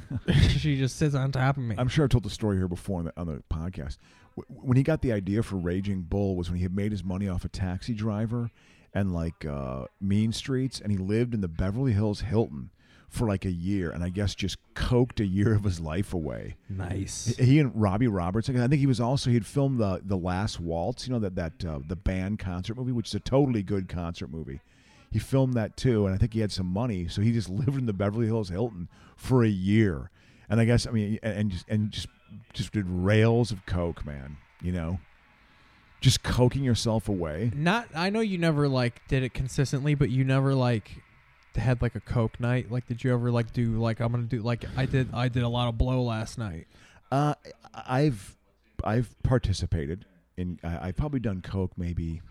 Speaker 2: she just sits on top of me.
Speaker 3: I'm sure I've told the story here before on the, on the podcast. Wh- When he got the idea for Raging Bull was when he had made his money off a taxi driver and like uh, mean streets, and he lived in the Beverly Hills Hilton for like a year, and I guess just coked a year of his life away.
Speaker 2: nice.
Speaker 3: He and Robbie Roberts. I think he was also he'd filmed the the Last Waltz. You know that that uh, the band concert movie, which is a totally good concert movie. He filmed that too, and I think he had some money, so he just lived in the Beverly Hills Hilton for a year. And I guess I mean, and, and just and just just did rails of coke, man. You know, just coking yourself away.
Speaker 2: not I know you never like did it consistently, but you never like had like a coke night? Like, did you ever like do like I'm gonna do like I did? I did a lot of blow last night.
Speaker 3: Uh, I've I've participated in. I, I've probably done coke maybe.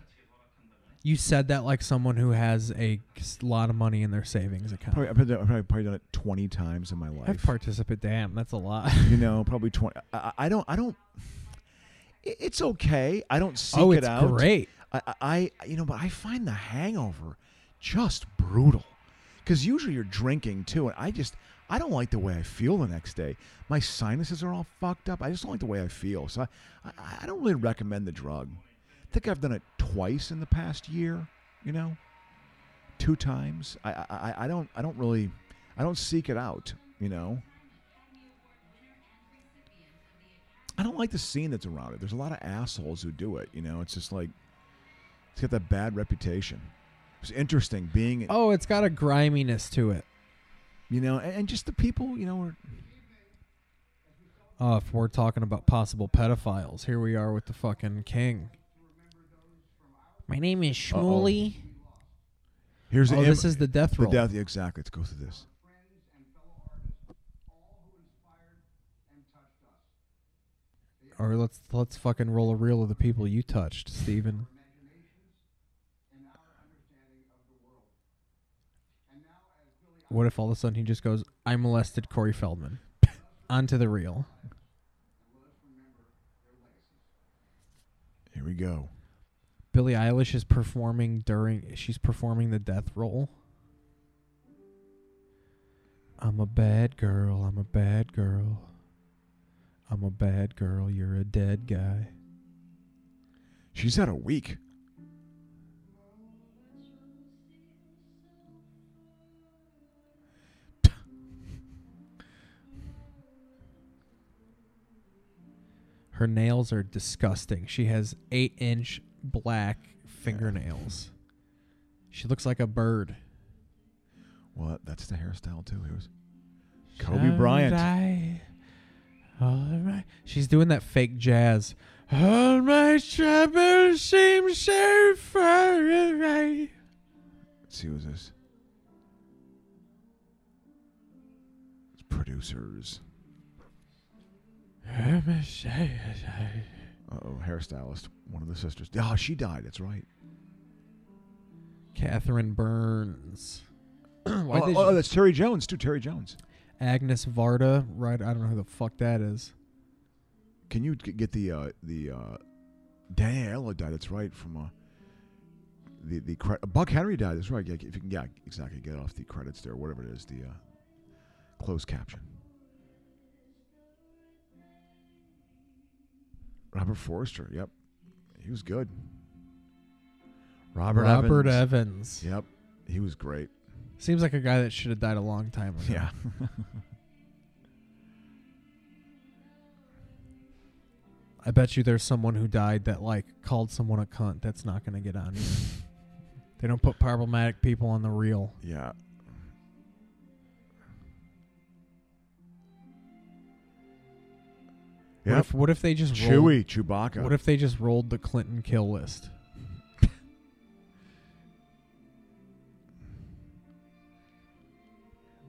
Speaker 2: You said that like someone who has a s- lot of money in their savings account.
Speaker 3: Probably, I've probably done- I've probably done it twenty times in my life.
Speaker 2: I've participated. Damn, that's a lot.
Speaker 3: you know, probably twenty. I- I, I don't. I don't. i- It's okay. I don't seek
Speaker 2: Oh,
Speaker 3: it
Speaker 2: it's
Speaker 3: out.
Speaker 2: great.
Speaker 3: I, I, I- you know, but I find the hangover just brutal because usually you're drinking too, and I just I don't like the way I feel the next day. My sinuses are all fucked up. I just don't like the way I feel. So I, I, I don't really recommend the drug. I think I've done it twice in the past year. You know, two times. I, I, I- I don't, I don't really, I don't seek it out. You know. I don't like the scene that's around it. There's a lot of assholes who do it. You know, it's just like it's got that bad reputation. It's interesting being,
Speaker 2: oh, it's got a griminess to it.
Speaker 3: you know, and, and just the people, you know, are
Speaker 2: Oh, if we're talking about possible pedophiles, here we are with the fucking king. My name is Shmuley.
Speaker 3: here's
Speaker 2: Oh,
Speaker 3: the im-
Speaker 2: this is the death roll.
Speaker 3: The death, exactly. Let's go through this.
Speaker 2: Or let's let's fucking roll a reel of the people you touched, Steven. What if all of a sudden he just goes, I molested Corey Feldman? Onto the reel.
Speaker 3: Here we go.
Speaker 2: Billie Eilish is performing during she's performing the death roll. I'm a bad girl, I'm a bad girl. I'm a bad girl, you're a dead guy.
Speaker 3: She's had a week.
Speaker 2: Her nails are disgusting. She has 8-inch black fingernails. She looks like a bird.
Speaker 3: Well, that's the hairstyle too. Here's Kobe Bryant.
Speaker 2: Someday, all right. She's doing that fake jazz. All my troubles seem so far away.
Speaker 3: Let's see who's this. It's producers.
Speaker 2: I'm a sad-
Speaker 3: Uh oh, hairstylist. One of the sisters. Ah, she died. That's right.
Speaker 2: Catherine Burns. Why
Speaker 3: Oh,
Speaker 2: did
Speaker 3: oh,
Speaker 2: you-
Speaker 3: that's Terry Jones too. Terry Jones.
Speaker 2: Agnes Varda, right? I don't know who the fuck that is.
Speaker 3: Can you g- get the uh, the uh, Danny Aiello died? That's right from uh, the the cre- Buck Henry died. That's right. Yeah, if you can, yeah, exactly. Get off the credits there, whatever it is. The uh, closed caption. Robert Forster. Yep, he was good. Robert.
Speaker 2: Robert
Speaker 3: Evans.
Speaker 2: Evans.
Speaker 3: Yep, he was great.
Speaker 2: Seems like a guy that should have died a long time ago.
Speaker 3: Yeah.
Speaker 2: I bet you there's someone who died that like called someone a cunt. That's not gonna get on. Either. they don't put problematic people on the reel.
Speaker 3: Yeah.
Speaker 2: What if what if they just rolled,
Speaker 3: Chewy Chewbacca.
Speaker 2: What if they just rolled the Clinton kill list?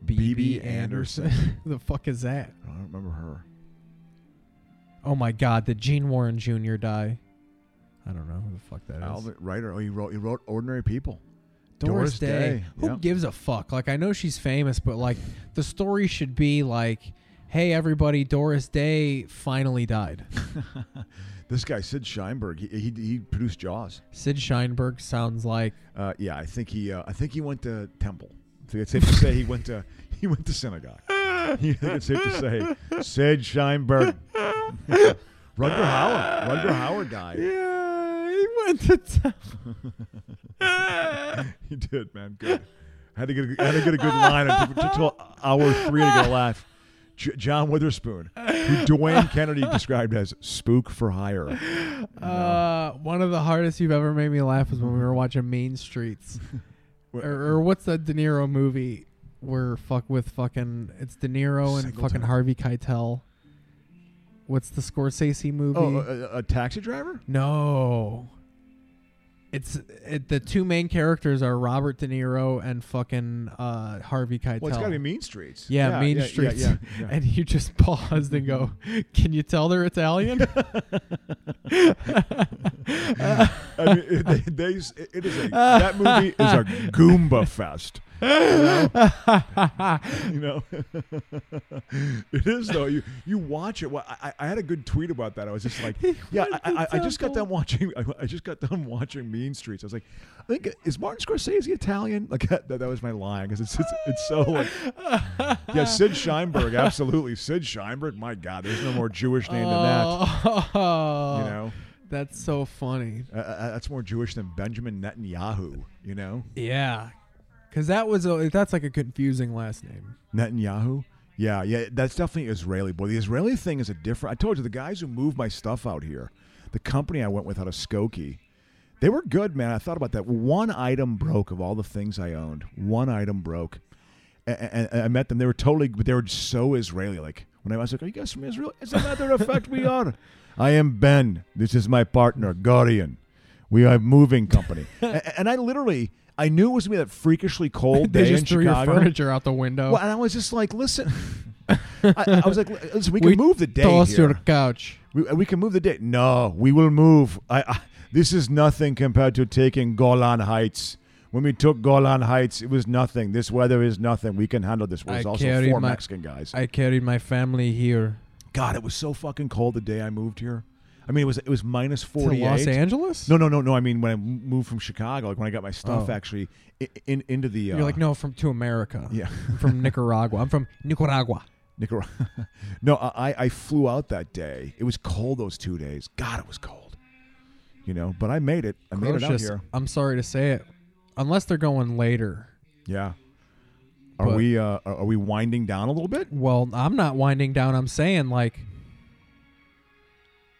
Speaker 3: B.B. Anderson.
Speaker 2: the fuck is that?
Speaker 3: I don't remember her.
Speaker 2: Oh my god, did Gene Warren Jr. die? I don't know who the fuck that is.
Speaker 3: Albert Writer. Oh, he wrote. He wrote Ordinary People.
Speaker 2: Doris,
Speaker 3: Doris
Speaker 2: Day.
Speaker 3: Day,
Speaker 2: Who
Speaker 3: yeah.
Speaker 2: gives a fuck? Like I know she's famous, but like the story should be like, "Hey everybody, Doris Day finally died."
Speaker 3: This guy Sid Sheinberg. He he, he produced Jaws.
Speaker 2: Sid Sheinberg sounds like
Speaker 3: Uh, yeah, I think he. Uh, I think he went to temple. I think it's safe to say he went to he went to synagogue. I think it's safe to say Sid Sheinberg. Rudger Hauer. Rudger Hauer died.
Speaker 2: Yeah, he went to town.
Speaker 3: He did, man. Good. Had to get a, had to get a good line. It took, took till hour three to get a laugh. J- John Witherspoon, who Dwayne Kennedy described as spook for hire.
Speaker 2: Uh, one of the hardest you've ever made me laugh was when we were watching Mean Streets, or, or what's that De Niro movie where fuck with fucking it's De Niro and
Speaker 3: Singleton.
Speaker 2: fucking Harvey Keitel. Oh,
Speaker 3: uh,
Speaker 2: What's the Scorsese movie?
Speaker 3: Oh, a, a- a taxi driver?
Speaker 2: no, It's it, the two main characters are Robert De Niro and fucking uh, Harvey Keitel.
Speaker 3: Well, it's got to be Mean Streets.
Speaker 2: Yeah, Mean
Speaker 3: yeah,
Speaker 2: Streets.
Speaker 3: Yeah, yeah, yeah.
Speaker 2: And you just paused and go, "Can you tell they're Italian?"
Speaker 3: I mean, it, they, they, it is a, that movie is a Goomba fest. You know, it is though. You you watch it. Well, I, I had a good tweet about that. I was just like, yeah, I, I, I just got done watching. I, I just got done watching Mean Streets. I was like, I think is Martin Scorsese Italian? Like that, that was my line because it's, it's it's so like, yeah, Sid Sheinberg, absolutely, Sid Sheinberg. My God, there's no more Jewish name than that.
Speaker 2: Oh,
Speaker 3: You know.
Speaker 2: that's so funny.
Speaker 3: Uh, Uh, that's more Jewish than Benjamin Netanyahu, you know?
Speaker 2: Yeah, because that was a that's like a confusing last name.
Speaker 3: Netanyahu? Yeah, yeah, that's definitely Israeli. Boy, the Israeli thing is a different. I told you, the guys who moved my stuff out here, the company I went with out of Skokie, they were good, man. I thought about that. One item broke of all the things I owned. One item broke. And, and, and I met them. They were totally, but they were so Israeli. Like, when I was like, are you guys from Israel? As a matter of fact, we are. I am Ben. This is my partner, Guardian. We are a moving company. and, and I literally, I knew it was going to be that freakishly cold day
Speaker 2: They just
Speaker 3: in
Speaker 2: threw
Speaker 3: Chicago.
Speaker 2: your furniture out the window.
Speaker 3: Well, and I was just like, listen, I, I was like, listen, we can
Speaker 2: We
Speaker 3: move the day
Speaker 2: Toss
Speaker 3: here.
Speaker 2: your couch.
Speaker 3: We, uh, we can move the day. No, we will move. I, I this is nothing compared to taking Golan Heights. When we took Golan Heights, it was nothing. This weather is nothing. We can handle this. Well,
Speaker 2: I
Speaker 3: There's also
Speaker 2: carried
Speaker 3: four
Speaker 2: my-
Speaker 3: Mexican guys.
Speaker 2: I carried my family here
Speaker 3: God, it was so fucking cold the day I moved here. I mean, it was it was minus
Speaker 2: to
Speaker 3: forty.
Speaker 2: Los Angeles.
Speaker 3: No, no, no, no. I mean, when I m- moved from Chicago, like when I got my stuff
Speaker 2: Oh.
Speaker 3: actually in, in into the. Uh,
Speaker 2: You're like, no, from to America.
Speaker 3: Yeah.
Speaker 2: I'm from Nicaragua. I'm from Nicaragua.
Speaker 3: Nicaragua. no, I, I flew out that day. It was cold those two days. God, it was cold. You know, but I made it. I made it out
Speaker 2: Atrocious.
Speaker 3: here.
Speaker 2: I'm sorry to say it. Unless they're going later.
Speaker 3: Yeah. Are
Speaker 2: But-
Speaker 3: we uh, are are we winding down a little bit?
Speaker 2: Well, I'm not winding down. I'm saying, like,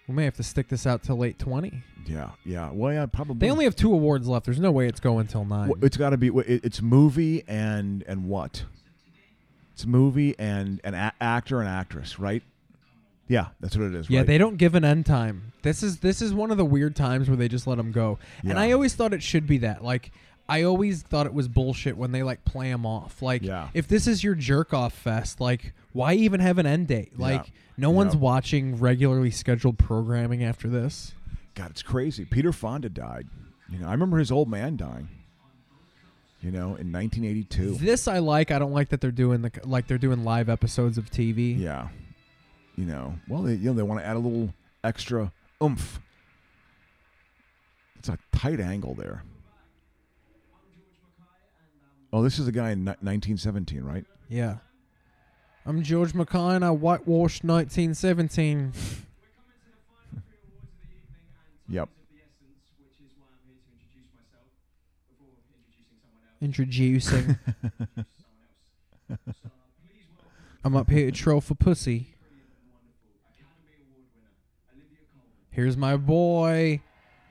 Speaker 2: we may have to stick this out till late 20.
Speaker 3: Yeah, yeah. Well, yeah, probably.
Speaker 2: They only have two awards left. There's no way it's going till 9.
Speaker 3: Hmm. Well, It's got to be. well, it- It's movie and and what? It's movie and an a- actor and actress, right? Yeah, that's what it is.
Speaker 2: yeah,
Speaker 3: right?
Speaker 2: they don't give an end time. This is this is one of the weird times where they just let them go. And
Speaker 3: Yeah.
Speaker 2: I always thought it should be that. Like I always thought it was bullshit when they like play them off. Like
Speaker 3: Yeah.
Speaker 2: if this is your jerk off fest, like why even have an end date? Like no one's
Speaker 3: Yeah.
Speaker 2: watching regularly scheduled programming after this.
Speaker 3: God, it's crazy. Peter Fonda died. You know, I remember his old man dying. You know, in 1982.
Speaker 2: This I like. I don't like that they're doing the like they're doing live episodes of TV.
Speaker 3: Yeah. You know, well, they, you know, they want to add a little extra oomph. It's a tight angle there. Oh, this is a guy in ni- 1917, right?
Speaker 2: Yeah. I'm George McKay and I whitewashed 1917.
Speaker 3: Yep.
Speaker 2: Introducing. I'm up here to troll for pussy. Here's my boy.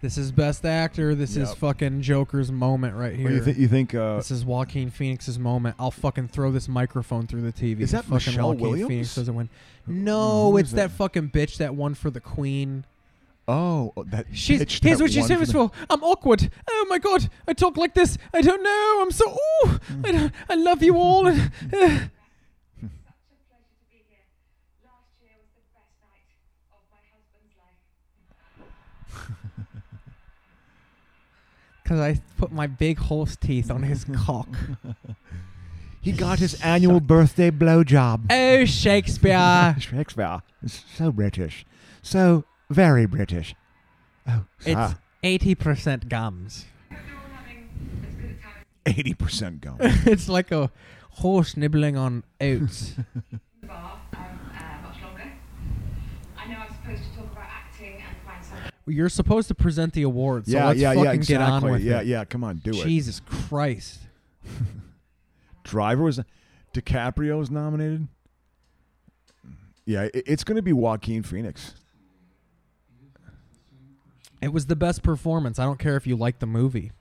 Speaker 2: This is best actor. This is
Speaker 3: Yep.
Speaker 2: fucking Joker's moment right here.
Speaker 3: Well, you, th- you think uh,
Speaker 2: this is Joaquin Phoenix's moment. I'll fucking throw this microphone through the TV.
Speaker 3: Is that
Speaker 2: if fucking
Speaker 3: Michelle
Speaker 2: Joaquin
Speaker 3: Williams?
Speaker 2: Phoenix doesn't win. No,
Speaker 3: who
Speaker 2: it's
Speaker 3: is
Speaker 2: that
Speaker 3: it?
Speaker 2: fucking bitch that won for the Queen.
Speaker 3: oh oh, that
Speaker 2: She's
Speaker 3: bitch
Speaker 2: here's
Speaker 3: that
Speaker 2: what she
Speaker 3: won
Speaker 2: said
Speaker 3: for
Speaker 2: was for.
Speaker 3: the-
Speaker 2: I'm awkward. Oh my god, I talk like this. I don't know. I'm so ooh. I, don't- I love you all. And, uh,
Speaker 6: Such a pleasure to be here. Last year was the best night of my husband's life.
Speaker 2: Because I put my big horse teeth on his cock.
Speaker 3: he got his annual birthday blowjob.
Speaker 2: Oh, Shakespeare.
Speaker 3: Shakespeare is so British, so very British. Oh,
Speaker 2: It's 80% gums.
Speaker 6: They're all having as good a time as
Speaker 3: eighty percent gone.
Speaker 2: it's like a horse nibbling on oats.
Speaker 6: the bar um, uh, much longer. I know I'm supposed to talk about acting and find something
Speaker 2: You're supposed to present the awards. So
Speaker 3: yeah,
Speaker 2: let's
Speaker 3: yeah,
Speaker 2: fucking
Speaker 3: yeah, exactly.
Speaker 2: get on with
Speaker 3: yeah,
Speaker 2: it.
Speaker 3: yeah. Come on, do it.
Speaker 2: Jesus Christ.
Speaker 3: Driver was DiCaprio was nominated. Yeah, it, it's going to be Joaquin Phoenix.
Speaker 2: It was the best performance. I don't care if you like the movie.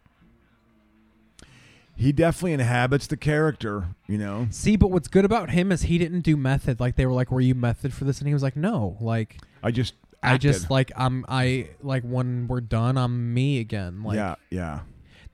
Speaker 3: He definitely inhabits the character, you know.
Speaker 2: See, but what's good about him is he didn't do method. Like they were like, "Were you method for this?" And he was like, "No." Like
Speaker 3: I just
Speaker 2: I just
Speaker 3: acted.
Speaker 2: like I'm I like when we're done, I'm me again. Like
Speaker 3: yeah, yeah.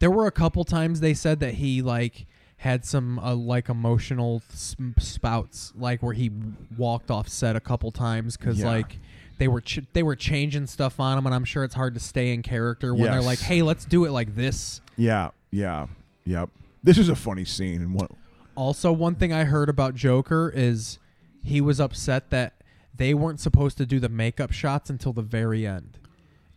Speaker 2: there were a couple times they said that he like had some uh, like emotional s- spouts like where he walked off set a couple times cuz
Speaker 3: Yeah.
Speaker 2: like they were ch- they were changing stuff on him and I'm sure it's hard to stay in character when they're
Speaker 3: Yes.
Speaker 2: like hey let's do it like this
Speaker 3: Yeah, yeah, yep. This is a funny scene, and what?
Speaker 2: Also, one thing I heard about Joker is he was upset that they weren't supposed to do the makeup shots until the very end.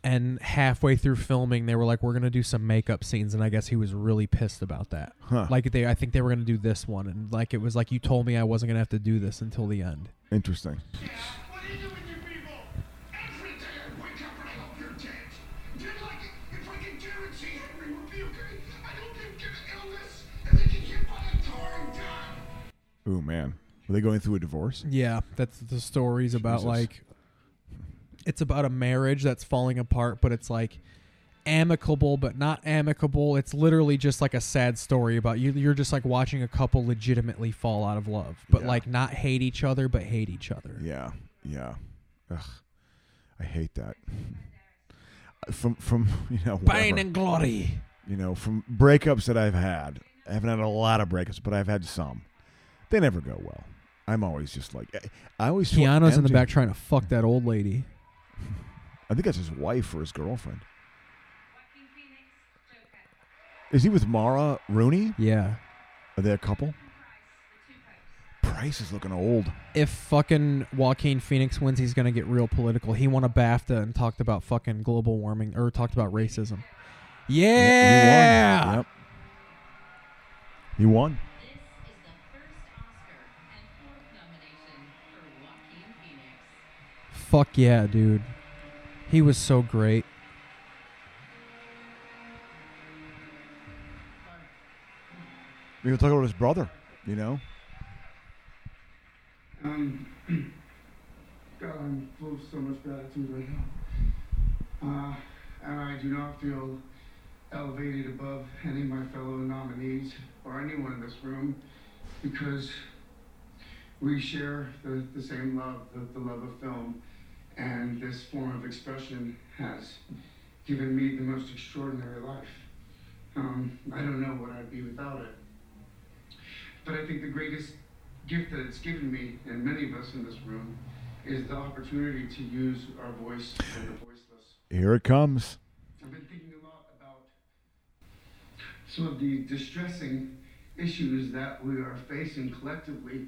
Speaker 2: And halfway through filming, they were like, "We're gonna do some makeup scenes," and I guess he was really pissed about that.
Speaker 3: Huh.
Speaker 2: Like they, I think they were gonna do this one, and like it was like you told me I wasn't gonna have to do this until the end.
Speaker 3: Interesting.
Speaker 4: What are you doing, you people? Every day I wake up and I hope you're dead. You're like, if I can guarantee Henry would be okay, I don't give him illness and they get hit by a car and die.
Speaker 3: Ooh man, were they going through a divorce?
Speaker 2: Yeah, that's the stories about
Speaker 3: Jesus.
Speaker 2: like it's about a marriage that's falling apart, but it's like amicable but not amicable. It's literally just like a sad story about you you're just like watching a couple legitimately fall out of love, but
Speaker 3: Yeah.
Speaker 2: like not hate each other but hate each other.
Speaker 3: Yeah, yeah. Ugh, I hate that. From from you know
Speaker 2: Pain
Speaker 3: whatever.
Speaker 2: and glory.
Speaker 3: you know, from breakups that I've had, I haven't had a lot of breakups, but I've had some. They never go well. I'm always just like, eh, I, I always. feel
Speaker 2: Keanu's in the
Speaker 3: empty.
Speaker 2: back trying to fuck that old lady.
Speaker 3: I think that's his wife or his girlfriend. Is he with Mara Rooney?
Speaker 2: Yeah.
Speaker 3: Are they a couple? Price is looking old.
Speaker 2: If fucking Joaquin Phoenix wins, he's gonna get real political. He won a BAFTA and talked about fucking global warming or talked about racism. Yeah.
Speaker 3: He won. Yep. He won.
Speaker 2: Fuck yeah, dude. He was so great.
Speaker 3: We were talking about his brother, you know?
Speaker 11: Um, God, I'm full of so much gratitude right now. Uh, and I do not feel elevated above any of my fellow nominees or anyone in this room because we share the, the same love, the, the love of film, and this form of expression has given me the most extraordinary life. Um, I don't know what I'd be without it. But I think the greatest gift that it's given me, and many of us in this room, is the opportunity to use our voice and the voiceless.
Speaker 3: Here it comes.
Speaker 11: I've been thinking a lot about some of the distressing issues that we are facing collectively.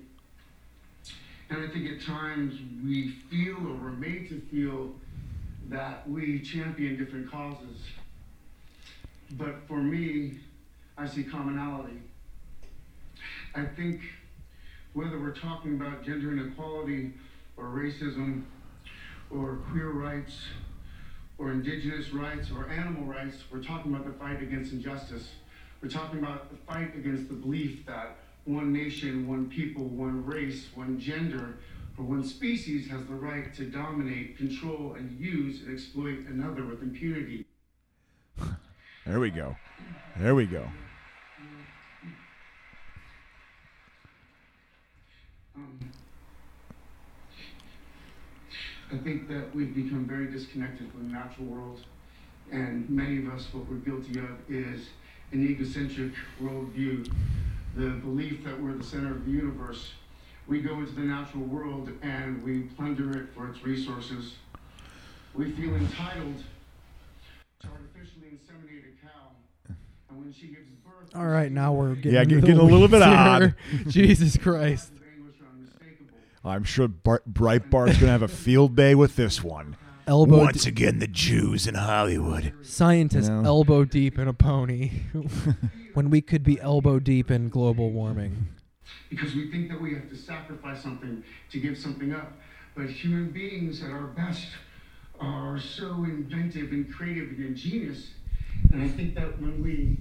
Speaker 11: And I think at times we feel or we're made to feel that we champion different causes. But for me, I see commonality. I think whether we're talking about gender inequality or racism or queer rights or indigenous rights or animal rights, we're talking about the fight against injustice. We're talking about the fight against the belief that one nation, one people, one race, one gender, or one species has the right to dominate, control, and use and exploit another with impunity.
Speaker 3: There we go. There we go.
Speaker 11: Um, I think that we've become very disconnected from the natural world, and many of us, what we're guilty of is an egocentric worldview, the belief that we're the center of the universe. We go into the natural world and we plunder it for its resources. We feel entitled to artificially inseminate a cow, and when she gives birth,
Speaker 2: All right, now we're getting
Speaker 3: Yeah, get- getting a little bit
Speaker 2: weeds
Speaker 3: odd.
Speaker 2: here. Jesus Christ.
Speaker 3: I'm sure Bart, Breitbart's going to have a field day with this one.
Speaker 2: Elbow
Speaker 3: Once
Speaker 2: d-
Speaker 3: again, the Jews in Hollywood.
Speaker 2: Scientists
Speaker 3: No.
Speaker 2: elbow deep in a pony when we could be elbow deep in global warming.
Speaker 11: because we think that we have to sacrifice something to give something up. But human beings at our best are so inventive and creative and ingenious. And I think that when we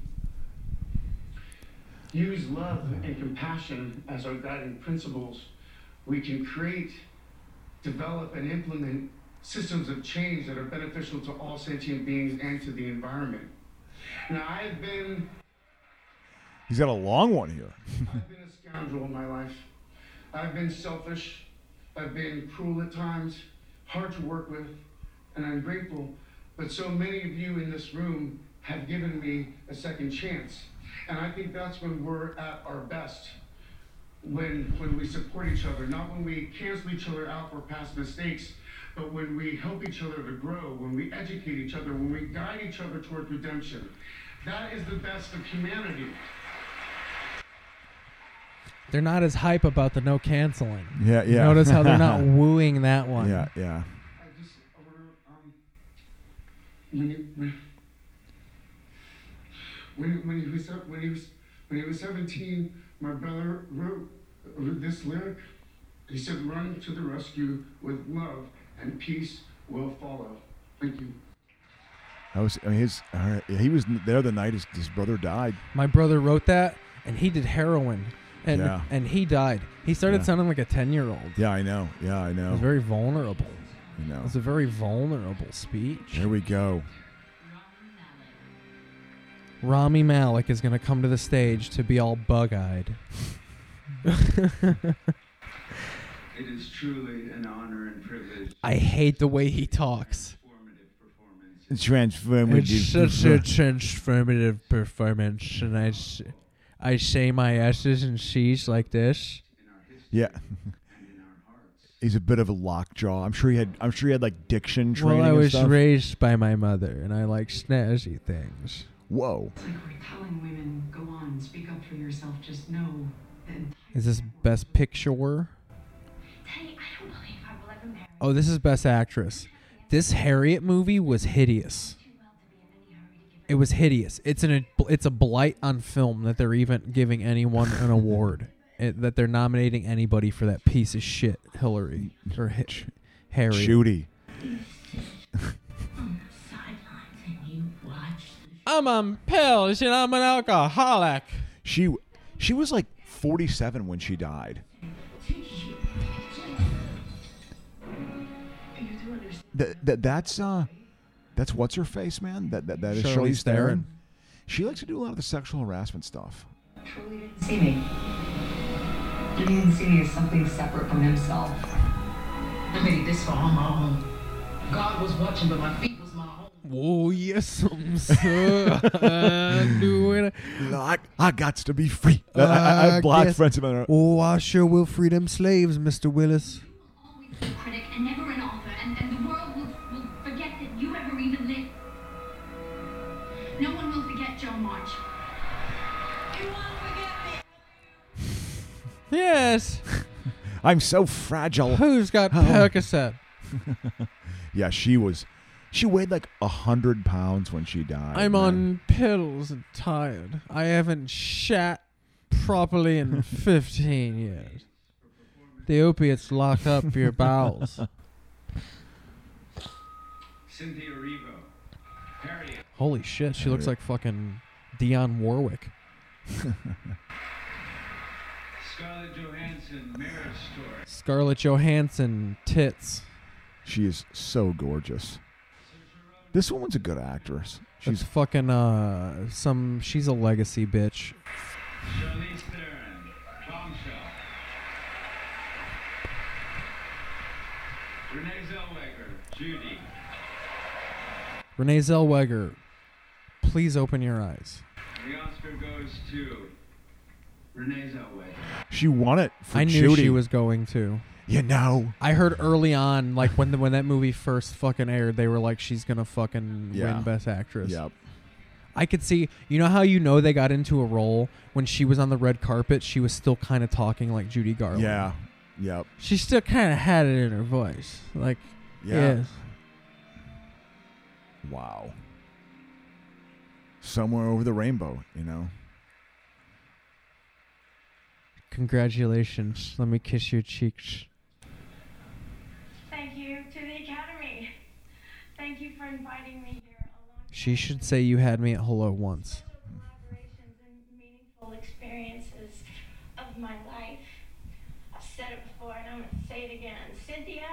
Speaker 11: use love and compassion as our guiding principles, we can create, develop, and implement systems of change that are beneficial to all sentient beings and to the environment. Now, I've been
Speaker 3: He's got a long one here.
Speaker 11: I've been a scoundrel in my life. I've been selfish. I've been cruel at times, hard to work with, and I'm grateful. But so many of you in this room have given me a second chance. And I think that's when we're at our best when when we support each other, not when we cancel each other out for past mistakes, but when we help each other to grow, when we educate each other, when we guide each other toward redemption. That is the best of humanity.
Speaker 2: They're not as hype about the no canceling.
Speaker 3: Yeah, yeah.
Speaker 2: Notice how they're not wooing that one.
Speaker 3: Yeah, yeah.
Speaker 11: When you, when, when, when he was se- when he was when he was 17, my brother wrote this lyric. He said, "Run to the rescue with love, and peace will follow." Thank you.
Speaker 3: I was I mean, his. all right, yeah, He was n- there the night his, his brother died.
Speaker 2: My brother wrote that, and he did heroin, and
Speaker 3: Yeah.
Speaker 2: and he died. He started
Speaker 3: Yeah.
Speaker 2: sounding like a ten year old.
Speaker 3: Yeah, I know. Yeah, I know.
Speaker 2: It was very vulnerable.
Speaker 3: I know.
Speaker 2: It's a very vulnerable speech.
Speaker 3: Here we go.
Speaker 2: Rami Malik is going to come to the stage to be all bug eyed.
Speaker 12: It is truly an honor and privilege.
Speaker 2: I hate the way he talks.
Speaker 3: Transformative.
Speaker 2: It's such a transformative performance, and I, s- I say my S's and C's like this.
Speaker 3: yeah. He's a bit of a lockjaw. I'm sure he had. I'm sure he had like diction training.
Speaker 2: well, I
Speaker 3: and
Speaker 2: was
Speaker 3: stuff.
Speaker 2: raised by my mother, and I like snazzy things.
Speaker 3: Whoa.
Speaker 13: It's like we're telling women, go on, speak up for yourself, just know. And
Speaker 2: Is this Best Picture? Oh, this is Best Actress. This Harriet movie was hideous. It was hideous. It's an it's a blight on film that they're even giving anyone an award, it, that they're nominating anybody for that piece of shit Hillary or Hitch, Harry.
Speaker 3: Judy.
Speaker 2: I'm on pills and I'm an alcoholic.
Speaker 3: She she was like 47 when she died. That, that that's uh that's what's her face, man. That that, that is
Speaker 2: Charlize
Speaker 3: Charlize Theron.
Speaker 2: Theron.
Speaker 3: She likes to do a lot of the sexual harassment stuff.
Speaker 13: see me. He didn't see me as something separate from himself. I made this for all my own. God was watching, but my feet was my home.
Speaker 2: Oh yes, I'm so I'm doing.
Speaker 3: No, I, I got to be free. I, I, I have black friends of mine.
Speaker 2: Oh, I sure will free them slaves, Mister Willis.
Speaker 14: critic and never an author, and, and the world will, will forget that you ever even lived. No one will forget Joe March.
Speaker 2: Yes.
Speaker 3: I'm so fragile.
Speaker 2: Who's got Percocet?
Speaker 3: yeah, she was. She weighed like a hundred pounds when she died.
Speaker 2: I'm
Speaker 3: man.
Speaker 2: on pills and tired. I haven't shat properly in 15 years. The opiates lock up your bowels.
Speaker 12: Cynthia Revo, Harriet,
Speaker 2: Holy shit, she looks like fucking Dion Warwick.
Speaker 12: Scarlett Johansson, Marriage Story,
Speaker 2: Scarlett Johansson tits.
Speaker 3: She is so gorgeous. This woman's a good actress.
Speaker 2: She's
Speaker 3: She's
Speaker 2: fucking uh some she's a legacy bitch.
Speaker 12: Charlize Theron, Bombshell, Renee Zellweger, Judy,
Speaker 2: Renee Zellweger, please open your eyes.
Speaker 12: the Oscar goes to Renee Zellweger.
Speaker 3: she won it. For
Speaker 2: I knew
Speaker 3: Judy.
Speaker 2: she was going to.
Speaker 3: You know.
Speaker 2: I heard early on, like when the, when that movie first fucking aired, they were like, "She's gonna fucking
Speaker 3: Yeah.
Speaker 2: win Best Actress."
Speaker 3: Yep.
Speaker 2: I could see. You know how you know they got into a role when she was on the red carpet. She was still kind of talking like Judy Garland.
Speaker 3: Yeah. Yep.
Speaker 2: She still kind of had it in her voice. Like,
Speaker 3: Yeah.
Speaker 2: yes.
Speaker 3: Wow. Somewhere over the rainbow, you know.
Speaker 2: Congratulations. Let me kiss your cheeks.
Speaker 15: Thank you to the Academy. Thank you for inviting me here.
Speaker 2: She should say you had me at hello once.
Speaker 15: Full experiences of my life. I've said it before and I'm going to say it again. Cynthia,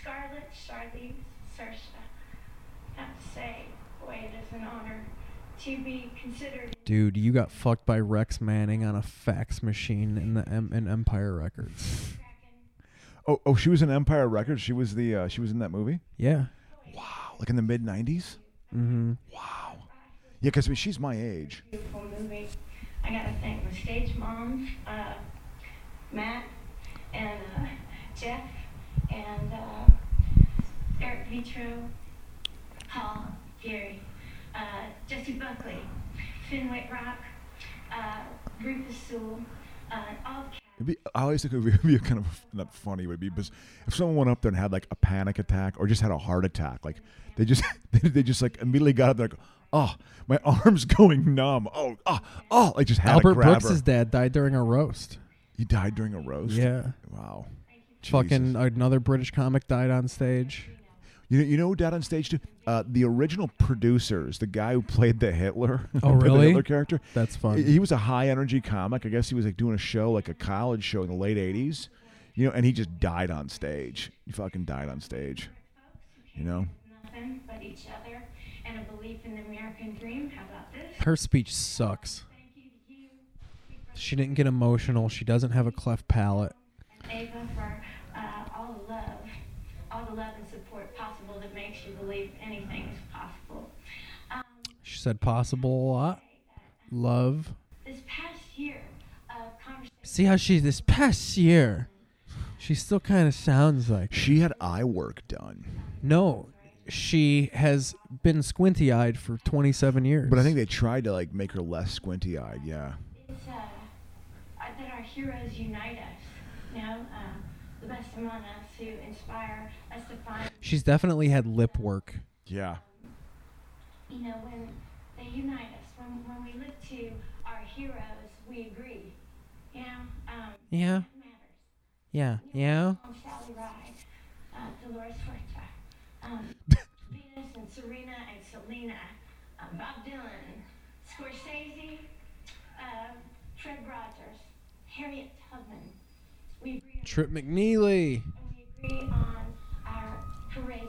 Speaker 15: Scarlett, Charlene, Sersha. I have to say, boy, it is an honor to be considered.
Speaker 2: Dude, you got fucked by Rex Manning on a fax machine in the M- in Empire Records.
Speaker 3: Oh, oh, she was in Empire Records. She was the uh, she was in that movie.
Speaker 2: Yeah.
Speaker 3: Wow, like in the mid '90s.
Speaker 2: Mm-hmm.
Speaker 3: Wow. Yeah, because I mean, she's my age.
Speaker 15: Beautiful movie. I gotta thank my stage mom, uh, Matt, and uh, Jeff, and uh, Eric Vitro, Paul, Gary, uh, Jesse Buckley, Finn Whitrock, uh, Rufus Sewell, uh, all the
Speaker 3: It'd be, I always think it would be kind of not funny. It would be bus- if someone went up there and had like a panic attack or just had a heart attack. Like they just they, they just like immediately got up there. Like, oh, my arm's going numb. Oh, oh, oh! Like just had
Speaker 2: Albert
Speaker 3: to grab
Speaker 2: Brooks's
Speaker 3: her.
Speaker 2: dad died during a roast.
Speaker 3: He died during a roast.
Speaker 2: Yeah.
Speaker 3: Wow.
Speaker 2: Fucking another British comic died on stage.
Speaker 3: You know, you know who died on stage too? Uh, the original producers, the guy who played the Hitler.
Speaker 2: Oh,
Speaker 3: played
Speaker 2: really?
Speaker 3: The Hitler character.
Speaker 2: That's fun.
Speaker 3: He he was a high energy comic. I guess he was like doing a show, like a college show in the late '80s. You know, and he just died on stage. He fucking died on stage. You know.
Speaker 15: nothing but each other and a belief in the American dream. How about this?
Speaker 2: Her speech sucks. She didn't get emotional. She doesn't have a cleft palate.
Speaker 15: Ava, for uh, all the love, all the love and support possible that makes you believe anything is possible. Um,
Speaker 2: She said possible a lot. Love.
Speaker 15: this past year of conversation,
Speaker 2: See how she this past year, she still kind of sounds like
Speaker 3: she had eye work done.
Speaker 2: No, she has been squinty eyed for 27 years.
Speaker 3: But I think they tried to like make her less squinty eyed. Yeah.
Speaker 15: it's uh, uh, that our heroes unite us. You know, um, the best among us who inspire us to find.
Speaker 2: she's definitely had lip work.
Speaker 3: Yeah.
Speaker 15: you know, when they unite us, when, when we look to our heroes, we agree. You know, um,
Speaker 2: Yeah. Yeah. Yeah.
Speaker 15: on Sally Ride, Oh, uh, Dolores Huerta, um, Venus and Serena and Selena, uh, Bob Dylan, Scorsese, uh, Fred Rogers, Harriet Tubman. We agree
Speaker 2: Trip McNeely.
Speaker 15: agree on our courageous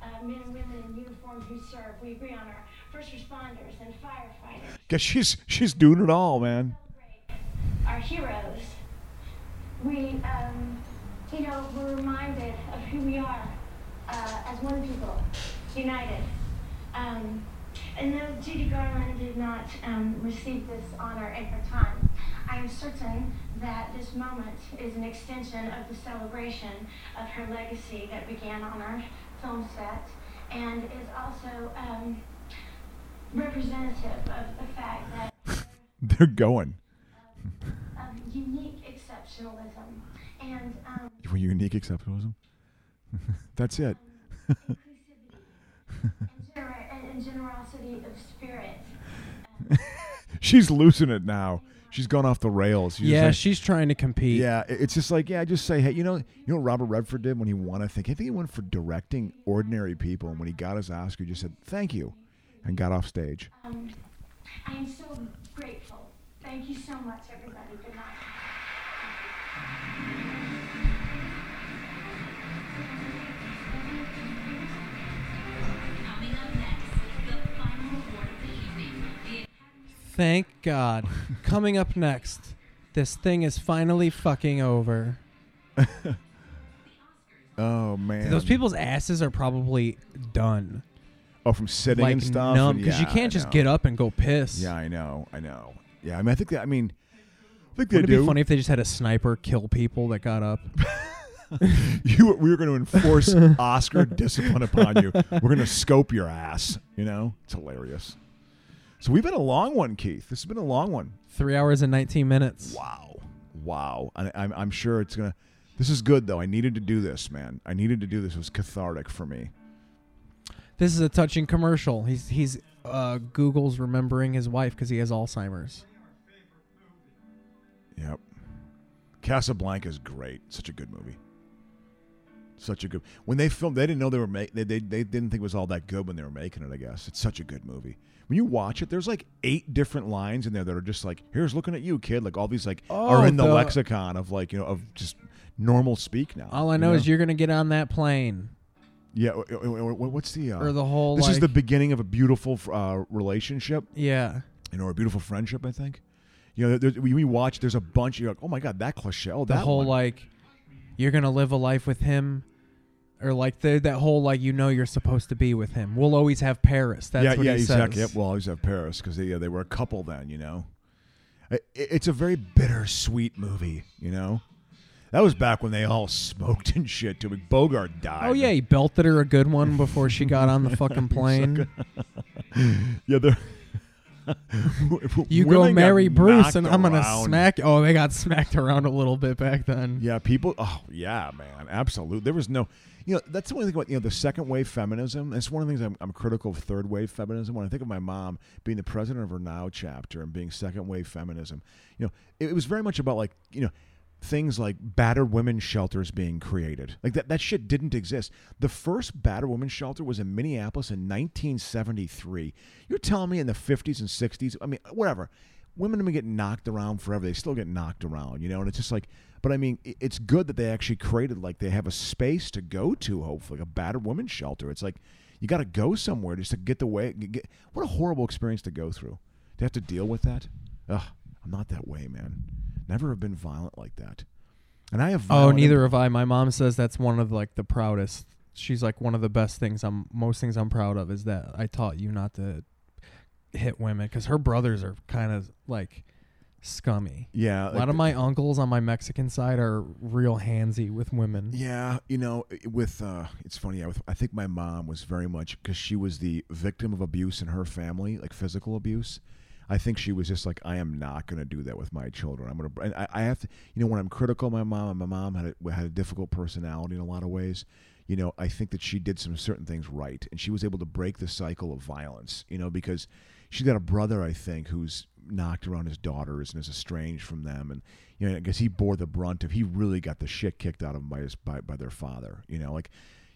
Speaker 15: uh, men, women in uniform who serve. We agree on our first responders and firefighters,
Speaker 3: Cause she's she's doing it all, man.
Speaker 15: our heroes. We, um, you know, we're reminded of who we are uh, as one people, united. Um, and though Judy Garland did not um, receive this honor at her time, I am certain that this moment is an extension of the celebration of her legacy that began on our film set and is also um, representative of the fact that
Speaker 3: They're going.
Speaker 15: of um, unique exceptionalism and um,
Speaker 3: Your unique exceptionalism. That's it.
Speaker 15: gener- and, and generosity of spirit.
Speaker 3: she's losing it now. She's gone off the rails. She's just
Speaker 2: Yeah,
Speaker 3: like-
Speaker 2: she's trying to compete.
Speaker 3: Yeah, i- it's just like yeah, just say hey, you know, you know what Robert Redford did when he won. I think I think he won for directing Ordinary People, and when he got his Oscar, he just said thank you, and got off stage.
Speaker 15: Um, I am so grateful. Thank you so much, everybody. Good night.
Speaker 2: Thank God. Coming up next, this thing is finally fucking over.
Speaker 3: Oh man,
Speaker 2: Those people's asses are probably done.
Speaker 3: Oh, from sitting
Speaker 2: like
Speaker 3: and stuff.
Speaker 2: numb
Speaker 3: and-
Speaker 2: because you
Speaker 3: yeah,
Speaker 2: can't
Speaker 3: I
Speaker 2: just
Speaker 3: know.
Speaker 2: get up and go piss.
Speaker 3: Yeah, I know, I know. Yeah, I mean, I think that. I mean, I think they
Speaker 2: Wouldn't it
Speaker 3: do.
Speaker 2: be funny if they just had a sniper kill people that got up?
Speaker 3: you, we were going to enforce Oscar discipline upon you. We're going to scope your ass. You know, it's hilarious. So we've had a long one, Keith. This has been a long one.
Speaker 2: Three hours and 19 minutes.
Speaker 3: Wow, wow. I, I'm, I'm sure it's gonna. This is good though. I needed to do this, man. I needed to do this. It was cathartic for me.
Speaker 2: This is a touching commercial. He's he's uh, Google's remembering his wife because he has Alzheimer's.
Speaker 3: Yep. Casablanca is great. Such a good movie. Such a good. When they filmed, they didn't know they were making. They, they they didn't think it was all that good when they were making it. I guess it's such a good movie. When you watch it, there's like eight different lines in there that are just like, "Here's looking at you, kid." Like all these like
Speaker 2: Oh,
Speaker 3: are in the,
Speaker 2: the-
Speaker 3: lexicon of like you know of just normal speak now.
Speaker 2: All I know is you're gonna get on that plane.
Speaker 3: Yeah, wh- wh- wh- wh- what's the uh,
Speaker 2: Or the whole,
Speaker 3: This is the
Speaker 2: like-
Speaker 3: beginning of a beautiful uh, relationship.
Speaker 2: Yeah.
Speaker 3: you know, or a beautiful friendship. I think. You know, there, there- we we watch. There's a bunch. You're like, oh my god, that cliche. Oh,
Speaker 2: The
Speaker 3: that
Speaker 2: whole
Speaker 3: one.
Speaker 2: like, you're gonna live a life with him, or like the, that whole like you know you're supposed to be with him. We'll always have Paris. That's
Speaker 3: yeah,
Speaker 2: what
Speaker 3: yeah,
Speaker 2: he
Speaker 3: exactly.
Speaker 2: says.
Speaker 3: Yep, we'll always have Paris because they, yeah, they were a couple then, you know. I- i- It's a very bittersweet movie, you know. That was back when they all smoked and shit too. Bogart died.
Speaker 2: Oh yeah, he belted her a good one before she got on the fucking plane.
Speaker 3: yeah, they're.
Speaker 2: You go
Speaker 3: Women got
Speaker 2: marry Bruce, and
Speaker 3: knocked
Speaker 2: I'm gonna
Speaker 3: around.
Speaker 2: smack. Oh, they got smacked around a little bit back then.
Speaker 3: Yeah, people. Oh, yeah, man, absolutely. There was no, you know, that's the one thing about you know the second wave feminism. That's one of the things I'm, I'm critical of third wave feminism. When I think of my mom being the president of her Now chapter and being second wave feminism, you know, it, it was very much about like you know things like battered women's shelters being created. Like that that shit didn't exist. The first battered women's shelter was in Minneapolis in 1973. You're telling me in the 50s and 60s, I mean, whatever women have been getting knocked around forever. They still get knocked around, you know. And it's just like, but I mean, i- it's good that they actually created like they have a space to go to. Hopefully, a battered women's shelter. It's like you got to go somewhere just to get the way. Get, what a horrible experience to go through. To have to deal with that. Ugh, I'm not that way, man. Never have been violent like that. And I have.
Speaker 2: Oh,
Speaker 3: violent-
Speaker 2: neither have I. My mom says that's one of like the proudest. She's like one of the best things. I'm most things I'm proud of is that I taught you not to hit women because her brothers are kind of like scummy.
Speaker 3: Yeah,
Speaker 2: a
Speaker 3: like
Speaker 2: lot of
Speaker 3: the-
Speaker 2: my uncles on my Mexican side are real handsy with women.
Speaker 3: Yeah, you know, i- with uh, it's funny. I, with, I think my mom was very much because she was the victim of abuse in her family, like physical abuse. I think she was just like, I am not going to do that with my children. I'm going to, and I, I have to, you know, when I'm critical of my mom, and my mom had a, had a difficult personality in a lot of ways. You know, I think that she did some certain things right, and she was able to break the cycle of violence. You know, because she's got a brother, I think, who's knocked around his daughters and is estranged from them, and you know, I guess he bore the brunt of. He really got the shit kicked out of him by his by, by their father. You know, like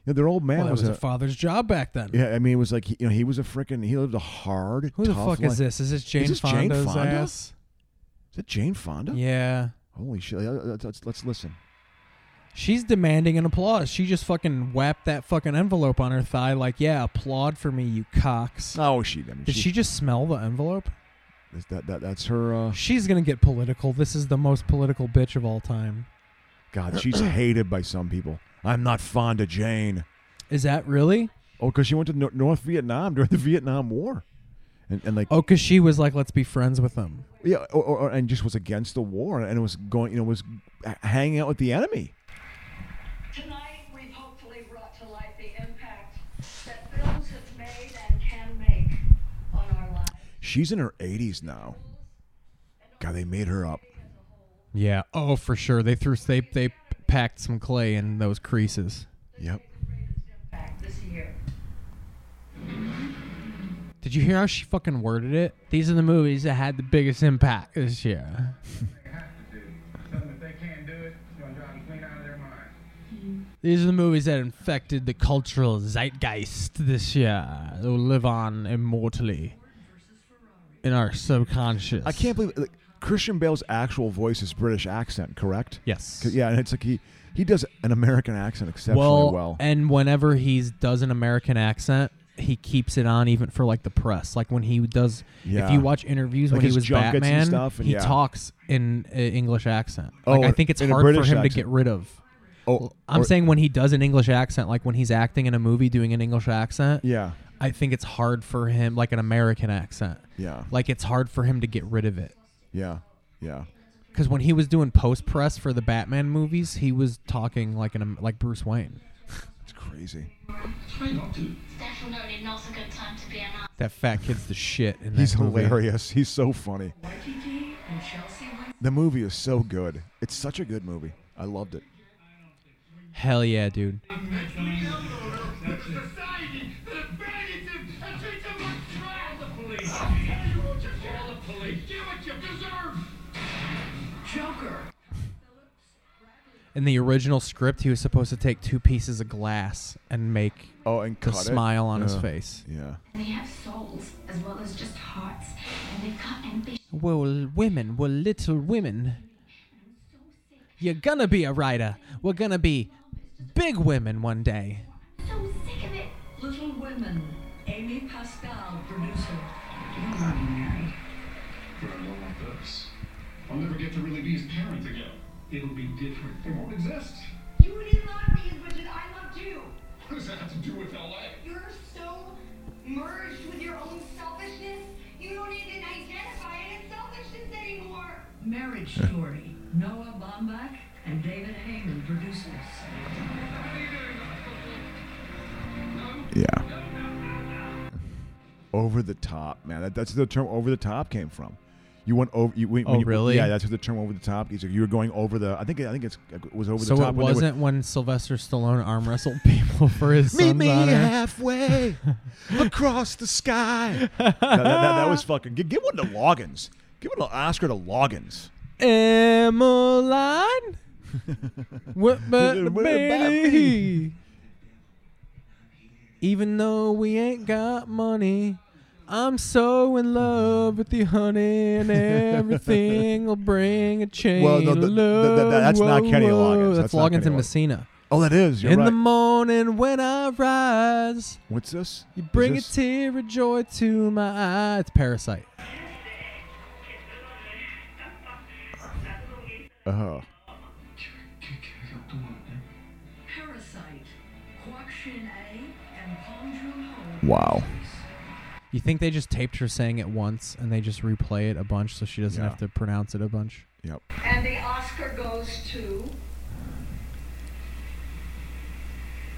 Speaker 3: you know, their old man
Speaker 2: well, that was,
Speaker 3: was
Speaker 2: a, father's job back then.
Speaker 3: yeah, I mean, it was like you know, he was a freaking. He lived a hard.
Speaker 2: Who the
Speaker 3: tough
Speaker 2: fuck is
Speaker 3: life.
Speaker 2: this? Is this Jane Fonda's
Speaker 3: Fonda?
Speaker 2: ass?
Speaker 3: Is that Jane Fonda?
Speaker 2: Yeah.
Speaker 3: Holy shit! Uh, Let's, let's, let's listen.
Speaker 2: She's demanding an applause. She just fucking whapped that fucking envelope on her thigh, like, yeah, applaud for me, you cocks.
Speaker 3: Oh, she I mean,
Speaker 2: Did she, just smell the envelope?
Speaker 3: Is that, that that's her. Uh,
Speaker 2: She's gonna get political. This is the most political bitch of all time.
Speaker 3: God, she's hated by some people. I'm not fond of Jane.
Speaker 2: Is that really?
Speaker 3: Oh, because she went to Nor- North Vietnam during the Vietnam War, and and like
Speaker 2: Oh, cause she was like, let's be friends with them.
Speaker 3: yeah, or, or, or- and just was against the war and was going, you know, was h- hanging out with the enemy.
Speaker 16: Tonight, we've hopefully brought to light the impact that films have made and can make on our lives.
Speaker 3: She's in her 80s now. God, they made her up.
Speaker 2: Yeah. Oh, for sure. They threw they they packed some clay in those creases.
Speaker 3: Yep.
Speaker 16: Back this year.
Speaker 2: Did you hear how she fucking worded it? These are the movies that had the biggest impact this year.
Speaker 5: If they can't do it, it's gonna drive them clean out of their mind.
Speaker 2: These are the movies that infected the cultural zeitgeist this year. They will live on immortally in our subconscious.
Speaker 3: I can't believe like, Christian Bale's actual voice is British accent, correct?
Speaker 2: Yes.
Speaker 3: 'Cause- Yeah, and it's like he he does an American accent exceptionally
Speaker 2: well,
Speaker 3: well.
Speaker 2: And whenever he's does an American accent, he keeps it on even for like the press. Like when he does,
Speaker 3: Yeah.
Speaker 2: if you watch interviews
Speaker 3: Like
Speaker 2: when he
Speaker 3: his
Speaker 2: was
Speaker 3: junkets and
Speaker 2: Batman,
Speaker 3: stuff, and
Speaker 2: he
Speaker 3: yeah.
Speaker 2: talks in uh, English accent.
Speaker 3: Oh,
Speaker 2: like I think it's
Speaker 3: in a
Speaker 2: hard for him
Speaker 3: British
Speaker 2: to
Speaker 3: accent.
Speaker 2: get rid of.
Speaker 3: Oh,
Speaker 2: I'm
Speaker 3: or-
Speaker 2: saying when he does an English accent, like when he's acting in a movie doing an English accent.
Speaker 3: Yeah.
Speaker 2: I think it's hard for him, like an American accent.
Speaker 3: Yeah.
Speaker 2: Like it's hard for him to get rid of it.
Speaker 3: Yeah. Yeah.
Speaker 2: Because when he was doing post press for the Batman movies, he was talking like an Am- like Bruce Wayne.
Speaker 3: It's crazy.
Speaker 16: Try not to.
Speaker 14: Definitely not a good time to be an artist.
Speaker 2: That fat kid's the shit. In
Speaker 3: He's
Speaker 2: that movie.
Speaker 3: hilarious. He's so funny.
Speaker 16: Waikiki and Chelsea Winston.
Speaker 3: The movie is so good. It's such a good movie. I loved it.
Speaker 2: Hell yeah, dude.
Speaker 4: Society that abandons him and treats him like trash. The police. Hey, you won't just call the police. Get what you deserve. Joker.
Speaker 2: In the original script, he was supposed to take two pieces of glass and make
Speaker 3: oh and
Speaker 2: the
Speaker 3: cut it?
Speaker 2: smile on his
Speaker 3: Yeah.
Speaker 2: face.
Speaker 3: Yeah.
Speaker 14: And they have souls as well as just hearts. And they've got ambition.
Speaker 2: Well, women, well, little women. You're gonna be a writer. We're gonna be big women one day.
Speaker 16: So sick of it. Little Women, Amy Pascal, producer. You're already married.
Speaker 12: But I don't want this. I'll never get to really be his parent again. It'll be different. It won't exist.
Speaker 16: You were in love with Richard. I loved you.
Speaker 3: Yeah. Over the top, man. That, that's where the term over the top came from. You went over. You, when, when
Speaker 2: Oh,
Speaker 3: you-
Speaker 2: really?
Speaker 3: Yeah, that's where the term over the top. is. You were going over the. I think. I think it's, it was over
Speaker 2: so
Speaker 3: the top.
Speaker 2: it
Speaker 3: when they were-
Speaker 2: wasn't when Sylvester Stallone arm wrestled people for his
Speaker 3: Meet
Speaker 2: son's
Speaker 3: me
Speaker 2: honor.
Speaker 3: halfway across the sky. that, that- that- that was fucking. Give, give one to Loggins. Give one to Oscar to Loggins.
Speaker 2: Emmeline. what but the
Speaker 3: What about
Speaker 2: baby? Even though we ain't got money, I'm so in love with you, honey, and everything will bring a change.
Speaker 3: Well, no,
Speaker 2: of
Speaker 3: th- th-
Speaker 2: love.
Speaker 3: th- that's not
Speaker 2: Whoa,
Speaker 3: Kenny
Speaker 2: whoa.
Speaker 3: Loggins.
Speaker 2: That's,
Speaker 3: That's not
Speaker 2: Loggins
Speaker 3: Kenny
Speaker 2: in
Speaker 3: Loggins.
Speaker 2: Messina.
Speaker 3: Oh, that is. You're
Speaker 2: in the
Speaker 3: right.
Speaker 2: morning when I rise,
Speaker 3: What's this?
Speaker 2: you bring a
Speaker 3: this-
Speaker 2: tear of joy to my eye. It's Parasite.
Speaker 3: Oh.
Speaker 13: Parasite, Kwok Shin A, and Palm Drew Ho.
Speaker 3: Wow.
Speaker 2: You think they just taped her saying it once and they just replay it a bunch so she doesn't
Speaker 3: Yeah.
Speaker 2: have to pronounce it a bunch?
Speaker 3: Yep.
Speaker 16: And the Oscar goes to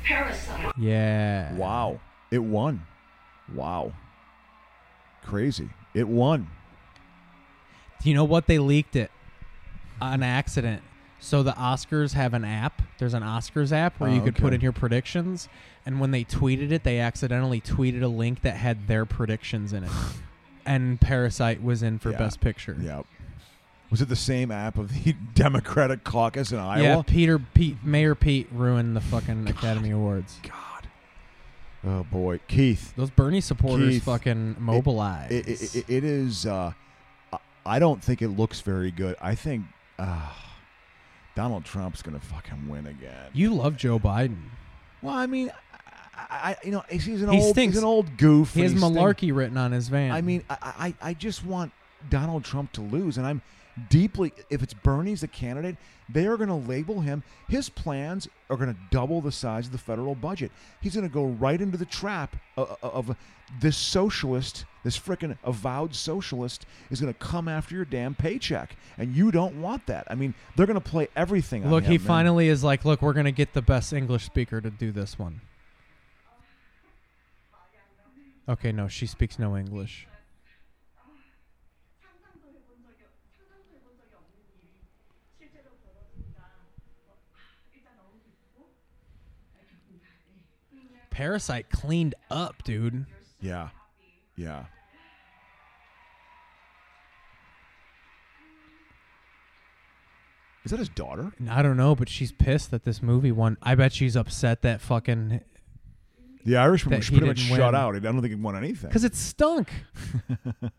Speaker 16: Parasite.
Speaker 2: Yeah.
Speaker 3: Wow. It won. Wow. Crazy. It won.
Speaker 2: Do you know what? They leaked it. An accident. So the Oscars have an app. There's an Oscars app where
Speaker 3: Oh,
Speaker 2: you could put
Speaker 3: okay.
Speaker 2: in your predictions. And when they tweeted it, they accidentally tweeted a link that had their predictions in it. and Parasite was in for
Speaker 3: Yeah.
Speaker 2: Best Picture.
Speaker 3: Yep. Was it the same app of the Democratic caucus in Iowa?
Speaker 2: Yeah, Peter Pete Mayor Pete ruined the fucking Academy Awards.
Speaker 3: Oh boy, Keith.
Speaker 2: Those Bernie supporters
Speaker 3: Keith,
Speaker 2: fucking
Speaker 3: it-
Speaker 2: mobilize.
Speaker 3: It, it, it, it is. Uh, I- I don't think it looks very good. I think uh, Donald Trump's gonna fucking win again.
Speaker 2: you love Joe Biden.
Speaker 3: Well, I mean, I, I you know he's an
Speaker 2: he
Speaker 3: old
Speaker 2: stinks.
Speaker 3: he's an old goof.
Speaker 2: He has
Speaker 3: and he stinks.
Speaker 2: malarkey written on his van.
Speaker 3: I mean, I, I I just want Donald Trump to lose, and I'm deeply. If it's Bernie's the candidate, they are going to label him. His plans are going to double the size of the federal budget. He's going to go right into the trap of, of this socialist, this frickin' avowed socialist, is going to come after your damn paycheck, and you don't want that. I mean, they're going to play everything. on
Speaker 2: Look,
Speaker 3: him,
Speaker 2: he
Speaker 3: man.
Speaker 2: finally is like, look, we're gonna get the best English speaker to do this one. Okay, no, she speaks no English. Parasite cleaned up, dude.
Speaker 3: Yeah, yeah. Is that his daughter?
Speaker 2: And I don't know, but she's pissed that this movie won. I bet she's upset that fucking
Speaker 3: The Irishman
Speaker 2: that
Speaker 3: was
Speaker 2: he
Speaker 3: pretty much
Speaker 2: didn't
Speaker 3: shut
Speaker 2: win.
Speaker 3: out. I don't think he won anything.
Speaker 2: because it stunk.
Speaker 3: I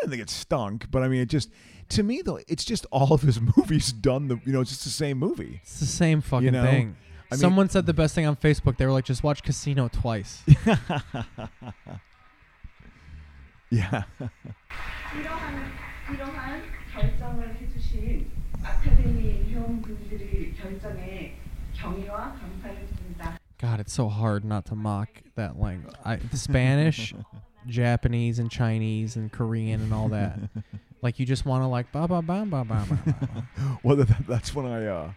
Speaker 3: don't think it stunk, but I mean, it just to me though, it's just all of his movies done the you know, it's just the same movie.
Speaker 2: It's the same fucking
Speaker 3: You know?
Speaker 2: thing.
Speaker 3: I mean-
Speaker 2: Someone said the best thing on Facebook. They were like, just watch Casino twice.
Speaker 3: Yeah,
Speaker 16: 이러한 이러한 결정을 해주신 아카데미 회원분들의 결정에 경의와 감사를 드립니다.
Speaker 2: God, it's so hard not to mock that language. I, the Spanish, Japanese, and Chinese, and Korean, and all that. Like you just want to like ba ba ba ba ba ba, ba.
Speaker 3: well, that, that's when I uh,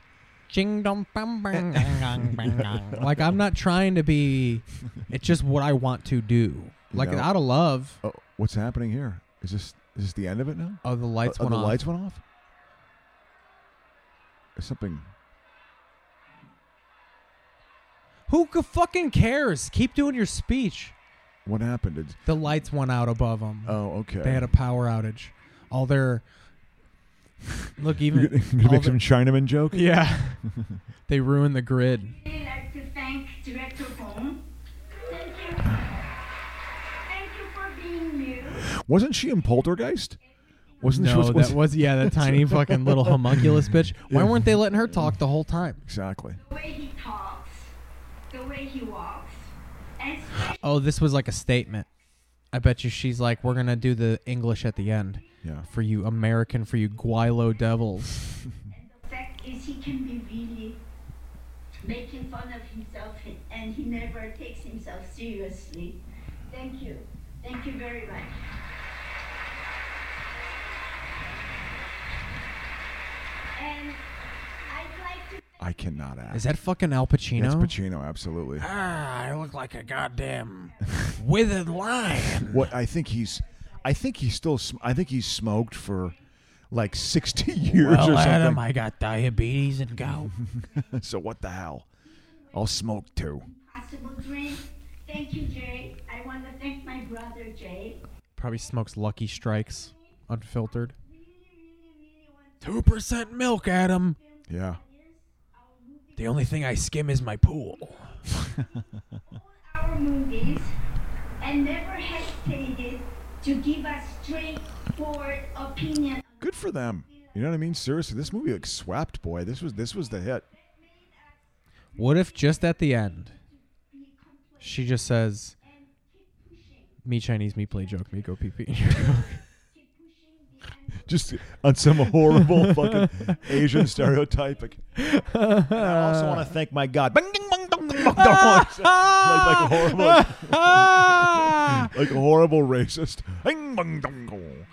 Speaker 2: Ching dong bang bang gang, gang, bang gang. Like I'm not trying to be. It's just what I want to do. Like
Speaker 3: know-
Speaker 2: out of love.
Speaker 3: oh, what's happening here? Is this is this the end of it now?
Speaker 2: Oh, the lights
Speaker 3: Oh,
Speaker 2: went
Speaker 3: the
Speaker 2: off.
Speaker 3: lights went off. Is something?
Speaker 2: Who c- fucking cares? Keep doing your speech.
Speaker 3: What happened? Did,
Speaker 2: The lights went out above them.
Speaker 3: oh, okay.
Speaker 2: They had a power outage. All their look
Speaker 3: you
Speaker 2: even
Speaker 3: gonna, you gonna
Speaker 2: all
Speaker 3: make
Speaker 2: the-
Speaker 3: some Chinaman joke?
Speaker 2: yeah. they ruined the grid.
Speaker 14: really like to thank Director Bong. Thank you. Thank you for being you.
Speaker 3: Wasn't she in Poltergeist? Wasn't
Speaker 2: No,
Speaker 3: she, was,
Speaker 2: that was yeah, that tiny fucking little homunculus bitch. Why
Speaker 3: Yeah.
Speaker 2: weren't they letting her talk the whole time?
Speaker 3: exactly?
Speaker 14: The way he talks, the way he walks, and
Speaker 2: Oh, this was like a statement. I bet you she's like, we're gonna do the English at the end.
Speaker 3: Yeah.
Speaker 2: For you American, for you Guilo devils.
Speaker 14: the fact is he can be really making fun of himself and he never takes himself seriously. Thank you. Thank you very much. And I'd like to
Speaker 3: I cannot act.
Speaker 2: Is that fucking Al Pacino?
Speaker 3: That's Pacino, absolutely.
Speaker 2: Ah, I look like a goddamn withered lion.
Speaker 3: What I think he's, I think he's still, sm- I think he's smoked for like sixty years
Speaker 2: well,
Speaker 3: or something.
Speaker 2: Adam, I got diabetes and gout.
Speaker 3: so what the hell? I'll smoke too.
Speaker 14: Possible drink. Thank you, Jay. I want to thank my brother, Jay.
Speaker 2: Probably smokes Lucky Strikes, unfiltered. Two percent milk, Adam.
Speaker 3: Yeah.
Speaker 2: The only thing I skim is my pool.
Speaker 14: Our movies and never hesitated to give us straightforward opinion.
Speaker 3: Good for them. You know what I mean? Seriously, this movie like swept, boy. This was this was the hit.
Speaker 2: What if just at the end, she just says, "Me Chinese, me play joke, me go pee pee."
Speaker 3: Just on some horrible fucking Asian stereotypic. And I also want to thank my God. Bing, ding, bong, dong, dong, dong, dong. like, like a horrible, like a horrible racist. Bing, bong, dong, dong.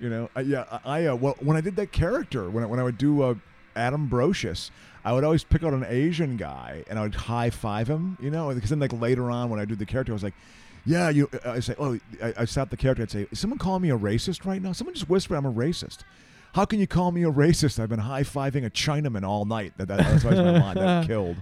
Speaker 3: You know, I, yeah. I- I uh, well, when I did that character, when I, when I would do uh, Adam Brocious, I would always pick out an Asian guy and I would high five him. You know, because then like later on when I did the character, I was like. Yeah, you. I say, oh, I, I stopped the character. I'd say, is someone calling me a racist right now? Someone just whispered, I'm a racist. How can you call me a racist? I've been high fiving a Chinaman all night. That, that, that's why it's my mind that killed.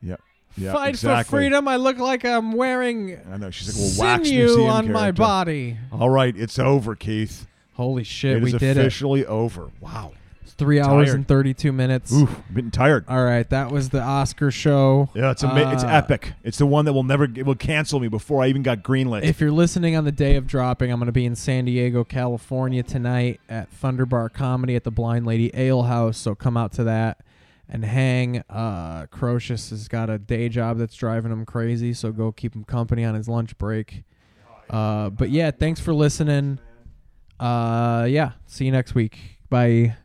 Speaker 3: Yep. Yeah,
Speaker 2: Fight for
Speaker 3: exactly.
Speaker 2: freedom. I look like I'm wearing
Speaker 3: I know. She's like, well, wax
Speaker 2: sinew
Speaker 3: museum
Speaker 2: on my
Speaker 3: character.
Speaker 2: body.
Speaker 3: All right, it's over, Keith.
Speaker 2: Holy shit,
Speaker 3: it
Speaker 2: we
Speaker 3: is
Speaker 2: did it.
Speaker 3: officially over. Wow.
Speaker 2: It's three hours
Speaker 3: Tired.
Speaker 2: and 32 minutes.
Speaker 3: Oof, I'm getting tired.
Speaker 2: All right, that was the Oscar show.
Speaker 3: Yeah, it's ama- it's
Speaker 2: Uh,
Speaker 3: epic. It's the one that will never it will cancel me before I even got greenlit.
Speaker 2: If you're listening on the day of dropping, I'm going to be in San Diego, California tonight at Thunderbar Comedy at the Blind Lady Ale House. So come out to that and hang. Uh, Crocious has got a day job that's driving him crazy, so go keep him company on his lunch break. Uh, but yeah, thanks for listening. Uh, yeah, see you next week. Bye.